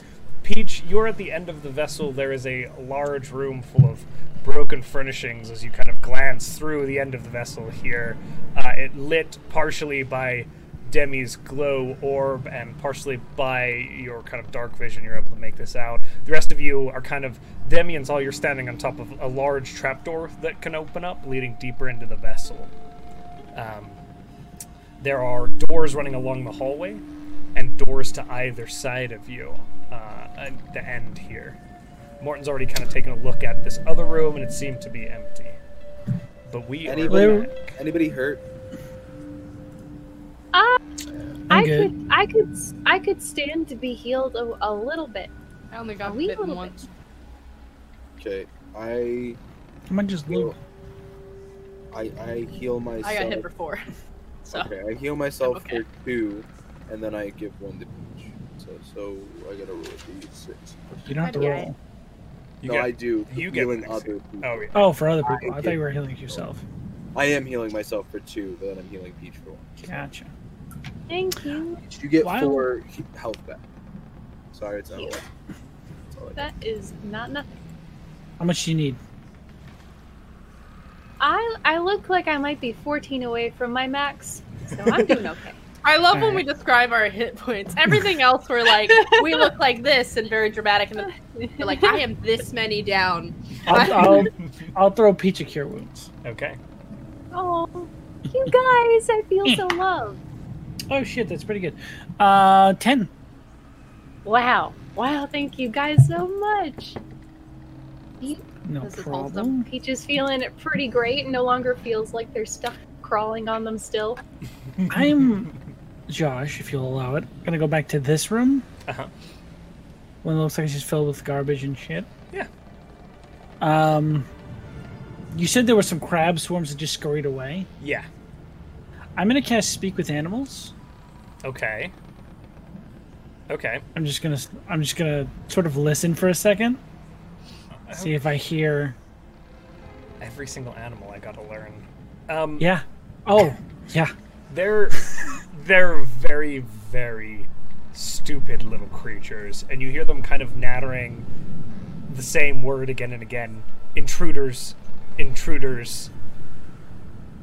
[SPEAKER 1] Peach, you're at the end of the vessel. There is a large room full of broken furnishings as you kind of glance through the end of the vessel here. Uh, it lit partially by Demi's glow orb and partially by your kind of dark vision, you're able to make this out. The rest of you are kind of Demi and Zal, you're standing on top of a large trapdoor that can open up, leading deeper into the vessel. Um, there are doors running along the hallway and doors to either side of you uh, at the end here. Morton's already kind of taken a look at this other room and it seemed to be empty. But we are
[SPEAKER 2] Anybody,
[SPEAKER 1] back.
[SPEAKER 2] anybody hurt?
[SPEAKER 5] I
[SPEAKER 3] good.
[SPEAKER 5] could, I could, s- I could stand to be healed a, a little bit.
[SPEAKER 4] I only got
[SPEAKER 5] A wee
[SPEAKER 4] bitten
[SPEAKER 5] little
[SPEAKER 4] once.
[SPEAKER 2] Okay, I
[SPEAKER 3] I might just
[SPEAKER 2] heal.
[SPEAKER 3] leave.
[SPEAKER 2] I, I heal myself.
[SPEAKER 4] I got hit for four. So,
[SPEAKER 2] Okay, I heal myself
[SPEAKER 4] okay.
[SPEAKER 2] for two, and then I give one to each. So, so I gotta roll a d6.
[SPEAKER 3] You don't have to
[SPEAKER 5] Yeah.
[SPEAKER 3] roll.
[SPEAKER 1] You
[SPEAKER 2] no,
[SPEAKER 1] get-
[SPEAKER 2] I do.
[SPEAKER 1] you get
[SPEAKER 2] healing
[SPEAKER 1] one, I see.
[SPEAKER 2] other people.
[SPEAKER 1] Oh, yeah.
[SPEAKER 3] Oh, for other people. I thought you were healing yourself.
[SPEAKER 2] I am healing myself for two, but then I'm healing Peach for one.
[SPEAKER 3] Gotcha.
[SPEAKER 5] Thank you.
[SPEAKER 2] You get
[SPEAKER 3] Wow.
[SPEAKER 2] four he- health back. Sorry, it's not a
[SPEAKER 5] Cute.
[SPEAKER 2] lot. That's all I got.
[SPEAKER 5] That is not nothing.
[SPEAKER 3] How much do you need?
[SPEAKER 5] I, I look like I might be 14 away from my max, so I'm doing okay.
[SPEAKER 4] I love when we
[SPEAKER 3] Alright.
[SPEAKER 4] describe our hit points. Everything else, we're like, we look like this and very dramatic. And then we're like, I am this many down.
[SPEAKER 3] I'll, I'll, I'll throw Peach a cure wounds.
[SPEAKER 1] Okay.
[SPEAKER 5] Oh, you guys, I feel so loved.
[SPEAKER 3] Oh shit, that's pretty good. Uh, ten.
[SPEAKER 5] Wow, wow, thank you guys so much.
[SPEAKER 3] No
[SPEAKER 4] This is wholesome.
[SPEAKER 3] problem.
[SPEAKER 5] Peach is feeling it pretty great and no longer feels like there's stuff crawling on them still.
[SPEAKER 3] I'm Josh, if you'll allow it. gonna go back to this room.
[SPEAKER 1] Uh-huh.
[SPEAKER 3] One that looks like it's just filled with garbage and shit.
[SPEAKER 1] Yeah.
[SPEAKER 3] Um, you said there were some crab swarms that just scurried away.
[SPEAKER 1] Yeah.
[SPEAKER 3] I'm gonna cast Speak with Animals.
[SPEAKER 1] Okay. Okay.
[SPEAKER 3] I'm just gonna I'm just gonna sort of listen for a second, see if I hear.
[SPEAKER 1] Every single animal I gotta learn. Um,
[SPEAKER 3] Yeah. Oh, yeah.
[SPEAKER 1] They're they're very very stupid little creatures, and you hear them kind of nattering the same word again and again. Intruders, intruders.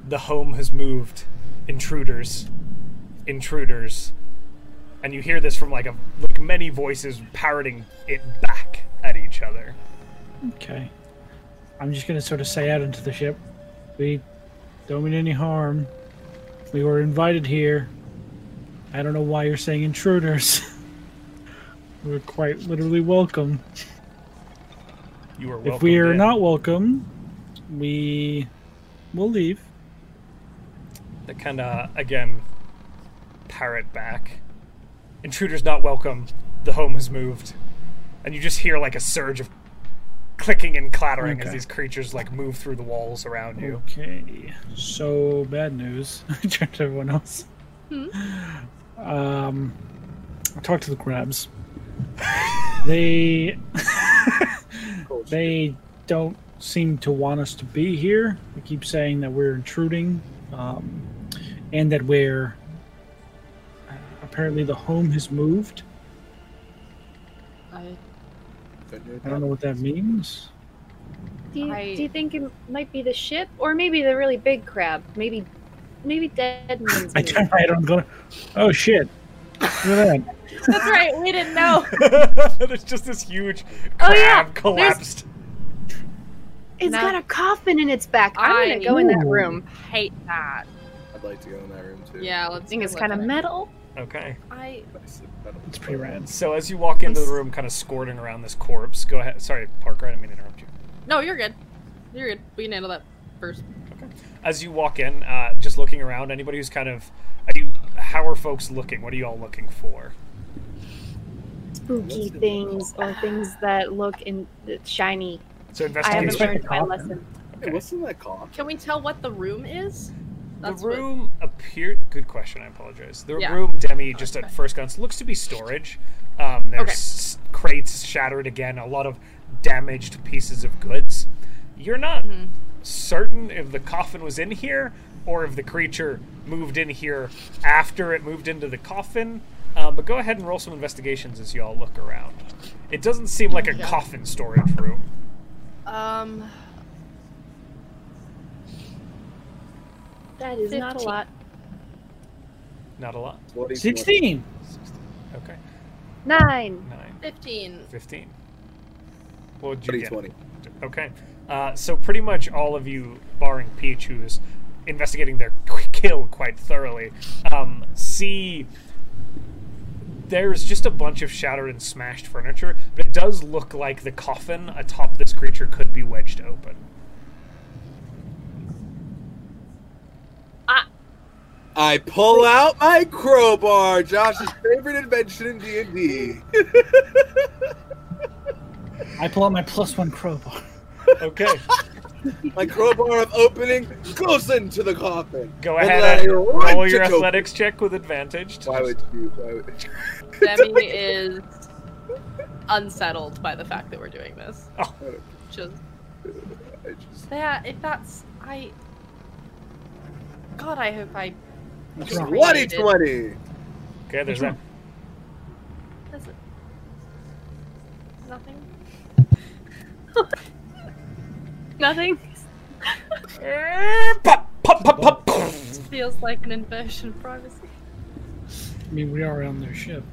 [SPEAKER 1] The home has moved. Intruders, intruders, and you hear this from like a like many voices parroting it back at each other.
[SPEAKER 3] Okay. I'm just gonna sort of say out into the ship. We don't mean any harm. We were invited here. I don't know why you're saying intruders. we were quite literally welcome.
[SPEAKER 1] You are
[SPEAKER 3] if we
[SPEAKER 1] welcomed
[SPEAKER 3] are
[SPEAKER 1] in.
[SPEAKER 3] not welcome, we will leave.
[SPEAKER 1] that kind of again parrot uh, back Intruder's not welcome. The home has moved. And you just hear like a surge of clicking and clattering as
[SPEAKER 3] Okay.
[SPEAKER 1] these creatures like move through the walls around you.
[SPEAKER 3] Okay, so bad news. I turned to everyone else. Um, I talked to the crabs. they they don't seem to want us to be here. They keep saying that we're intruding, um, and that we're uh, apparently the home has moved.
[SPEAKER 4] I,
[SPEAKER 3] I don't know what that means.
[SPEAKER 5] Do you,
[SPEAKER 4] I-
[SPEAKER 5] do you think it might be the ship, or maybe the really big crab? Maybe, maybe Deadman's.
[SPEAKER 3] I turn right on, going, oh shit! Look at that.
[SPEAKER 4] that's right. We didn't know.
[SPEAKER 1] There's just this huge crab
[SPEAKER 5] Oh, yeah, there's-
[SPEAKER 1] collapsed.
[SPEAKER 5] It's
[SPEAKER 4] No.
[SPEAKER 5] got a coffin in its back. I'm
[SPEAKER 4] I-
[SPEAKER 5] gonna go in that
[SPEAKER 3] Ooh.
[SPEAKER 5] room.
[SPEAKER 4] Hate that.
[SPEAKER 2] I'd like to go in that room too.
[SPEAKER 4] Yeah, let's.
[SPEAKER 5] I think
[SPEAKER 4] go
[SPEAKER 5] it's
[SPEAKER 4] look
[SPEAKER 5] kind of
[SPEAKER 4] at it.
[SPEAKER 5] metal.
[SPEAKER 1] Okay.
[SPEAKER 4] I
[SPEAKER 2] Nice. That'll-
[SPEAKER 3] It's pretty rad.
[SPEAKER 1] So as you walk into the room, kind of squirting around this corpse, go ahead. Sorry, Parker, I didn't mean to interrupt you.
[SPEAKER 4] no, you're good. You're good. We can handle that first.
[SPEAKER 1] As you walk in, uh, just looking around, anybody who's kind of, are you? How are folks looking? What are you all looking for?
[SPEAKER 5] Spooky things or things that look in that shiny.
[SPEAKER 1] So
[SPEAKER 5] I haven't
[SPEAKER 1] investigation.
[SPEAKER 5] learned my
[SPEAKER 3] Coffin.
[SPEAKER 5] lesson.
[SPEAKER 2] Hey, what's in that coffin?
[SPEAKER 4] Can we tell what the room is?
[SPEAKER 1] The
[SPEAKER 4] what-
[SPEAKER 1] room appeared. Good question. I apologize. The
[SPEAKER 4] Yeah.
[SPEAKER 1] room, Demi, just at
[SPEAKER 4] Okay.
[SPEAKER 1] first glance, looks to be storage. Um, there's
[SPEAKER 4] Okay.
[SPEAKER 1] s- crates shattered again. A lot of damaged pieces of goods. You're not
[SPEAKER 4] Mm-hmm.
[SPEAKER 1] certain if the coffin was in here or if the creature moved in here after it moved into the coffin. Um, but go ahead and roll some investigations as you all look around. It doesn't seem like a
[SPEAKER 4] Yeah.
[SPEAKER 1] coffin storage room.
[SPEAKER 4] Um,
[SPEAKER 5] That is not a
[SPEAKER 4] 15.
[SPEAKER 5] lot.
[SPEAKER 1] Not a lot.
[SPEAKER 2] What is-
[SPEAKER 3] Sixteen.
[SPEAKER 1] Okay.
[SPEAKER 5] Nine.
[SPEAKER 1] Nine.
[SPEAKER 4] fifteen.
[SPEAKER 1] 15. What would you
[SPEAKER 2] Pretty
[SPEAKER 1] get?
[SPEAKER 2] funny.
[SPEAKER 1] Okay. Uh, so pretty much all of you, barring Peach, who's investigating their qu- kill quite thoroughly, um, see there's just a bunch of shattered and smashed furniture, but it does look like the coffin atop this creature could be wedged open.
[SPEAKER 2] I pull out my crowbar, Josh's favorite invention in D and D.
[SPEAKER 3] I pull out my plus one crowbar.
[SPEAKER 1] Okay.
[SPEAKER 2] My crowbar of opening goes into the coffin.
[SPEAKER 1] Go
[SPEAKER 2] And
[SPEAKER 1] ahead and
[SPEAKER 2] I wrench
[SPEAKER 1] roll your
[SPEAKER 2] it open.
[SPEAKER 1] athletics check with advantage. to
[SPEAKER 2] Why
[SPEAKER 1] just-
[SPEAKER 2] would you? Why would
[SPEAKER 4] Demi is unsettled by the fact that we're doing this.
[SPEAKER 1] Oh.
[SPEAKER 4] Just
[SPEAKER 2] I just,
[SPEAKER 4] that. If that's I. God, I hope I.
[SPEAKER 3] What's
[SPEAKER 4] Just
[SPEAKER 3] wrong?
[SPEAKER 4] what?
[SPEAKER 2] twenty twenty.
[SPEAKER 1] okay, there's that.
[SPEAKER 4] That's it. Nothing.
[SPEAKER 5] Nothing.
[SPEAKER 1] Pop, pop, pop, pop, poof.
[SPEAKER 4] Feels like an inversion of privacy.
[SPEAKER 3] I mean, we are on their ship.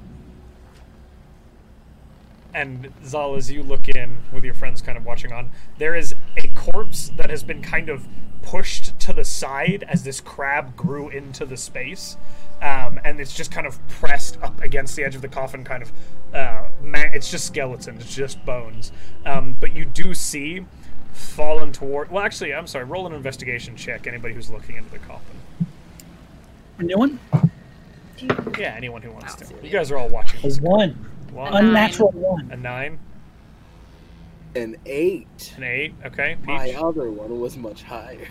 [SPEAKER 1] and Zal, as you look in with your friends kind of watching on, there is a corpse that has been kind of pushed to the side as this crab grew into the space. Um, and it's just kind of pressed up against the edge of the coffin, kind of. Uh, ma- it's just skeleton, it's just bones. Um, but you do see fallen toward. Well, actually, I'm sorry, roll an investigation check, anybody who's looking into the coffin.
[SPEAKER 3] No one.
[SPEAKER 5] Do you-
[SPEAKER 1] Yeah, anyone who wants
[SPEAKER 4] Wow.
[SPEAKER 1] to. You guys are all watching
[SPEAKER 3] A
[SPEAKER 1] this.
[SPEAKER 3] one.
[SPEAKER 1] One,
[SPEAKER 4] nine.
[SPEAKER 3] Unnatural one.
[SPEAKER 1] a nine,
[SPEAKER 2] An eight.
[SPEAKER 1] an eight, okay.
[SPEAKER 2] My
[SPEAKER 1] Peach.
[SPEAKER 2] other one was much higher.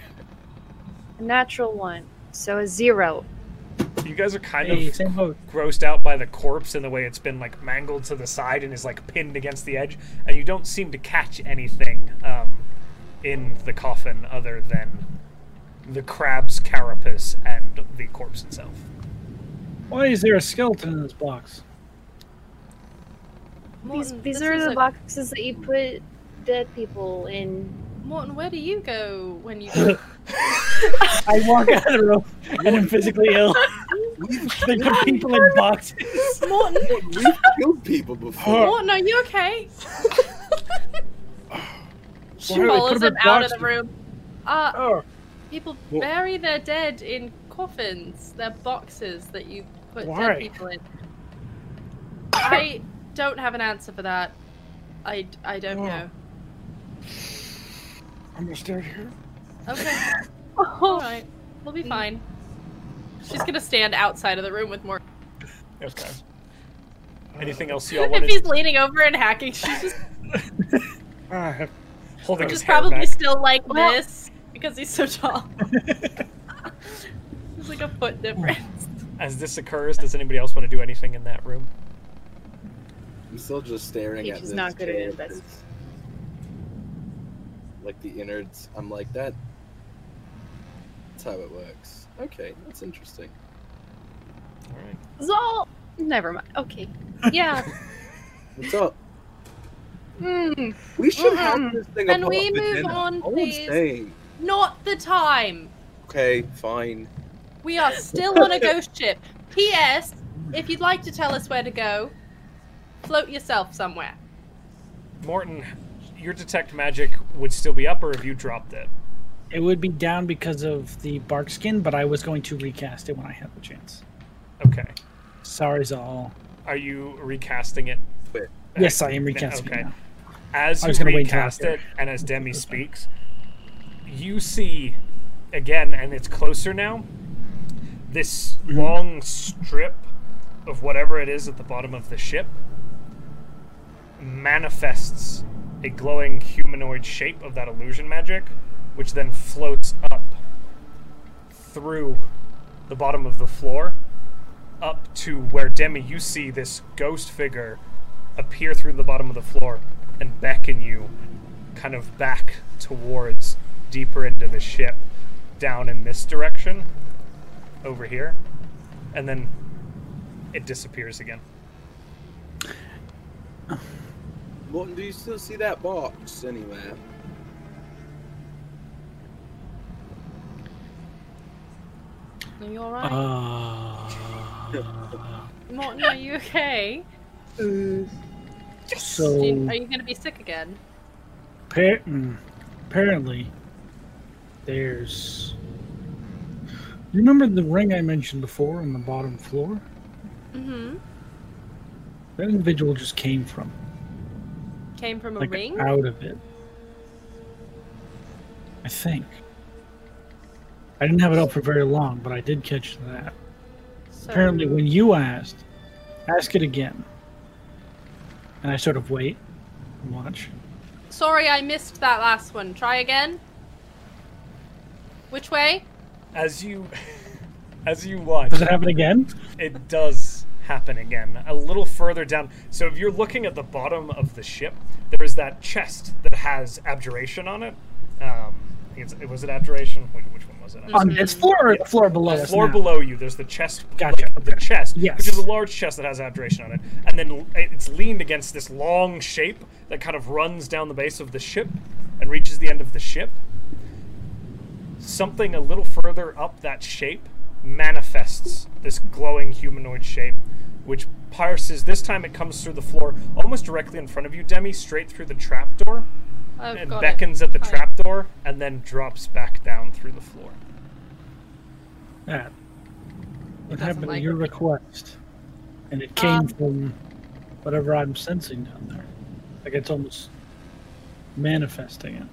[SPEAKER 5] A natural one. So a zero.
[SPEAKER 1] You guys are kind
[SPEAKER 3] Hey,
[SPEAKER 1] of
[SPEAKER 3] same boat.
[SPEAKER 1] grossed out by the corpse and the way it's been like mangled to the side and is like pinned against the edge, and you don't seem to catch anything um, in the coffin other than the crab's carapace and the corpse itself.
[SPEAKER 3] Why is there a skeleton in this box?
[SPEAKER 5] These,
[SPEAKER 4] Morton,
[SPEAKER 5] these
[SPEAKER 4] this
[SPEAKER 5] are
[SPEAKER 4] is
[SPEAKER 5] the
[SPEAKER 4] a-
[SPEAKER 5] boxes that you put dead people in.
[SPEAKER 4] Morton, where do you go when you? go?
[SPEAKER 3] I walk out of the room and I'm physically ill. There are people in boxes.
[SPEAKER 4] Morton,
[SPEAKER 2] We've killed people before.
[SPEAKER 4] Morton, are you okay? She
[SPEAKER 3] Why are they
[SPEAKER 4] follows
[SPEAKER 3] put them
[SPEAKER 4] him
[SPEAKER 3] in
[SPEAKER 4] out of the
[SPEAKER 3] boxes?
[SPEAKER 4] room. Uh,
[SPEAKER 3] Oh,
[SPEAKER 4] People
[SPEAKER 2] Well-
[SPEAKER 4] bury their dead in coffins. They're boxes that you put
[SPEAKER 3] Why?
[SPEAKER 4] dead people in. I don't have an answer for that. I, I don't
[SPEAKER 3] Oh.
[SPEAKER 4] know.
[SPEAKER 3] I'm just out here.
[SPEAKER 4] Okay. All right. We'll be fine. She's gonna stand outside of the room with more.
[SPEAKER 1] Okay. Uh, Anything else y'all
[SPEAKER 4] if
[SPEAKER 1] wanted?
[SPEAKER 4] he's leaning over and hacking, she's just,
[SPEAKER 3] Ah,
[SPEAKER 1] holding his
[SPEAKER 4] just
[SPEAKER 1] hair
[SPEAKER 4] probably
[SPEAKER 1] back.
[SPEAKER 4] still like
[SPEAKER 5] Well-
[SPEAKER 4] this because he's so tall. It's like a foot difference.
[SPEAKER 1] As this occurs, does anybody else want to do anything in that room?
[SPEAKER 2] I'm still just staring
[SPEAKER 4] Peach
[SPEAKER 2] at
[SPEAKER 4] is
[SPEAKER 2] this.
[SPEAKER 4] not good at
[SPEAKER 2] cave.
[SPEAKER 4] it, that's-
[SPEAKER 2] It's- Like the innards, I'm like that. That's how it works. Okay, that's interesting.
[SPEAKER 1] All right.
[SPEAKER 5] Zol. Never mind. Okay. Yeah.
[SPEAKER 2] What's up?
[SPEAKER 4] Hmm,
[SPEAKER 5] Mm.
[SPEAKER 2] We should
[SPEAKER 5] Mm-mm.
[SPEAKER 2] have this thing.
[SPEAKER 4] Mm-hmm. Can
[SPEAKER 2] about
[SPEAKER 4] we
[SPEAKER 2] the
[SPEAKER 4] move
[SPEAKER 2] dinner.
[SPEAKER 4] on,
[SPEAKER 2] All I'm
[SPEAKER 4] please?
[SPEAKER 2] saying-
[SPEAKER 4] Not the time.
[SPEAKER 2] Okay, fine.
[SPEAKER 4] We are still on a ghost ship. P.S. If you'd like to tell us where to go, float yourself somewhere.
[SPEAKER 1] Morton, your detect magic would still be up, or have you dropped it?
[SPEAKER 3] it would be down because of the bark skin, but I was going to recast it when I had the chance.
[SPEAKER 1] Okay.
[SPEAKER 3] Sorry, Zal.
[SPEAKER 1] Are you recasting it?
[SPEAKER 2] Wait.
[SPEAKER 3] Yes, I am recasting.
[SPEAKER 1] Okay.
[SPEAKER 3] it now.
[SPEAKER 1] As
[SPEAKER 3] I
[SPEAKER 1] you
[SPEAKER 3] was gonna wait till
[SPEAKER 1] recast
[SPEAKER 3] after.
[SPEAKER 1] it, and as Demi speaks, you see again, and it's closer now. This
[SPEAKER 3] Mhm.
[SPEAKER 1] long strip of whatever it is at the bottom of the ship manifests a glowing humanoid shape of that illusion magic, which then floats up through the bottom of the floor up to where Demi, you see this ghost figure appear through the bottom of the floor and beckon you kind of back towards deeper into the ship, down in this direction, over here, and then it disappears again.
[SPEAKER 2] Morton, do you still see that box anywhere?
[SPEAKER 4] Are you alright?
[SPEAKER 3] Uh,
[SPEAKER 4] Morton, are you okay? Do
[SPEAKER 3] so
[SPEAKER 4] you- are you going to be sick again?
[SPEAKER 3] Appar- mm, apparently, there's. You remember the ring I mentioned before on the bottom floor?
[SPEAKER 4] Mm-hmm.
[SPEAKER 3] That individual just came from,
[SPEAKER 4] Came from a
[SPEAKER 3] like, uh,
[SPEAKER 4] ring?
[SPEAKER 3] out of it. I think. I didn't have it up for very long, but I did catch that.
[SPEAKER 4] So-
[SPEAKER 3] Apparently, when you asked, ask it again. And I sort of wait and watch.
[SPEAKER 4] Sorry, I missed that last one. Try again. Which way?
[SPEAKER 1] As you as you watch
[SPEAKER 3] Does it happen again?
[SPEAKER 1] it does happen again a little further down so if you're looking at the bottom of the ship there is that chest that has abjuration on it um I think it's, was it abjuration which, which one was it
[SPEAKER 3] On this floor or the floor below
[SPEAKER 1] the
[SPEAKER 3] us?
[SPEAKER 1] floor
[SPEAKER 3] now?
[SPEAKER 1] below you there's the chest
[SPEAKER 3] Gotcha,
[SPEAKER 1] like, the
[SPEAKER 3] okay.
[SPEAKER 1] chest
[SPEAKER 3] Yes.
[SPEAKER 1] which is a large chest that has abjuration on it and then l- it's leaned against this long shape that kind of runs down the base of the ship and reaches the end of the ship something a little further up that shape manifests this glowing humanoid shape which pierces this time it comes through the floor almost directly in front of you demi straight through the trapdoor
[SPEAKER 4] Oh,
[SPEAKER 1] and
[SPEAKER 4] got it.
[SPEAKER 1] beckons at the
[SPEAKER 4] Fine.
[SPEAKER 1] trapdoor and then drops back down through the floor
[SPEAKER 3] that. What
[SPEAKER 4] doesn't
[SPEAKER 3] happened
[SPEAKER 4] like
[SPEAKER 3] to your
[SPEAKER 4] it.
[SPEAKER 3] request? And it came
[SPEAKER 4] Um,
[SPEAKER 3] from whatever I'm sensing down there. Like it's almost manifesting it.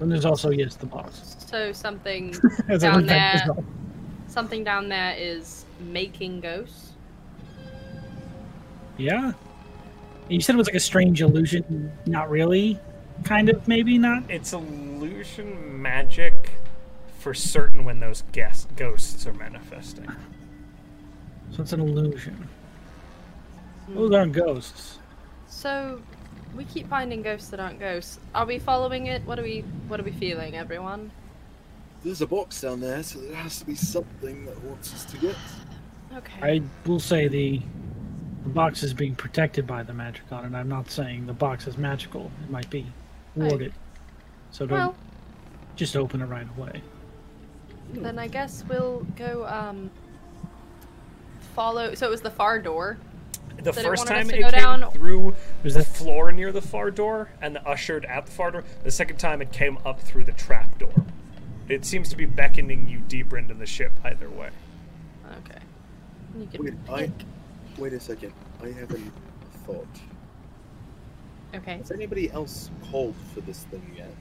[SPEAKER 3] And there's also yes, the boss.
[SPEAKER 4] So something
[SPEAKER 3] As I
[SPEAKER 4] Down
[SPEAKER 3] look back
[SPEAKER 4] there.
[SPEAKER 3] as well.
[SPEAKER 4] something down there is making ghosts.
[SPEAKER 3] Yeah. You said it was like a strange illusion. Not really. Kind of, maybe not.
[SPEAKER 1] It's illusion magic for certain when those gas- ghosts are manifesting.
[SPEAKER 3] So it's an illusion.
[SPEAKER 4] Hmm.
[SPEAKER 3] Those aren't ghosts.
[SPEAKER 4] So we keep finding ghosts that aren't ghosts. Are we following it? What are we what are we feeling, everyone?
[SPEAKER 2] There's a box down there, so there has to be something that wants us to get.
[SPEAKER 4] Okay.
[SPEAKER 3] I will say the the box is being protected by the magic on it. I'm not saying the box is magical. It might be
[SPEAKER 4] Right.
[SPEAKER 3] warded. So don't
[SPEAKER 4] well,
[SPEAKER 3] just open it right away.
[SPEAKER 4] then I guess we'll go um follow so it was the far door.
[SPEAKER 1] The
[SPEAKER 4] Did it
[SPEAKER 1] first
[SPEAKER 4] want us
[SPEAKER 1] time
[SPEAKER 4] to
[SPEAKER 1] it
[SPEAKER 4] go
[SPEAKER 1] came
[SPEAKER 4] down?
[SPEAKER 1] through
[SPEAKER 3] Was
[SPEAKER 1] the
[SPEAKER 3] that-
[SPEAKER 1] floor near the far door and the ushered at the far door. The second time it came up through the trap door. It seems to be beckoning you deeper into the ship either way.
[SPEAKER 4] Okay. You can
[SPEAKER 2] Wait, I,
[SPEAKER 4] pick.
[SPEAKER 2] wait a second. I have a thought.
[SPEAKER 4] Okay.
[SPEAKER 2] Has anybody else called for this thing yet?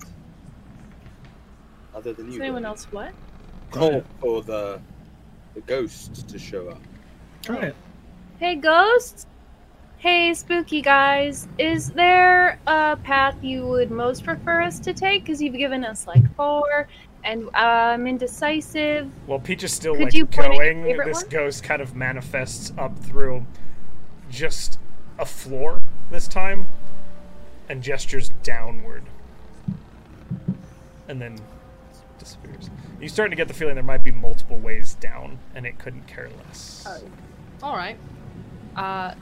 [SPEAKER 2] Other than
[SPEAKER 4] Is
[SPEAKER 2] you.
[SPEAKER 4] anyone
[SPEAKER 2] Dave?
[SPEAKER 4] else what?
[SPEAKER 2] called for the the ghost to show up?
[SPEAKER 3] Try it.
[SPEAKER 5] Hey, ghosts? Hey, spooky guys. Is there a path you would most prefer us to take? Because you've given us like four, and uh, I'm indecisive.
[SPEAKER 1] Well, Peach is still
[SPEAKER 5] Could
[SPEAKER 1] like
[SPEAKER 5] you point at your
[SPEAKER 1] going.
[SPEAKER 5] favorite
[SPEAKER 1] This
[SPEAKER 5] one?
[SPEAKER 1] ghost kind of manifests up through just a floor this time and gestures downward. And then disappears. You're starting to get the feeling there might be multiple ways down, and it couldn't care less.
[SPEAKER 4] Oh. All right. Uh,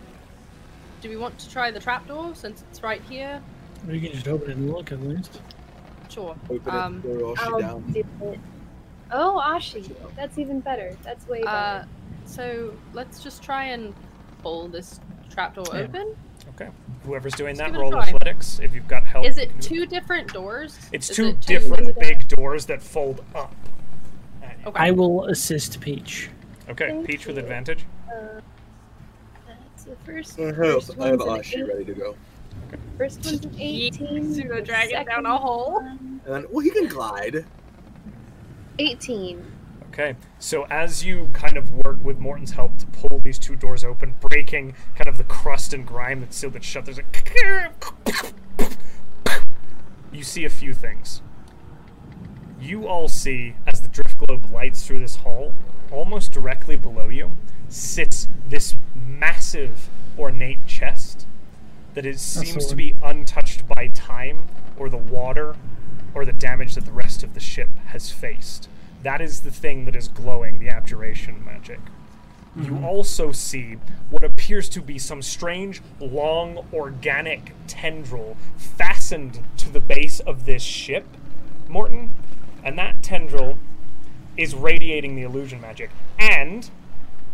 [SPEAKER 4] do we want to try the trapdoor since it's right here?
[SPEAKER 3] Or you can just open it and look at least.
[SPEAKER 4] Sure.
[SPEAKER 2] Open
[SPEAKER 4] Um,
[SPEAKER 2] it, throw Oshi
[SPEAKER 5] I'll
[SPEAKER 2] down.
[SPEAKER 5] do it. Oh, Ashi. That's even better. That's way better.
[SPEAKER 4] Uh, so let's just try and pull this trapdoor
[SPEAKER 1] Yeah.
[SPEAKER 4] open.
[SPEAKER 1] Okay. Whoever's doing
[SPEAKER 4] Let's
[SPEAKER 1] that,
[SPEAKER 4] give it a
[SPEAKER 1] roll
[SPEAKER 4] try.
[SPEAKER 1] athletics. If you've got help,
[SPEAKER 4] Is
[SPEAKER 1] you
[SPEAKER 4] it
[SPEAKER 1] can do
[SPEAKER 4] two different doors?
[SPEAKER 1] It's
[SPEAKER 4] Is
[SPEAKER 1] two
[SPEAKER 4] it uh,
[SPEAKER 1] different
[SPEAKER 5] different-
[SPEAKER 1] big doors that fold up. at you.
[SPEAKER 4] Okay.
[SPEAKER 3] I will assist Peach.
[SPEAKER 1] Okay,
[SPEAKER 5] Thank
[SPEAKER 1] Peach with
[SPEAKER 5] you.
[SPEAKER 1] advantage.
[SPEAKER 5] Uh, that's the first.
[SPEAKER 2] I have,
[SPEAKER 5] First
[SPEAKER 2] I have
[SPEAKER 5] one's an
[SPEAKER 2] Ashi
[SPEAKER 5] eight.
[SPEAKER 2] ready to go.
[SPEAKER 5] First one's an
[SPEAKER 4] Yeet,
[SPEAKER 5] 18.
[SPEAKER 4] pseudo
[SPEAKER 5] the
[SPEAKER 4] dragon down
[SPEAKER 5] second
[SPEAKER 4] a hole.
[SPEAKER 5] one-
[SPEAKER 2] And then, well, he can glide.
[SPEAKER 5] 18.
[SPEAKER 1] Okay, so as you kind of work with Morton's help to pull these two doors open, breaking kind of the crust and grime that's sealed it shut, there's a. You see a few things. You all see, as the drift globe lights through this hall, almost directly below you sits this massive, ornate chest that it
[SPEAKER 3] the
[SPEAKER 1] seems to
[SPEAKER 3] one.
[SPEAKER 1] be untouched by time or the water or the damage that the rest of the ship has faced. That is the thing that is glowing the abjuration magic. You also see what appears to be some strange, long, organic tendril fastened to the base of this ship, Morton, and that tendril is radiating the illusion magic. And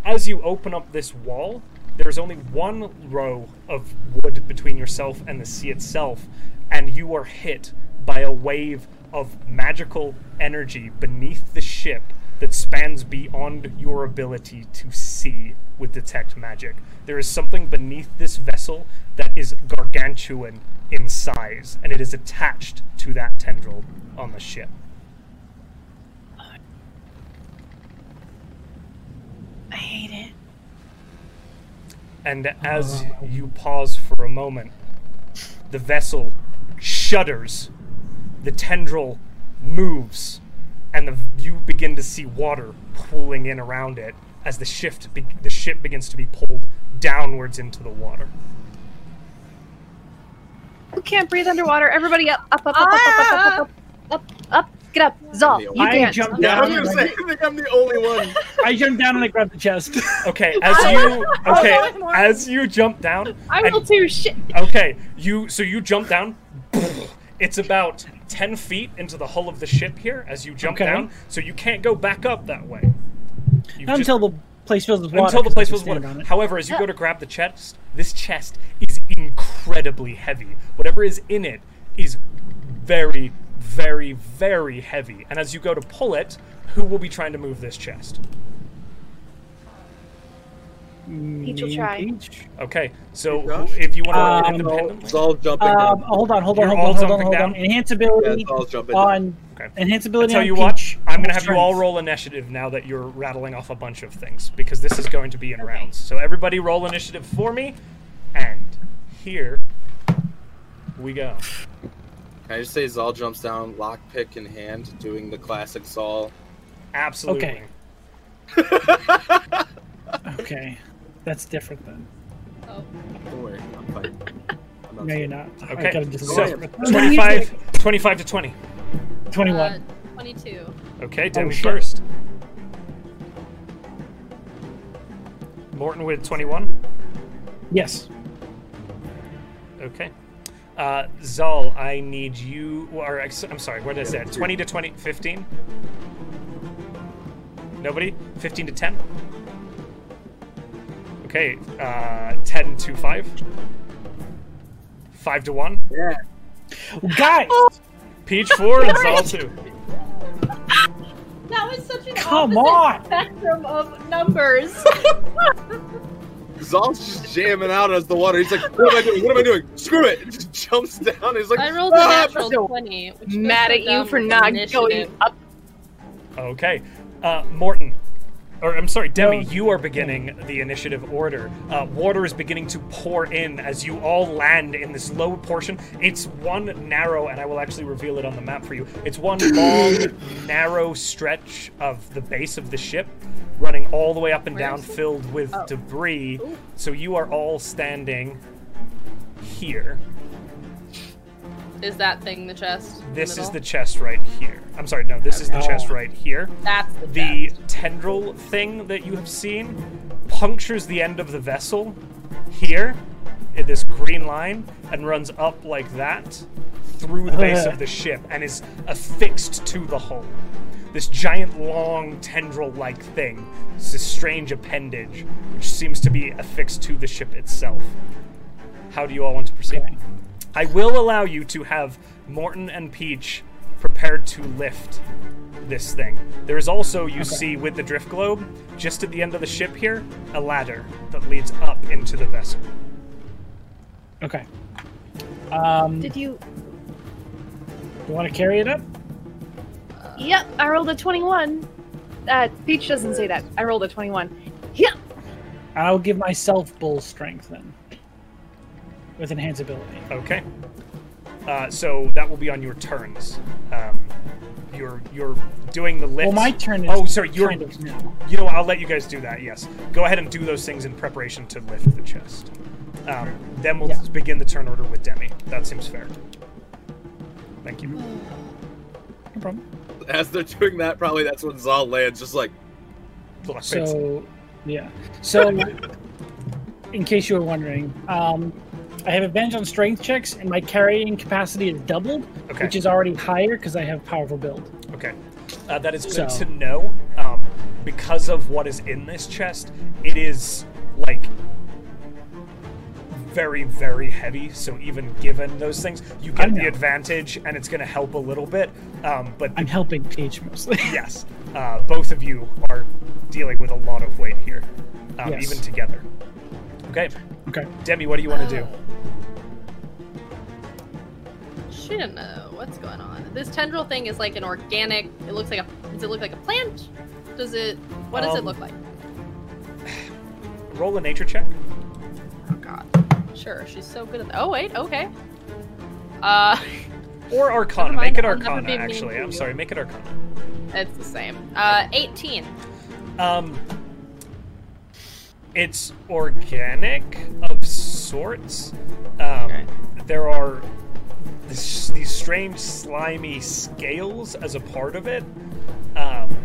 [SPEAKER 1] as you open up this wall, there's only one row of wood between yourself and the sea itself, and you are hit by a wave of magical energy beneath the ship that spans beyond your ability to see with detect magic. There is something beneath this vessel that is gargantuan in size, and it is attached to that tendril on the ship.
[SPEAKER 5] I hate it.
[SPEAKER 1] And as you pause for a moment, the vessel shudders, the tendril moves, and the, you begin to see water pooling in around it as the shift be, the ship begins to be pulled downwards into the water.
[SPEAKER 5] Who can't breathe underwater? Everybody up, up, up, up, up, up, up, up, up, up. Get up. Zol, you
[SPEAKER 2] I
[SPEAKER 5] can't.
[SPEAKER 3] jumped
[SPEAKER 2] Yeah,
[SPEAKER 3] Yeah,
[SPEAKER 2] I was
[SPEAKER 3] I'm
[SPEAKER 2] gonna
[SPEAKER 3] like-
[SPEAKER 2] say, I think I'm the only one.
[SPEAKER 3] I jump down and I grab the chest.
[SPEAKER 1] Okay, as you okay as you jump down,
[SPEAKER 5] I
[SPEAKER 1] and-
[SPEAKER 5] will too. Shit.
[SPEAKER 1] Okay, you so you jump down. It's about ten feet into the hull of the ship here as you jump
[SPEAKER 3] Okay.
[SPEAKER 1] down, so you can't go back up that way. You've
[SPEAKER 3] Not
[SPEAKER 1] just-
[SPEAKER 3] until the place fills with water.
[SPEAKER 1] until the
[SPEAKER 3] 'cause I
[SPEAKER 1] place
[SPEAKER 3] can
[SPEAKER 1] was
[SPEAKER 3] stand
[SPEAKER 1] water.
[SPEAKER 3] on it.
[SPEAKER 1] However, as you go to grab the chest, this chest is incredibly heavy. Whatever is in it is very, very, very heavy. And as you go to pull it, who will be trying to move this chest?
[SPEAKER 5] Peach will try.
[SPEAKER 3] Mm, Peach.
[SPEAKER 1] Okay, so
[SPEAKER 2] Josh?
[SPEAKER 1] who- if you want to
[SPEAKER 3] Um,
[SPEAKER 1] roll independently,
[SPEAKER 2] Zol's jumping.
[SPEAKER 3] Um,
[SPEAKER 2] down.
[SPEAKER 3] hold on, hold on,
[SPEAKER 1] You're all
[SPEAKER 3] hold on, hold on,
[SPEAKER 1] jumping
[SPEAKER 3] hold on.
[SPEAKER 1] down?
[SPEAKER 3] Enhance
[SPEAKER 2] Yeah,
[SPEAKER 3] ability
[SPEAKER 2] Zol's jumping. down.
[SPEAKER 3] on.
[SPEAKER 1] okay.
[SPEAKER 3] Enhance
[SPEAKER 1] I
[SPEAKER 3] ability
[SPEAKER 1] tell
[SPEAKER 3] on
[SPEAKER 1] you what,
[SPEAKER 3] Peach.
[SPEAKER 1] I'm gonna have you all
[SPEAKER 3] Strength.
[SPEAKER 1] roll initiative now that you're rattling off a bunch of things because this is going to be in rounds. So everybody roll initiative for me, and here we go.
[SPEAKER 2] Can I just say Zal jumps down, lockpick in hand, doing the classic Zal.
[SPEAKER 1] Absolutely.
[SPEAKER 3] Okay. Okay, that's different then.
[SPEAKER 4] Oh,
[SPEAKER 2] Don't worry, I'm fine. I'm not
[SPEAKER 3] No, you're
[SPEAKER 2] scared.
[SPEAKER 3] not.
[SPEAKER 1] Okay,
[SPEAKER 3] I gotta just
[SPEAKER 2] so-
[SPEAKER 3] Twenty-
[SPEAKER 1] 25, 25 to 20.
[SPEAKER 4] uh,
[SPEAKER 3] Twenty-one.
[SPEAKER 4] 22.
[SPEAKER 1] Okay, Demi
[SPEAKER 3] Oh, shit.
[SPEAKER 1] first. Morton with 21.
[SPEAKER 3] yes.
[SPEAKER 1] Okay. Uh, Zal, I need you. Or ex- I'm sorry, what is that? 20 to 20, 15? Nobody? 15 to 10? Okay, uh, 10 to 5. 5 to 1.
[SPEAKER 2] Yeah.
[SPEAKER 3] Guys,
[SPEAKER 1] Peach 4 and Zal 2.
[SPEAKER 4] That was such an
[SPEAKER 3] Come
[SPEAKER 4] opposite
[SPEAKER 3] on.
[SPEAKER 4] spectrum of numbers.
[SPEAKER 2] Zal's just jamming out as the water. He's like, "What am I doing? What am I doing? Screw it!" And just jumps down. He's like,
[SPEAKER 4] I rolled a
[SPEAKER 2] "Ah!"
[SPEAKER 4] natural
[SPEAKER 5] so
[SPEAKER 4] 20. Which goes
[SPEAKER 5] Mad at you
[SPEAKER 4] down
[SPEAKER 5] for
[SPEAKER 4] with
[SPEAKER 5] not
[SPEAKER 4] initiative.
[SPEAKER 5] going up.
[SPEAKER 1] Okay. Uh, Morton, or I'm sorry, Demi,
[SPEAKER 3] No.
[SPEAKER 1] you are beginning the initiative order. Uh, water is beginning to pour in as you all land in this low portion. It's one narrow, and I will actually reveal it on the map for you. It's one long, narrow stretch of the base of the ship, running all the way up and
[SPEAKER 4] Where
[SPEAKER 1] down,
[SPEAKER 4] is it?
[SPEAKER 1] filled with
[SPEAKER 4] Oh.
[SPEAKER 1] debris.
[SPEAKER 4] Ooh.
[SPEAKER 1] So you are all standing here.
[SPEAKER 4] Is that thing the chest? in
[SPEAKER 1] This is the
[SPEAKER 4] middle?
[SPEAKER 1] chest right here. I'm sorry, no, this is the chest
[SPEAKER 3] Oh.
[SPEAKER 1] right here.
[SPEAKER 4] That's the,
[SPEAKER 1] The
[SPEAKER 4] chest.
[SPEAKER 1] tendril thing that you have seen punctures the end of the vessel here in this green line and runs up like that through the base of the ship and is affixed to the hull. This giant, long, tendril like thing. It's this strange appendage which seems to be affixed to the ship itself. How do you all want to proceed? I will allow you to have Morton and Peach prepared to lift this thing. There is also, you see, with the drift globe, just at the end of the ship here, a ladder that leads up into the vessel.
[SPEAKER 3] Okay. Um,
[SPEAKER 5] Did you?
[SPEAKER 3] you want to carry it up?
[SPEAKER 5] Yep, I rolled a 21. Uh, Peach doesn't say that. I rolled a 21. Yep.
[SPEAKER 3] I'll give myself bull strength then, with enhanced ability.
[SPEAKER 1] Okay. Uh, so that will be on your turns. Um, you're you're doing the lift.
[SPEAKER 3] Well, my turn is.
[SPEAKER 1] Oh, sorry. You're.
[SPEAKER 3] kind of now.
[SPEAKER 1] You know, I'll let you guys do that. Yes. Go ahead and do those things in preparation to lift the chest. Um, then we'll
[SPEAKER 3] Yeah.
[SPEAKER 1] begin the turn order with Demi. That seems fair. Thank you.
[SPEAKER 3] No problem.
[SPEAKER 2] As they're doing that, probably that's when Zal lands, just like
[SPEAKER 1] Lost space.
[SPEAKER 3] So, yeah. So, in case you were wondering, um, I have advantage on strength checks, and my carrying capacity is doubled,
[SPEAKER 1] Okay.
[SPEAKER 3] which is already higher because I have powerful build.
[SPEAKER 1] Okay. Uh, that is good
[SPEAKER 3] So-
[SPEAKER 1] to know. Um, because of what is in this chest, it is like very, very heavy. So even given those things, you
[SPEAKER 3] I
[SPEAKER 1] get the
[SPEAKER 3] know.
[SPEAKER 1] advantage, and it's going to help a little bit. Um, but
[SPEAKER 3] I'm helping Peach mostly.
[SPEAKER 1] yes, uh, both of you are dealing with a lot of weight here, um,
[SPEAKER 3] Yes.
[SPEAKER 1] even together. Okay,
[SPEAKER 3] okay.
[SPEAKER 1] Demi, what do you want to do?
[SPEAKER 4] Uh, She didn't know what's going on. This tendril thing is like an organic. It looks like a. Does it look like a plant? Does it? What does it
[SPEAKER 1] Um,
[SPEAKER 4] look like?
[SPEAKER 1] Roll a nature check.
[SPEAKER 4] Oh God. Sure. She's so good at. That. Oh wait. Okay. Uh,
[SPEAKER 1] Or Arcana.
[SPEAKER 4] Never mind,
[SPEAKER 1] Make it
[SPEAKER 4] I'll never
[SPEAKER 1] Arcana,
[SPEAKER 4] be mean
[SPEAKER 1] actually.
[SPEAKER 4] to
[SPEAKER 1] I'm
[SPEAKER 4] you.
[SPEAKER 1] sorry, make it Arcana.
[SPEAKER 4] it's the same. Uh, 18.
[SPEAKER 1] Um, it's organic of sorts. Um,
[SPEAKER 4] Okay.
[SPEAKER 1] There are this, these strange slimy scales as a part of it. Um,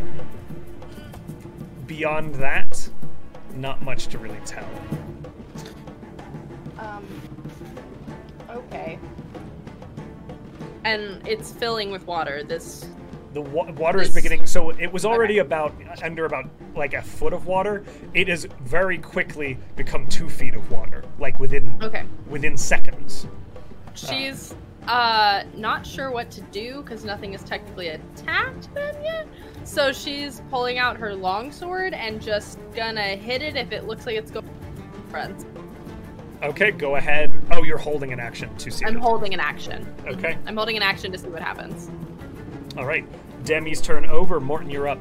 [SPEAKER 1] beyond that, not much to really tell.
[SPEAKER 4] Um. Okay. And it's filling with water. This.
[SPEAKER 1] The wa- water is
[SPEAKER 4] This-
[SPEAKER 1] beginning. So it was already about under about like a foot of water. It has very quickly become two feet of water, like within
[SPEAKER 4] Okay.
[SPEAKER 1] within seconds.
[SPEAKER 4] She's uh not sure what to do because nothing is technically attacked them yet. So she's pulling out her longsword and just gonna hit it if it looks like it's going. Friends,
[SPEAKER 1] Okay, go ahead. Oh, you're holding an action to see.
[SPEAKER 4] I'm
[SPEAKER 1] it.
[SPEAKER 4] holding an action.
[SPEAKER 1] Okay.
[SPEAKER 4] I'm holding an action to see what happens.
[SPEAKER 1] All right. Demi's turn over. Morton, you're up.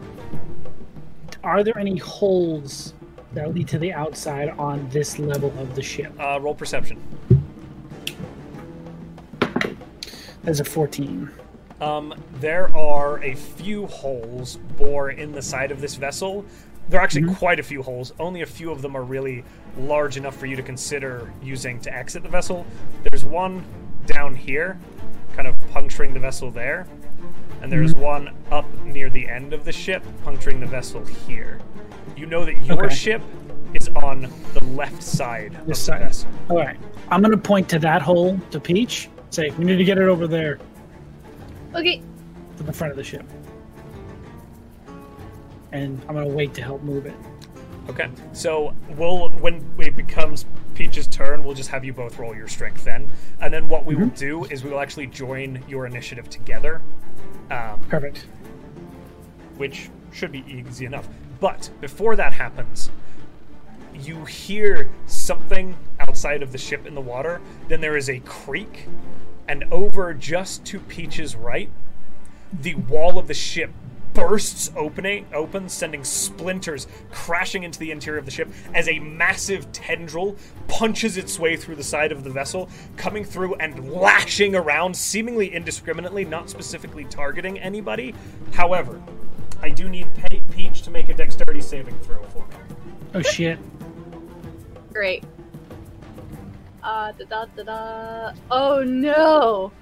[SPEAKER 3] Are there any holes that lead to the outside on this level of the ship?
[SPEAKER 1] Uh, roll perception.
[SPEAKER 3] There's a 14.
[SPEAKER 1] Um, there are a few holes bore in the side of this vessel. There are actually
[SPEAKER 3] Mm-hmm.
[SPEAKER 1] quite a few holes. Only a few of them are really large enough for you to consider using to exit the vessel. There's one down here, kind of puncturing the vessel there, and there's
[SPEAKER 3] Mm-hmm.
[SPEAKER 1] one up near the end of the ship, puncturing the vessel here. You know that your
[SPEAKER 3] Okay.
[SPEAKER 1] ship is on the left side of the
[SPEAKER 3] This side.
[SPEAKER 1] vessel.
[SPEAKER 3] All right. I'm going to point to that hole to Peach. Say, we need to get it over there
[SPEAKER 5] Okay.
[SPEAKER 3] to the front of the ship. And I'm going to wait to help move it.
[SPEAKER 1] Okay, so we'll when it becomes Peach's turn, we'll just have you both roll your strength then, and then what we will do is we will actually join your initiative together, um,
[SPEAKER 3] Perfect.
[SPEAKER 1] which should be easy enough. But before that happens, you hear something outside of the ship in the water. Then there is a creak, and over just to Peach's right, the wall of the ship bursts opening open, sending splinters crashing into the interior of the ship as a massive tendril punches its way through the side of the vessel, coming through and lashing around, seemingly indiscriminately, not specifically targeting anybody. However, I do need Pe- Peach to make a dexterity saving throw for me.
[SPEAKER 3] Oh shit.
[SPEAKER 5] Great.
[SPEAKER 4] Uh, da, da, da, da. Oh no!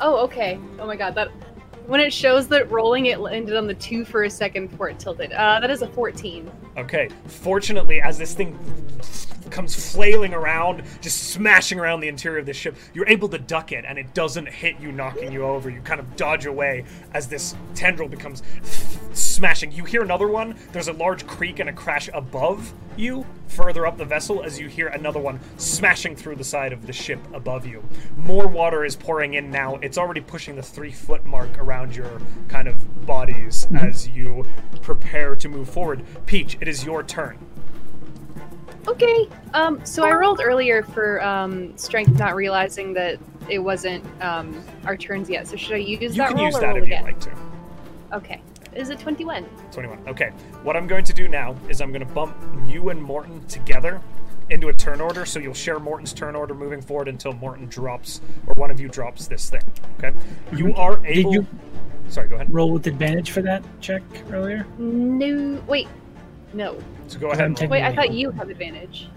[SPEAKER 5] Oh, okay. Oh my god, that when it shows that rolling it landed on the two for a second before it tilted. Uh, that is a 14.
[SPEAKER 1] Okay. Fortunately, as this thing comes flailing around, just smashing around the interior of the ship, you're able to duck it, and it doesn't hit you, knocking you over. You kind of dodge away as this tendril becomes smashing. You hear another one. There's a large creak and a crash above you, further up the vessel, as you hear another one smashing through the side of the ship above you. More water is pouring in now. It's already pushing the three foot mark around your kind of bodies
[SPEAKER 3] Mm-hmm.
[SPEAKER 1] as you prepare to move forward. Peach, it is your turn.
[SPEAKER 5] Okay. Um, so I rolled earlier for um, strength, not realizing that it wasn't um, our turns yet. So should I use
[SPEAKER 1] You
[SPEAKER 5] that
[SPEAKER 1] can
[SPEAKER 5] roll
[SPEAKER 1] use
[SPEAKER 5] or
[SPEAKER 1] that
[SPEAKER 5] roll
[SPEAKER 1] if you'd
[SPEAKER 5] again?
[SPEAKER 1] like to.
[SPEAKER 5] Okay. Is it 21?
[SPEAKER 1] 21. Okay. What I'm going to do now is I'm going to bump you and Morton together into a turn order, so you'll share Morton's turn order moving forward until Morton drops or one of you drops this thing. Okay. You
[SPEAKER 3] Mhm.
[SPEAKER 1] are
[SPEAKER 3] Did
[SPEAKER 1] able.
[SPEAKER 3] you-
[SPEAKER 1] Sorry. Go ahead.
[SPEAKER 3] Roll with advantage for that check earlier.
[SPEAKER 5] No. Wait. No.
[SPEAKER 1] So go ahead. And roll.
[SPEAKER 5] Wait, I thought you have advantage.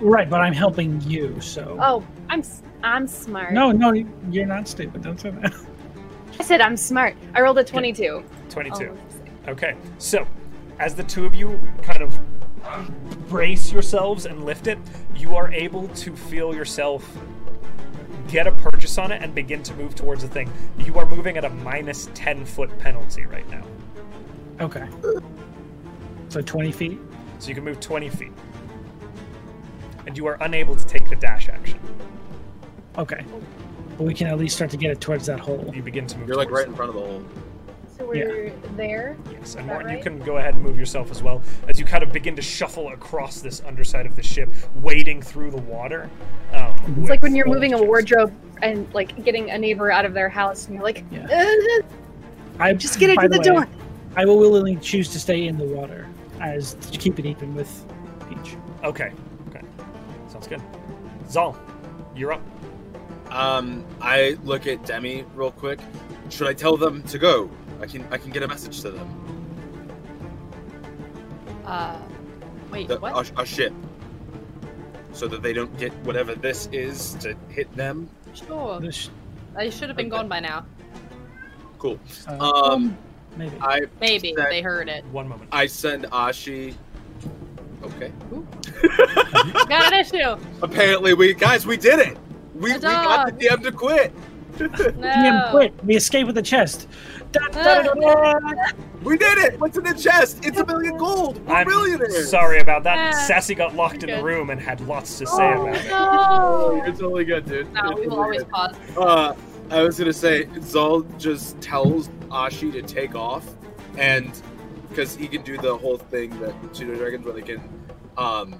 [SPEAKER 3] Right, but I'm helping you, so.
[SPEAKER 5] Oh, I'm s- I'm smart.
[SPEAKER 3] No, no, you're not stupid. Don't say that.
[SPEAKER 5] I said I'm smart. I rolled a 22.
[SPEAKER 1] 22.
[SPEAKER 5] Oh,
[SPEAKER 1] Okay. So, as the two of you kind of brace yourselves and lift it, you are able to feel yourself get a purchase on it and begin to move towards the thing. You are moving at a minus 10 foot penalty right now.
[SPEAKER 3] Okay. So 20 feet.
[SPEAKER 1] So you can move 20 feet. And you are unable to take the dash action.
[SPEAKER 3] Okay. But we can at least start to get it towards that hole.
[SPEAKER 1] You begin to move.
[SPEAKER 2] You're like right
[SPEAKER 1] towards
[SPEAKER 2] in front of the hole.
[SPEAKER 4] So we're there.
[SPEAKER 1] it. Yes, and
[SPEAKER 4] that
[SPEAKER 1] Morton, you
[SPEAKER 4] right?
[SPEAKER 1] can go ahead and move yourself as well as you kind of begin to shuffle across this underside of the ship, wading through the water. Um,
[SPEAKER 3] It's
[SPEAKER 5] It's like when you're moving a wardrobe and like getting a neighbor out of their house, and you're like,
[SPEAKER 3] Yeah.
[SPEAKER 5] "Uh,
[SPEAKER 3] I
[SPEAKER 5] just get it
[SPEAKER 3] by
[SPEAKER 5] to the
[SPEAKER 3] way,
[SPEAKER 5] door.
[SPEAKER 3] I will willingly choose to stay in the water as to keep it even with Peach.
[SPEAKER 1] Okay, okay, sounds good. Zal, you're up.
[SPEAKER 2] Um, I look at Demi real quick. Should I tell them to go? I can I can get a message to them.
[SPEAKER 4] Uh, wait,
[SPEAKER 2] The,
[SPEAKER 4] what?
[SPEAKER 2] our, our ship, so that they don't get whatever this is to hit them.
[SPEAKER 4] sure.
[SPEAKER 3] This,
[SPEAKER 4] I should have been
[SPEAKER 2] Okay.
[SPEAKER 4] gone by now.
[SPEAKER 2] Cool.
[SPEAKER 3] uh,
[SPEAKER 2] Um,
[SPEAKER 3] maybe.
[SPEAKER 2] I
[SPEAKER 4] Maybe
[SPEAKER 2] That-
[SPEAKER 4] they heard it.
[SPEAKER 1] One moment.
[SPEAKER 2] I send Ashi. Okay.
[SPEAKER 4] Got issue.
[SPEAKER 2] Apparently, we guys, we did it. We, we got the DM to quit.
[SPEAKER 3] DM,
[SPEAKER 4] No.
[SPEAKER 3] quit. We escape with the chest. Da, da, da, da, da.
[SPEAKER 2] We did it. What's in the chest? It's a million gold. We're
[SPEAKER 1] I'm
[SPEAKER 2] millionaires.
[SPEAKER 1] sorry about that.
[SPEAKER 4] Yeah.
[SPEAKER 1] Sassy got locked in the
[SPEAKER 4] Ah, Good.
[SPEAKER 1] room and had lots to say
[SPEAKER 4] Oh,
[SPEAKER 1] about it.
[SPEAKER 4] no.
[SPEAKER 2] You're totally good, dude.
[SPEAKER 4] No,
[SPEAKER 2] You're
[SPEAKER 4] we
[SPEAKER 2] totally
[SPEAKER 4] will always
[SPEAKER 2] good.
[SPEAKER 4] pause.
[SPEAKER 2] Uh, I was gonna say Zal just tells Ashi to take off, and because he can do the whole thing that Pseudo Dragons, where they can um,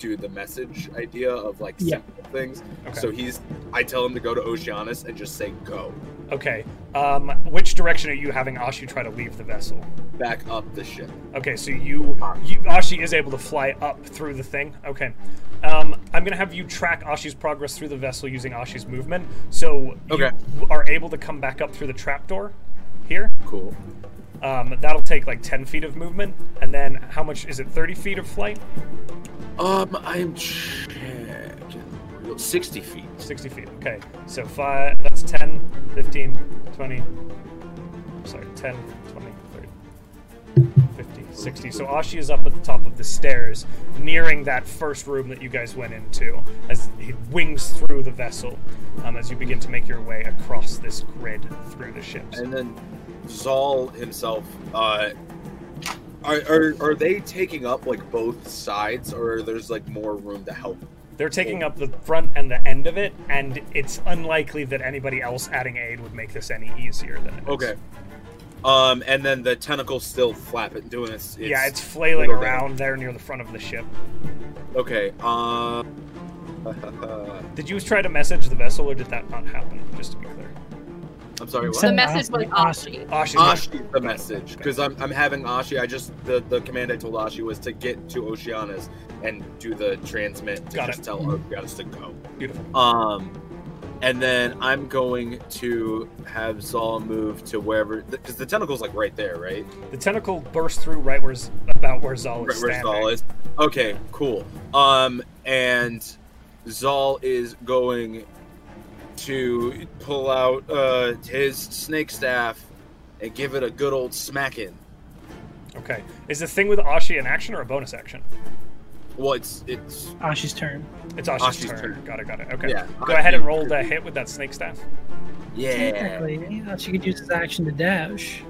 [SPEAKER 2] do the message idea of like
[SPEAKER 3] Yeah.
[SPEAKER 2] simple things.
[SPEAKER 1] Okay.
[SPEAKER 2] So he's, I tell him to go to Oceanus and just say go
[SPEAKER 1] okay. Um, which direction are you having Ashu try to leave the vessel?
[SPEAKER 2] back up the ship.
[SPEAKER 1] Okay, so you, you Ashi is able to fly up through the thing. Okay, um, I'm gonna have you track Ashi's progress through the vessel using Ashi's movement, so
[SPEAKER 2] Okay.
[SPEAKER 1] you are able to come back up through the trapdoor here.
[SPEAKER 2] Cool.
[SPEAKER 1] Um, that'll take like 10 feet of movement, and then how much is it? 30 feet of flight?
[SPEAKER 2] Um, I'm checking. sixty feet.
[SPEAKER 1] 60 feet. Okay, so five. That's 10, 15, 20. Sorry, 10, 20, 30. 50, 60. So Ashi is up at the top of the stairs, nearing that first room that you guys went into, as he wings through the vessel um, as you begin to make your way across this grid through the ships.
[SPEAKER 2] And then Zal himself, uh, are, are, are they taking up like both sides, or there's like more room to help?
[SPEAKER 1] They're taking up the front and the end of it, and it's unlikely that anybody else adding aid would make this any easier than it is.
[SPEAKER 2] Okay. Um, and then the tentacle's still flapping, doing its. its
[SPEAKER 1] yeah, it's flailing
[SPEAKER 2] little bit.
[SPEAKER 1] around there near the front of the ship.
[SPEAKER 2] okay. Uh,
[SPEAKER 1] Did you try to message the vessel, or did that not happen? Just to be clear.
[SPEAKER 2] I'm sorry. What?
[SPEAKER 4] The
[SPEAKER 3] Send
[SPEAKER 4] message was
[SPEAKER 3] Ashi-
[SPEAKER 4] Ashi.
[SPEAKER 1] Ashi's like,
[SPEAKER 2] Ashi the message because I'm, I'm having Ashi. I just the, the command I told Ashi was to get to Oceanus and do the transmit to
[SPEAKER 1] Got
[SPEAKER 2] just
[SPEAKER 1] it. Mm-hmm.
[SPEAKER 2] tell Oceanus to go.
[SPEAKER 1] beautiful.
[SPEAKER 2] Um, and then I'm going to have Saul move to wherever because the tentacle's like right there, right?
[SPEAKER 1] The tentacle bursts through right where Z- about where Zal is
[SPEAKER 2] Right where
[SPEAKER 1] Oh, standing.
[SPEAKER 2] Zal is. Okay, cool. Um, and Zal is going to pull out uh, his snake staff and give it a good old smacking.
[SPEAKER 1] Okay. Is the thing with Ashi an action or a bonus action?
[SPEAKER 2] Well, it's it's
[SPEAKER 3] Ashi's turn.
[SPEAKER 1] It's Ashi's,
[SPEAKER 2] Ashi's
[SPEAKER 1] turn.
[SPEAKER 2] turn.
[SPEAKER 1] Got it. Got it. Okay.
[SPEAKER 2] Yeah,
[SPEAKER 1] Go ahead and
[SPEAKER 2] Ashi-
[SPEAKER 1] roll the hit with that snake staff.
[SPEAKER 2] yeah.
[SPEAKER 3] Technically, uh, she could use his action to dash.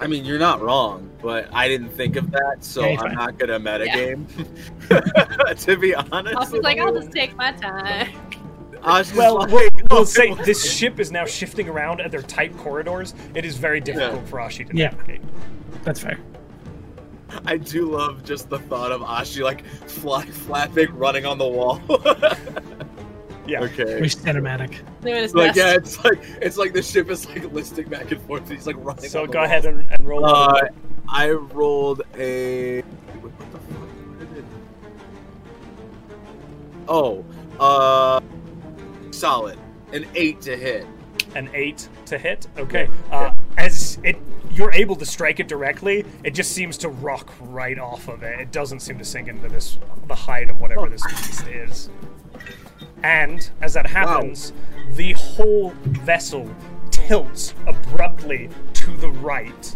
[SPEAKER 2] I mean, you're not wrong, but I didn't think of that, so
[SPEAKER 3] Yeah, you're
[SPEAKER 2] I'm
[SPEAKER 3] fine.
[SPEAKER 2] not gonna metagame. to be honest,
[SPEAKER 4] Ashi's like, I'll just take my time.
[SPEAKER 2] Ashi's
[SPEAKER 1] Well,
[SPEAKER 2] like,
[SPEAKER 1] we'll, we'll
[SPEAKER 2] "Oh,
[SPEAKER 1] say this ship is now shifting around at their tight corridors. It is very difficult for Ashi to
[SPEAKER 3] Yeah.
[SPEAKER 1] navigate.
[SPEAKER 3] That's fair.
[SPEAKER 2] I do love just the thought of Ashi like fly flapping, running on the wall.
[SPEAKER 1] Yeah.
[SPEAKER 2] okay.
[SPEAKER 3] Very cinematic.
[SPEAKER 4] Doing his
[SPEAKER 2] Like
[SPEAKER 4] best.
[SPEAKER 2] yeah, it's like it's like the ship is like listing back and forth. And he's like running.
[SPEAKER 1] So
[SPEAKER 2] on the
[SPEAKER 1] go
[SPEAKER 2] wall.
[SPEAKER 1] ahead and, and roll.
[SPEAKER 2] Uh, I rolled a. What the fuck? Where did it- Oh, uh, solid. An eight to hit.
[SPEAKER 1] an eight to hit. Okay. Uh, as it, you're able to strike it directly. It just seems to rock right off of it. It doesn't seem to sink into this the height of whatever this beast is. And as that happens, the whole vessel tilts abruptly to the right,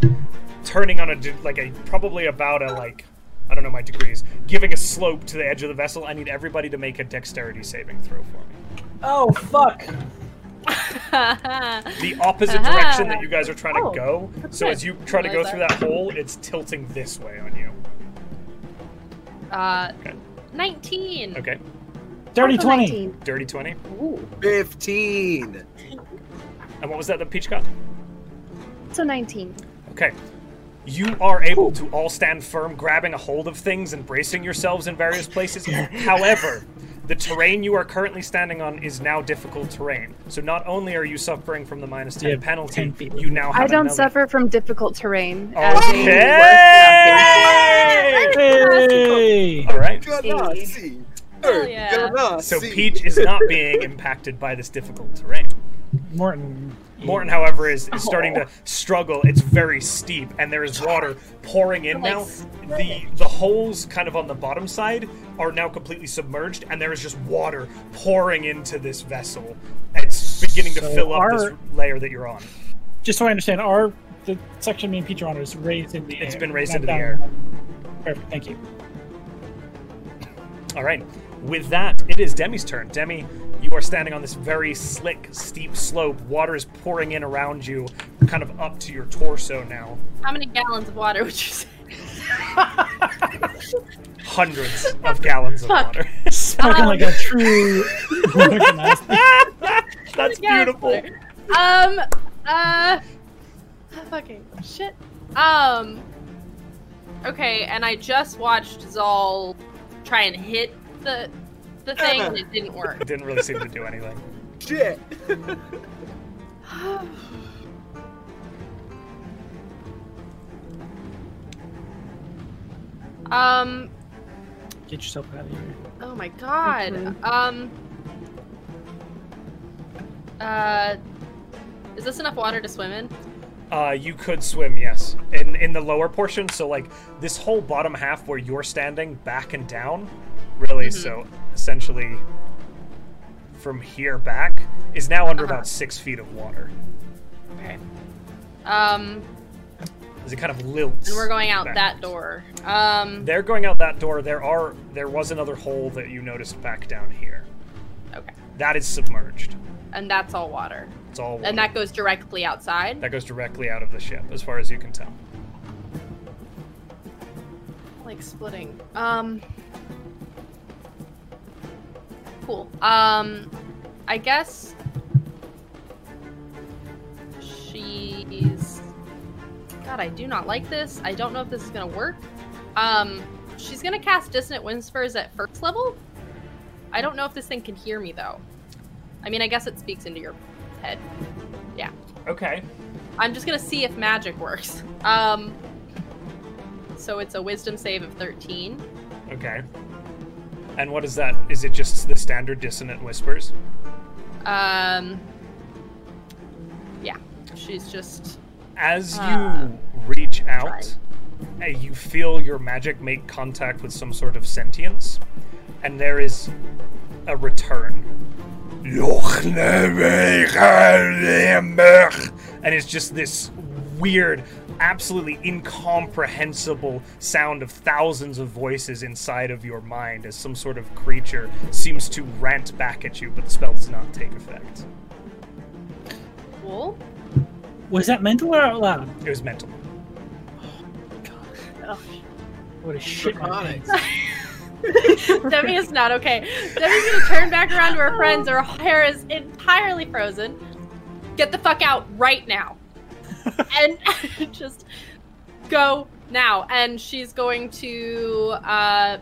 [SPEAKER 1] turning on a de- like a probably about a like. I don't know my degrees. Giving a slope to the edge of the vessel, I need everybody to make a dexterity saving throw for me.
[SPEAKER 3] Oh fuck!
[SPEAKER 1] the opposite
[SPEAKER 4] Aha.
[SPEAKER 1] direction that you guys are trying
[SPEAKER 4] Oh,
[SPEAKER 1] to go. So
[SPEAKER 4] good.
[SPEAKER 1] as you try to go
[SPEAKER 4] Realize
[SPEAKER 1] through
[SPEAKER 4] that.
[SPEAKER 1] that hole, it's tilting this way on you.
[SPEAKER 4] uh,
[SPEAKER 1] Okay.
[SPEAKER 4] 19.
[SPEAKER 1] Okay,
[SPEAKER 3] Dirty
[SPEAKER 5] Also
[SPEAKER 3] twenty.
[SPEAKER 5] 19.
[SPEAKER 1] dirty twenty.
[SPEAKER 4] Ooh.
[SPEAKER 2] Fifteen.
[SPEAKER 1] And what was that? The peach got?
[SPEAKER 5] So 19.
[SPEAKER 1] Okay. You are able to all stand firm, grabbing a hold of things and bracing yourselves in various places. However, the terrain you are currently standing on is now difficult terrain. So not only are you suffering from the minus ten
[SPEAKER 3] Yeah,
[SPEAKER 1] penalty,
[SPEAKER 3] 10 feet.
[SPEAKER 1] you now have
[SPEAKER 5] I don't
[SPEAKER 1] another-
[SPEAKER 5] suffer from difficult terrain.
[SPEAKER 1] Oh,
[SPEAKER 5] as a
[SPEAKER 1] Okay.
[SPEAKER 3] Hey!
[SPEAKER 1] All right.
[SPEAKER 2] Gonna
[SPEAKER 5] Eight.
[SPEAKER 2] see.
[SPEAKER 4] Hell
[SPEAKER 2] Er,
[SPEAKER 4] yeah.
[SPEAKER 2] gonna
[SPEAKER 1] So
[SPEAKER 2] see.
[SPEAKER 1] Peach is not being impacted by this difficult terrain.
[SPEAKER 3] Morton.
[SPEAKER 1] Morton, however, is, is starting to struggle. It's very steep, and there is water pouring in
[SPEAKER 4] Like
[SPEAKER 1] now. The
[SPEAKER 4] swimming.
[SPEAKER 1] the holes, kind of on the bottom side, are now completely submerged, and there is just water pouring into this vessel. It's beginning to
[SPEAKER 3] So
[SPEAKER 1] fill up this
[SPEAKER 3] our-
[SPEAKER 1] layer that you're on.
[SPEAKER 3] Just so I understand, our the section me and Peter on is raised in the air.
[SPEAKER 1] It's been raised
[SPEAKER 3] Not
[SPEAKER 1] into the
[SPEAKER 3] down.
[SPEAKER 1] air.
[SPEAKER 3] Perfect. Thank you.
[SPEAKER 1] All right. With that, it is Demi's turn. Demi, you are standing on this very slick, steep slope. Water is pouring in around you, kind of up to your torso now.
[SPEAKER 4] How many gallons of water would you say?
[SPEAKER 1] Hundreds of gallons of
[SPEAKER 4] Fuck.
[SPEAKER 1] water.
[SPEAKER 3] Spoken like a true. Organized.
[SPEAKER 1] That's
[SPEAKER 4] Yes.
[SPEAKER 1] beautiful.
[SPEAKER 4] Um, uh, fucking shit. Um, okay, and I just watched Zal try and hit the the thing, and it didn't work.
[SPEAKER 1] It didn't really seem to do anything.
[SPEAKER 2] shit.
[SPEAKER 4] um,
[SPEAKER 3] Get yourself out of here.
[SPEAKER 4] oh my god. Um, uh, is this enough water to swim in?
[SPEAKER 1] Uh, you could swim, yes, in in the lower portion. So like this whole bottom half where you're standing, back and down, really.
[SPEAKER 4] Mm-hmm.
[SPEAKER 1] So essentially, from here back is now under
[SPEAKER 4] Uh-huh.
[SPEAKER 1] about six feet of water.
[SPEAKER 4] Okay. Um,
[SPEAKER 1] As it kind of lilts.
[SPEAKER 4] and we're going out
[SPEAKER 1] back.
[SPEAKER 4] that door. Um,
[SPEAKER 1] They're going out that door. There are there was another hole that you noticed back down here.
[SPEAKER 4] okay,
[SPEAKER 1] That is submerged.
[SPEAKER 4] and that's all water.
[SPEAKER 1] It's all water.
[SPEAKER 4] And that goes directly outside.
[SPEAKER 1] that goes directly out of the ship, as far as you can tell.
[SPEAKER 4] like splitting. Um Cool. Um I guess she's God, I do not like this. I don't know if this is going to work. Um she's going to cast dissonant whispers at first level. I don't know if this thing can hear me though. I mean, I guess it speaks into your head.
[SPEAKER 1] Okay.
[SPEAKER 4] I'm just gonna see if magic works. Um, so it's a wisdom save of 13.
[SPEAKER 1] Okay. And what is that? Is it just the standard dissonant whispers?
[SPEAKER 4] Um, yeah, she's just
[SPEAKER 1] As you
[SPEAKER 4] Ah.
[SPEAKER 1] reach out, uh, you feel your magic make contact with some sort of sentience, and there is a return. And it's just this weird, absolutely incomprehensible sound of thousands of voices inside of your mind as some sort of creature seems to rant back at you, but the spell does not take effect.
[SPEAKER 4] cool.
[SPEAKER 3] Was that mental or out loud?
[SPEAKER 1] It was mental.
[SPEAKER 3] What a shit.
[SPEAKER 2] Draconic.
[SPEAKER 4] Demi is not okay. Demi's gonna turn back around to her friends. Her hair is entirely frozen. Get the fuck out right now. and just go now. And she's going to. Uh,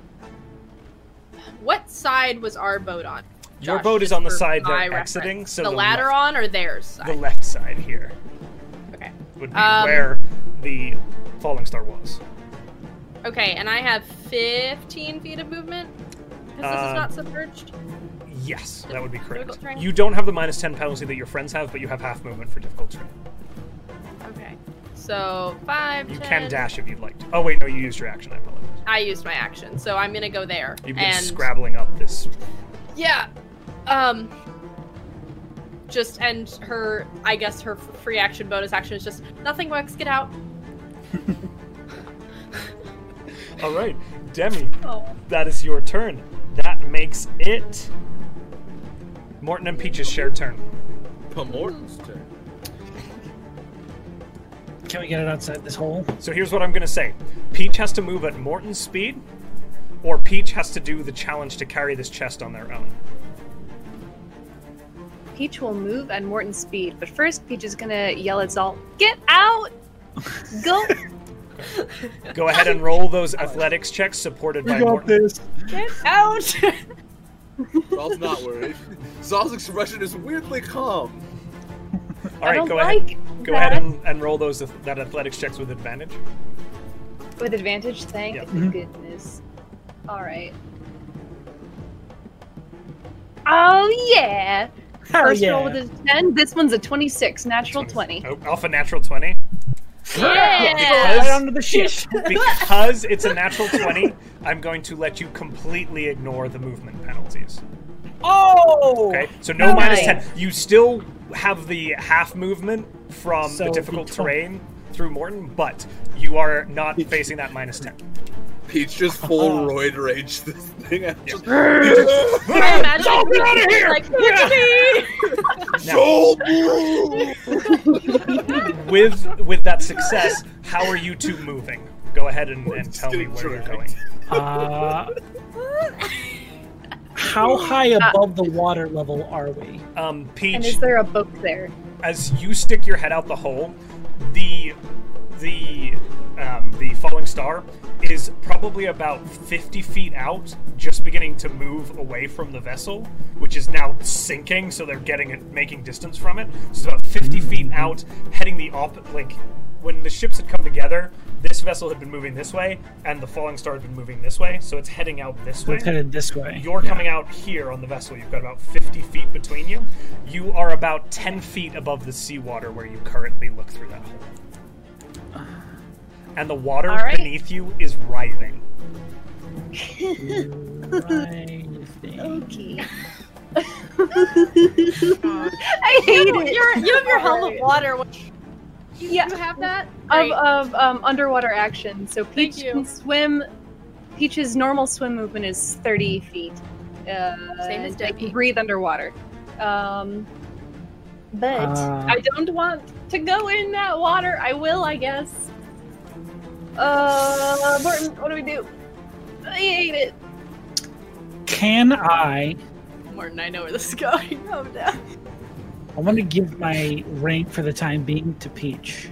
[SPEAKER 4] what side was our boat on?
[SPEAKER 1] Your
[SPEAKER 4] Josh,
[SPEAKER 1] boat is
[SPEAKER 4] just
[SPEAKER 1] on the
[SPEAKER 4] for
[SPEAKER 1] side
[SPEAKER 4] my
[SPEAKER 1] they're
[SPEAKER 4] reference.
[SPEAKER 1] exiting, so
[SPEAKER 4] the,
[SPEAKER 1] the
[SPEAKER 4] ladder
[SPEAKER 1] left-
[SPEAKER 4] on or theirs side?
[SPEAKER 1] The left side here
[SPEAKER 4] okay.
[SPEAKER 1] would be
[SPEAKER 4] Um,
[SPEAKER 1] where the falling star was.
[SPEAKER 4] Okay, and I have 15 feet of movement because this
[SPEAKER 1] Uh,
[SPEAKER 4] is not submerged.
[SPEAKER 1] Yes, that would be correct.
[SPEAKER 4] difficult terrain?
[SPEAKER 1] You don't have the minus 10 penalty that your friends have, but you have half movement for difficult terrain.
[SPEAKER 4] Okay, so five.
[SPEAKER 1] You
[SPEAKER 4] 10.
[SPEAKER 1] can dash if you'd like to. Oh, wait, no, you used your action. I apologize.
[SPEAKER 4] I used my action, so I'm gonna go there.
[SPEAKER 1] You've been
[SPEAKER 4] and
[SPEAKER 1] scrabbling up this.
[SPEAKER 4] yeah, um, just and her, I guess her f- free action bonus action is just nothing works. Get out.
[SPEAKER 1] All right, Demi,
[SPEAKER 4] Oh,
[SPEAKER 1] that is your turn. That makes it. Morton and Peach's shared turn.
[SPEAKER 2] Pomorton's turn.
[SPEAKER 3] Can we get it outside this hole?
[SPEAKER 1] So here's what I'm going to say Peach has to move at Morton's speed, or Peach has to do the challenge to carry this chest on their own.
[SPEAKER 5] Peach will move at Morton's speed, but first Peach is gonna yell at Zal, "Get out! Go!"
[SPEAKER 1] Go ahead and roll those athletics checks supported by Morton.
[SPEAKER 3] this.
[SPEAKER 4] get out.
[SPEAKER 2] Zal's not worried. Zal's expression is weirdly calm.
[SPEAKER 1] All right,
[SPEAKER 5] don't
[SPEAKER 1] go
[SPEAKER 5] like
[SPEAKER 1] ahead. Go
[SPEAKER 5] that.
[SPEAKER 1] ahead and, and roll those that athletics checks with advantage.
[SPEAKER 5] With advantage, thank
[SPEAKER 1] Yep.
[SPEAKER 3] Mhm.
[SPEAKER 5] goodness. All right. Oh yeah!
[SPEAKER 3] Hell
[SPEAKER 5] First
[SPEAKER 3] yeah.
[SPEAKER 5] roll with a ten. This one's a twenty-six, natural twenty.
[SPEAKER 1] Oh, off a natural twenty.
[SPEAKER 4] yeah.
[SPEAKER 3] Right onto the shit.
[SPEAKER 1] Because it's a natural twenty, I'm going to let you completely ignore the movement penalties.
[SPEAKER 3] oh.
[SPEAKER 1] Okay, so no minus
[SPEAKER 5] Nice.
[SPEAKER 1] ten. You still have the half movement from
[SPEAKER 3] So
[SPEAKER 1] the
[SPEAKER 3] it'd be
[SPEAKER 1] difficult
[SPEAKER 3] 20.
[SPEAKER 1] terrain through Morton, but you are not facing that minus ten.
[SPEAKER 2] Peach just full roid rage this thing. out. Just,
[SPEAKER 4] I imagine
[SPEAKER 1] Zol, Oh, get out of here!
[SPEAKER 4] Like, look at me!
[SPEAKER 2] Zol, move!
[SPEAKER 1] with with that success, how are you two moving? Go ahead and, and
[SPEAKER 2] Just
[SPEAKER 1] tell me
[SPEAKER 2] getting
[SPEAKER 1] where you're going.
[SPEAKER 2] dragged.
[SPEAKER 3] Uh, how high above the water level are we?
[SPEAKER 1] Um,
[SPEAKER 5] And
[SPEAKER 1] Peach,
[SPEAKER 5] is there a book there?
[SPEAKER 1] as you stick your head out the hole, the the um, the falling star is probably about 50 feet out, just beginning to move away from the vessel, which is now sinking. So they're getting it, making distance from it. So it's about 50 feet out, heading the opposite. Like when the ships had come together, this vessel had been moving this way, and the falling star had been moving this way. So it's heading out this way.
[SPEAKER 3] It's headed this way.
[SPEAKER 1] You're coming out here on the vessel. You've got about 50 feet between you. You are about 10 feet above the seawater where you currently look through that hole. And the water
[SPEAKER 5] All right.
[SPEAKER 1] beneath you is writhing.
[SPEAKER 3] Right thing.
[SPEAKER 5] Okay. I hate
[SPEAKER 4] You have
[SPEAKER 5] it.
[SPEAKER 4] your- you have your helm of water. What- You,
[SPEAKER 5] Yeah.
[SPEAKER 4] you have that?
[SPEAKER 5] of,
[SPEAKER 4] Great.
[SPEAKER 5] of um, underwater action. So Peach
[SPEAKER 4] you.
[SPEAKER 5] can swim. Peach's normal swim movement is 30 feet. Uh,
[SPEAKER 4] Same as
[SPEAKER 5] and they
[SPEAKER 4] Debbie.
[SPEAKER 5] can breathe underwater. Um, but
[SPEAKER 3] Uh.
[SPEAKER 5] I don't want to go in that water. I will, I guess. Uh, Morton, what do we do? I hate it.
[SPEAKER 3] Can I?
[SPEAKER 4] Morton, I know where this is going. Oh no.
[SPEAKER 3] I want to give my rank for the time being to Peach.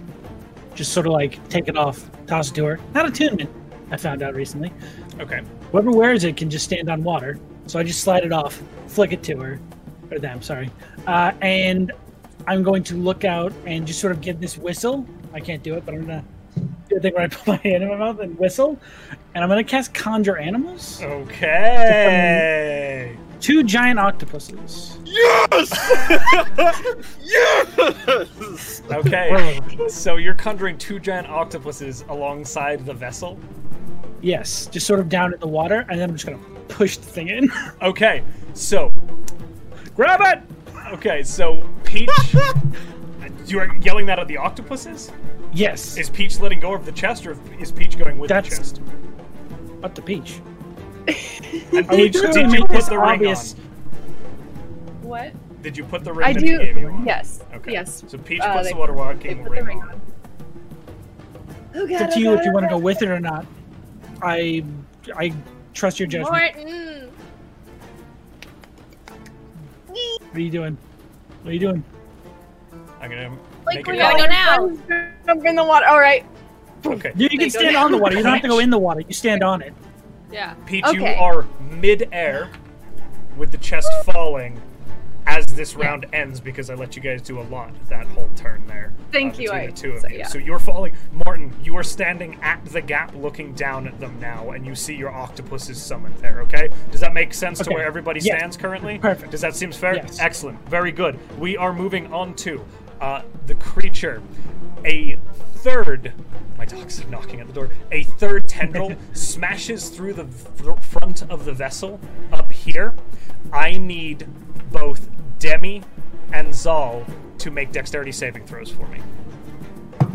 [SPEAKER 3] Just sort of like take it off, toss it to her. Not attunement. I found out recently.
[SPEAKER 1] Okay.
[SPEAKER 3] Whoever wears it can just stand on water. So I just slide it off, flick it to her, or them, sorry. Uh, and I'm going to look out and just sort of give this whistle. I can't do it, but I'm gonna do a thing where I put my hand in my mouth and whistle, and I'm gonna cast Conjure Animals.
[SPEAKER 1] Okay.
[SPEAKER 3] Two giant octopuses.
[SPEAKER 2] Yes! yes!
[SPEAKER 1] Okay. So you're conjuring two giant octopuses alongside the vessel.
[SPEAKER 3] Yes, just sort of down in the water, and then I'm just gonna push the thing in.
[SPEAKER 1] Okay. So
[SPEAKER 3] Grab it!
[SPEAKER 1] okay. So Peach, you are yelling that at the octopuses.
[SPEAKER 3] Yes.
[SPEAKER 1] Is Peach letting go of the chest, or is Peach going with
[SPEAKER 3] That's-
[SPEAKER 1] the chest?
[SPEAKER 3] up to peach.
[SPEAKER 1] And
[SPEAKER 3] Are we
[SPEAKER 1] Peach,
[SPEAKER 3] trying to
[SPEAKER 1] did you
[SPEAKER 3] make
[SPEAKER 1] put
[SPEAKER 3] this
[SPEAKER 1] the ring
[SPEAKER 3] obvious?
[SPEAKER 1] on?
[SPEAKER 4] What?
[SPEAKER 1] Did you put the ring
[SPEAKER 5] I
[SPEAKER 1] that she gave you
[SPEAKER 5] do.
[SPEAKER 1] on?
[SPEAKER 5] Yes.
[SPEAKER 1] Okay.
[SPEAKER 5] Yes.
[SPEAKER 1] So Peach
[SPEAKER 4] Uh,
[SPEAKER 1] puts
[SPEAKER 4] they-
[SPEAKER 1] the water
[SPEAKER 4] They
[SPEAKER 1] walking
[SPEAKER 4] put the
[SPEAKER 1] ring
[SPEAKER 4] ring
[SPEAKER 1] on.
[SPEAKER 4] on.
[SPEAKER 5] Oh
[SPEAKER 3] It's
[SPEAKER 5] god.
[SPEAKER 3] up to you if you want to go with it or not. I I trust your judgment.
[SPEAKER 4] Morton.
[SPEAKER 3] What are you doing? What are you doing?
[SPEAKER 1] I'm gonna
[SPEAKER 4] Like
[SPEAKER 1] make
[SPEAKER 4] we
[SPEAKER 1] it
[SPEAKER 4] gotta
[SPEAKER 1] count.
[SPEAKER 4] go now.
[SPEAKER 5] Jump in the water. All right.
[SPEAKER 1] Okay.
[SPEAKER 3] You, you
[SPEAKER 4] They
[SPEAKER 3] can
[SPEAKER 4] go
[SPEAKER 3] stand
[SPEAKER 4] down.
[SPEAKER 3] on the water. You don't have to go in the water. You stand on it.
[SPEAKER 4] Yeah.
[SPEAKER 1] Peach,
[SPEAKER 5] Okay.
[SPEAKER 1] you are mid-air with the chest falling as this round ends because I let you guys do a lot that whole turn there. uh,
[SPEAKER 5] Thank you,
[SPEAKER 1] between
[SPEAKER 5] I-
[SPEAKER 1] the two of
[SPEAKER 5] so,
[SPEAKER 1] you.
[SPEAKER 5] yeah.
[SPEAKER 1] So you're falling. Martin, you are standing at the gap looking down at them now, and you see your octopus is summoned there, okay? Does that make sense to
[SPEAKER 3] Okay.
[SPEAKER 1] where everybody
[SPEAKER 3] Yes.
[SPEAKER 1] stands currently?
[SPEAKER 3] Perfect.
[SPEAKER 1] Does that seem fair?
[SPEAKER 3] Yes.
[SPEAKER 1] Excellent. Very good. We are moving on to uh, the creature. A third. My dog's knocking at the door. A third tendril smashes through the v- front of the vessel up here. I need both Demi and Zal to make dexterity saving throws for me.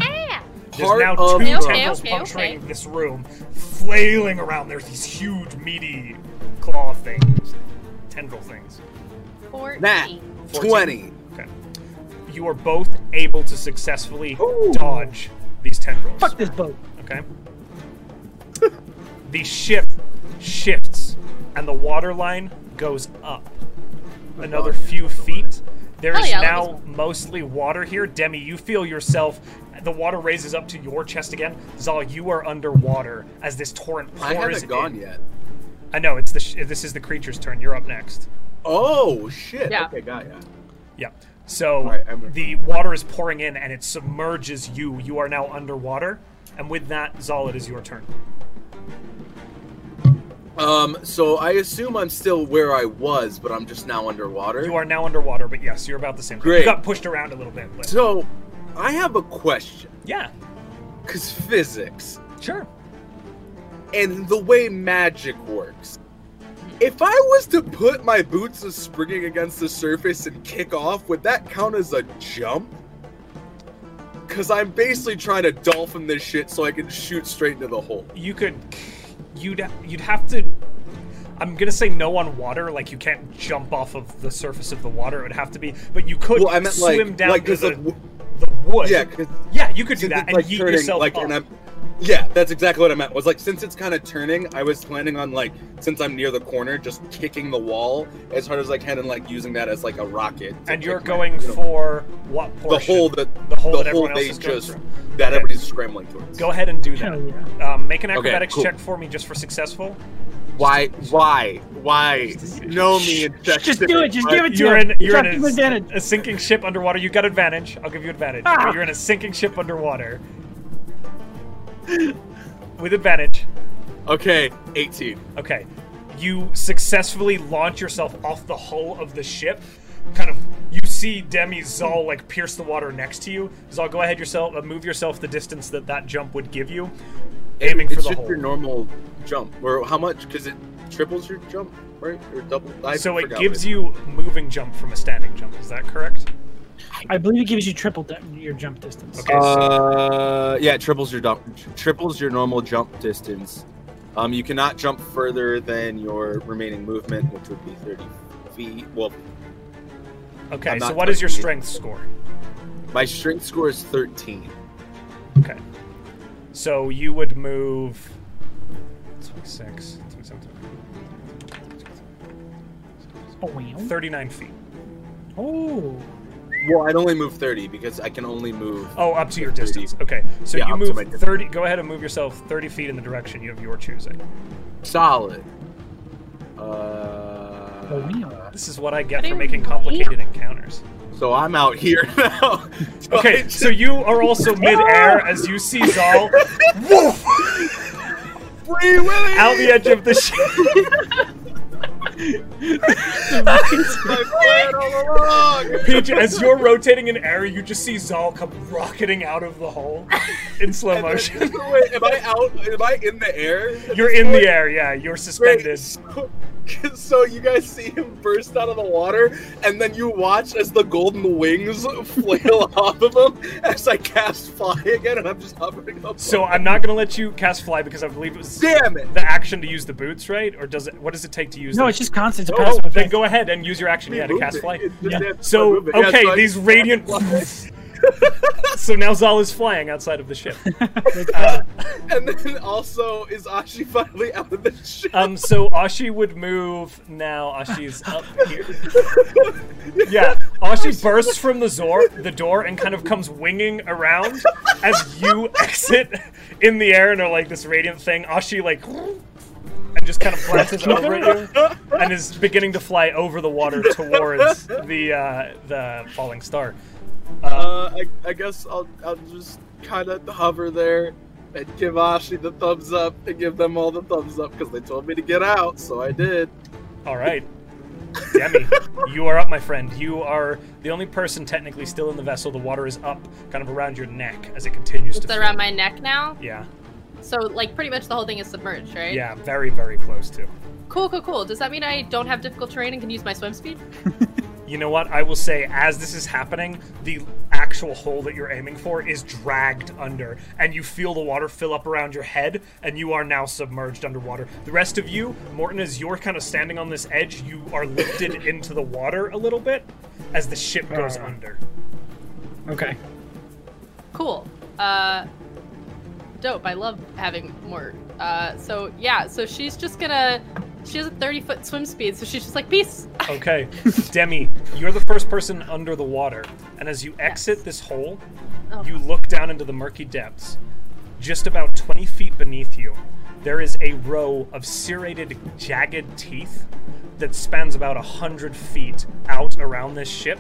[SPEAKER 4] Ah!
[SPEAKER 1] There's now
[SPEAKER 2] Part
[SPEAKER 1] two
[SPEAKER 2] of
[SPEAKER 4] Okay,
[SPEAKER 1] tendrils
[SPEAKER 4] okay,
[SPEAKER 1] puncturing
[SPEAKER 4] okay.
[SPEAKER 1] this room, flailing around. There's these huge, meaty claw things, tendril things.
[SPEAKER 4] Fourteen.
[SPEAKER 2] That
[SPEAKER 1] 14.
[SPEAKER 2] 20.
[SPEAKER 1] Okay. You are both able to successfully
[SPEAKER 2] Ooh.
[SPEAKER 1] dodge these tendrils.
[SPEAKER 3] Fuck this boat.
[SPEAKER 1] Okay. the ship shifts, and the water line goes up another few feet. There
[SPEAKER 4] Hell
[SPEAKER 1] is
[SPEAKER 4] yeah, let
[SPEAKER 1] now
[SPEAKER 4] us
[SPEAKER 1] mostly water here. Demi, you feel yourself. The water raises up to your chest again. Zal, you are underwater as this torrent pours
[SPEAKER 2] I haven't gone
[SPEAKER 1] in.
[SPEAKER 2] yet.
[SPEAKER 1] I know it's the sh- this is the creature's turn. You're up next.
[SPEAKER 2] Oh, shit.
[SPEAKER 4] Yeah.
[SPEAKER 2] Okay, got ya.
[SPEAKER 1] Yeah. So
[SPEAKER 2] Alright, I'm-
[SPEAKER 1] the water is pouring in and it submerges you. You are now underwater. And with that, Zal, it is your turn.
[SPEAKER 2] Um, so I assume I'm still where I was, but I'm just now underwater.
[SPEAKER 1] You are now underwater, but yes, you're about the same. You
[SPEAKER 2] Great.
[SPEAKER 1] got pushed around a little bit. But
[SPEAKER 2] So, I have a question.
[SPEAKER 1] yeah,
[SPEAKER 2] Because physics
[SPEAKER 1] sure.
[SPEAKER 2] and the way magic works. If I was to put my boots of springing against the surface and kick off, would that count as a jump? Because I'm basically trying to dolphin this shit so I can shoot straight into the hole.
[SPEAKER 1] You could, you'd you'd have to. I'm gonna say no on water. Like you can't jump off of the surface of the water. It would have to be, but you could
[SPEAKER 2] Well, I meant
[SPEAKER 1] swim
[SPEAKER 2] like,
[SPEAKER 1] down
[SPEAKER 2] like,
[SPEAKER 1] to
[SPEAKER 2] 'cause
[SPEAKER 1] the,
[SPEAKER 2] like, w-
[SPEAKER 1] the wood.
[SPEAKER 2] yeah, 'cause
[SPEAKER 1] yeah, you could do
[SPEAKER 2] since
[SPEAKER 1] that
[SPEAKER 2] it's
[SPEAKER 1] and
[SPEAKER 2] like
[SPEAKER 1] yeet
[SPEAKER 2] turning,
[SPEAKER 1] yourself
[SPEAKER 2] like,
[SPEAKER 1] up.
[SPEAKER 2] and I'm, yeah, that's exactly what I meant. Was like, since it's kind of turning, I was planning on like, since I'm near the corner, just kicking the wall as hard as I can and like using that as like a rocket. to
[SPEAKER 1] and you're
[SPEAKER 2] kick my-
[SPEAKER 1] going
[SPEAKER 2] you know,
[SPEAKER 1] for what
[SPEAKER 2] the
[SPEAKER 1] portion?
[SPEAKER 2] hole that
[SPEAKER 1] the hole
[SPEAKER 2] the
[SPEAKER 1] that
[SPEAKER 2] hole
[SPEAKER 1] everyone else
[SPEAKER 2] they
[SPEAKER 1] is going
[SPEAKER 2] just
[SPEAKER 1] through.
[SPEAKER 2] that
[SPEAKER 1] Okay.
[SPEAKER 2] everybody's scrambling towards.
[SPEAKER 1] Go ahead and do that.
[SPEAKER 3] Hell yeah.
[SPEAKER 1] Um, make an
[SPEAKER 2] Okay,
[SPEAKER 1] acrobatics
[SPEAKER 2] cool.
[SPEAKER 1] check for me just for successful.
[SPEAKER 2] Why? Why? Why? Know me and check
[SPEAKER 3] Just do it. Just give it to
[SPEAKER 1] You're
[SPEAKER 3] him.
[SPEAKER 1] in, you're
[SPEAKER 3] Drop
[SPEAKER 1] in
[SPEAKER 3] him
[SPEAKER 1] a,
[SPEAKER 3] advantage.
[SPEAKER 1] a sinking ship underwater. You got advantage. I'll give you advantage.
[SPEAKER 3] Ah!
[SPEAKER 1] But you're in a sinking ship underwater. With advantage.
[SPEAKER 2] Okay, eighteen.
[SPEAKER 1] Okay. You successfully launch yourself off the hull of the ship. Kind of, you see Demi Zal like pierce the water next to you. Zal, go ahead yourself, uh, move yourself the distance that that jump would give you, aiming
[SPEAKER 2] it's
[SPEAKER 1] for the
[SPEAKER 2] just
[SPEAKER 1] hole.
[SPEAKER 2] your normal jump. Or how much? Because it triples your jump, right? Or double? I
[SPEAKER 1] so it
[SPEAKER 2] forgot
[SPEAKER 1] gives
[SPEAKER 2] what
[SPEAKER 1] you moving jump from a standing jump. Is that correct?
[SPEAKER 3] I believe it gives you triple de- your jump distance.
[SPEAKER 1] Okay.
[SPEAKER 2] Uh, yeah, it triples your jump. Triples your normal jump distance. Um, you cannot jump further than your remaining movement, which would be thirty feet. Well,
[SPEAKER 1] Okay.
[SPEAKER 2] I'm
[SPEAKER 1] So
[SPEAKER 2] not
[SPEAKER 1] what is your
[SPEAKER 2] touching it.
[SPEAKER 1] strength score?
[SPEAKER 2] my strength score is thirteen.
[SPEAKER 1] Okay. So you would move 26, 27,
[SPEAKER 3] Oh, wow.
[SPEAKER 1] 39 feet.
[SPEAKER 3] Oh.
[SPEAKER 2] Well, I'd only move 30 because I can only move.
[SPEAKER 1] Oh, up to your
[SPEAKER 2] 30.
[SPEAKER 1] distance. Okay. So
[SPEAKER 2] Yeah,
[SPEAKER 1] you
[SPEAKER 2] up to
[SPEAKER 1] move
[SPEAKER 2] my distance.
[SPEAKER 1] 30. Go ahead and move yourself 30 feet in the direction you of your choosing.
[SPEAKER 2] Solid. Uh,
[SPEAKER 1] Oh,
[SPEAKER 3] But we are.
[SPEAKER 1] This is what I get for making complicated encounters.
[SPEAKER 2] So I'm out here now. So I
[SPEAKER 1] Okay,
[SPEAKER 2] just-
[SPEAKER 1] so you are also midair as you see Zal
[SPEAKER 2] Free Willy!
[SPEAKER 1] out the edge of the ship.
[SPEAKER 2] My plan all along!
[SPEAKER 1] Peach, as you're rotating in air, you just see Zal come rocketing out of the hole in slow
[SPEAKER 2] And then-
[SPEAKER 1] motion.
[SPEAKER 2] Wait, am I out? Am I in the air?
[SPEAKER 1] You're in the air, yeah. You're suspended.
[SPEAKER 2] So, so you guys see him burst out of the water, and then you watch as the golden wings flail off of him as I cast fly again, and I'm just hovering up.
[SPEAKER 1] So I'm not gonna let you cast fly because I believe it was the
[SPEAKER 2] Damn it!
[SPEAKER 1] action to use the boots, right? Or does it? What does it take to use?
[SPEAKER 3] No,
[SPEAKER 1] them?
[SPEAKER 3] it's just constant. It's a
[SPEAKER 1] Oh,
[SPEAKER 3] passive
[SPEAKER 1] then
[SPEAKER 3] effect.
[SPEAKER 1] go ahead and use your action.
[SPEAKER 2] We
[SPEAKER 1] Yeah, to
[SPEAKER 2] moved
[SPEAKER 1] cast
[SPEAKER 2] it.
[SPEAKER 1] fly.
[SPEAKER 2] It just
[SPEAKER 3] Yeah.
[SPEAKER 2] had- I
[SPEAKER 1] So
[SPEAKER 2] moved it. Yeah,
[SPEAKER 1] okay,
[SPEAKER 2] so I-
[SPEAKER 1] these radiant. so now Zal is flying outside of the ship. Um,
[SPEAKER 2] And then also is Ashi finally out of the ship.
[SPEAKER 1] Um, so Ashi would move now. Ashi's up here. Yeah, Ashi bursts from the door, the door, and kind of comes winging around as you exit in the air and are like this radiant thing. Ashi like and just kind of flashes over at you and is beginning to fly over the water towards the uh, the falling star. Uh-huh. Um,
[SPEAKER 2] Uh, I, I guess I'll, I'll just kind of hover there and give Ashi the thumbs up and give them all the thumbs up because they told me to get out, so I did.
[SPEAKER 1] All right. Demi, you are up, my friend. You are the only person technically still in the vessel. The water is up, kind of around your neck as it continues
[SPEAKER 4] It's
[SPEAKER 1] to.
[SPEAKER 4] around
[SPEAKER 1] flow.
[SPEAKER 4] my neck now.
[SPEAKER 1] Yeah,
[SPEAKER 4] So, like, pretty much the whole thing is submerged, right?
[SPEAKER 1] yeah, very, very close to.
[SPEAKER 4] Cool, cool, cool. Does that mean I don't have difficult terrain and can use my swim speed?
[SPEAKER 1] You know what? I will say, as this is happening, the actual hole that you're aiming for is dragged under, and you feel the water fill up around your head, and you are now submerged underwater. The rest of you, Morton, as you're kind of standing on this edge, you are lifted into the water a little bit as the ship goes
[SPEAKER 3] Uh.
[SPEAKER 1] under.
[SPEAKER 3] Okay.
[SPEAKER 4] Cool. Uh, dope. I love having more. Uh, so yeah. So she's just gonna. She has a 30 foot swim speed, so she's just like peace.
[SPEAKER 1] Okay, Demi, you're the first person under the water, and as you exit
[SPEAKER 4] Yes.
[SPEAKER 1] this hole,
[SPEAKER 4] Oh.
[SPEAKER 1] you look down into the murky depths. Just about 20 feet beneath you, there is a row of serrated, jagged teeth that spans about 100 feet out around this ship,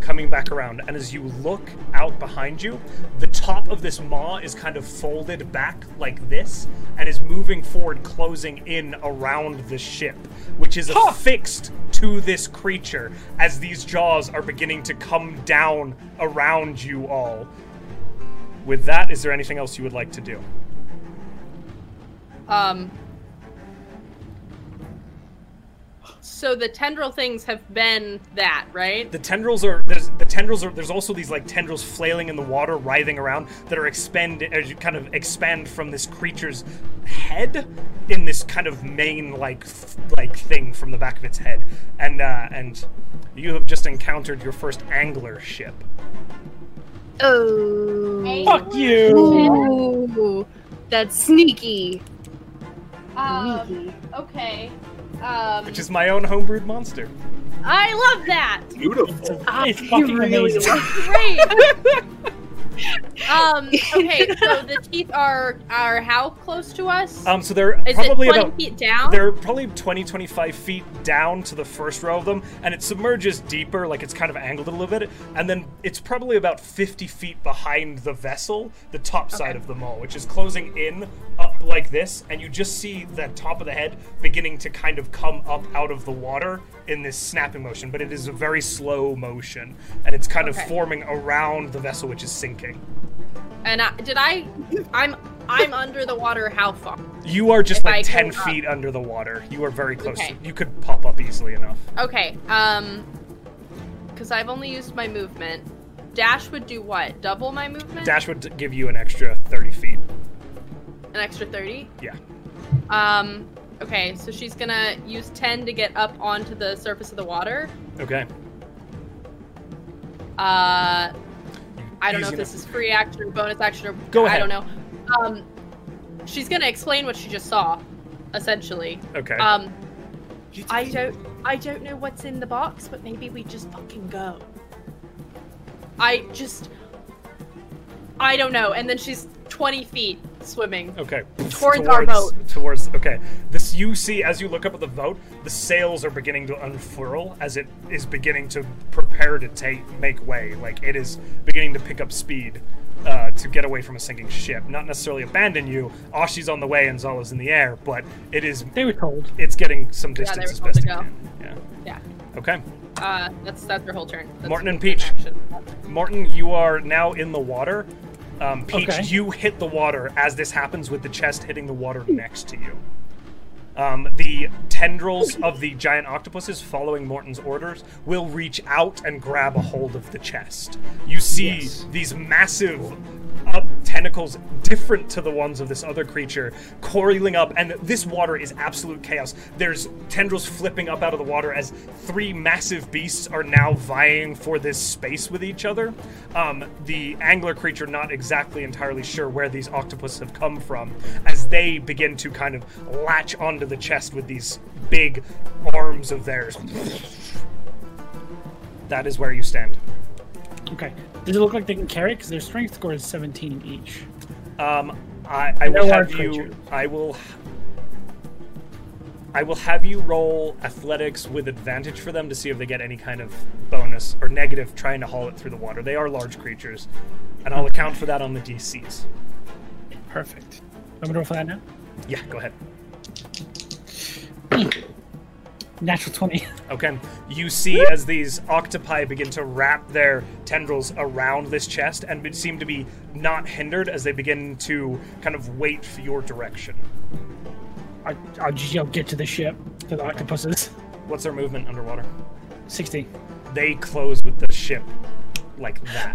[SPEAKER 1] coming back around. And as you look out behind you, the top of this maw is kind of folded back like this and is moving forward, closing in around the ship, which is affixed to this creature as these jaws are beginning to come down around you all. With that, is there anything else you would like to do?
[SPEAKER 4] Um. So the tendril things have been that, right?
[SPEAKER 1] The tendrils are there's the tendrils are there's also these like tendrils flailing in the water, writhing around that are expend as you kind of expand from this creature's head in this kind of mane like f- like thing from the back of its head, and uh, and you have just encountered your first angler ship.
[SPEAKER 5] Oh.
[SPEAKER 3] Fuck you.
[SPEAKER 5] Ooh, that's sneaky.
[SPEAKER 4] Um, okay. Um,
[SPEAKER 1] Which is my own homebrewed monster.
[SPEAKER 4] I love that.
[SPEAKER 2] Beautiful.
[SPEAKER 3] It's fucking amazing.
[SPEAKER 4] Great. um. Okay. So the teeth are are how close to us?
[SPEAKER 1] Um, so they're
[SPEAKER 4] Is
[SPEAKER 1] probably
[SPEAKER 4] it 20
[SPEAKER 1] about
[SPEAKER 4] feet down?
[SPEAKER 1] They're probably 20, 25 feet down to the first row of them, and it submerges deeper, like it's kind of angled a little bit, and then it's probably about 50 feet behind the vessel, the top side of the mall, which is closing in up like this, and you just see the top of the head beginning to kind of come up out of the water in this snapping motion, but it is a very slow motion, and it's kind
[SPEAKER 4] Okay.
[SPEAKER 1] of forming around the vessel, which is sinking.
[SPEAKER 4] And I, did I? I'm I'm under the water. How far?
[SPEAKER 1] You are just
[SPEAKER 4] If I
[SPEAKER 1] like 10
[SPEAKER 4] go up.
[SPEAKER 1] feet under the water. You are very close.
[SPEAKER 4] Okay.
[SPEAKER 1] To, you could pop up easily enough.
[SPEAKER 4] Okay. Um. Because I've only used my movement. Dash would do what? Double my movement?
[SPEAKER 1] Dash would give you an extra 30 feet.
[SPEAKER 4] An extra thirty.
[SPEAKER 1] Yeah.
[SPEAKER 4] Um. Okay. So she's gonna use ten to get up onto the surface of the water.
[SPEAKER 1] Okay.
[SPEAKER 4] Uh. I don't know
[SPEAKER 1] Easy
[SPEAKER 4] if this is free action or bonus action or
[SPEAKER 1] Go
[SPEAKER 4] I
[SPEAKER 1] ahead.
[SPEAKER 4] don't know. Um, she's gonna explain what she just saw, essentially.
[SPEAKER 1] Okay.
[SPEAKER 4] Um, I don't, I don't know what's in the box, but maybe we just fucking go. I just, I don't know. And then she's twenty feet swimming.
[SPEAKER 1] Okay.
[SPEAKER 4] Towards our boat.
[SPEAKER 1] Towards okay. This you see as you look up at the boat, the sails are beginning to unfurl as it is beginning to prepare to take make way. Like it is beginning to pick up speed uh, to get away from a sinking ship. Not necessarily abandon you. Ashi's on the way and Zala's in the air, but it is
[SPEAKER 3] They were told.
[SPEAKER 1] it's getting some
[SPEAKER 4] Yeah, they
[SPEAKER 1] distance
[SPEAKER 4] were
[SPEAKER 1] as best
[SPEAKER 4] told to
[SPEAKER 1] it
[SPEAKER 4] go.
[SPEAKER 1] can. Yeah.
[SPEAKER 4] Yeah.
[SPEAKER 1] Okay.
[SPEAKER 4] Uh, that's that's their whole turn. That's
[SPEAKER 1] Martin and
[SPEAKER 4] their
[SPEAKER 1] Peach.
[SPEAKER 4] action.
[SPEAKER 1] Martin, you are now in the water. Um, Peach,
[SPEAKER 3] Okay.
[SPEAKER 1] you hit the water as this happens with the chest hitting the water next to you. Um, the tendrils of the giant octopuses, following Morton's orders, will reach out and grab a hold of the chest. You see
[SPEAKER 3] Yes.
[SPEAKER 1] these massive up tentacles, different to the ones of this other creature, coiling up, and this water is absolute chaos. There's tendrils flipping up out of the water as three massive beasts are now vying for this space with each other. Um, the angler creature, not exactly entirely sure where these octopuses have come from, as they begin to kind of latch onto the chest with these big arms of theirs. That is where you stand.
[SPEAKER 3] Okay. Does it look like they can carry it? Because their strength score is 17 each.
[SPEAKER 1] Um, I, I will have
[SPEAKER 3] No hard
[SPEAKER 1] you.
[SPEAKER 3] creatures.
[SPEAKER 1] I will. I will have you roll athletics with advantage for them to see if they get any kind of bonus or negative trying to haul it through the water. They are large creatures, and I'll account for that on the DCs.
[SPEAKER 3] Perfect. I'm going to roll for that now.
[SPEAKER 1] Yeah, go ahead.
[SPEAKER 3] Natural 20.
[SPEAKER 1] Okay. You see as these octopi begin to wrap their tendrils around this chest and be- seem to be not hindered as they begin to kind of wait for your direction.
[SPEAKER 3] I, I'll just yell, get to the ship. To the octopuses.
[SPEAKER 1] What's their movement underwater?
[SPEAKER 3] 16.
[SPEAKER 1] They close with the ship like that.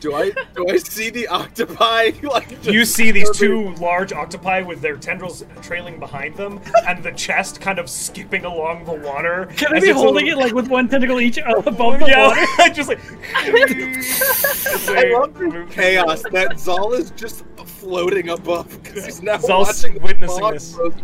[SPEAKER 2] Do I do I see the octopi? Like just
[SPEAKER 1] You see these
[SPEAKER 2] curving-
[SPEAKER 1] two large octopi with their tendrils trailing behind them and the chest kind of skipping along the water.
[SPEAKER 3] Can I
[SPEAKER 1] as
[SPEAKER 3] be
[SPEAKER 1] it's a
[SPEAKER 3] holding it
[SPEAKER 1] little-
[SPEAKER 3] like with one tentacle each uh, above the water?
[SPEAKER 1] Yeah, just like. Just
[SPEAKER 2] I
[SPEAKER 1] like-
[SPEAKER 2] love the chaos that Zal is just floating above because he's now
[SPEAKER 1] Zal's
[SPEAKER 2] watching the
[SPEAKER 1] witnessing
[SPEAKER 2] fog
[SPEAKER 1] this.
[SPEAKER 2] float,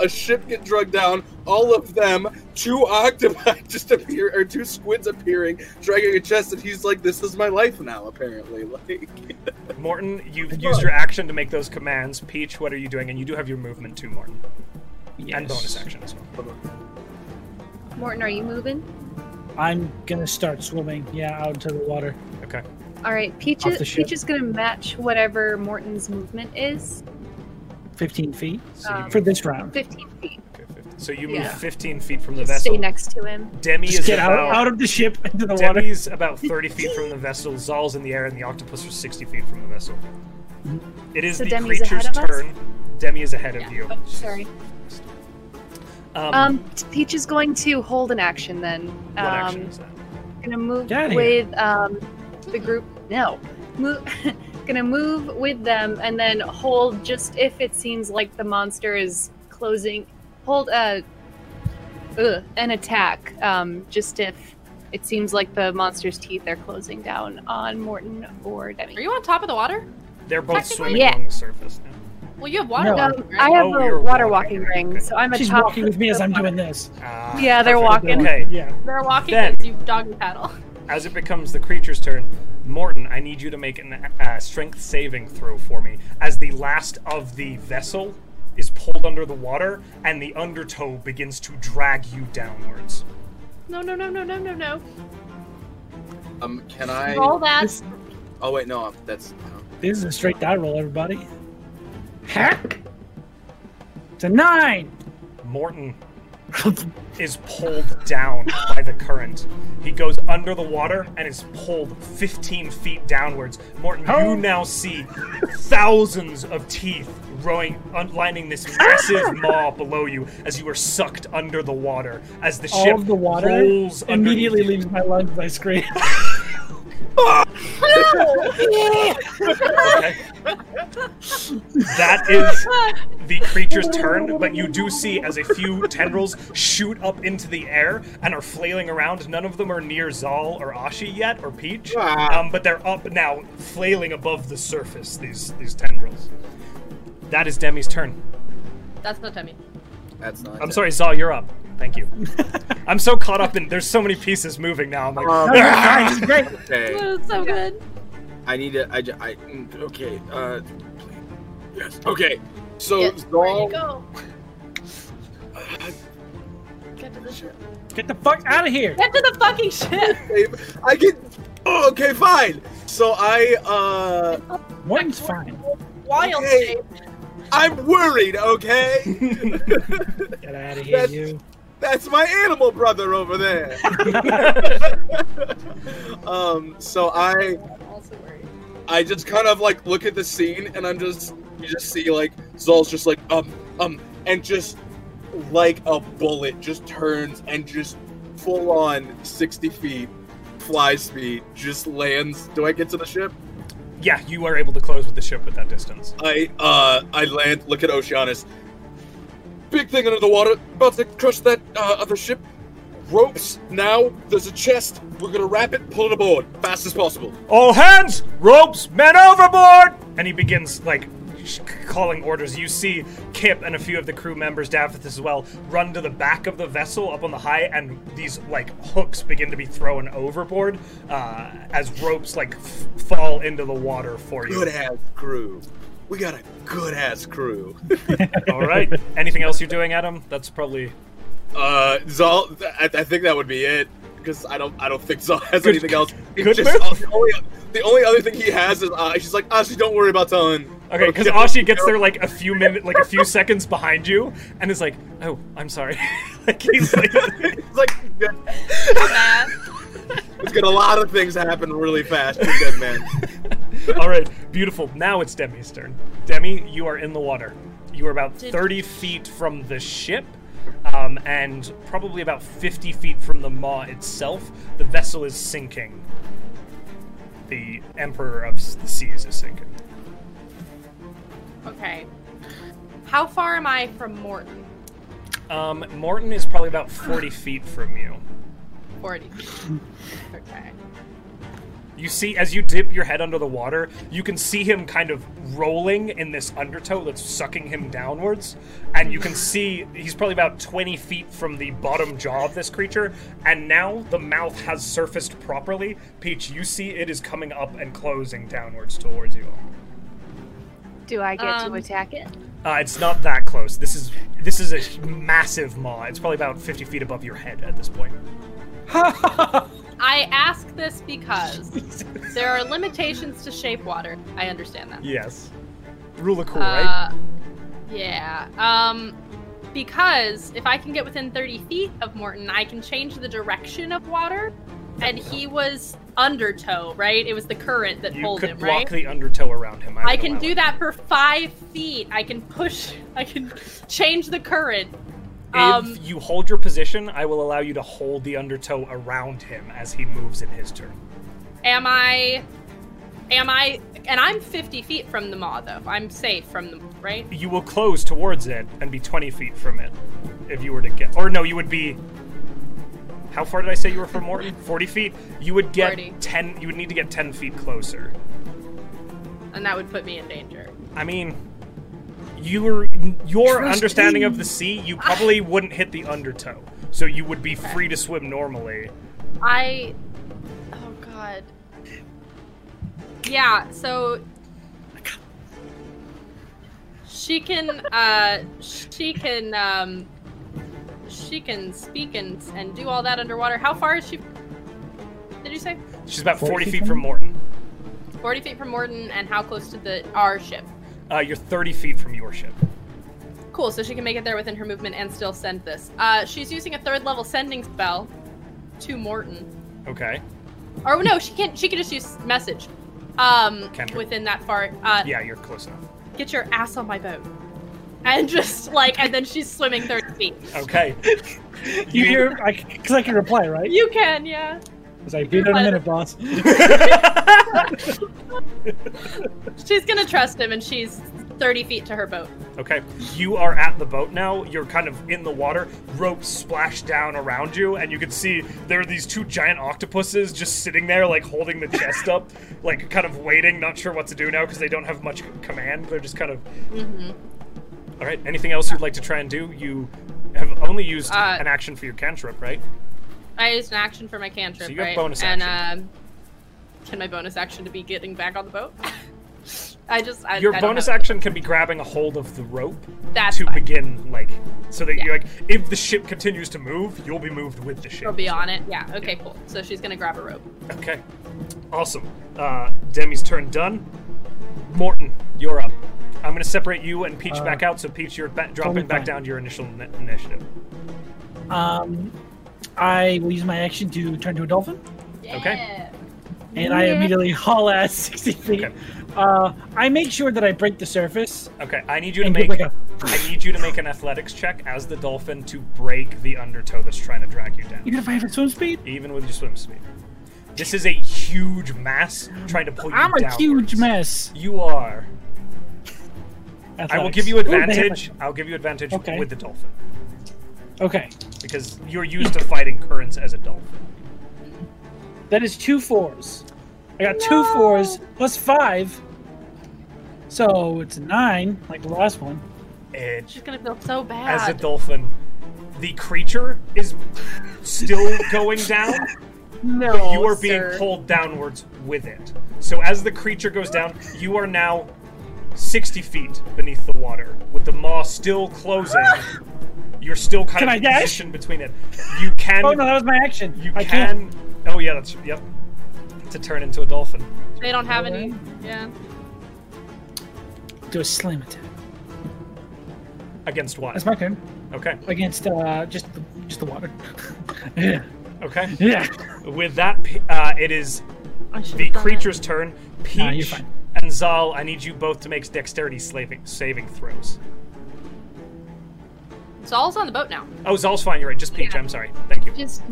[SPEAKER 2] A ship get drugged down, all of them, two octopi just appear, or two squids appearing, dragging a chest, and he's like, "This is my life now." Apparently, like
[SPEAKER 1] Morton, you've used your action to make those commands. Peach, what are you doing? And you do have your movement too, Morton, and bonus action as well.
[SPEAKER 5] Morton, are you moving?
[SPEAKER 3] I'm going to start swimming. Yeah, out into the water.
[SPEAKER 1] Okay.
[SPEAKER 5] All right, Peach
[SPEAKER 3] Off
[SPEAKER 5] is,
[SPEAKER 3] the ship.
[SPEAKER 5] Peach is gonna match whatever Morton's movement is.
[SPEAKER 3] 15 feet
[SPEAKER 1] So you,
[SPEAKER 5] Um,
[SPEAKER 3] for this round.
[SPEAKER 5] Fifteen feet.
[SPEAKER 1] okay, 50. so you move
[SPEAKER 5] yeah.
[SPEAKER 1] 15 feet from the
[SPEAKER 5] Just stay
[SPEAKER 1] vessel.
[SPEAKER 5] next to him.
[SPEAKER 1] Demi
[SPEAKER 3] Just
[SPEAKER 1] is
[SPEAKER 3] get out,
[SPEAKER 1] about
[SPEAKER 3] out of the ship into the water.
[SPEAKER 1] Demi's about 30 feet from the vessel, Zal's in the air, and the octopus are 60 feet from the vessel. It is
[SPEAKER 5] So
[SPEAKER 1] the
[SPEAKER 5] Demi's
[SPEAKER 1] creature's
[SPEAKER 5] ahead of us?
[SPEAKER 1] turn. Demi is ahead
[SPEAKER 4] Yeah.
[SPEAKER 1] of you.
[SPEAKER 5] Oh, sorry.
[SPEAKER 1] Um,
[SPEAKER 5] Um, Peach is going to hold an action then.
[SPEAKER 1] what action
[SPEAKER 5] Um,
[SPEAKER 1] is that?
[SPEAKER 5] gonna move
[SPEAKER 3] Get outta here.
[SPEAKER 5] with um the group. No, move. gonna move with them and then hold just if it seems like the monster is closing. Hold uh, ugh, an attack. Um, just if it seems like the monster's teeth are closing down on Morton or Demi.
[SPEAKER 4] Are you on top of the water?
[SPEAKER 1] They're both
[SPEAKER 4] technically-
[SPEAKER 1] swimming
[SPEAKER 5] Yeah.
[SPEAKER 1] along the surface now.
[SPEAKER 4] Well, you have water.
[SPEAKER 3] No,
[SPEAKER 4] walking,
[SPEAKER 5] Um,
[SPEAKER 4] right?
[SPEAKER 5] I have
[SPEAKER 1] Oh,
[SPEAKER 5] a
[SPEAKER 1] you're
[SPEAKER 5] water
[SPEAKER 1] walking.
[SPEAKER 5] walking ring, so I'm
[SPEAKER 3] She's
[SPEAKER 5] atop.
[SPEAKER 3] walking with me as I'm doing this.
[SPEAKER 1] Ah,
[SPEAKER 5] Yeah, they're
[SPEAKER 1] perfect.
[SPEAKER 5] walking.
[SPEAKER 1] Okay,
[SPEAKER 3] Yeah.
[SPEAKER 4] They're walking
[SPEAKER 1] Then-
[SPEAKER 4] as you doggy paddle.
[SPEAKER 1] as it becomes the creature's turn, Morton, I need you to make an uh, strength saving throw for me as the last of the vessel is pulled under the water and the undertow begins to drag you downwards.
[SPEAKER 4] No, no, no, no, no, no, no.
[SPEAKER 2] um, can I?
[SPEAKER 4] Roll that.
[SPEAKER 3] This,
[SPEAKER 2] Oh wait, no, that's
[SPEAKER 3] this is a straight die roll, everybody. Heck! It's a nine!
[SPEAKER 1] Morton is pulled down by the current. He goes under the water and is pulled 15 feet downwards. Morton,
[SPEAKER 3] Oh.
[SPEAKER 1] you now see thousands of teeth rowing, lining this massive maw below you as you are sucked under the water. As the
[SPEAKER 3] All
[SPEAKER 1] ship
[SPEAKER 3] of the water
[SPEAKER 1] rolls
[SPEAKER 3] immediately
[SPEAKER 1] underneath you.
[SPEAKER 3] leaves my lungs. I scream.
[SPEAKER 1] Okay. that is the creature's turn, but you do see as a few tendrils shoot up into the air and are flailing around. None of them are near Zal or Ashi yet, or Peach,
[SPEAKER 2] Ah.
[SPEAKER 1] um, but they're up now, flailing above the surface. These these tendrils. That is Demi's turn.
[SPEAKER 4] That's not Demi.
[SPEAKER 2] that's not.
[SPEAKER 1] I'm
[SPEAKER 2] it.
[SPEAKER 1] sorry, Zal, you're up. Thank you. I'm so caught up in there's so many pieces moving now. I'm like,
[SPEAKER 2] Um,
[SPEAKER 3] Nine is great.
[SPEAKER 2] Okay.
[SPEAKER 4] It's so good.
[SPEAKER 2] I need to. I. j- I- mm, okay. Uh. please. Yes. Okay. So
[SPEAKER 4] Yes, where
[SPEAKER 2] Zal.
[SPEAKER 4] you go? Get to the ship.
[SPEAKER 3] Get the fuck out of here.
[SPEAKER 4] Get to the fucking ship.
[SPEAKER 2] I can. Oh, okay. Fine. So I. Uh.
[SPEAKER 3] One's fine.
[SPEAKER 4] Wild
[SPEAKER 2] Okay.
[SPEAKER 4] shape.
[SPEAKER 2] I'm worried. Okay.
[SPEAKER 3] Get out of here,
[SPEAKER 2] That's-
[SPEAKER 3] you.
[SPEAKER 2] That's my animal brother over there. um. So I.
[SPEAKER 4] I'm also worried.
[SPEAKER 2] I just kind of like look at the scene and I'm just you just see like Zol's just like um um and just like a bullet just turns and just full on sixty feet fly speed just lands do I get to the ship?
[SPEAKER 1] yeah, you are able to close with the ship with that distance.
[SPEAKER 2] I uh I land look at Oceanus. Big thing under the water, about to crush that uh, other ship. Ropes now, there's a chest, we're gonna wrap it, pull it aboard, fast as possible.
[SPEAKER 1] All hands, ropes, men overboard! And he begins like sh- calling orders. You see Kip and a few of the crew members, Davith as well, run to the back of the vessel up on the high, and these like hooks begin to be thrown overboard uh, as ropes like f- fall into the water for you.
[SPEAKER 2] Good ass crew. We got a good ass crew.
[SPEAKER 1] All right. Anything else you're doing, Adam? That's probably
[SPEAKER 2] Uh, Zal, I, I think that would be it because I don't, I don't think Zal has
[SPEAKER 1] Good-
[SPEAKER 2] anything else. It's
[SPEAKER 1] good
[SPEAKER 2] just,
[SPEAKER 1] move.
[SPEAKER 2] uh, the, only, the only other thing he has is uh, she's like, Ashi, don't worry about telling.
[SPEAKER 1] okay because
[SPEAKER 2] Kip."
[SPEAKER 1] Ashi gets there like a few minutes, like a few seconds behind you, and is like, "Oh, I'm sorry." like he's like,
[SPEAKER 2] It's like yeah,
[SPEAKER 4] Matt,
[SPEAKER 2] it's got a lot of things happen really fast. You're good, man.
[SPEAKER 1] "All right, beautiful. Now it's Demi's turn. Demi, you are in the water. You are about
[SPEAKER 4] Did-
[SPEAKER 1] 30 feet from the ship." Um, and probably about 50 feet from the maw itself, the vessel is sinking. The Emperor of s- the Seas is sinking.
[SPEAKER 4] Okay. How far am I from Morton?
[SPEAKER 1] Um, Morton is probably about 40 feet from you.
[SPEAKER 4] 40. Okay.
[SPEAKER 1] You see, as you dip your head under the water, you can see him kind of rolling in this undertow that's sucking him downwards. And you can see he's probably about 20 feet from the bottom jaw of this creature. And now the mouth has surfaced properly. Peach, you see it is coming up and closing downwards towards you.
[SPEAKER 5] Do I get
[SPEAKER 4] Um,
[SPEAKER 5] to attack it?
[SPEAKER 1] Uh, it's not that close. This is this is a massive maw. It's probably about 50 feet above your head at this point.
[SPEAKER 4] I ask this because there are limitations to shape water. I understand that.
[SPEAKER 1] Yes. Rule of cool, right?
[SPEAKER 4] Uh, yeah. Um, because if I can get within 30 feet of Morton, I can change the direction of water. And he was undertow, right? It was the current that
[SPEAKER 1] You
[SPEAKER 4] pulled
[SPEAKER 1] could
[SPEAKER 4] him,
[SPEAKER 1] block
[SPEAKER 4] right?
[SPEAKER 1] the undertow around him.
[SPEAKER 4] I
[SPEAKER 1] would
[SPEAKER 4] can
[SPEAKER 1] allow
[SPEAKER 4] do
[SPEAKER 1] it.
[SPEAKER 4] that for five feet. I can push. I can change the current. Um,
[SPEAKER 1] If you hold your position, I will allow you to hold the undertow around him as he moves in his turn.
[SPEAKER 4] am I? Am I? And I'm 50 feet from the maw, though. I'm safe from the right.
[SPEAKER 1] You will close towards it and be 20 feet from it if you were to get. Or no, you would be. How far did I say you were from Morton? 40 feet? You would get
[SPEAKER 4] 40.
[SPEAKER 1] 10. You would need to get 10 feet closer.
[SPEAKER 4] and that would put me in danger.
[SPEAKER 1] I mean. Your your
[SPEAKER 3] Trust
[SPEAKER 1] understanding
[SPEAKER 3] me.
[SPEAKER 1] of the sea, you probably wouldn't hit the undertow, so you would be free to swim normally.
[SPEAKER 4] I. Oh god. Yeah. So. She can. Uh, she can. Um, she can speak and and do all that underwater. How far is she? Did you say
[SPEAKER 1] She's about 40,
[SPEAKER 3] 40 feet
[SPEAKER 1] feet
[SPEAKER 3] from
[SPEAKER 1] from Morton.
[SPEAKER 4] forty feet from Morton? And how close to the our ship?
[SPEAKER 1] Uh, you're 30 feet from your ship.
[SPEAKER 4] Cool. So she can make it there within her movement and still send this. Uh, she's using a third level sending spell to Morton.
[SPEAKER 1] Okay.
[SPEAKER 4] Or no, she can't. She can just use message. Um,
[SPEAKER 1] Cantrip.
[SPEAKER 4] within that far. Uh,
[SPEAKER 1] Yeah, you're close enough.
[SPEAKER 4] Get your ass on my boat, and just like, and then she's swimming thirty feet.
[SPEAKER 1] Okay.
[SPEAKER 3] You hear? Because I, can reply, right?
[SPEAKER 4] You can, yeah.
[SPEAKER 3] It's like, be there in a minute, boss.
[SPEAKER 4] She's gonna trust him, and she's thirty feet to her boat.
[SPEAKER 1] okay. You are at the boat now. You're kind of in the water. Ropes splash down around you, and you can see there are these two giant octopuses just sitting there, like holding the chest up, like kind of waiting, not sure what to do now because they don't have much command. They're just kind of. All right. Anything else you'd like to try and do? You have only used
[SPEAKER 4] Uh,
[SPEAKER 1] an action for your cantrip, right?
[SPEAKER 4] I used an action for my cantrip,
[SPEAKER 1] So you have
[SPEAKER 4] right?
[SPEAKER 1] bonus
[SPEAKER 4] and
[SPEAKER 1] action.
[SPEAKER 4] um, Can my bonus action to be getting back on the boat? I just I,
[SPEAKER 1] Your
[SPEAKER 4] I don't
[SPEAKER 1] bonus
[SPEAKER 4] have-
[SPEAKER 1] action can be grabbing a hold of the rope
[SPEAKER 4] That's
[SPEAKER 1] to
[SPEAKER 4] fine.
[SPEAKER 1] begin, like, so that you
[SPEAKER 4] Yeah.
[SPEAKER 1] like, if the ship continues to move, you'll be moved with the ship.
[SPEAKER 4] I'll be on it. Yeah. Okay. Cool. So she's gonna grab a rope.
[SPEAKER 1] Okay, awesome. Uh, Demi's turn done. Morton, you're up. I'm gonna separate you and Peach
[SPEAKER 3] Uh,
[SPEAKER 1] back out, so Peach, you're ba- dropping
[SPEAKER 3] totally
[SPEAKER 1] back
[SPEAKER 3] fine.
[SPEAKER 1] down to your initial ni- initiative.
[SPEAKER 3] Um, I will use my action to turn to a dolphin,
[SPEAKER 1] Okay.
[SPEAKER 4] Yeah.
[SPEAKER 3] and I
[SPEAKER 5] Yeah.
[SPEAKER 3] immediately haul ass 60 feet.
[SPEAKER 1] Okay.
[SPEAKER 3] Uh, I make sure that I break the surface.
[SPEAKER 1] Okay, I need you to
[SPEAKER 3] And
[SPEAKER 1] make
[SPEAKER 3] give, like,
[SPEAKER 1] I need you to make an athletics check as the dolphin to break the undertow that's trying to drag you down,
[SPEAKER 3] Even if I have a swim speed,
[SPEAKER 1] even with your swim speed. This is a huge mass trying to pull you
[SPEAKER 3] I'm a
[SPEAKER 1] downwards.
[SPEAKER 3] huge mess.
[SPEAKER 1] You are. I will
[SPEAKER 3] Athletics.
[SPEAKER 1] give you
[SPEAKER 3] Ooh, they have
[SPEAKER 1] advantage. I'll give you advantage
[SPEAKER 3] Okay.
[SPEAKER 1] with the dolphin
[SPEAKER 3] a- okay,
[SPEAKER 1] because you're used to fighting currents as a dolphin.
[SPEAKER 3] that is two fours. I got two fours plus five, so it's nine, like the last one.
[SPEAKER 1] And
[SPEAKER 4] She's gonna feel so bad.
[SPEAKER 1] as a dolphin, the creature is still going down,
[SPEAKER 4] no,
[SPEAKER 1] but you are being
[SPEAKER 4] sir.
[SPEAKER 1] pulled downwards with it. So as the creature goes down, you are now 60 feet beneath the water with the maw still closing. You're still kind
[SPEAKER 3] Can
[SPEAKER 1] of
[SPEAKER 3] I dash?
[SPEAKER 1] positioned between it. You can.
[SPEAKER 3] Oh no, that was my action.
[SPEAKER 1] You
[SPEAKER 3] I
[SPEAKER 1] can.
[SPEAKER 3] can't.
[SPEAKER 1] Oh yeah, that's yep. To turn into a dolphin.
[SPEAKER 4] They don't have any. Yeah.
[SPEAKER 3] do a slam attack.
[SPEAKER 1] Against what?
[SPEAKER 3] That's my turn
[SPEAKER 1] Okay.
[SPEAKER 3] against uh, just the, just the water. yeah,
[SPEAKER 1] Okay.
[SPEAKER 3] yeah.
[SPEAKER 1] With that, P- uh, it is
[SPEAKER 4] I should've
[SPEAKER 1] the
[SPEAKER 4] done it.
[SPEAKER 1] creature's turn. Peach
[SPEAKER 3] No, you're fine.
[SPEAKER 1] and Zal, I need you both to make dexterity slaving, saving throws.
[SPEAKER 4] Saul's on the boat now.
[SPEAKER 1] Oh, Zal's fine. You're right. Just Peach.
[SPEAKER 4] Yeah.
[SPEAKER 1] I'm sorry. Thank you.
[SPEAKER 5] Just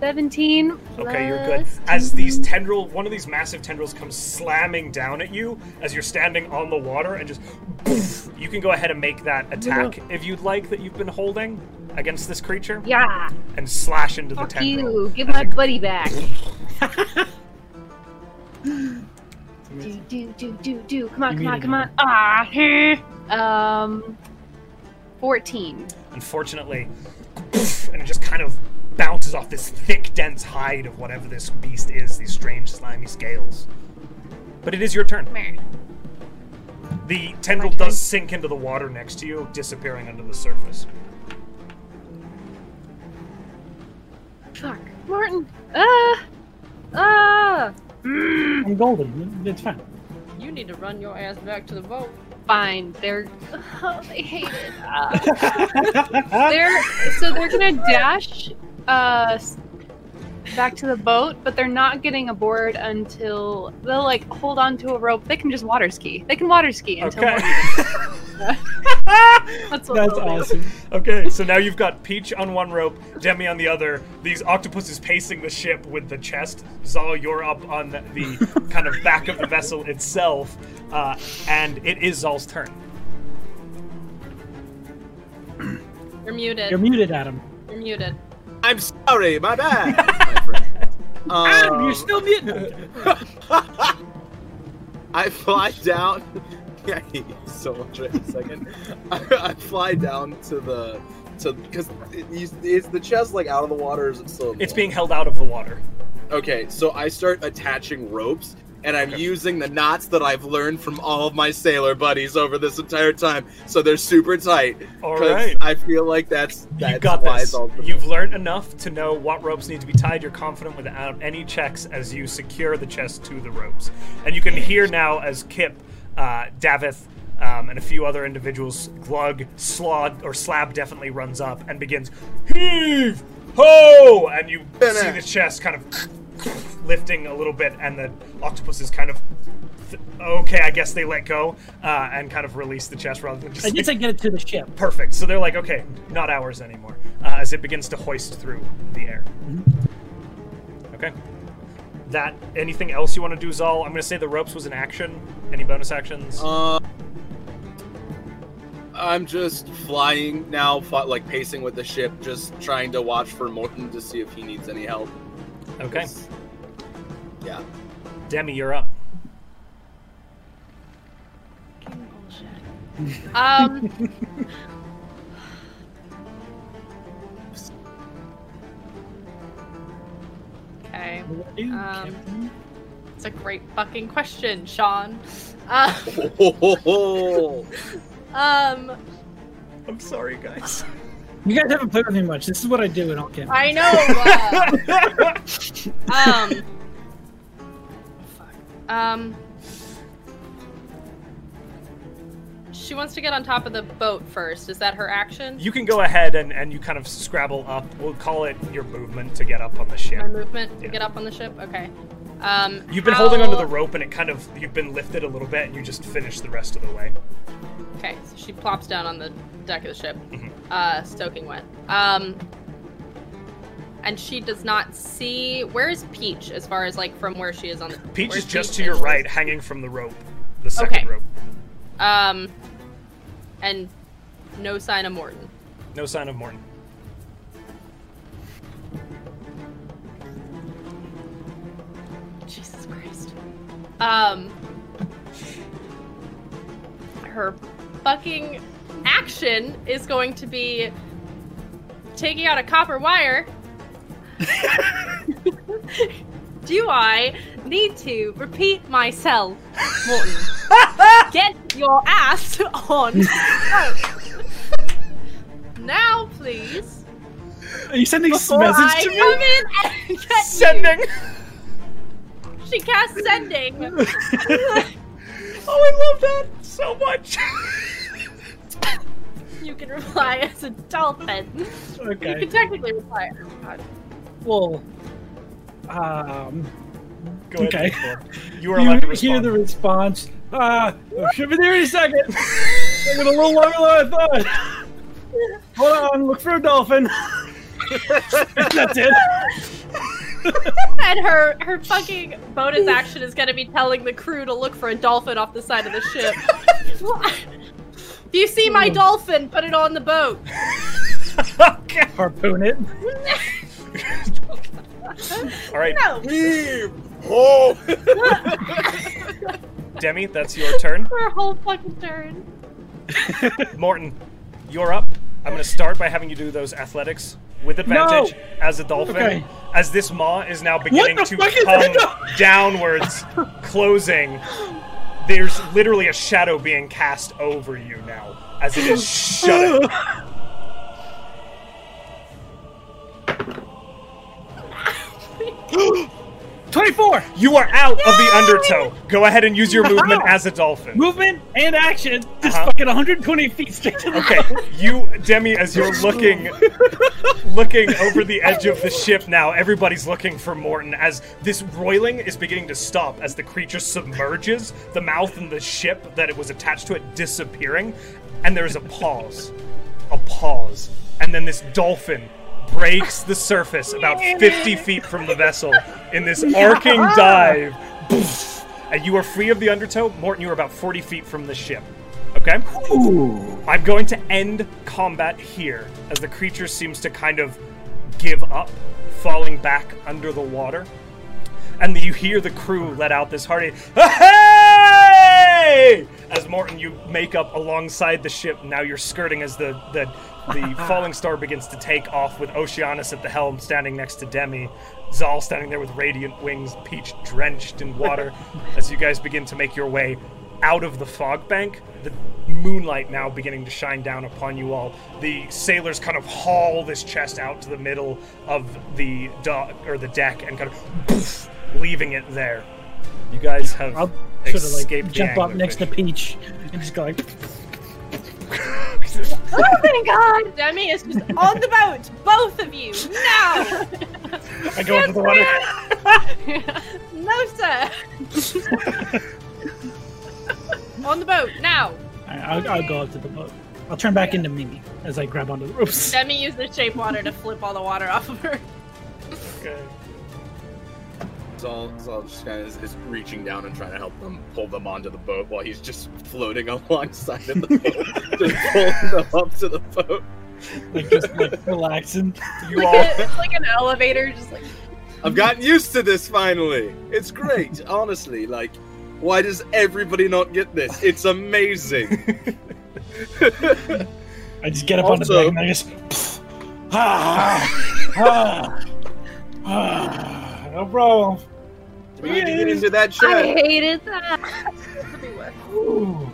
[SPEAKER 5] 17.
[SPEAKER 1] Okay, you're good.
[SPEAKER 5] plus
[SPEAKER 1] As
[SPEAKER 5] two.
[SPEAKER 1] these tendril, one of these massive tendrils comes slamming down at you as you're standing on the water, and just poof, you can go ahead and make that attack if you'd like that you've been holding against this creature
[SPEAKER 5] Yeah.
[SPEAKER 1] and slash into the
[SPEAKER 5] Fuck
[SPEAKER 1] tendril.
[SPEAKER 5] you. Give
[SPEAKER 1] as
[SPEAKER 5] my
[SPEAKER 1] it-
[SPEAKER 5] buddy back. do, do, do, do, do. Come
[SPEAKER 3] You
[SPEAKER 5] on, come on,
[SPEAKER 3] muted
[SPEAKER 5] come
[SPEAKER 3] me.
[SPEAKER 5] on. Ah, heh. Um, 14.
[SPEAKER 1] unfortunately, and it just kind of bounces off this thick, dense hide of whatever this beast is, these strange, slimy scales. But it is your turn. The tendril
[SPEAKER 5] My turn.
[SPEAKER 1] does sink into the water next to you, disappearing under the surface.
[SPEAKER 5] Fuck. Martin. Ah. Ah.
[SPEAKER 3] I'm golden. It's fine.
[SPEAKER 4] You need to run your ass back to the boat.
[SPEAKER 5] Fine. They're. Oh, they hate it. Ah. they're so they're gonna dash uh s- back to the boat but they're not getting aboard until they'll like hold on to a rope they can just water ski they can water ski until
[SPEAKER 1] Okay.
[SPEAKER 5] that's what
[SPEAKER 3] That's
[SPEAKER 5] they'll do.
[SPEAKER 3] awesome.
[SPEAKER 1] okay, so now you've got Peach on one rope, Demi on the other. These octopuses pacing the ship with the chest. Zal, you're up on the kind of back of the vessel itself. Uh, and it is Zal's turn.
[SPEAKER 4] You're muted.
[SPEAKER 3] You're muted, Adam.
[SPEAKER 4] You're muted.
[SPEAKER 2] I'm sorry, my bad. my friend.
[SPEAKER 1] Uh,
[SPEAKER 3] Adam,
[SPEAKER 2] Um,
[SPEAKER 3] you're still muted.
[SPEAKER 2] I fly down. Yeah, I hate you so much right a second. I, I fly down to the to because is the chest like out of the water? Or is it still? in the
[SPEAKER 1] It's
[SPEAKER 2] water?
[SPEAKER 1] being held out of the water.
[SPEAKER 2] Okay, so I start attaching ropes, and I'm
[SPEAKER 1] Okay.
[SPEAKER 2] using the knots that I've learned from all of my sailor buddies over this entire time, so they're super tight. 'cause
[SPEAKER 1] All right.
[SPEAKER 2] I feel like that's that's
[SPEAKER 1] you got
[SPEAKER 2] why
[SPEAKER 1] this.
[SPEAKER 2] it's all
[SPEAKER 1] You've learned enough to know what ropes need to be tied. You're confident without any checks as you secure the chest to the ropes. And you can hear now as Kip, uh, Davith, um, and a few other individuals, Glug, Slod, or Slab definitely runs up and begins, heave, ho! And you see the chest kind of lifting a little bit, and the octopus is kind of. th- Okay, I guess they let go uh, and kind of release the chest rather than just.
[SPEAKER 3] I guess I get it to the ship.
[SPEAKER 1] Perfect. So they're like, okay, not ours anymore, uh, as it begins to hoist through the air. Okay. That. Anything else you want to do, Zal? I'm going to say the ropes was an action. Any bonus actions?
[SPEAKER 4] Um,
[SPEAKER 2] Uh, I'm just flying now, fly, like pacing with the ship, just trying to watch for Morton to see if he needs any help.
[SPEAKER 1] okay.
[SPEAKER 2] 'Cause- Yeah.
[SPEAKER 1] Demi, you're up.
[SPEAKER 4] Um.
[SPEAKER 3] What do,
[SPEAKER 4] Um,
[SPEAKER 3] Kevin?
[SPEAKER 4] It's a great fucking question, Sean. Uh, um,
[SPEAKER 1] I'm sorry, guys.
[SPEAKER 3] You guys haven't played with me much. This is what I do in all camping.
[SPEAKER 4] I know. Uh, um, fuck. Um, she wants to get on top of the boat first. Is that her action?
[SPEAKER 1] you can go ahead and, and you kind of scrabble up. We'll call it your movement to get up on the ship.
[SPEAKER 4] My movement to
[SPEAKER 1] Yeah.
[SPEAKER 4] get up on the ship. Okay. Um,
[SPEAKER 1] You've been holding onto
[SPEAKER 4] how-
[SPEAKER 1] the rope and it kind of you've been lifted a little bit and you just finish the rest of the way.
[SPEAKER 4] Okay, so she plops down on the deck of the ship,
[SPEAKER 1] Mhm.
[SPEAKER 4] uh, soaking wet. Um, and she does not see. Where is Peach as far as like from where she is on the.
[SPEAKER 1] Peach
[SPEAKER 4] where's
[SPEAKER 1] is just
[SPEAKER 4] Peach
[SPEAKER 1] to your
[SPEAKER 4] as-
[SPEAKER 1] right, hanging from the rope, the second
[SPEAKER 4] Okay.
[SPEAKER 1] rope.
[SPEAKER 4] Um, and no sign of Morton.
[SPEAKER 1] No sign of Morton.
[SPEAKER 4] Jesus Christ. Um, her fucking action is going to be taking out a copper wire. Do I need to repeat myself, Morton? Get your ass on. the boat. now, please.
[SPEAKER 3] Are you sending this
[SPEAKER 4] Before
[SPEAKER 3] message
[SPEAKER 4] I
[SPEAKER 3] to me?
[SPEAKER 4] come in and get
[SPEAKER 1] Sending.
[SPEAKER 4] You. She casts sending.
[SPEAKER 1] Oh, I love that so much.
[SPEAKER 4] You can reply as a dolphin. You
[SPEAKER 3] Okay.
[SPEAKER 4] can technically reply. Oh, God.
[SPEAKER 3] Well, um,
[SPEAKER 1] go ahead.
[SPEAKER 3] Okay.
[SPEAKER 1] Nicole. You are
[SPEAKER 3] you
[SPEAKER 1] allowed to
[SPEAKER 3] hear
[SPEAKER 1] respond.
[SPEAKER 3] the response. Ah, uh, should be there any second. Taking a little longer than I thought. Hold on, look for a dolphin. That's it.
[SPEAKER 4] And her her fucking bonus action is gonna be telling the crew to look for a dolphin off the side of the ship. if you see my dolphin, put it on the boat.
[SPEAKER 1] okay.
[SPEAKER 3] Harpoon it.
[SPEAKER 1] All right,
[SPEAKER 4] No.
[SPEAKER 2] oh,
[SPEAKER 1] Demi, that's your turn.
[SPEAKER 4] Her whole fucking turn.
[SPEAKER 1] Morton, you're up. I'm going to start by having you do those athletics with advantage as a dolphin,
[SPEAKER 3] Okay.
[SPEAKER 1] as this maw is now beginning
[SPEAKER 3] the
[SPEAKER 1] to
[SPEAKER 3] fuck is
[SPEAKER 1] come
[SPEAKER 3] that?
[SPEAKER 1] downwards, closing. There's literally a shadow being cast over you now as it is shutting.
[SPEAKER 3] Twenty-four.
[SPEAKER 1] You are out of the undertow. Go ahead and use your movement as a dolphin.
[SPEAKER 3] Movement and action. Just
[SPEAKER 1] Uh-huh.
[SPEAKER 3] fucking 120 feet straight to the
[SPEAKER 1] Okay, you, Demi, as you're looking, looking over the edge of the ship now, everybody's looking for Morton as this roiling is beginning to stop as the creature submerges, the mouth and the ship that it was attached to it disappearing, and there's a pause, a pause, and then this dolphin breaks the surface about 50 feet from the vessel in this arcing dive, Poof. and you are free of the undertow. Morton, you are about 40 feet from the ship. Okay? I'm going to end combat here as the creature seems to kind of give up, falling back under the water. And you hear the crew let out this hearty, hey! As Morton, you make up alongside the ship. Now you're skirting as the, the, the falling star begins to take off with Oceanus at the helm, standing next to Demi. Zal standing there with radiant wings, Peach drenched in water. as you guys begin to make your way out of the fog bank, the moonlight now beginning to shine down upon you all. The sailors kind of haul this chest out to the middle of the dock or the deck and kind of poof, leaving it there. You guys have
[SPEAKER 3] I'll sort of
[SPEAKER 1] escaped
[SPEAKER 3] like
[SPEAKER 1] the
[SPEAKER 3] jump up
[SPEAKER 1] anglerfish.
[SPEAKER 3] next to Peach and just go like,
[SPEAKER 4] Oh my god! Demi is just on the boat, both of you, now!
[SPEAKER 3] I go into the water.
[SPEAKER 4] no, sir! on the boat, now!
[SPEAKER 3] I'll, I'll go up to the boat. I'll turn back into Mimi as I grab onto the ropes.
[SPEAKER 4] Demi used the shape water to flip all the water off of her.
[SPEAKER 1] Okay.
[SPEAKER 2] Zal, Zal just kind of is, is reaching down and trying to help them pull them onto the boat while he's just floating alongside of the boat, just pulling them up to the boat.
[SPEAKER 3] Like just like relaxing.
[SPEAKER 1] You all
[SPEAKER 4] Like a- it's like an elevator, just like
[SPEAKER 2] I've gotten used to this finally. It's great, honestly. Like, why does everybody not get this? It's amazing.
[SPEAKER 3] I just get up on the
[SPEAKER 2] Also-
[SPEAKER 3] deck and I just. Ah, ah, ah, no problem.
[SPEAKER 2] We need to get into that
[SPEAKER 5] I
[SPEAKER 2] shed.
[SPEAKER 5] hated that.
[SPEAKER 4] It'll be worth it.
[SPEAKER 3] Ooh.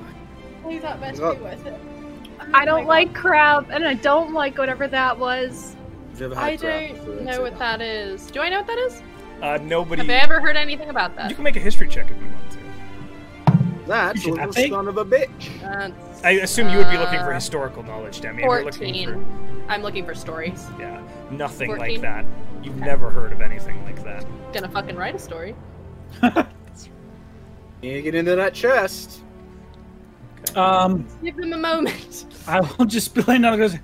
[SPEAKER 4] Play that much
[SPEAKER 2] Oh.
[SPEAKER 4] be worth it. Oh
[SPEAKER 5] I don't
[SPEAKER 4] my
[SPEAKER 5] like crab, and I don't like whatever that was.
[SPEAKER 2] We've never
[SPEAKER 4] God.
[SPEAKER 2] had
[SPEAKER 4] I
[SPEAKER 2] crab before,
[SPEAKER 4] don't
[SPEAKER 2] that's
[SPEAKER 4] know
[SPEAKER 2] it.
[SPEAKER 4] what that is. Do I know what that is?
[SPEAKER 1] Uh, nobody.
[SPEAKER 4] Have I ever heard anything about
[SPEAKER 1] You
[SPEAKER 4] that?
[SPEAKER 1] can make a history check if you want to.
[SPEAKER 2] That's a
[SPEAKER 3] You should
[SPEAKER 2] little
[SPEAKER 3] have it.
[SPEAKER 2] son of a bitch.
[SPEAKER 4] That's,
[SPEAKER 1] I assume you would be looking for
[SPEAKER 4] uh,
[SPEAKER 1] historical knowledge, Demi. If you're looking
[SPEAKER 4] 14.
[SPEAKER 1] for
[SPEAKER 4] I'm looking for stories.
[SPEAKER 1] yeah, nothing
[SPEAKER 4] 14?
[SPEAKER 1] like that. You've never heard of anything like that.
[SPEAKER 4] Gonna fucking write a story.
[SPEAKER 2] You need to get into that chest.
[SPEAKER 3] Um,
[SPEAKER 4] Give them a moment.
[SPEAKER 3] I will just be laying down and goes,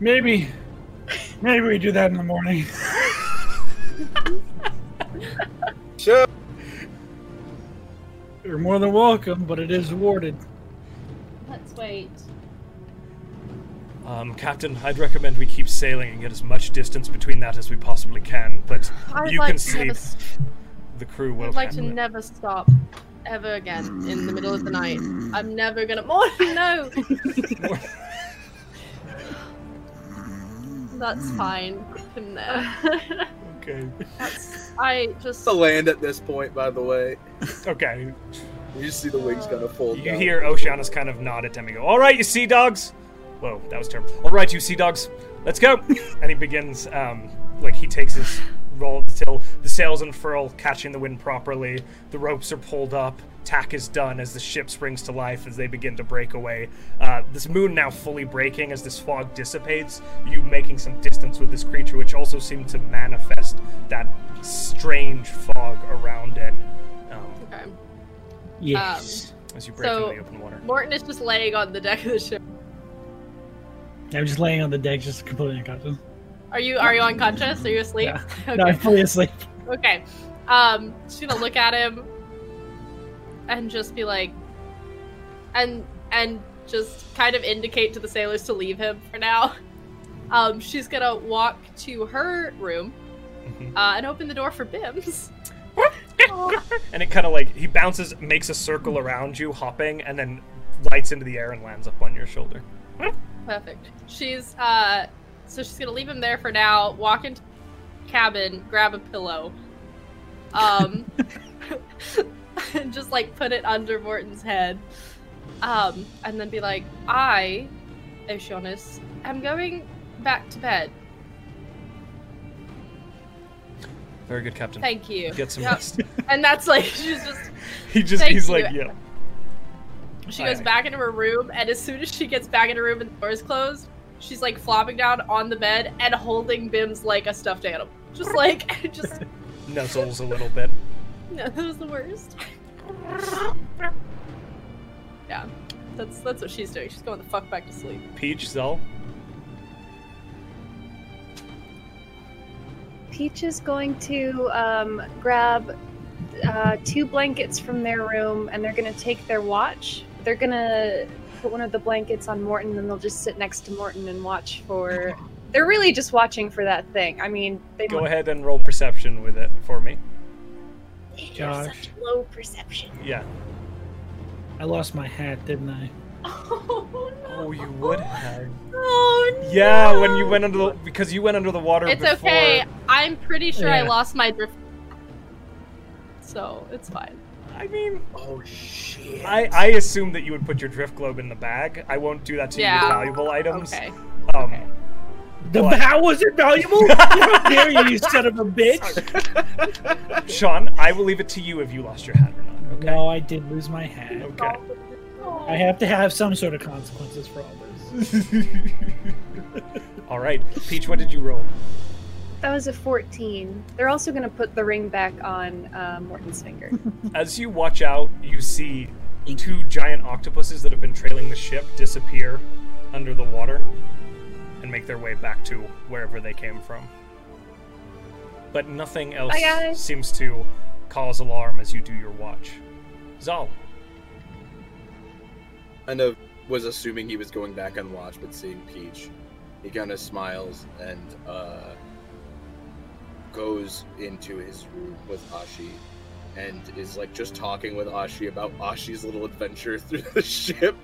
[SPEAKER 3] maybe, maybe we do that in the morning.
[SPEAKER 2] Sure.
[SPEAKER 3] You're more than welcome, but it is warded.
[SPEAKER 4] Let's wait.
[SPEAKER 1] Um, Captain, I'd recommend we keep sailing and get as much distance between that as we possibly can. But
[SPEAKER 4] I'd
[SPEAKER 1] you
[SPEAKER 4] like
[SPEAKER 1] can
[SPEAKER 4] to have
[SPEAKER 1] sleep.
[SPEAKER 4] a s-
[SPEAKER 1] The crew will
[SPEAKER 4] I'd like to
[SPEAKER 1] handle it.
[SPEAKER 4] never stop ever again in the middle of the night. I'm never gonna. Oh no. That's fine. From there.
[SPEAKER 1] Okay.
[SPEAKER 4] That's, I just.
[SPEAKER 2] The land at this point, by the way.
[SPEAKER 1] Okay.
[SPEAKER 2] You just see the
[SPEAKER 4] Uh,
[SPEAKER 2] wings kind of fold.
[SPEAKER 1] You
[SPEAKER 2] down.
[SPEAKER 1] hear Oceanus kind of nod at Demi. and Go. All right, you sea dogs. Whoa, that was terrible. All right, you sea dogs. Let's go. and he begins. Um, like he takes his roll of the till. The sails unfurl, catching the wind properly. The ropes are pulled up. Tack is done as the ship springs to life as they begin to break away. Uh, this moon now fully breaking as this fog dissipates. You making some distance with this creature, which also seemed to manifest that strange fog around it. Um,
[SPEAKER 4] Okay.
[SPEAKER 3] Yes.
[SPEAKER 1] as you break
[SPEAKER 4] So-
[SPEAKER 1] into the open water.
[SPEAKER 4] Morton is just laying on the deck of the ship.
[SPEAKER 3] I'm just laying on the deck, just completely unconscious.
[SPEAKER 4] Are you are you unconscious? Are you asleep?
[SPEAKER 3] Yeah.
[SPEAKER 4] Okay.
[SPEAKER 3] No, I'm fully asleep.
[SPEAKER 4] Okay. Um, she's gonna look at him and just be like, and and just kind of indicate to the sailors to leave him for now. Um, she's gonna walk to her room
[SPEAKER 1] Mhm.
[SPEAKER 4] uh, and open the door for Bims.
[SPEAKER 1] and it kind of like he bounces, makes a circle around you, hopping, and then lights into the air and lands up on your shoulder.
[SPEAKER 4] Perfect. She's uh, so she's gonna leave him there for now. Walk into the cabin, grab a pillow, um, and just like put it under Morton's head, um, and then be like, "I, Oceanus, am going back to bed.
[SPEAKER 1] Very good, Captain.
[SPEAKER 4] Thank you."
[SPEAKER 1] Get some
[SPEAKER 4] Yep.
[SPEAKER 1] rest.
[SPEAKER 4] And that's like she's just
[SPEAKER 1] he just
[SPEAKER 4] Thank
[SPEAKER 1] he's
[SPEAKER 4] you.
[SPEAKER 1] like, yeah.
[SPEAKER 4] she
[SPEAKER 1] Aye,
[SPEAKER 4] goes
[SPEAKER 1] aye.
[SPEAKER 4] back into her room, and as soon as she gets back into her room and the door is closed, she's like flopping down on the bed and holding Bims like a stuffed animal, just like just.
[SPEAKER 1] Nuzzles a little bit.
[SPEAKER 4] No, that was the worst. yeah, that's that's what she's doing. She's going the fuck back to sleep.
[SPEAKER 1] Peach, Zell.
[SPEAKER 5] Peach is going to um, grab uh, two blankets from their room, and they're going to take their watch. They're going to put one of the blankets on Morton, and they'll just sit next to Morton and watch for. They're really just watching for that thing. I mean, they
[SPEAKER 1] Go
[SPEAKER 5] mu-
[SPEAKER 1] ahead and roll perception with it for me.
[SPEAKER 3] Gosh,
[SPEAKER 5] low perception.
[SPEAKER 1] Yeah.
[SPEAKER 3] I lost my hat, didn't I?
[SPEAKER 4] Oh no!
[SPEAKER 1] Oh, you would have.
[SPEAKER 4] Oh no!
[SPEAKER 1] Yeah, when you went under the because you went under the water.
[SPEAKER 4] It's
[SPEAKER 1] before,
[SPEAKER 4] okay. I'm pretty sure I
[SPEAKER 3] Yeah.
[SPEAKER 4] lost my drift. So it's fine.
[SPEAKER 1] I mean,
[SPEAKER 2] Oh shit.
[SPEAKER 1] I I assume that you would put your drift globe in the bag. I won't do that to you
[SPEAKER 4] Yeah.
[SPEAKER 1] with valuable items.
[SPEAKER 4] Okay.
[SPEAKER 1] Um,
[SPEAKER 4] okay.
[SPEAKER 3] The
[SPEAKER 1] What?
[SPEAKER 3] hat was invaluable. How dare you, you son of a bitch!
[SPEAKER 1] Sean, I will leave it to you if you lost your hat or not. Okay.
[SPEAKER 3] No, I did lose my hat.
[SPEAKER 1] Okay.
[SPEAKER 3] I have to have some sort of consequences for all this.
[SPEAKER 1] All right, Peach. What did you roll?
[SPEAKER 5] That was a 14. They're also going to put the ring back on uh, Morton's finger.
[SPEAKER 1] As you watch out, you see two giant octopuses that have been trailing the ship disappear under the water and make their way back to wherever they came from. But nothing else
[SPEAKER 5] Bye, guys.
[SPEAKER 1] seems to cause alarm as you do your watch. Zal,
[SPEAKER 2] kind of was assuming he was going back on watch, but seeing Peach, he kind of smiles and uh, goes into his room with Ashi and is like just talking with Ashi about Ashi's little adventure through the ship.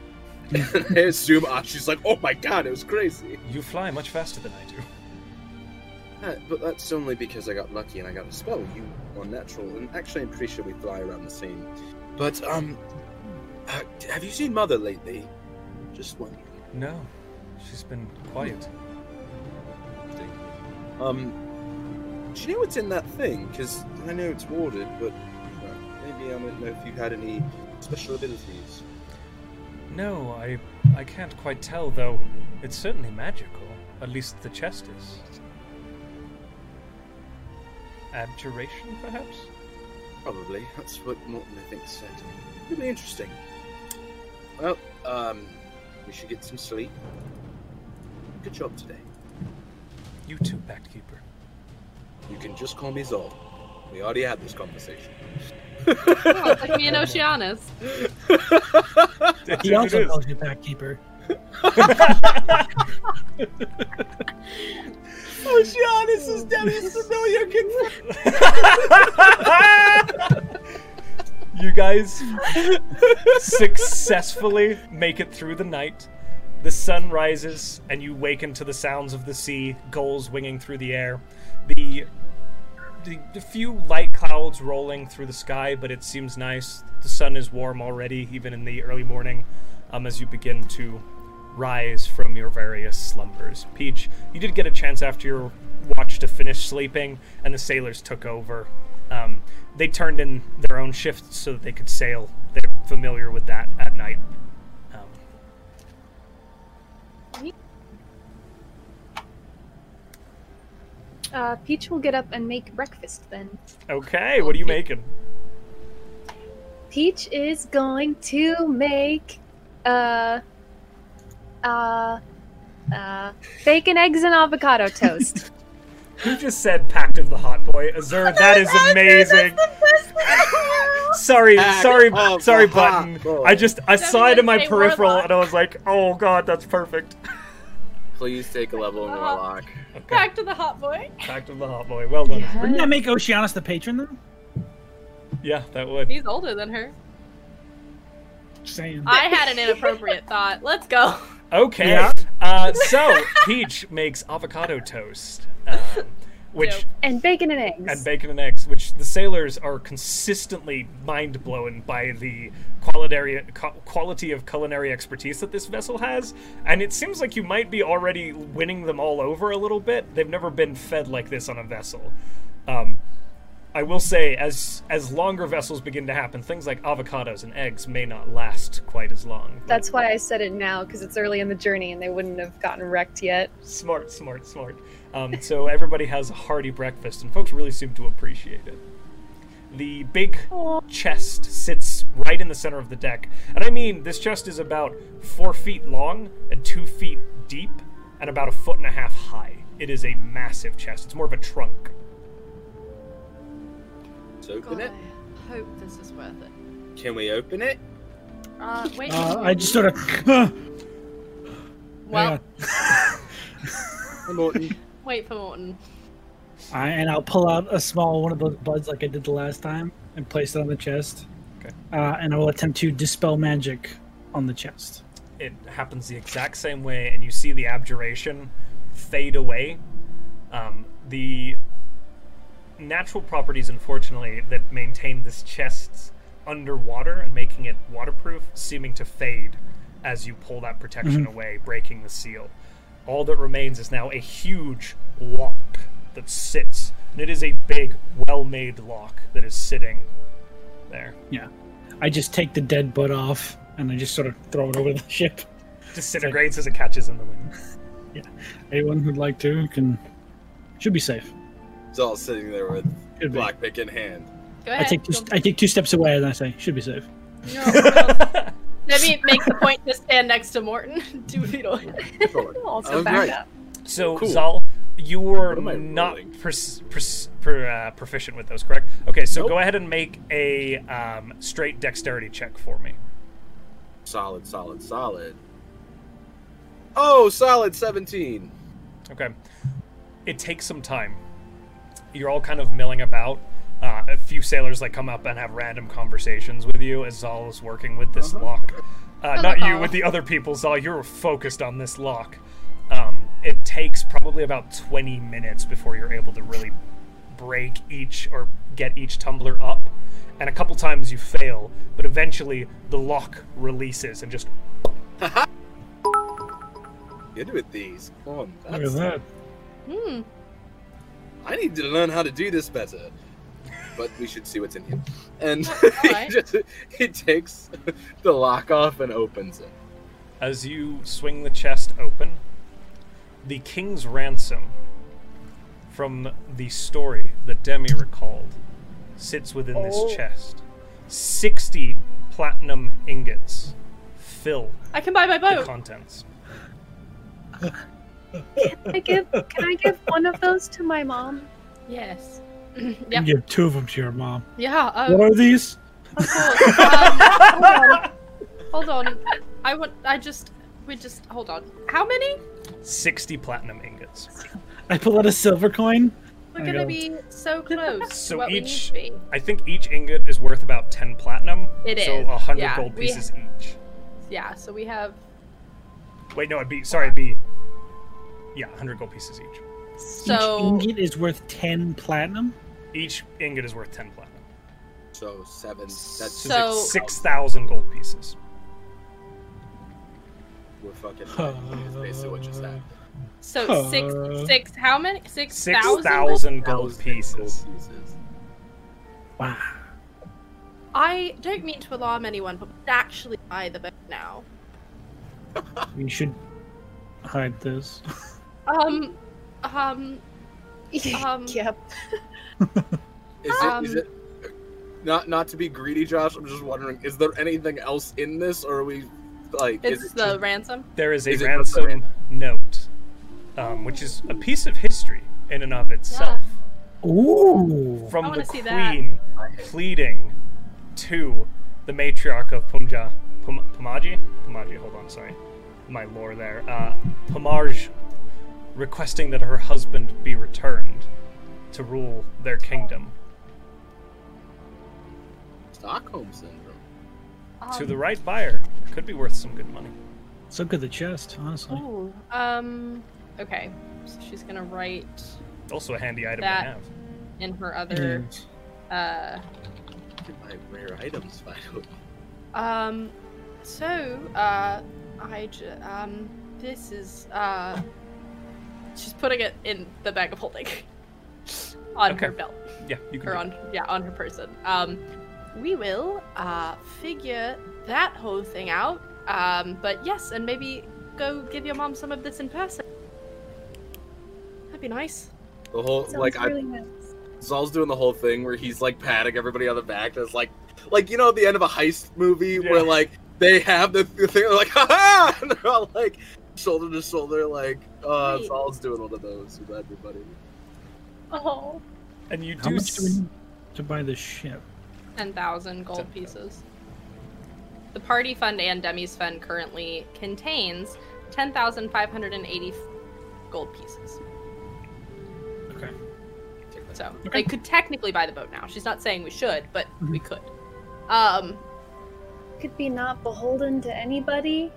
[SPEAKER 2] and I assume Ashi's like, oh my god, it was crazy.
[SPEAKER 1] you fly much faster than I do.
[SPEAKER 2] Uh, Yeah, but that's only because I got lucky and I got a spell. You more natural, and actually, I'm pretty sure we fly around the same. But um, uh, have you seen Mother lately? Just wondering.
[SPEAKER 1] No, she's been quiet.
[SPEAKER 2] Um, do you know what's in that thing? Because I know it's warded, but uh, maybe I don't know if you had any special abilities.
[SPEAKER 1] No, I I can't quite tell though. It's certainly magical. At least the chest is. Abjuration, perhaps?
[SPEAKER 2] Probably. That's what Morton, I think, said. It'll be interesting. Well, um, we should get some sleep. Good job today.
[SPEAKER 1] You too, Backkeeper.
[SPEAKER 2] You can just call me Zol. We already had this conversation.
[SPEAKER 4] Oh, like me and Oceanus.
[SPEAKER 3] He also calls you Backkeeper.
[SPEAKER 2] Oceanus is Debbie's familiar
[SPEAKER 1] you guys successfully make it through the night. The sun rises, and you waken to the sounds of the sea, gulls winging through the air, the, the, the few light clouds rolling through the sky, but it seems nice. The sun is warm already, even in the early morning, um, as you begin to rise from your various slumbers. Peach, you did get a chance after your watch to finish sleeping, and the sailors took over. Um, they turned in their own shifts so that they could sail. They're familiar with that at night. Um,
[SPEAKER 5] Uh, Peach will get up and make breakfast then.
[SPEAKER 1] okay, what are you making?
[SPEAKER 5] Peach is going to make uh uh uh bacon, eggs, and avocado toast.
[SPEAKER 1] You just said Pact of the Hot Boy. Azur, that is amazing. Sorry,
[SPEAKER 2] Pact
[SPEAKER 1] sorry,
[SPEAKER 2] of
[SPEAKER 1] sorry,
[SPEAKER 2] the Hot
[SPEAKER 1] button.
[SPEAKER 2] Boy.
[SPEAKER 1] I just I saw it in my
[SPEAKER 4] Definitely say
[SPEAKER 1] peripheral
[SPEAKER 4] Warlock.
[SPEAKER 1] and I was like, oh god, that's perfect.
[SPEAKER 2] Please take a level
[SPEAKER 5] Oh.
[SPEAKER 2] in Warlock.
[SPEAKER 1] Okay,
[SPEAKER 4] Back to the hot boy.
[SPEAKER 1] Pact of the Hot Boy. Well done. Yeah,
[SPEAKER 3] Wouldn't that make Oceanus the patron though?
[SPEAKER 1] that would.
[SPEAKER 4] He's older than her.
[SPEAKER 3] Just saying.
[SPEAKER 4] I had an inappropriate thought. Let's go.
[SPEAKER 1] Okay.
[SPEAKER 3] Yeah.
[SPEAKER 1] Uh, so Peach makes avocado toast, um, which
[SPEAKER 4] Dope.
[SPEAKER 5] and bacon and eggs.
[SPEAKER 1] and bacon and eggs, which the sailors are consistently mind blown by the culinary cu- quality of culinary expertise that this vessel has. And it seems like you might be already winning them all over a little bit. They've never been fed like this on a vessel. Um, I will say, as as longer vessels begin to happen, things like avocados and eggs may not last quite as long. But
[SPEAKER 5] That's why I said it now because it's early in the journey and they wouldn't have gotten wrecked yet.
[SPEAKER 1] smart, smart, smart. Um, so everybody has a hearty breakfast, and folks really seem to appreciate it. The big chest sits right in the center of the deck, and I mean this chest is about four feet long and two feet deep, and about a foot and a half high. It is a massive chest. It's more of a trunk.
[SPEAKER 2] Let's open
[SPEAKER 4] God,
[SPEAKER 2] it.
[SPEAKER 4] I hope this is worth it.
[SPEAKER 2] Can we open it?
[SPEAKER 4] Uh, wait.
[SPEAKER 3] Uh, I just sort of. Hang
[SPEAKER 4] well,
[SPEAKER 3] on.
[SPEAKER 2] Hey, Morton.
[SPEAKER 4] wait for Morton.
[SPEAKER 3] I, and I'll pull out a small one of those buds like I did the last time and place it on the chest.
[SPEAKER 1] Okay.
[SPEAKER 3] Uh, and I will attempt to dispel magic on the chest.
[SPEAKER 1] it happens the exact same way, and you see the abjuration fade away. Um, the natural properties, unfortunately, that maintain this chest underwater and making it waterproof, seeming to fade as you pull that protection away, breaking the seal. All that remains is now a huge lock that sits, and it is a big, well-made lock that is sitting there.
[SPEAKER 3] Yeah. I just take the dead bud off and I just sort of throw it over the ship.
[SPEAKER 1] Disintegrates as it catches in the wind.
[SPEAKER 3] Anyone who'd like to can. Should be safe.
[SPEAKER 2] It's all sitting there with
[SPEAKER 3] Should be.
[SPEAKER 2] black pick in hand.
[SPEAKER 4] Go
[SPEAKER 3] I
[SPEAKER 4] ahead.
[SPEAKER 3] take two, I take two steps away and I say, should be safe.
[SPEAKER 4] No, no. Let me make the point to stand next to Morton. Two feet away.
[SPEAKER 2] Sure.
[SPEAKER 5] Also
[SPEAKER 2] Oh,
[SPEAKER 5] back
[SPEAKER 2] great.
[SPEAKER 5] up.
[SPEAKER 1] So
[SPEAKER 2] Cool.
[SPEAKER 1] Zal, you were
[SPEAKER 2] What am I
[SPEAKER 1] not
[SPEAKER 2] rolling?
[SPEAKER 1] pers- pers- per, uh, proficient with those, correct? Okay, so
[SPEAKER 2] Nope.
[SPEAKER 1] go ahead and make a um, straight dexterity check for me.
[SPEAKER 2] Solid, solid, solid. Oh, solid 17.
[SPEAKER 1] Okay, it takes some time. You're all kind of milling about. Uh, a few sailors like come up and have random conversations with you as Zal is working with this lock. Uh, not you, with the other people, Zal. You're focused on this lock. Um, it takes probably about 20 minutes before you're able to really break each or get each tumbler up. And a couple times you fail, but eventually the lock releases and just
[SPEAKER 2] Good with these. Come on,
[SPEAKER 3] Look at
[SPEAKER 2] that's-
[SPEAKER 3] that.
[SPEAKER 4] Hmm.
[SPEAKER 2] I need to learn how to do this better. But we should see what's in here. And
[SPEAKER 4] Alright.
[SPEAKER 2] he just he takes the lock off and opens it.
[SPEAKER 1] As you swing the chest open, the king's ransom from the story that Demi recalled sits within
[SPEAKER 3] Oh.
[SPEAKER 1] this chest. 60 platinum ingots fill
[SPEAKER 4] I can buy my
[SPEAKER 1] the
[SPEAKER 4] boat.
[SPEAKER 1] contents.
[SPEAKER 5] I give. Can I give one of those to my mom?
[SPEAKER 4] Yes.
[SPEAKER 3] You
[SPEAKER 4] yep.
[SPEAKER 3] give two of them to your mom.
[SPEAKER 4] Yeah.
[SPEAKER 3] Mm-hmm. What
[SPEAKER 4] Oh,
[SPEAKER 3] are these?
[SPEAKER 4] of course. Um, hold on. Hold on. I want. I just. We just. Hold on. How many?
[SPEAKER 1] 60 platinum ingots.
[SPEAKER 3] I pull out a silver coin.
[SPEAKER 4] We're
[SPEAKER 3] I
[SPEAKER 4] gonna
[SPEAKER 3] go.
[SPEAKER 4] be so close
[SPEAKER 1] So
[SPEAKER 4] to what
[SPEAKER 1] each-
[SPEAKER 4] we need to
[SPEAKER 1] I think each ingot is worth about 10 platinum.
[SPEAKER 4] It
[SPEAKER 1] so
[SPEAKER 4] is,
[SPEAKER 1] 100
[SPEAKER 4] yeah.
[SPEAKER 1] gold
[SPEAKER 4] We-
[SPEAKER 1] pieces each.
[SPEAKER 4] be. Yeah. So we have
[SPEAKER 1] Wait, no, it'd be. Sorry, it'd be. Yeah, 100 gold pieces each.
[SPEAKER 4] so
[SPEAKER 3] Each ingot is worth ten platinum.
[SPEAKER 1] Each ingot is worth 10 platinum.
[SPEAKER 2] So seven. That's
[SPEAKER 1] So,
[SPEAKER 4] So-
[SPEAKER 1] it's 6,000 gold pieces.
[SPEAKER 2] we're fucking. That's basically what just happened.
[SPEAKER 4] so
[SPEAKER 3] Huh.
[SPEAKER 4] six six. How many? Six thousand.
[SPEAKER 1] 6,000 gold
[SPEAKER 2] Thousand
[SPEAKER 1] pieces.
[SPEAKER 2] gold pieces.
[SPEAKER 3] Wow.
[SPEAKER 4] I don't mean to alarm anyone, but we should actually buy the boat now.
[SPEAKER 3] You should hide this.
[SPEAKER 4] Um. Um. Um,
[SPEAKER 5] yep.
[SPEAKER 2] Is it, is
[SPEAKER 4] Um,
[SPEAKER 2] it not not to be greedy, Josh? I'm just wondering, is there anything else in this, or are we like? is
[SPEAKER 4] It's
[SPEAKER 2] it
[SPEAKER 4] the ransom.
[SPEAKER 1] There is a
[SPEAKER 2] Is it not the
[SPEAKER 1] ransom note, um, which is a piece of history in and of itself.
[SPEAKER 3] Ooh.
[SPEAKER 1] From
[SPEAKER 4] I
[SPEAKER 1] the
[SPEAKER 4] wanna see that.
[SPEAKER 1] queen
[SPEAKER 2] just-
[SPEAKER 1] pleading to the matriarch of Pumja, Pum, Pumaji? Pumaji, hold on, sorry. My lore there. Uh, Pumarj requesting that her husband be returned to rule their kingdom.
[SPEAKER 2] Stockholm syndrome.
[SPEAKER 1] To
[SPEAKER 4] Um,
[SPEAKER 1] the right buyer. Could be worth some good money.
[SPEAKER 3] So good the chest, honestly.
[SPEAKER 2] Oh.
[SPEAKER 4] Ooh. Um. Okay. So she's gonna write
[SPEAKER 1] Also a handy item
[SPEAKER 4] That-
[SPEAKER 1] to have.
[SPEAKER 4] in her other.
[SPEAKER 2] Hmm.
[SPEAKER 4] Uh.
[SPEAKER 2] Look at my rare items, by the way.
[SPEAKER 4] Um. So. Uh. I. J- um. This is. Uh. She's putting it in the bag of holding. on her
[SPEAKER 1] Okay.
[SPEAKER 4] belt.
[SPEAKER 1] Yeah, you can.
[SPEAKER 4] or
[SPEAKER 1] do
[SPEAKER 4] on yeah on her person um we will uh figure that whole thing out um but yes and maybe go give your mom some of this in person that'd be nice
[SPEAKER 2] The whole
[SPEAKER 5] Sounds
[SPEAKER 2] like I
[SPEAKER 5] really nice.
[SPEAKER 2] Zal's doing the whole thing where he's like patting everybody on the back. That's like, like you know, at the end of a heist movie where
[SPEAKER 1] Yeah.
[SPEAKER 2] like they have the, the thing, they're like, ha ha, and they're all like shoulder to shoulder, like uh,
[SPEAKER 4] Right.
[SPEAKER 2] Zal's doing one of those with everybody.
[SPEAKER 5] Oh,
[SPEAKER 1] And you
[SPEAKER 3] How
[SPEAKER 1] do.
[SPEAKER 3] much do we
[SPEAKER 1] s-
[SPEAKER 3] need to buy the ship?
[SPEAKER 4] 10000 gold
[SPEAKER 1] 10,000.
[SPEAKER 4] pieces the party fund and demi's fund currently contains 10580 gold pieces
[SPEAKER 3] Okay.
[SPEAKER 4] So
[SPEAKER 3] Okay.
[SPEAKER 4] they could technically buy the boat now. She's not saying we should, but
[SPEAKER 1] Mm-hmm.
[SPEAKER 4] we could. Um,
[SPEAKER 5] could be not beholden to anybody.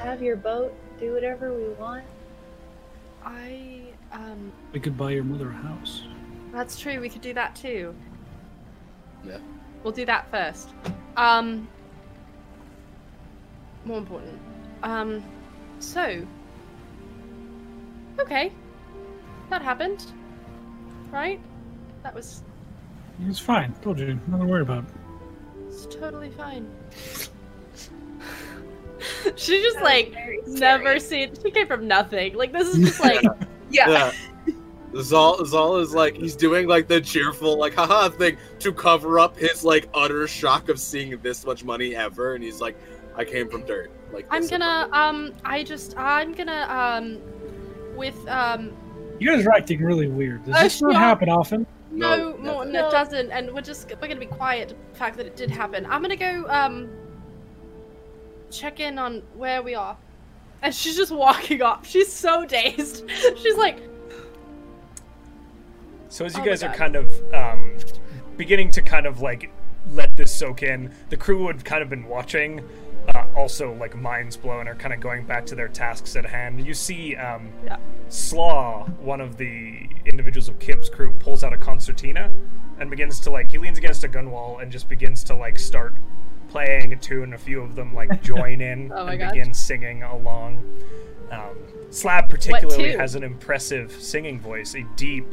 [SPEAKER 5] Have your boat. Do whatever we want.
[SPEAKER 4] I um,
[SPEAKER 3] We could buy your mother a house.
[SPEAKER 4] That's true. We could do that too.
[SPEAKER 2] Yeah.
[SPEAKER 4] We'll do that first. Um. More important. Um. So. Okay. That happened. Right. That was.
[SPEAKER 3] It's fine. Told you. Nothing to worry about.
[SPEAKER 4] It's totally fine. she just
[SPEAKER 5] That was
[SPEAKER 4] like
[SPEAKER 5] very
[SPEAKER 4] never
[SPEAKER 5] scary.
[SPEAKER 4] seen. She came from nothing. Like this is just like yeah.
[SPEAKER 2] Yeah. Zal Zal is like he's doing like the cheerful like haha thing to cover up his like utter shock of seeing this much money ever, and he's like, I came from dirt. Like
[SPEAKER 4] I'm
[SPEAKER 2] this-
[SPEAKER 4] gonna um. I just I'm gonna um. With um
[SPEAKER 3] You guys are acting really weird. Does
[SPEAKER 4] Oh,
[SPEAKER 3] this not
[SPEAKER 4] sure.
[SPEAKER 3] happen often?
[SPEAKER 4] No,
[SPEAKER 2] never.
[SPEAKER 4] Morton,
[SPEAKER 5] No.
[SPEAKER 4] it doesn't, and we're just we're gonna be quiet to the fact that it did happen. I'm gonna go um check in on where we are. And she's just walking off. She's so dazed. She's like,
[SPEAKER 1] So as
[SPEAKER 4] Oh
[SPEAKER 1] you
[SPEAKER 4] my
[SPEAKER 1] guys are
[SPEAKER 4] God.
[SPEAKER 1] kind of um, beginning to kind of like let this soak in, the crew had kind of been watching uh, also like minds blown are kind of going back to their tasks at hand. You see, um,
[SPEAKER 4] Yeah.
[SPEAKER 1] Slaw, one of the individuals of Kip's crew, pulls out a concertina and begins to like he leans against a gun wall and just begins to like start playing a tune. A few of them like join in
[SPEAKER 4] Oh my
[SPEAKER 1] and
[SPEAKER 4] gosh.
[SPEAKER 1] begin singing along. Um, Slab particularly
[SPEAKER 4] tune?
[SPEAKER 1] has an impressive singing voice, a deep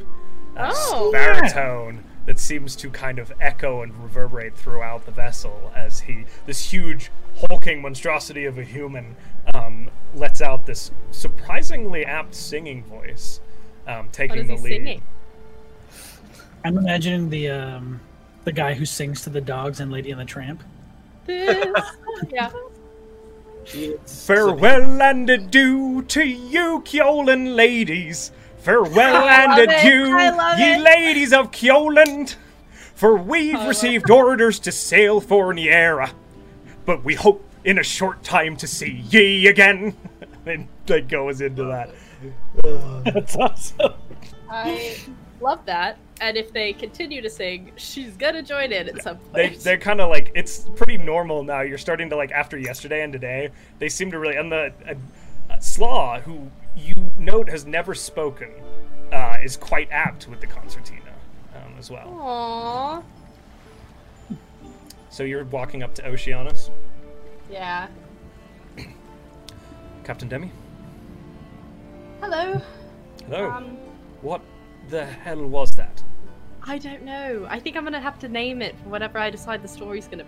[SPEAKER 1] uh,
[SPEAKER 4] Oh.
[SPEAKER 1] baritone that seems to kind of echo and reverberate throughout the vessel as he, this huge hulking monstrosity of a human, um, lets out this surprisingly apt singing voice, um,
[SPEAKER 4] What
[SPEAKER 1] taking
[SPEAKER 4] is
[SPEAKER 1] the
[SPEAKER 4] "Oh, he
[SPEAKER 1] lead.
[SPEAKER 4] singing?
[SPEAKER 3] I'm imagining the um, the guy who sings to the dogs and Lady and the Tramp.
[SPEAKER 4] This, yeah.
[SPEAKER 1] Farewell and adieu to you, Kyolan ladies. Farewell
[SPEAKER 4] I
[SPEAKER 1] and
[SPEAKER 4] love it.
[SPEAKER 1] adieu,
[SPEAKER 4] I love
[SPEAKER 1] ye
[SPEAKER 4] it.
[SPEAKER 1] ladies of Kyoland. For we've
[SPEAKER 4] love
[SPEAKER 1] received orders to sail for Niera, but we hope in a short time to see ye again. and that goes into that.
[SPEAKER 3] That's awesome.
[SPEAKER 4] I love that. And if they continue to sing, she's gonna join in at some
[SPEAKER 1] They,
[SPEAKER 4] point.
[SPEAKER 1] they're kind of like it's pretty normal now. You're starting to like after yesterday and today. They seem to really and the uh, uh, Slaw, who you note has never spoken, uh, is quite apt with the concertina um, as well.
[SPEAKER 4] Aww.
[SPEAKER 1] So you're walking up to Oceanus,
[SPEAKER 4] Yeah.
[SPEAKER 1] Captain Demi.
[SPEAKER 4] Hello.
[SPEAKER 1] Hello.
[SPEAKER 4] Um,
[SPEAKER 1] what the hell was that?
[SPEAKER 4] I don't know. I think I'm gonna have to name it for whenever I decide the story's gonna.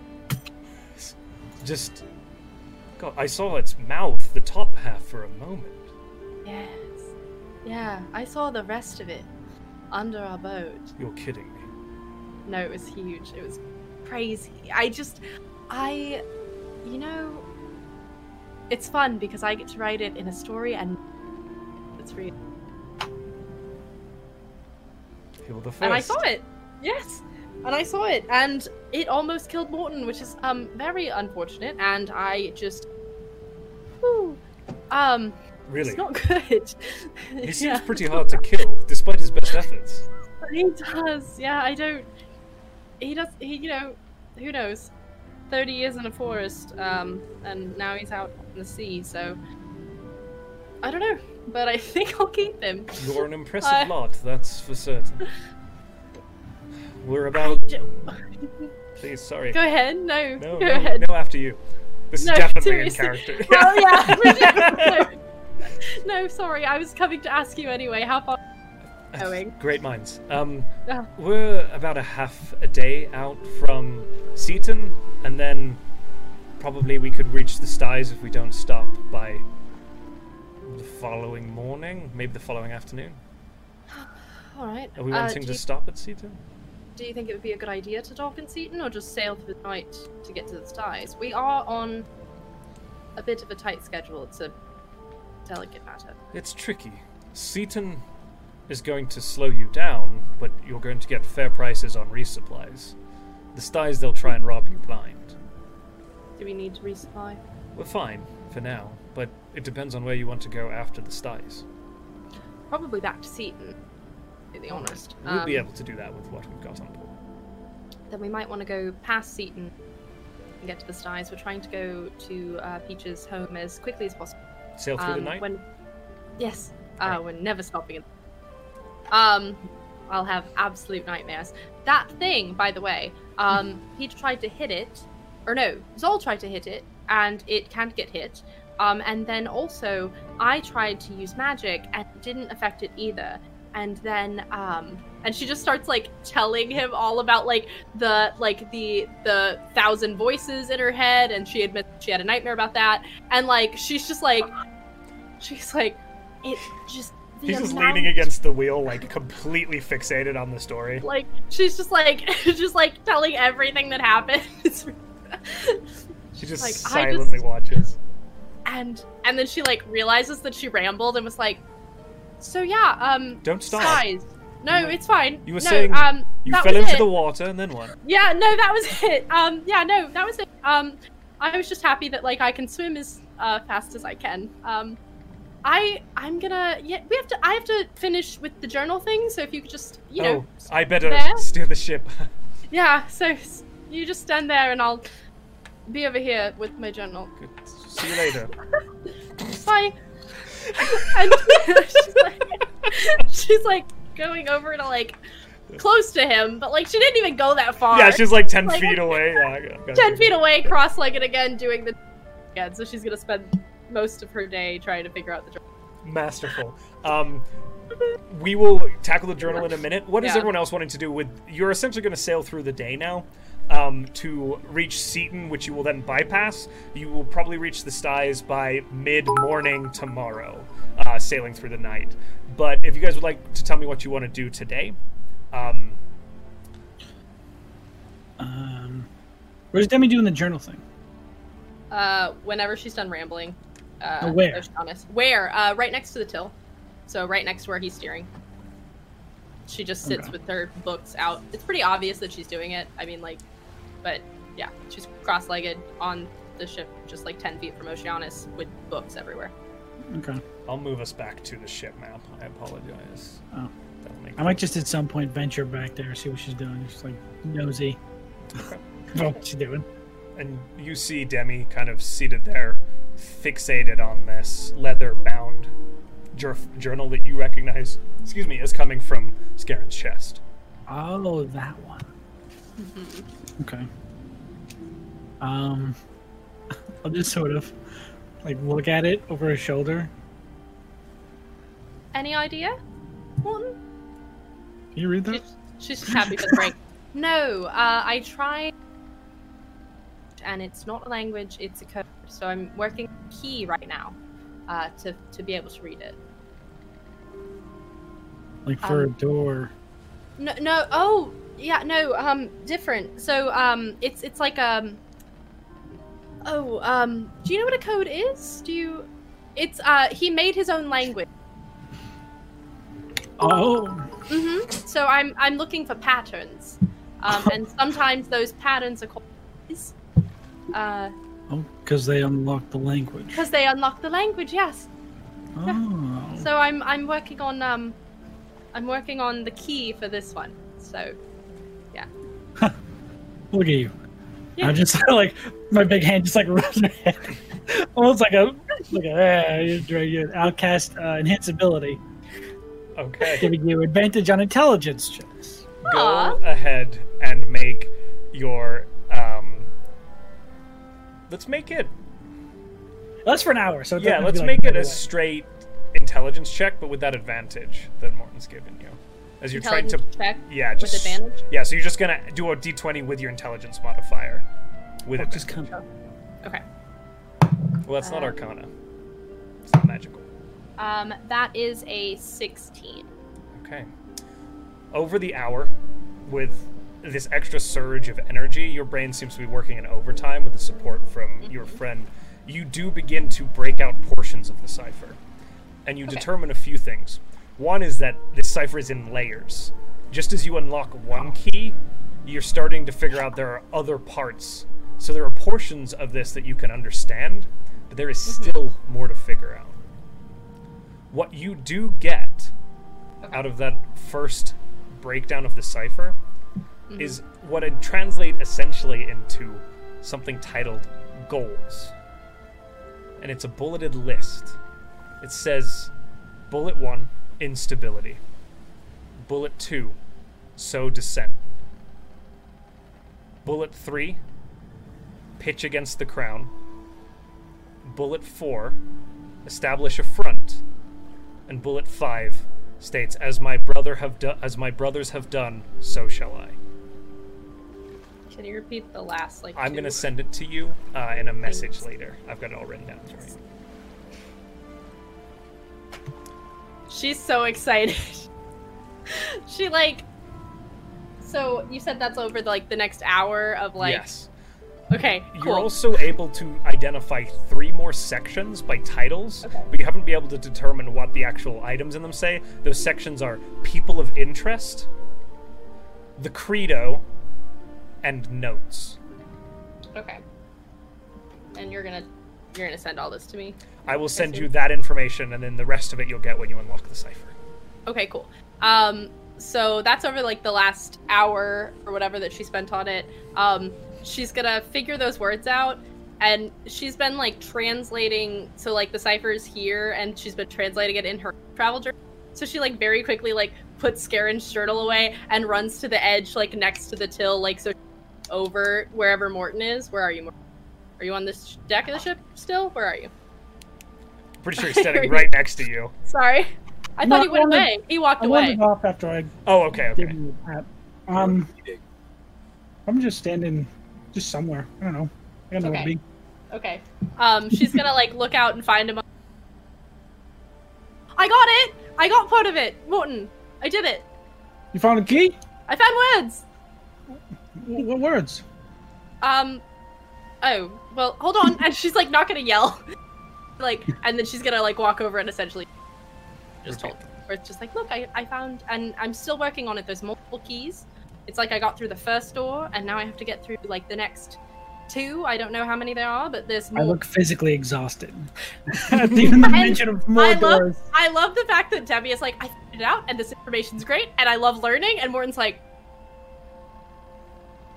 [SPEAKER 1] Just, God, I saw its mouth, the top half, for a moment.
[SPEAKER 4] Yes. Yeah. I saw the rest of it under our boat.
[SPEAKER 1] You're kidding me.
[SPEAKER 4] No, it was huge. It was crazy. I just, I, you know, it's fun because I get to write it in a story and it's real.
[SPEAKER 1] You're the first.
[SPEAKER 4] And I saw it. Yes. And I saw it, and it almost killed Morton, which is um very unfortunate. And I just, whew, um,
[SPEAKER 1] Really,
[SPEAKER 4] it's not good.
[SPEAKER 1] he seems pretty hard to kill, despite his best efforts.
[SPEAKER 4] He does. Yeah, I don't. He does. He, you know, who knows? Thirty years in a forest, um, and now he's out in the sea. So I don't know, but I think I'll keep him.
[SPEAKER 1] You're an impressive
[SPEAKER 4] I-
[SPEAKER 1] lot, that's for certain. We're about.
[SPEAKER 4] J-
[SPEAKER 1] Please, sorry.
[SPEAKER 4] Go ahead. No.
[SPEAKER 1] no,
[SPEAKER 4] go
[SPEAKER 1] no,
[SPEAKER 4] ahead.
[SPEAKER 1] no, after you. This
[SPEAKER 4] No,
[SPEAKER 1] is definitely
[SPEAKER 4] seriously.
[SPEAKER 1] in character.
[SPEAKER 4] Well, Oh, yeah. we did- no. no, sorry. I was coming to ask you anyway. How far? going.
[SPEAKER 1] Great minds. Um,
[SPEAKER 4] Ah.
[SPEAKER 1] we're about a half a day out from Seaton, and then probably we could reach the Styes if we don't stop by the following morning, maybe the following afternoon.
[SPEAKER 4] All right.
[SPEAKER 1] Are we
[SPEAKER 4] Uh,
[SPEAKER 1] wanting
[SPEAKER 4] do,
[SPEAKER 1] to
[SPEAKER 4] you,
[SPEAKER 1] stop at Seaton?
[SPEAKER 4] do you think it would be a good idea to dock in Seaton, or just sail for the night to get to the ties? We are on a bit of a tight schedule. It's a delicate matter.
[SPEAKER 1] It's tricky. Seaton is going to slow you down, but you're going to get fair prices on resupplies. The Styes, they'll try and rob you blind.
[SPEAKER 4] Do we need to resupply?
[SPEAKER 1] We're fine for now, but it depends on where you want to go after the Styes.
[SPEAKER 4] Probably back to Seaton, to be honest.
[SPEAKER 1] We'll be
[SPEAKER 4] Um,
[SPEAKER 1] able to do that with what we've got on board.
[SPEAKER 4] Then we might want to go past Seaton and get to the Styes. We're trying to go to uh, Peach's home as quickly as possible.
[SPEAKER 1] Sail through the
[SPEAKER 4] Um,
[SPEAKER 1] night?
[SPEAKER 4] When, yes, uh,
[SPEAKER 1] Right.
[SPEAKER 4] we're never stopping. it. Um, I'll have absolute nightmares. That thing, by the way, um, he tried to hit it, or no, Zol tried to hit it, and it can't get hit. Um, and then also, I tried to use magic and it didn't affect it either. And then, um, and she just starts like telling him all about like the like the the thousand voices in her head, and she admits she had a nightmare about that. And like she's just like, she's like, it just. the
[SPEAKER 1] He's just
[SPEAKER 4] amount-
[SPEAKER 1] leaning against the wheel, like completely fixated on the story.
[SPEAKER 4] like she's just like just like telling everything that happened It's-
[SPEAKER 1] She just
[SPEAKER 4] Like, I just-
[SPEAKER 1] silently watches.
[SPEAKER 4] and and then she like realizes that she rambled and was like so yeah um
[SPEAKER 1] Don't stop.
[SPEAKER 4] guys no it's fine
[SPEAKER 1] You were
[SPEAKER 4] no,
[SPEAKER 1] saying
[SPEAKER 4] um
[SPEAKER 1] You
[SPEAKER 4] that
[SPEAKER 1] fell
[SPEAKER 4] was
[SPEAKER 1] into
[SPEAKER 4] it.
[SPEAKER 1] the water, and then what?
[SPEAKER 4] yeah no that was it um yeah no that was it um i was just happy that like i can swim as uh, fast as i can um i i'm gonna yeah we have to i have to finish with the journal thing so if you could just you know
[SPEAKER 1] oh, I better
[SPEAKER 4] there.
[SPEAKER 1] steer the ship.
[SPEAKER 4] Yeah, so s- you just stand there and I'll be over here with my journal.
[SPEAKER 1] Good. See you later.
[SPEAKER 4] Bye. and she's like, she's like going over to like close to him, but like she didn't even go that far.
[SPEAKER 1] yeah, she's like ten
[SPEAKER 4] Like-
[SPEAKER 1] feet away. Yeah, I got- got
[SPEAKER 4] ten
[SPEAKER 1] you.
[SPEAKER 4] feet away, cross-legged again, doing the again. So she's gonna spend most of her day trying to figure out the. journal.
[SPEAKER 1] Masterful. Um, we will tackle the journal in a minute. What is
[SPEAKER 4] Yeah.
[SPEAKER 1] everyone else wanting to do with? You're essentially going to sail through the day now um, to reach Seton, which you will then bypass. You will probably reach the Styes by mid-morning tomorrow, uh, sailing through the night. But if you guys would like to tell me what you want to do today, um,
[SPEAKER 3] Um, where's Demi doing the journal thing?
[SPEAKER 4] Uh, whenever she's done rambling. Uh,
[SPEAKER 3] Uh, where?
[SPEAKER 4] there's Thomas. Where? Uh, right next to the till. So right next to where he's steering. She just sits
[SPEAKER 3] Okay.
[SPEAKER 4] with her books out. It's pretty obvious that she's doing it. I mean, like, but yeah, she's cross-legged on the ship, just like ten feet from Oceanus, with books everywhere.
[SPEAKER 3] Okay.
[SPEAKER 1] I'll move us back to the ship map. I apologize.
[SPEAKER 3] Oh.
[SPEAKER 1] That'll make
[SPEAKER 3] I might just at some point venture back there, see what she's doing. Just like nosy. about what she's doing.
[SPEAKER 1] and you see Demi kind of seated there, fixated on this leather-bound jur- journal that you recognize. Excuse me, is coming from Scarin's chest.
[SPEAKER 3] Oh, that one. Okay. Um, I'll just sort of like look at it over her shoulder.
[SPEAKER 4] Any idea, Morton?
[SPEAKER 3] Can you read that?
[SPEAKER 4] She's, she's just happy for the break. No, uh, I tried, and it's not a language; it's a code. So I'm working key right now uh, to to be able to read it.
[SPEAKER 3] Like for
[SPEAKER 4] um,
[SPEAKER 3] a door.
[SPEAKER 4] No, no. Oh, yeah, no. Um, different. So um, it's it's like um. Oh, um, do you know what a code is? Do you? It's uh, he made his own language.
[SPEAKER 3] Oh,
[SPEAKER 4] hmm So I'm I'm looking for patterns, um, and sometimes those patterns are called keys, uh,
[SPEAKER 3] oh, because they unlock the language.
[SPEAKER 4] because they unlock the language. Yes.
[SPEAKER 3] Oh,
[SPEAKER 4] So I'm I'm working on um, I'm working on the key for this one. So
[SPEAKER 3] look at you.
[SPEAKER 4] Yeah.
[SPEAKER 3] I'm just like my big hand just like rubs her head, almost like a like a eh, you're very good. Outcast uh, enhance ability,
[SPEAKER 1] Okay,
[SPEAKER 3] giving you advantage on intelligence checks.
[SPEAKER 1] go
[SPEAKER 4] Aw.
[SPEAKER 1] ahead and make your um. Let's make it.
[SPEAKER 3] That's for an hour, so it
[SPEAKER 1] Yeah,
[SPEAKER 3] doesn't
[SPEAKER 1] let's
[SPEAKER 3] have to be,
[SPEAKER 1] make
[SPEAKER 3] like,
[SPEAKER 1] it a
[SPEAKER 3] right
[SPEAKER 1] straight intelligence check, but with that advantage that Morton's given you, as you're trying to.
[SPEAKER 4] intelligence check.
[SPEAKER 1] Yeah, just
[SPEAKER 4] advantage?
[SPEAKER 1] Yeah, so you're just gonna do a d20 with your intelligence modifier. With
[SPEAKER 3] away.
[SPEAKER 1] it.
[SPEAKER 3] Just come.
[SPEAKER 4] Okay.
[SPEAKER 1] Well, that's not
[SPEAKER 4] Um,
[SPEAKER 1] Arcana. It's not magical.
[SPEAKER 4] Um, that is a sixteen.
[SPEAKER 1] Okay. Over the hour, with this extra surge of energy, your brain seems to be working in overtime with the support from your friend. You do begin to break out portions of the cipher, and you
[SPEAKER 4] Okay.
[SPEAKER 1] determine a few things. One is that this cipher is in layers. Just as you unlock one key, you're starting to figure out there are other parts. So there are portions of this that you can understand, but there is still more to figure out. What you do get out of that first breakdown of the cipher is what I'd translate essentially into something titled goals. And it's a bulleted list. It says bullet one, instability. Bullet two, sow dissent. Bullet three, pitch against the crown. Bullet four, establish a front and bullet 5 states as my brother have do- as my brothers have done so shall i
[SPEAKER 4] Can you repeat the last like?
[SPEAKER 1] i'm going
[SPEAKER 4] two?
[SPEAKER 1] to send it to you uh, in a message
[SPEAKER 4] Thanks.
[SPEAKER 1] later i've got it all written down sorry.
[SPEAKER 4] She's so excited. she like. So you said that's over like the next hour of like.
[SPEAKER 1] yes
[SPEAKER 4] Okay. Cool.
[SPEAKER 1] you're also able to identify three more sections by titles but you haven't been able to determine what the actual items in them say those sections are people of interest the credo and notes
[SPEAKER 4] Okay. And you're gonna you're gonna send all this to me.
[SPEAKER 1] i will send
[SPEAKER 4] see.
[SPEAKER 1] you that information and then the rest of it you'll get when you unlock the cipher
[SPEAKER 4] Okay, cool. Um, so that's over like the last hour or whatever that she spent on it. Um, she's gonna figure those words out and she's been like translating so like the cipher's here and she's been translating it in her travel journal so she like very quickly like puts Scarin's shirtle away and runs to the edge like next to the till like so over wherever Morton is. Where are you? Morton? Are you on this sh- deck of the ship still? Where are you?
[SPEAKER 1] Pretty sure he's standing right next to you.
[SPEAKER 4] Sorry, I
[SPEAKER 3] No,
[SPEAKER 4] thought he went
[SPEAKER 3] I'm on the-
[SPEAKER 4] away. He walked
[SPEAKER 3] I
[SPEAKER 4] away.
[SPEAKER 3] wandered off after I
[SPEAKER 1] Oh, okay,
[SPEAKER 3] gave
[SPEAKER 1] okay.
[SPEAKER 3] you that. Um, I'm just standing, just somewhere. I don't know. I don't know where to
[SPEAKER 4] Okay.
[SPEAKER 3] be.
[SPEAKER 4] Okay. Um, she's gonna like look out and find him. I got it. I got part of it, Morton. I did it.
[SPEAKER 3] You found a key?
[SPEAKER 4] I found words.
[SPEAKER 3] Wh- What words?
[SPEAKER 4] Um. Oh well, hold on. And she's like not gonna yell, like, and then she's gonna like walk over and essentially just told. Where it's just like, look, I, I found, and I'm still working on it. There's multiple keys. It's like I got through the first door, and now I have to get through like the next two. I don't know how many there are, but there's more.
[SPEAKER 3] I look physically exhausted. Even the
[SPEAKER 4] And
[SPEAKER 3] mention of more
[SPEAKER 4] I love-
[SPEAKER 3] doors.
[SPEAKER 4] I love the fact that Debbie is like, I figured it out, and this information's great, and I love learning. And Morton's like,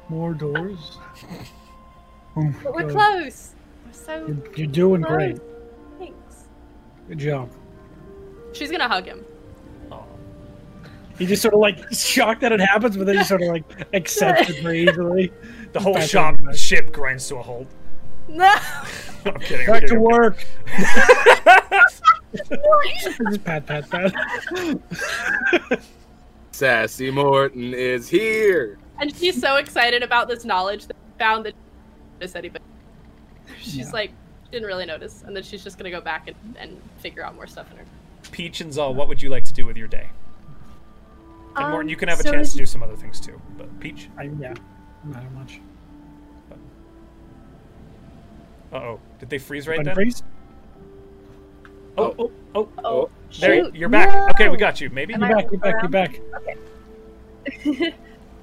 [SPEAKER 3] More doors? Oh my
[SPEAKER 4] but we're
[SPEAKER 3] God.
[SPEAKER 4] close. We're so
[SPEAKER 3] You're, you're doing
[SPEAKER 4] close.
[SPEAKER 3] great.
[SPEAKER 4] Thanks.
[SPEAKER 3] Good job.
[SPEAKER 4] She's gonna hug him.
[SPEAKER 1] Aw.
[SPEAKER 3] He just sort of like shocked that it happens, but then he sort of like accepts it very easily.
[SPEAKER 1] The whole
[SPEAKER 3] Back
[SPEAKER 1] shop
[SPEAKER 3] over.
[SPEAKER 1] ship grinds to a halt.
[SPEAKER 4] No.
[SPEAKER 1] I'm kidding. I'm
[SPEAKER 3] Back to
[SPEAKER 1] kidding, I'm
[SPEAKER 3] work.
[SPEAKER 1] kidding.
[SPEAKER 3] Just pat, pat, pat.
[SPEAKER 2] Sassy Morton is here.
[SPEAKER 4] and she's so excited about this knowledge that she found that she didn't notice anybody. She's
[SPEAKER 3] Yeah.
[SPEAKER 4] like, didn't really notice, and then she's just gonna go back and, and figure out more stuff in her.
[SPEAKER 1] Peach and Zal, what would you like to do with your day? And Morton,
[SPEAKER 5] Um,
[SPEAKER 1] you can have a
[SPEAKER 5] so
[SPEAKER 1] chance
[SPEAKER 5] is-
[SPEAKER 1] to do some other things too. But Peach,
[SPEAKER 3] I, yeah, not much.
[SPEAKER 1] uh oh, did they freeze right
[SPEAKER 3] Button
[SPEAKER 1] then?
[SPEAKER 3] freeze?
[SPEAKER 1] Oh, oh, oh,
[SPEAKER 2] Oh,
[SPEAKER 1] there,
[SPEAKER 5] Shoot,
[SPEAKER 1] you're back.
[SPEAKER 5] no!
[SPEAKER 1] Okay, we got you. Maybe.
[SPEAKER 5] Am
[SPEAKER 3] You're
[SPEAKER 5] I
[SPEAKER 3] back, you're back, you're
[SPEAKER 5] around?
[SPEAKER 3] back.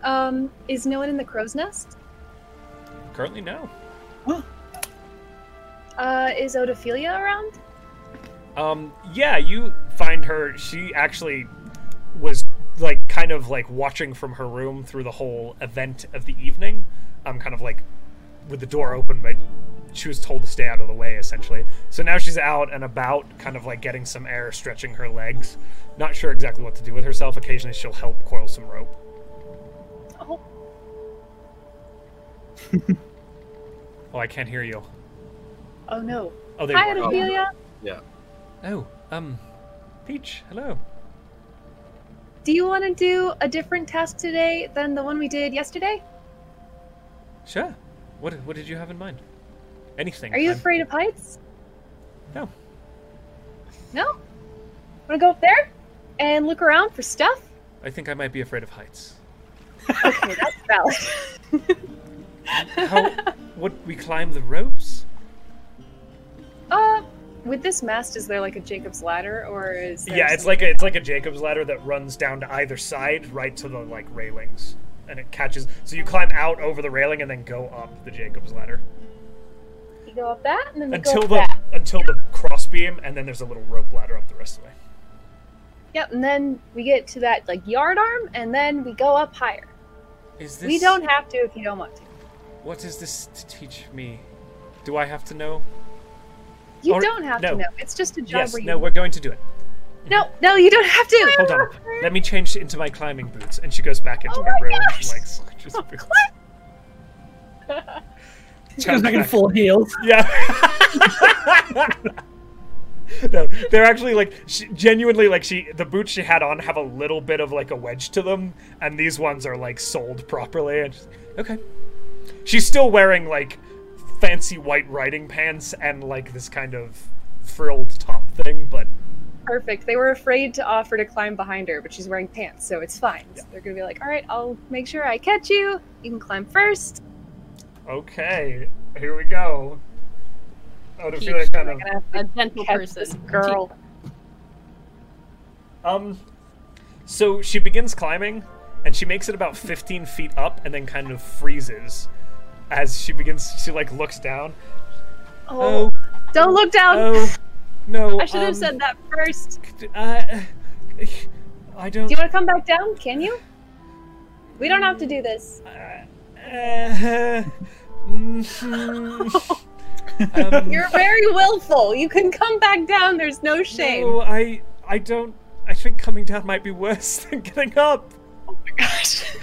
[SPEAKER 5] Um, is no one in the crow's nest?
[SPEAKER 1] Currently, no.
[SPEAKER 5] Uh, is Odophilia around?
[SPEAKER 1] Um, yeah, you find her. She actually was like kind of like watching from her room through the whole event of the evening. Um, kind of like with the door open, but she was told to stay out of the way essentially. So now she's out and about, kind of like getting some air, stretching her legs. Not sure exactly what to do with herself. Occasionally, she'll help coil some rope.
[SPEAKER 5] Oh.
[SPEAKER 1] oh, I can't hear you.
[SPEAKER 5] Oh no.
[SPEAKER 1] Oh, there
[SPEAKER 5] Hi,
[SPEAKER 1] you are.
[SPEAKER 5] Odophilia.
[SPEAKER 1] Oh, um, Peach, hello.
[SPEAKER 5] Do you want to do a different task today than the one we did yesterday?
[SPEAKER 1] Sure. What what did you have in mind? Anything.
[SPEAKER 5] Are you
[SPEAKER 1] I'm-
[SPEAKER 5] afraid of heights?
[SPEAKER 1] No.
[SPEAKER 5] No? Want to go up there and look around for stuff?
[SPEAKER 1] I think I might be afraid of heights.
[SPEAKER 5] Okay, that's valid.
[SPEAKER 1] How would we climb the ropes?
[SPEAKER 5] Uh, with this mast, is there like a Jacob's ladder or is there
[SPEAKER 1] yeah, it's
[SPEAKER 5] some-
[SPEAKER 1] like a, it's like a Jacob's ladder that runs down to either side, right to the like railings, and it catches. So you climb out over the railing and then go up the Jacob's ladder
[SPEAKER 5] you go up that and then we
[SPEAKER 1] until
[SPEAKER 5] go up
[SPEAKER 1] the
[SPEAKER 5] that.
[SPEAKER 1] until the crossbeam, and then there's a little rope ladder up the rest of the way.
[SPEAKER 5] Yep, and then we get to that like yard arm and then we go up higher.
[SPEAKER 1] Is
[SPEAKER 5] We don't have to if you don't want to.
[SPEAKER 1] What is this to teach me? Do I have to know?
[SPEAKER 5] You
[SPEAKER 1] Or-
[SPEAKER 5] don't have
[SPEAKER 1] no.
[SPEAKER 5] to know. It's just a job
[SPEAKER 1] yes.
[SPEAKER 5] where you
[SPEAKER 1] No, we're going to do it.
[SPEAKER 5] No, no, you don't have to.
[SPEAKER 1] Hold on. Let me change into my climbing boots. And she goes back into
[SPEAKER 5] Oh
[SPEAKER 1] her
[SPEAKER 5] my
[SPEAKER 1] room and
[SPEAKER 5] gosh.
[SPEAKER 1] like slouches her boots.
[SPEAKER 3] She goes back in full heels.
[SPEAKER 1] Yeah. no, they're actually like she, genuinely like she the boots she had on have a little bit of like a wedge to them, and these ones are like sold properly. And she's, okay, she's still wearing like fancy white riding pants and like this kind of frilled top thing, but
[SPEAKER 5] Perfect. They were afraid to offer to climb behind her, but she's wearing pants, so it's fine. So they're gonna be like, "All right, I'll make sure I catch you. You can climb first.
[SPEAKER 1] okay, here we go. Odophilia
[SPEAKER 4] Peach,
[SPEAKER 1] kind
[SPEAKER 5] I'm
[SPEAKER 1] of
[SPEAKER 5] gonna have
[SPEAKER 4] A
[SPEAKER 5] to
[SPEAKER 4] gentle
[SPEAKER 5] catch this
[SPEAKER 4] person.
[SPEAKER 5] girl."
[SPEAKER 1] Um, so she begins climbing, and she makes it about 15 feet up, and then kind of freezes as she begins. She like looks down.
[SPEAKER 5] Oh, don't look down.
[SPEAKER 1] oh, no!
[SPEAKER 5] I should have
[SPEAKER 1] um,
[SPEAKER 5] said that first.
[SPEAKER 1] Uh, I don't.
[SPEAKER 5] Do you want to come back down? Can you? We don't have to do this.
[SPEAKER 1] uh, Eh, mhm. Um,
[SPEAKER 5] You're very willful. You can come back down. There's no shame.
[SPEAKER 1] No, I I don't. I think coming down might be worse than getting up.
[SPEAKER 5] Gosh.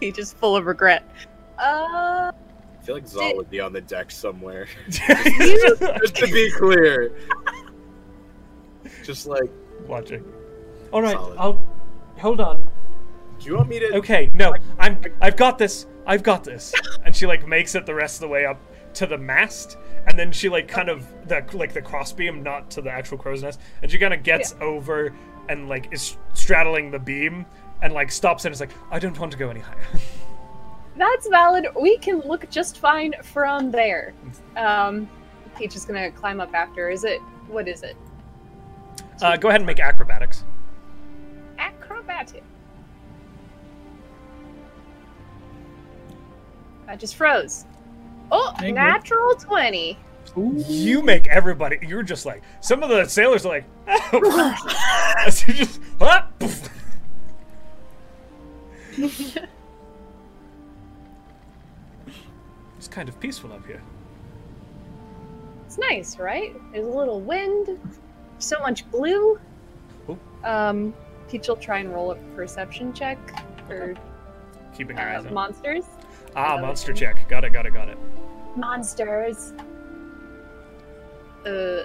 [SPEAKER 5] He's just full of regret.
[SPEAKER 2] I
[SPEAKER 5] Uh,
[SPEAKER 2] feel like
[SPEAKER 5] Did-
[SPEAKER 2] Zal would be on the deck somewhere.
[SPEAKER 5] You-
[SPEAKER 2] Just to be clear. Just like,
[SPEAKER 1] Logic. All right,
[SPEAKER 2] Solid.
[SPEAKER 1] I'll hold on.
[SPEAKER 2] do you want me to?
[SPEAKER 1] Okay, no, I'm. I've got this. I've got this. And she like makes it the rest of the way up to the mast, and then she like kind of the like the crossbeam, not to the actual crow's nest, and she kind of gets over and like is straddling the beam and like stops and is like, I don't want to go any higher.
[SPEAKER 5] That's valid. We can look just fine from there. Um, Peach is gonna climb up after. Is it? What is it?
[SPEAKER 1] Uh, go ahead and make acrobatics.
[SPEAKER 5] Acrobatic. I just froze. Oh,
[SPEAKER 3] Thank you.
[SPEAKER 5] natural twenty.
[SPEAKER 1] You make everybody. You're just like some of the sailors are like, oh. As you just, ah, poof. it's kind of peaceful up here.
[SPEAKER 5] It's nice, right? There's a little wind. So much blue.
[SPEAKER 1] Ooh.
[SPEAKER 5] Um, Peach will try and roll a perception check for
[SPEAKER 1] Keeping our
[SPEAKER 5] uh,
[SPEAKER 1] eyes on.
[SPEAKER 5] monsters.
[SPEAKER 1] ah, monster check. Got it. Got it. Got it.
[SPEAKER 5] Monsters. Uh,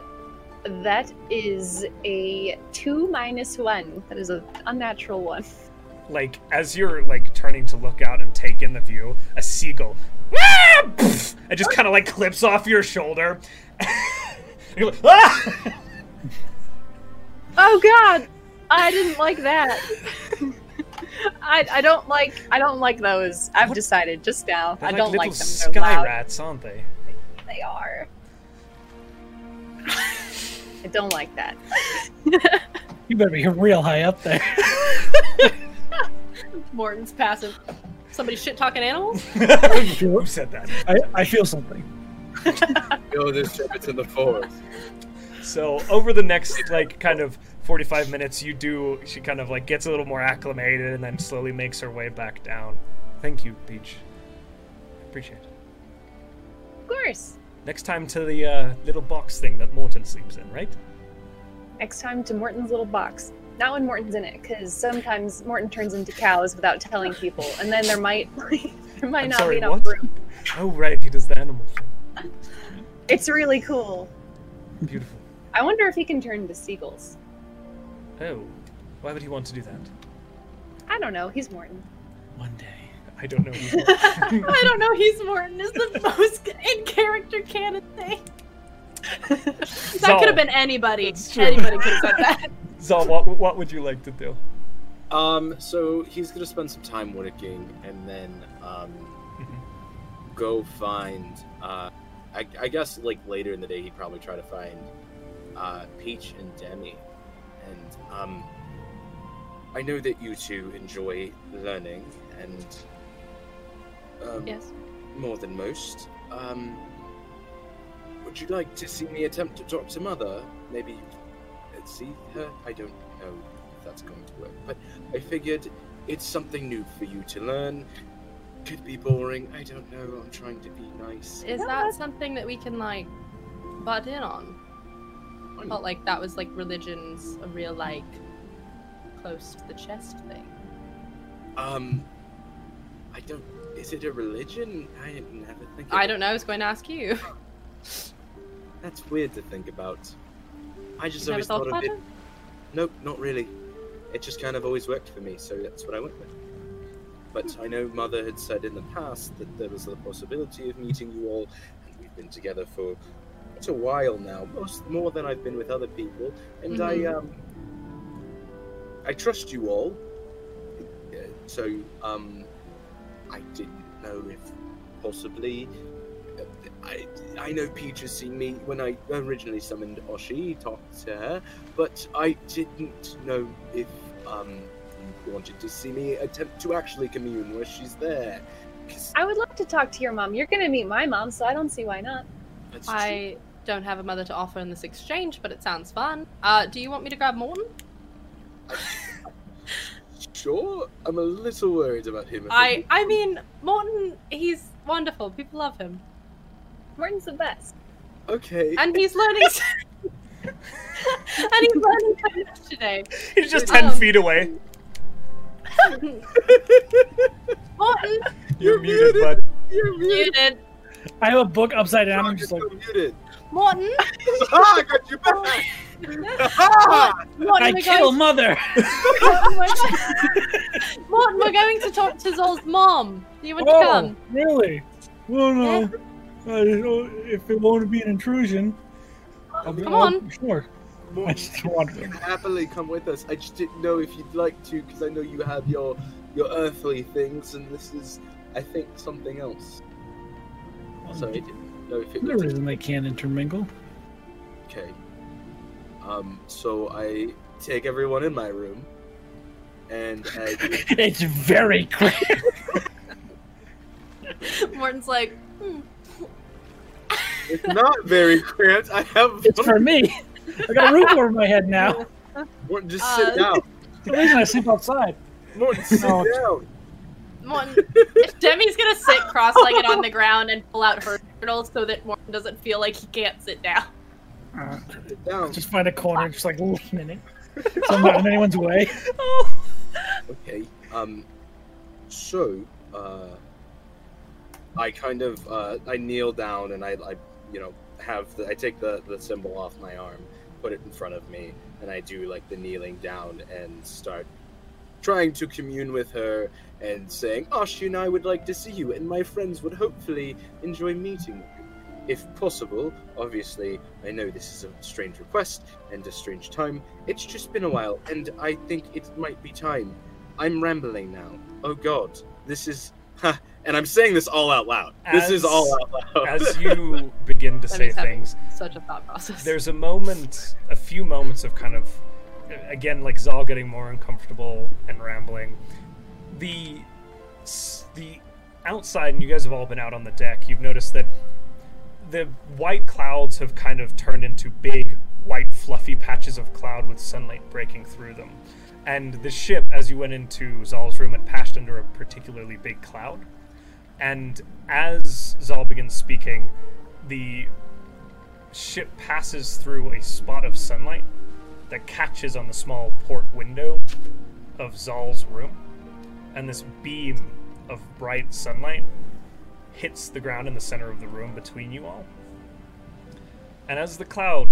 [SPEAKER 5] that is a two minus one. That is an unnatural one.
[SPEAKER 1] Like as you're like turning to look out and take in the view, a seagull, ah, poof, it just kind of like clips off your shoulder. You're like, ah!
[SPEAKER 5] Oh God, I didn't like that. I, I don't like I don't like those. I've
[SPEAKER 1] What?
[SPEAKER 5] decided just now.
[SPEAKER 1] They're
[SPEAKER 5] I don't
[SPEAKER 1] little
[SPEAKER 5] like them. They're
[SPEAKER 1] Sky
[SPEAKER 5] loud.
[SPEAKER 1] rats, aren't they?
[SPEAKER 5] They are. I don't like that.
[SPEAKER 3] You better be real high up there.
[SPEAKER 4] Morton's passive. Somebody shit talking animals?
[SPEAKER 1] Who said that?
[SPEAKER 3] I, I feel something.
[SPEAKER 2] Yo, this trip, it's in the forest.
[SPEAKER 1] So over the next like kind of 45 minutes, you do. She kind of like gets a little more acclimated and then slowly makes her way back down. Thank you, Peach. Appreciate it.
[SPEAKER 5] Of course.
[SPEAKER 1] Next time to the uh, little box thing that Morton sleeps in, right?
[SPEAKER 5] Next time to Morton's little box. Not when Morton's in it, because sometimes Morton turns into cows without telling people, and then there might there might
[SPEAKER 1] I'm
[SPEAKER 5] not
[SPEAKER 1] sorry,
[SPEAKER 5] be enough
[SPEAKER 1] what?
[SPEAKER 5] room.
[SPEAKER 1] Oh right, he does the animal thing.
[SPEAKER 5] It's really cool.
[SPEAKER 1] Beautiful.
[SPEAKER 5] I wonder if he can turn into seagulls.
[SPEAKER 1] Oh, why would he want to do that?
[SPEAKER 5] I don't know. He's Morton.
[SPEAKER 3] One day.
[SPEAKER 1] I don't know.
[SPEAKER 4] I don't know. He's Morton is the most in character canon thing. that
[SPEAKER 1] Zal.
[SPEAKER 4] could have been anybody.
[SPEAKER 1] It's true.
[SPEAKER 4] Anybody could have said that.
[SPEAKER 1] Zal, what, what would you like to do?
[SPEAKER 2] Um, so he's gonna spend some time wicking and then um, go find. Uh, I, I guess like later in the day he'd probably try to find uh, Peach and Demi, and um, I know that you two enjoy learning and um,
[SPEAKER 4] Yes.
[SPEAKER 2] more than most. Um, would you like to see me attempt to talk to Mother? Maybe uh, see her? I don't know if that's going to work, but I figured it's something new for you to learn. Could be boring. I don't know. I'm trying to be nice.
[SPEAKER 4] Is that something that we can like butt in on? I felt like that was like religion's a real like close to the chest thing.
[SPEAKER 2] Um, I don't. Is it a religion? I never think. of
[SPEAKER 4] I
[SPEAKER 2] it.
[SPEAKER 4] don't know. I was going to ask you.
[SPEAKER 2] That's weird to think about. I just
[SPEAKER 4] Never
[SPEAKER 2] always
[SPEAKER 4] thought
[SPEAKER 2] thought
[SPEAKER 4] about
[SPEAKER 2] of it.
[SPEAKER 4] it?
[SPEAKER 2] Nope, not really. It just kind of always worked for me, so that's what I went with. But I know Mother had said in the past that there was the possibility of meeting you all, and we've been together for quite a while now, most more than I've been with other people, and I um, I trust you all. Uh, So um, I didn't know if possibly. uh, I, I know Peach has seen me when I originally summoned Oshi, talked to her, but I didn't know if um, you wanted to see me attempt to actually commune where she's there. 'Cause
[SPEAKER 5] I would love to talk to your mom. You're gonna meet my mom, so I don't see why not.
[SPEAKER 2] that's
[SPEAKER 4] I don't have a mother to offer in this exchange, but it sounds fun. Uh, do you want me to grab Morton?
[SPEAKER 2] true. sure. I'm a little worried about him.
[SPEAKER 4] I I mean, Morton, he's wonderful. People love him,
[SPEAKER 5] Morton's the best.
[SPEAKER 2] Okay.
[SPEAKER 4] and he's learning. and he's learning so much today.
[SPEAKER 1] He's just ten
[SPEAKER 4] Um,
[SPEAKER 1] feet away.
[SPEAKER 4] Morton,
[SPEAKER 1] You're muted, bud.
[SPEAKER 2] You're muted.
[SPEAKER 4] muted.
[SPEAKER 3] I have a book upside down.
[SPEAKER 2] Fuck,
[SPEAKER 3] I'm just like,
[SPEAKER 2] you're muted.
[SPEAKER 4] Morton,
[SPEAKER 2] ah, I got you back. Ah!
[SPEAKER 4] Morton,
[SPEAKER 3] I
[SPEAKER 4] we're
[SPEAKER 3] kill
[SPEAKER 4] going.
[SPEAKER 3] mother.
[SPEAKER 4] Morton, we're- Morton, we're going to talk to Zol's mom. Do you want to
[SPEAKER 3] Oh,
[SPEAKER 4] come?
[SPEAKER 3] really? Well, no. I don't know if it won't be an intrusion, I'll be
[SPEAKER 4] Come
[SPEAKER 3] I'll-
[SPEAKER 4] on.
[SPEAKER 3] Sure. I just want
[SPEAKER 2] You can happily come with us. I just didn't know if you'd like to, because I know you have your your earthly things, and this is, I think, something else. So I didn't know if it
[SPEAKER 3] There
[SPEAKER 2] was
[SPEAKER 3] isn't they can't intermingle.
[SPEAKER 2] okay. Um, so I take everyone in my room, and I
[SPEAKER 3] It's very clear.
[SPEAKER 4] Morton's like, hmm.
[SPEAKER 2] it's not very cramped. I have
[SPEAKER 3] It's for me. I got a roof over my head now.
[SPEAKER 2] Morton, just sit
[SPEAKER 4] Uh,
[SPEAKER 2] down.
[SPEAKER 3] The reason I sleep outside.
[SPEAKER 2] Morton, sit
[SPEAKER 3] No.
[SPEAKER 2] down.
[SPEAKER 4] Morton, if Demi's gonna sit cross-legged on the ground and pull out her journal so that Morton doesn't feel like he can't sit down.
[SPEAKER 3] Uh,
[SPEAKER 2] Sit down.
[SPEAKER 3] just find a corner, just like lean in it. So I'm not in anyone's way.
[SPEAKER 2] Okay. Um. So, uh, I kind of uh, I kneel down and I, I you know have the, I take the the symbol off my arm, put it in front of me, and I do like the kneeling down and start trying to commune with her and saying, Ash, you and I would like to see you, and my friends would hopefully enjoy meeting you. If possible, obviously, I know this is a strange request and a strange time. It's just been a while, and I think it might be time. I'm rambling now. Oh god, this is. Ha, and I'm saying this all out loud. this
[SPEAKER 1] As-
[SPEAKER 2] is all out loud.
[SPEAKER 1] As you begin to say
[SPEAKER 4] Demi's having
[SPEAKER 1] things,
[SPEAKER 4] Such a thought process.
[SPEAKER 1] there's a moment, a few moments of kind of, again, like Zal getting more uncomfortable and rambling. The, s- the outside, and you guys have all been out on the deck. You've noticed that the white clouds have kind of turned into big, white, fluffy patches of cloud with sunlight breaking through them. And the ship, as you went into Zal's room, had passed under a particularly big cloud. And as Zal begins speaking, the ship passes through a spot of sunlight that catches on the small port window of Zal's room, and this beam of bright sunlight hits the ground in the center of the room between you all. And as the cloud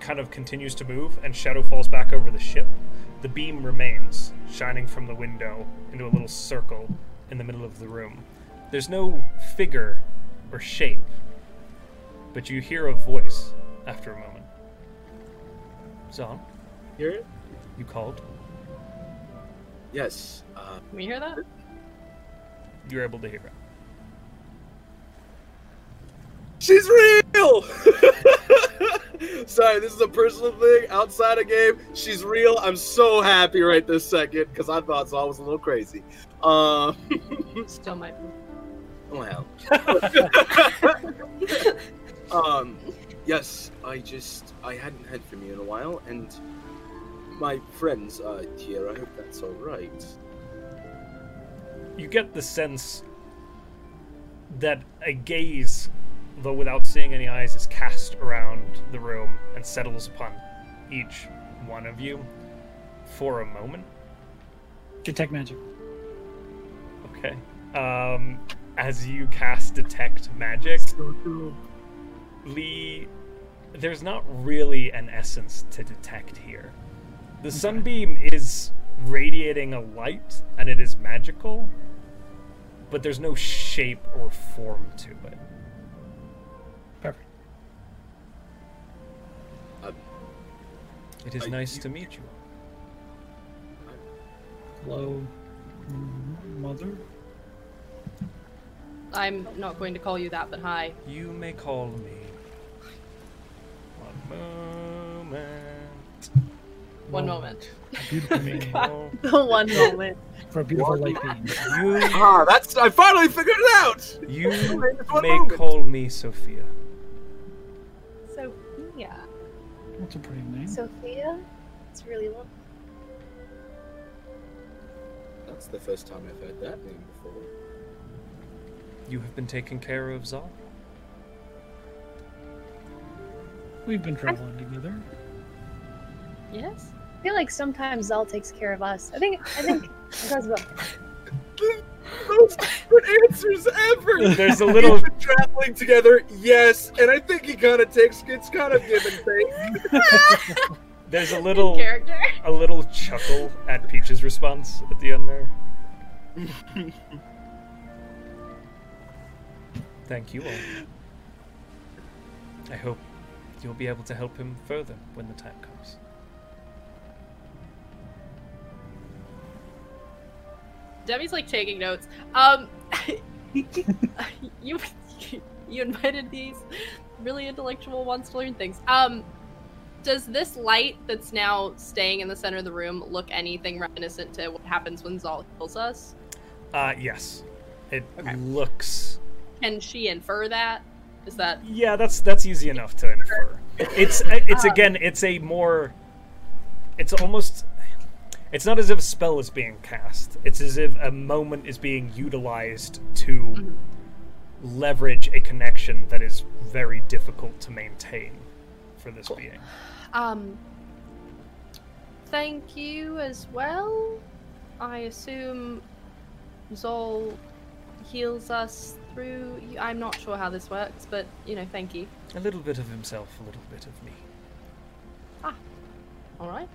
[SPEAKER 1] kind of continues to move and shadow falls back over the ship, the beam remains shining from the window into a little circle in the middle of the room. There's no figure or shape but you hear a voice after a moment. Zon,
[SPEAKER 2] Hear it?
[SPEAKER 1] you called.
[SPEAKER 2] Yes. Uh,
[SPEAKER 4] Can we hear that?
[SPEAKER 1] You're able to hear it.
[SPEAKER 2] She's real! Sorry, this is a personal thing outside of game. She's real. I'm so happy right this second because I thought Saul was a little crazy. Um, oh,
[SPEAKER 4] Still might be.
[SPEAKER 2] wow. um, yes, I just I hadn't heard from you in a while, and my friends are here. I hope that's all right.
[SPEAKER 1] You get the sense that a gaze, though without seeing any eyes, is cast around the room and settles upon each one of you for a moment.
[SPEAKER 3] Detect magic.
[SPEAKER 1] Okay. Um, as you cast Detect Magic, Lee, there's not really an essence to detect here. The sunbeam is radiating a light and it is magical, but there's no shape or form to it.
[SPEAKER 3] Perfect.
[SPEAKER 1] It is
[SPEAKER 2] I-
[SPEAKER 1] nice
[SPEAKER 2] you-
[SPEAKER 1] to meet you.
[SPEAKER 3] Hello, m- mother.
[SPEAKER 4] I'm not going to call you that, but hi.
[SPEAKER 1] You may call me. One moment.
[SPEAKER 4] One
[SPEAKER 3] Oh,
[SPEAKER 4] moment.
[SPEAKER 3] a Beautiful
[SPEAKER 1] may
[SPEAKER 3] name
[SPEAKER 1] call-
[SPEAKER 5] The one moment.
[SPEAKER 3] for a beautiful
[SPEAKER 2] What?
[SPEAKER 3] light being.
[SPEAKER 1] You,
[SPEAKER 2] Ah, that's I finally figured it out.
[SPEAKER 1] you
[SPEAKER 2] Just one
[SPEAKER 1] may
[SPEAKER 2] moment.
[SPEAKER 1] call me Sophia.
[SPEAKER 4] Sophia.
[SPEAKER 3] That's a pretty name.
[SPEAKER 5] Sophia? It's really lovely.
[SPEAKER 2] That's the first time I've heard that name before.
[SPEAKER 1] You have been taking care of Zal.
[SPEAKER 3] We've been traveling together.
[SPEAKER 4] Yes?
[SPEAKER 5] I feel like sometimes Zal takes care of us. I think I think it does well.
[SPEAKER 2] Most good answers ever.
[SPEAKER 1] There's a little.
[SPEAKER 2] We've been traveling together, yes, and I think he kind of takes. It's kind of give and take.
[SPEAKER 1] There's a little.
[SPEAKER 4] character.
[SPEAKER 1] A little chuckle at Peach's response at the end there. Thank you all. I hope you'll be able to help him further when the time comes.
[SPEAKER 4] Debbie's like taking notes. Um, you you invited these really intellectual ones to learn things. Um, does this light that's now staying in the center of the room look anything reminiscent to what happens when Zal kills us?
[SPEAKER 1] Uh, yes. It
[SPEAKER 4] Okay.
[SPEAKER 1] looks.
[SPEAKER 4] Can she infer that? Is that
[SPEAKER 1] Yeah, that's that's easy enough to infer. It's it's
[SPEAKER 4] Um.
[SPEAKER 1] again, it's a more. It's almost. It's not as if a spell is being cast. It's as if a moment is being utilized to
[SPEAKER 4] Mhm.
[SPEAKER 1] Mm-hmm. leverage a connection that is very difficult to maintain for this being.
[SPEAKER 4] Um, thank you as well. I assume Zol heals us through. You. I'm not sure how this works, but you know, thank you.
[SPEAKER 1] A little bit of himself, a little bit of me.
[SPEAKER 4] All right.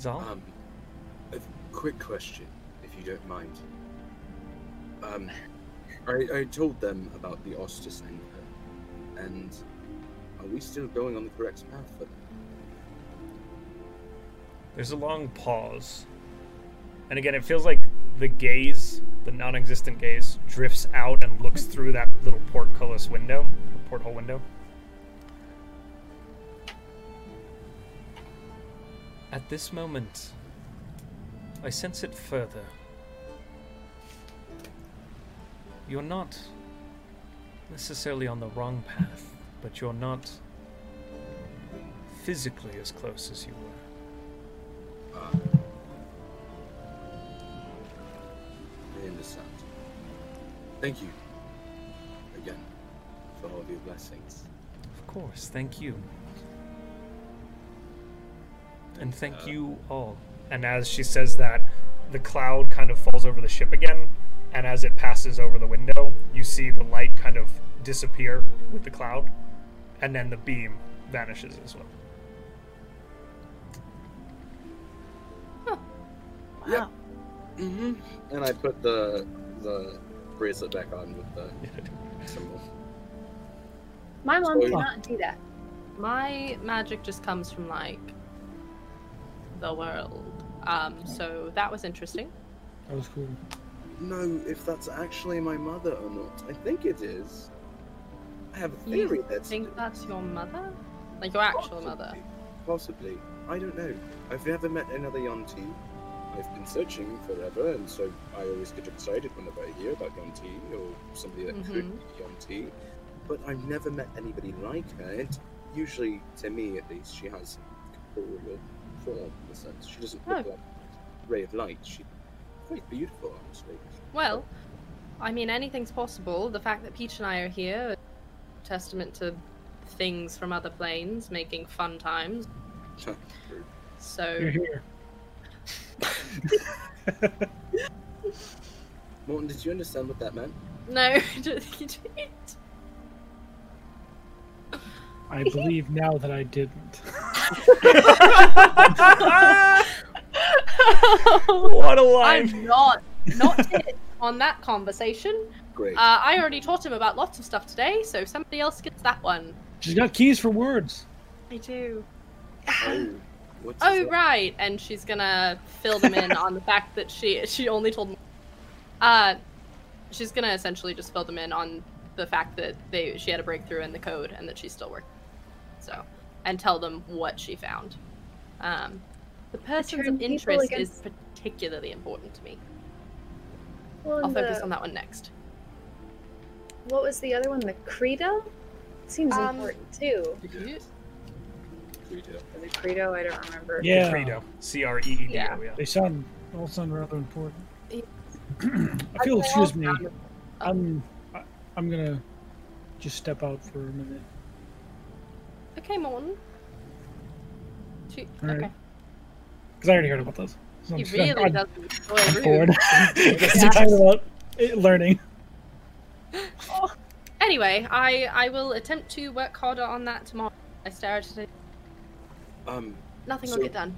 [SPEAKER 1] Zal,
[SPEAKER 2] Um, a quick question, if you don't mind. Um, I, I told them about the Ostis anchor, and are we still going on the correct path for that?
[SPEAKER 1] There's a long pause. And again, it feels like the gaze, the non existent gaze, drifts out and looks through that little portcullis window, or porthole window. At this moment, I sense it further. You're not necessarily on the wrong path, but you're not physically as close as you were.
[SPEAKER 2] I understand. Thank you again for all of your blessings.
[SPEAKER 1] Of course, thank you. And thank
[SPEAKER 2] uh,
[SPEAKER 1] you all. And as she says that, the cloud kind of falls over the ship again, and as it passes over the window, you see the light kind of disappear with the cloud, and then the beam vanishes as well.
[SPEAKER 2] Yep. hmm And I put the the bracelet back on with the symbol.
[SPEAKER 5] My mom did
[SPEAKER 2] So-
[SPEAKER 5] not do that.
[SPEAKER 4] My magic just comes from like the world. Um, so that was interesting.
[SPEAKER 3] That was cool.
[SPEAKER 2] know if that's actually my mother or not. I think it is. I have a theory
[SPEAKER 4] you
[SPEAKER 2] that's
[SPEAKER 4] think that's your mother? Like your actual mother?
[SPEAKER 2] Possibly. I don't know. I've never met another Yonti. I've been searching forever, and so I always get excited whenever I hear about Yonti or somebody that could
[SPEAKER 4] Mhm.
[SPEAKER 2] be Yonti. But I've never met anybody like her, and usually, to me at least, she has corporeal form in a sense. She doesn't look
[SPEAKER 4] Oh.
[SPEAKER 2] like a ray of light. She's quite beautiful, actually.
[SPEAKER 4] Well, I mean, anything's possible. The fact that Peach and I are here, a testament to things from other planes making fun times.
[SPEAKER 3] You're
[SPEAKER 4] So,
[SPEAKER 3] here.
[SPEAKER 2] Morton, did you understand what that meant?
[SPEAKER 4] no, you didn't.
[SPEAKER 3] I believe now that I didn't.
[SPEAKER 1] what a line!
[SPEAKER 4] I'm not not it on that conversation.
[SPEAKER 2] Great.
[SPEAKER 4] Uh, I already taught him about lots of stuff today, so somebody else gets that one.
[SPEAKER 3] She's got keys for words.
[SPEAKER 4] I do.
[SPEAKER 2] oh, what is
[SPEAKER 4] Oh
[SPEAKER 2] that?
[SPEAKER 4] right, and she's gonna fill them in on the fact that she she only told. Uh, she's gonna essentially just fill them in on the fact that they she had a breakthrough in the code and that she's still working. So, and tell them what she found. Um, the person's
[SPEAKER 5] Turn
[SPEAKER 4] of
[SPEAKER 5] people
[SPEAKER 4] interest
[SPEAKER 5] against-
[SPEAKER 4] is particularly important to me.
[SPEAKER 5] Well, and
[SPEAKER 4] I'll focus
[SPEAKER 5] the-
[SPEAKER 4] on that one next.
[SPEAKER 5] What was the other one? The credo? Seems
[SPEAKER 4] Um,
[SPEAKER 5] important too.
[SPEAKER 2] Credo.
[SPEAKER 5] Was it Credo? I don't remember.
[SPEAKER 3] Yeah.
[SPEAKER 1] Credo. C R E E D O. Yeah.
[SPEAKER 3] They sound all sound rather important.
[SPEAKER 4] Yeah.
[SPEAKER 3] I feel,
[SPEAKER 4] They all
[SPEAKER 3] excuse me,
[SPEAKER 4] sound-
[SPEAKER 3] I'm I, I'm gonna just step out for a minute.
[SPEAKER 4] Okay, Morton. She,
[SPEAKER 3] All right.
[SPEAKER 4] okay.
[SPEAKER 3] Because I already heard about those. So I'm
[SPEAKER 4] He
[SPEAKER 3] just-
[SPEAKER 4] really
[SPEAKER 3] I'm
[SPEAKER 4] doesn't enjoy Rude.
[SPEAKER 3] bored. 'Cause they're talking about it- learning.
[SPEAKER 4] Anyway, I, I will attempt to work harder on that tomorrow. I stare at it.
[SPEAKER 2] Um,
[SPEAKER 4] Nothing
[SPEAKER 2] So-
[SPEAKER 4] will get done.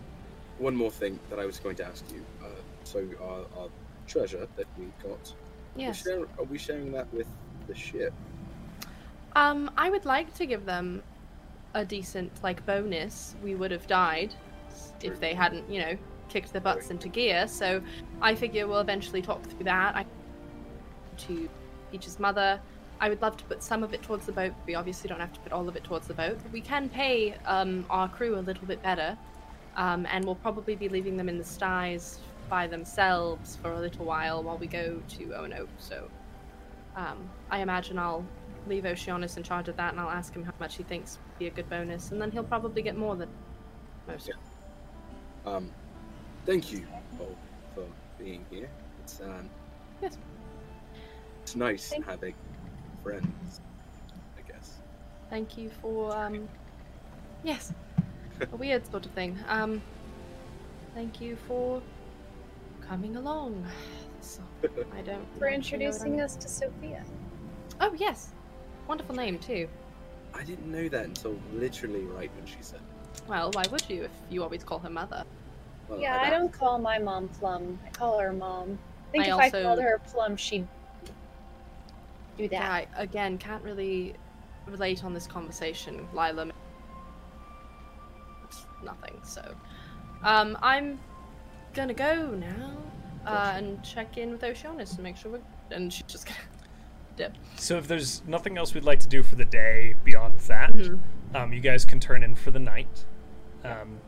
[SPEAKER 2] one more thing that I was going to ask you. Uh, so our, our treasure that we got,
[SPEAKER 4] Yes.
[SPEAKER 2] are, we share, are we sharing that with the ship?
[SPEAKER 4] Um, I would like to give them a decent like bonus. We would have died if they hadn't, you know, kicked their butts into gear. So I figure we'll eventually talk through that. I to Peach's mother. I would love to put some of it towards the boat. We obviously don't have to put all of it towards the boat. We can pay um, our crew a little bit better, um, and we'll probably be leaving them in the styes by themselves for a little while while we go to Ono. So um, I imagine I'll leave Oceanus in charge of that, and I'll ask him how much he thinks would be a good bonus, and then he'll probably get more than most.
[SPEAKER 2] Yeah. Um, thank you all for being here. It's um,
[SPEAKER 4] Yes.
[SPEAKER 2] it's nice
[SPEAKER 5] Thank-
[SPEAKER 2] having friends. I guess.
[SPEAKER 4] Thank you for, um, yes, a weird sort of thing. Um, thank you for coming along. So, I don't. know if
[SPEAKER 5] For
[SPEAKER 4] you know what I'm-
[SPEAKER 5] introducing us to Sophia.
[SPEAKER 4] Oh yes, wonderful name too.
[SPEAKER 2] I didn't know that until literally right when she said. it.
[SPEAKER 4] Well, why would you if you always call her mother?
[SPEAKER 2] Well,
[SPEAKER 5] Yeah, I don't call my mom Plum. I call her Mom. I think
[SPEAKER 4] I
[SPEAKER 5] if
[SPEAKER 4] also-
[SPEAKER 5] I called her Plum, she'd do that.
[SPEAKER 4] I again can't really relate on this conversation, Lila. It's nothing. So, um, I'm gonna go now uh, and check in with Oceanus to make sure we're. And she's just gonna dip.
[SPEAKER 1] So if there's nothing else we'd like to do for the day beyond that,
[SPEAKER 4] Mhm.
[SPEAKER 1] um, you guys can turn in for the night. Um,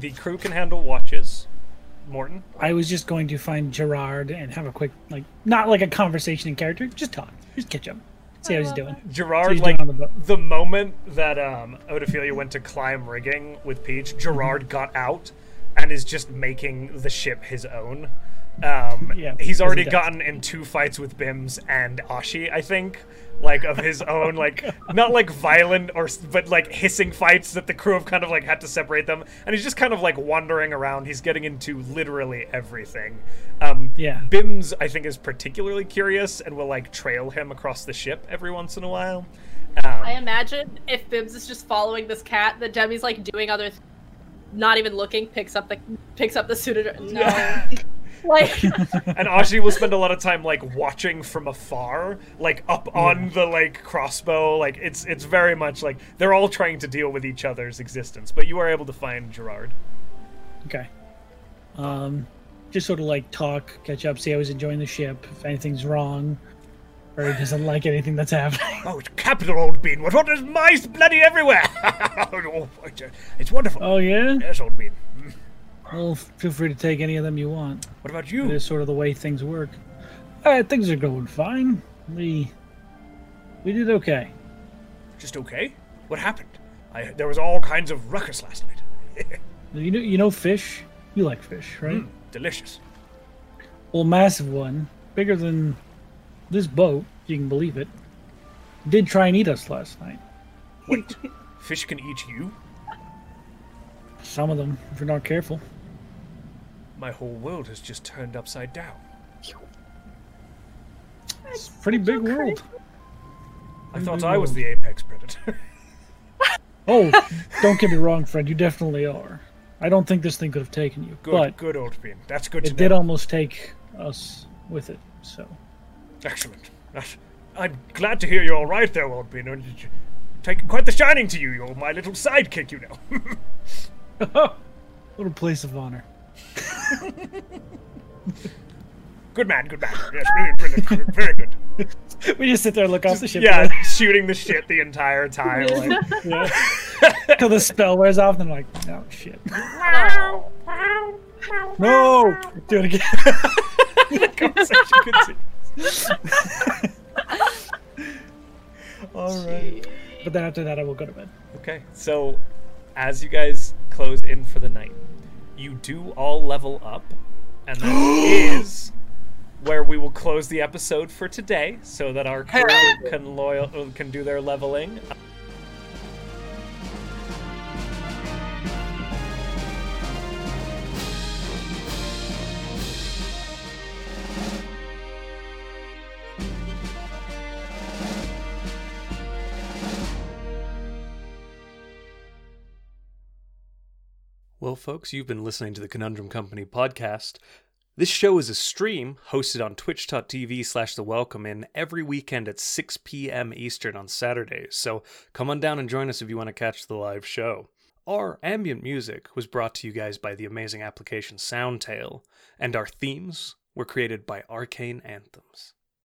[SPEAKER 1] the crew can handle watches. Morton,
[SPEAKER 3] I was just going to find Gerard and have a quick, like, not like a conversation in character, just talk, just catch up, see how he's
[SPEAKER 4] love
[SPEAKER 3] doing.
[SPEAKER 1] Gerard,
[SPEAKER 3] he's doing
[SPEAKER 1] like
[SPEAKER 3] on the boat.
[SPEAKER 1] the moment that um, Odophilia went to climb rigging with Peach, Gerard got out and is just making the ship his own. Um,
[SPEAKER 3] Yeah, as
[SPEAKER 1] he's
[SPEAKER 3] he
[SPEAKER 1] already
[SPEAKER 3] does.
[SPEAKER 1] gotten in two fights with Bims and Ashi, I think, like of his
[SPEAKER 3] Oh
[SPEAKER 1] own, like not like violent or s- but like hissing fights that the crew have kind of like had to separate them. And he's just kind of like wandering around. He's getting into literally everything. Um,
[SPEAKER 3] Yeah.
[SPEAKER 1] Bims, I think, is particularly curious and will like trail him across the ship every once in a while. Um,
[SPEAKER 4] I imagine if Bibbs is just following this cat, that Demi's like doing other, th- not even looking, picks up the picks up the suitor. No, like
[SPEAKER 1] and Ashi will spend a lot of time like watching from afar, like up on the like crossbow. Like it's it's very much like they're all trying to deal with each other's existence. But you are able to find Gerard.
[SPEAKER 3] Okay. Um, just sort of like talk, catch up, see how he's enjoying the ship, if anything's wrong, or he doesn't like anything that's happening.
[SPEAKER 1] Oh, it's capital old bean. What what is mice bloody everywhere? Oh, it's, it's wonderful.
[SPEAKER 3] Oh yeah.
[SPEAKER 1] Yes, old bean.
[SPEAKER 3] Well, f- feel free to take any of them you want.
[SPEAKER 1] What about
[SPEAKER 3] It
[SPEAKER 1] you?
[SPEAKER 3] is sort of the way things work. Uh, things are going fine. We we did okay.
[SPEAKER 1] Just okay? What happened? I, there was all kinds of ruckus last night.
[SPEAKER 3] You know, you know fish. You like fish, right?
[SPEAKER 1] Mm, delicious.
[SPEAKER 3] well, massive one, bigger than this boat, if you can believe it, did try and eat us last night.
[SPEAKER 1] Wait, fish can eat you?
[SPEAKER 3] Some of them, if we're not careful.
[SPEAKER 1] My whole world has just turned upside down.
[SPEAKER 3] It's a pretty big world.
[SPEAKER 1] I
[SPEAKER 3] Mm,
[SPEAKER 1] thought
[SPEAKER 3] mm,
[SPEAKER 1] I was
[SPEAKER 3] mm.
[SPEAKER 1] the apex predator.
[SPEAKER 3] Oh, don't get me wrong, friend. You definitely are. I don't think this thing could have taken you,
[SPEAKER 1] Good,
[SPEAKER 3] but
[SPEAKER 1] good old bean. That's good to
[SPEAKER 3] it
[SPEAKER 1] know.
[SPEAKER 3] did almost take us with it. So
[SPEAKER 1] Excellent. That- I'm glad to hear you're all right, though, old bean. And you- Take quite the shining to you. You're my little sidekick, you know.
[SPEAKER 3] little place of honor.
[SPEAKER 1] good man, good man. Yes, brilliant, brilliant, very good.
[SPEAKER 3] We just sit there and look off the ship.
[SPEAKER 1] Yeah, shooting the shit the entire time. Like,
[SPEAKER 3] Till the spell wears off, and I'm like, oh shit. no! Do it again.
[SPEAKER 1] the conversation continues. all right.
[SPEAKER 3] But then after that, I will go to bed.
[SPEAKER 1] Okay, so as you guys close in for the night, you do all level up, and that is where we will close the episode for today, so that our crowd can loyal uh, can do their leveling. Well, folks, you've been listening to the Conundrum Company podcast. This show is a stream hosted on twitch.tv slash the welcome in every weekend at 6 p.m. Eastern on Saturdays, so come on down and join us if you want to catch the live show. Our ambient music was brought to you guys by the amazing application Soundtail, and our themes were created by Arcane Anthems.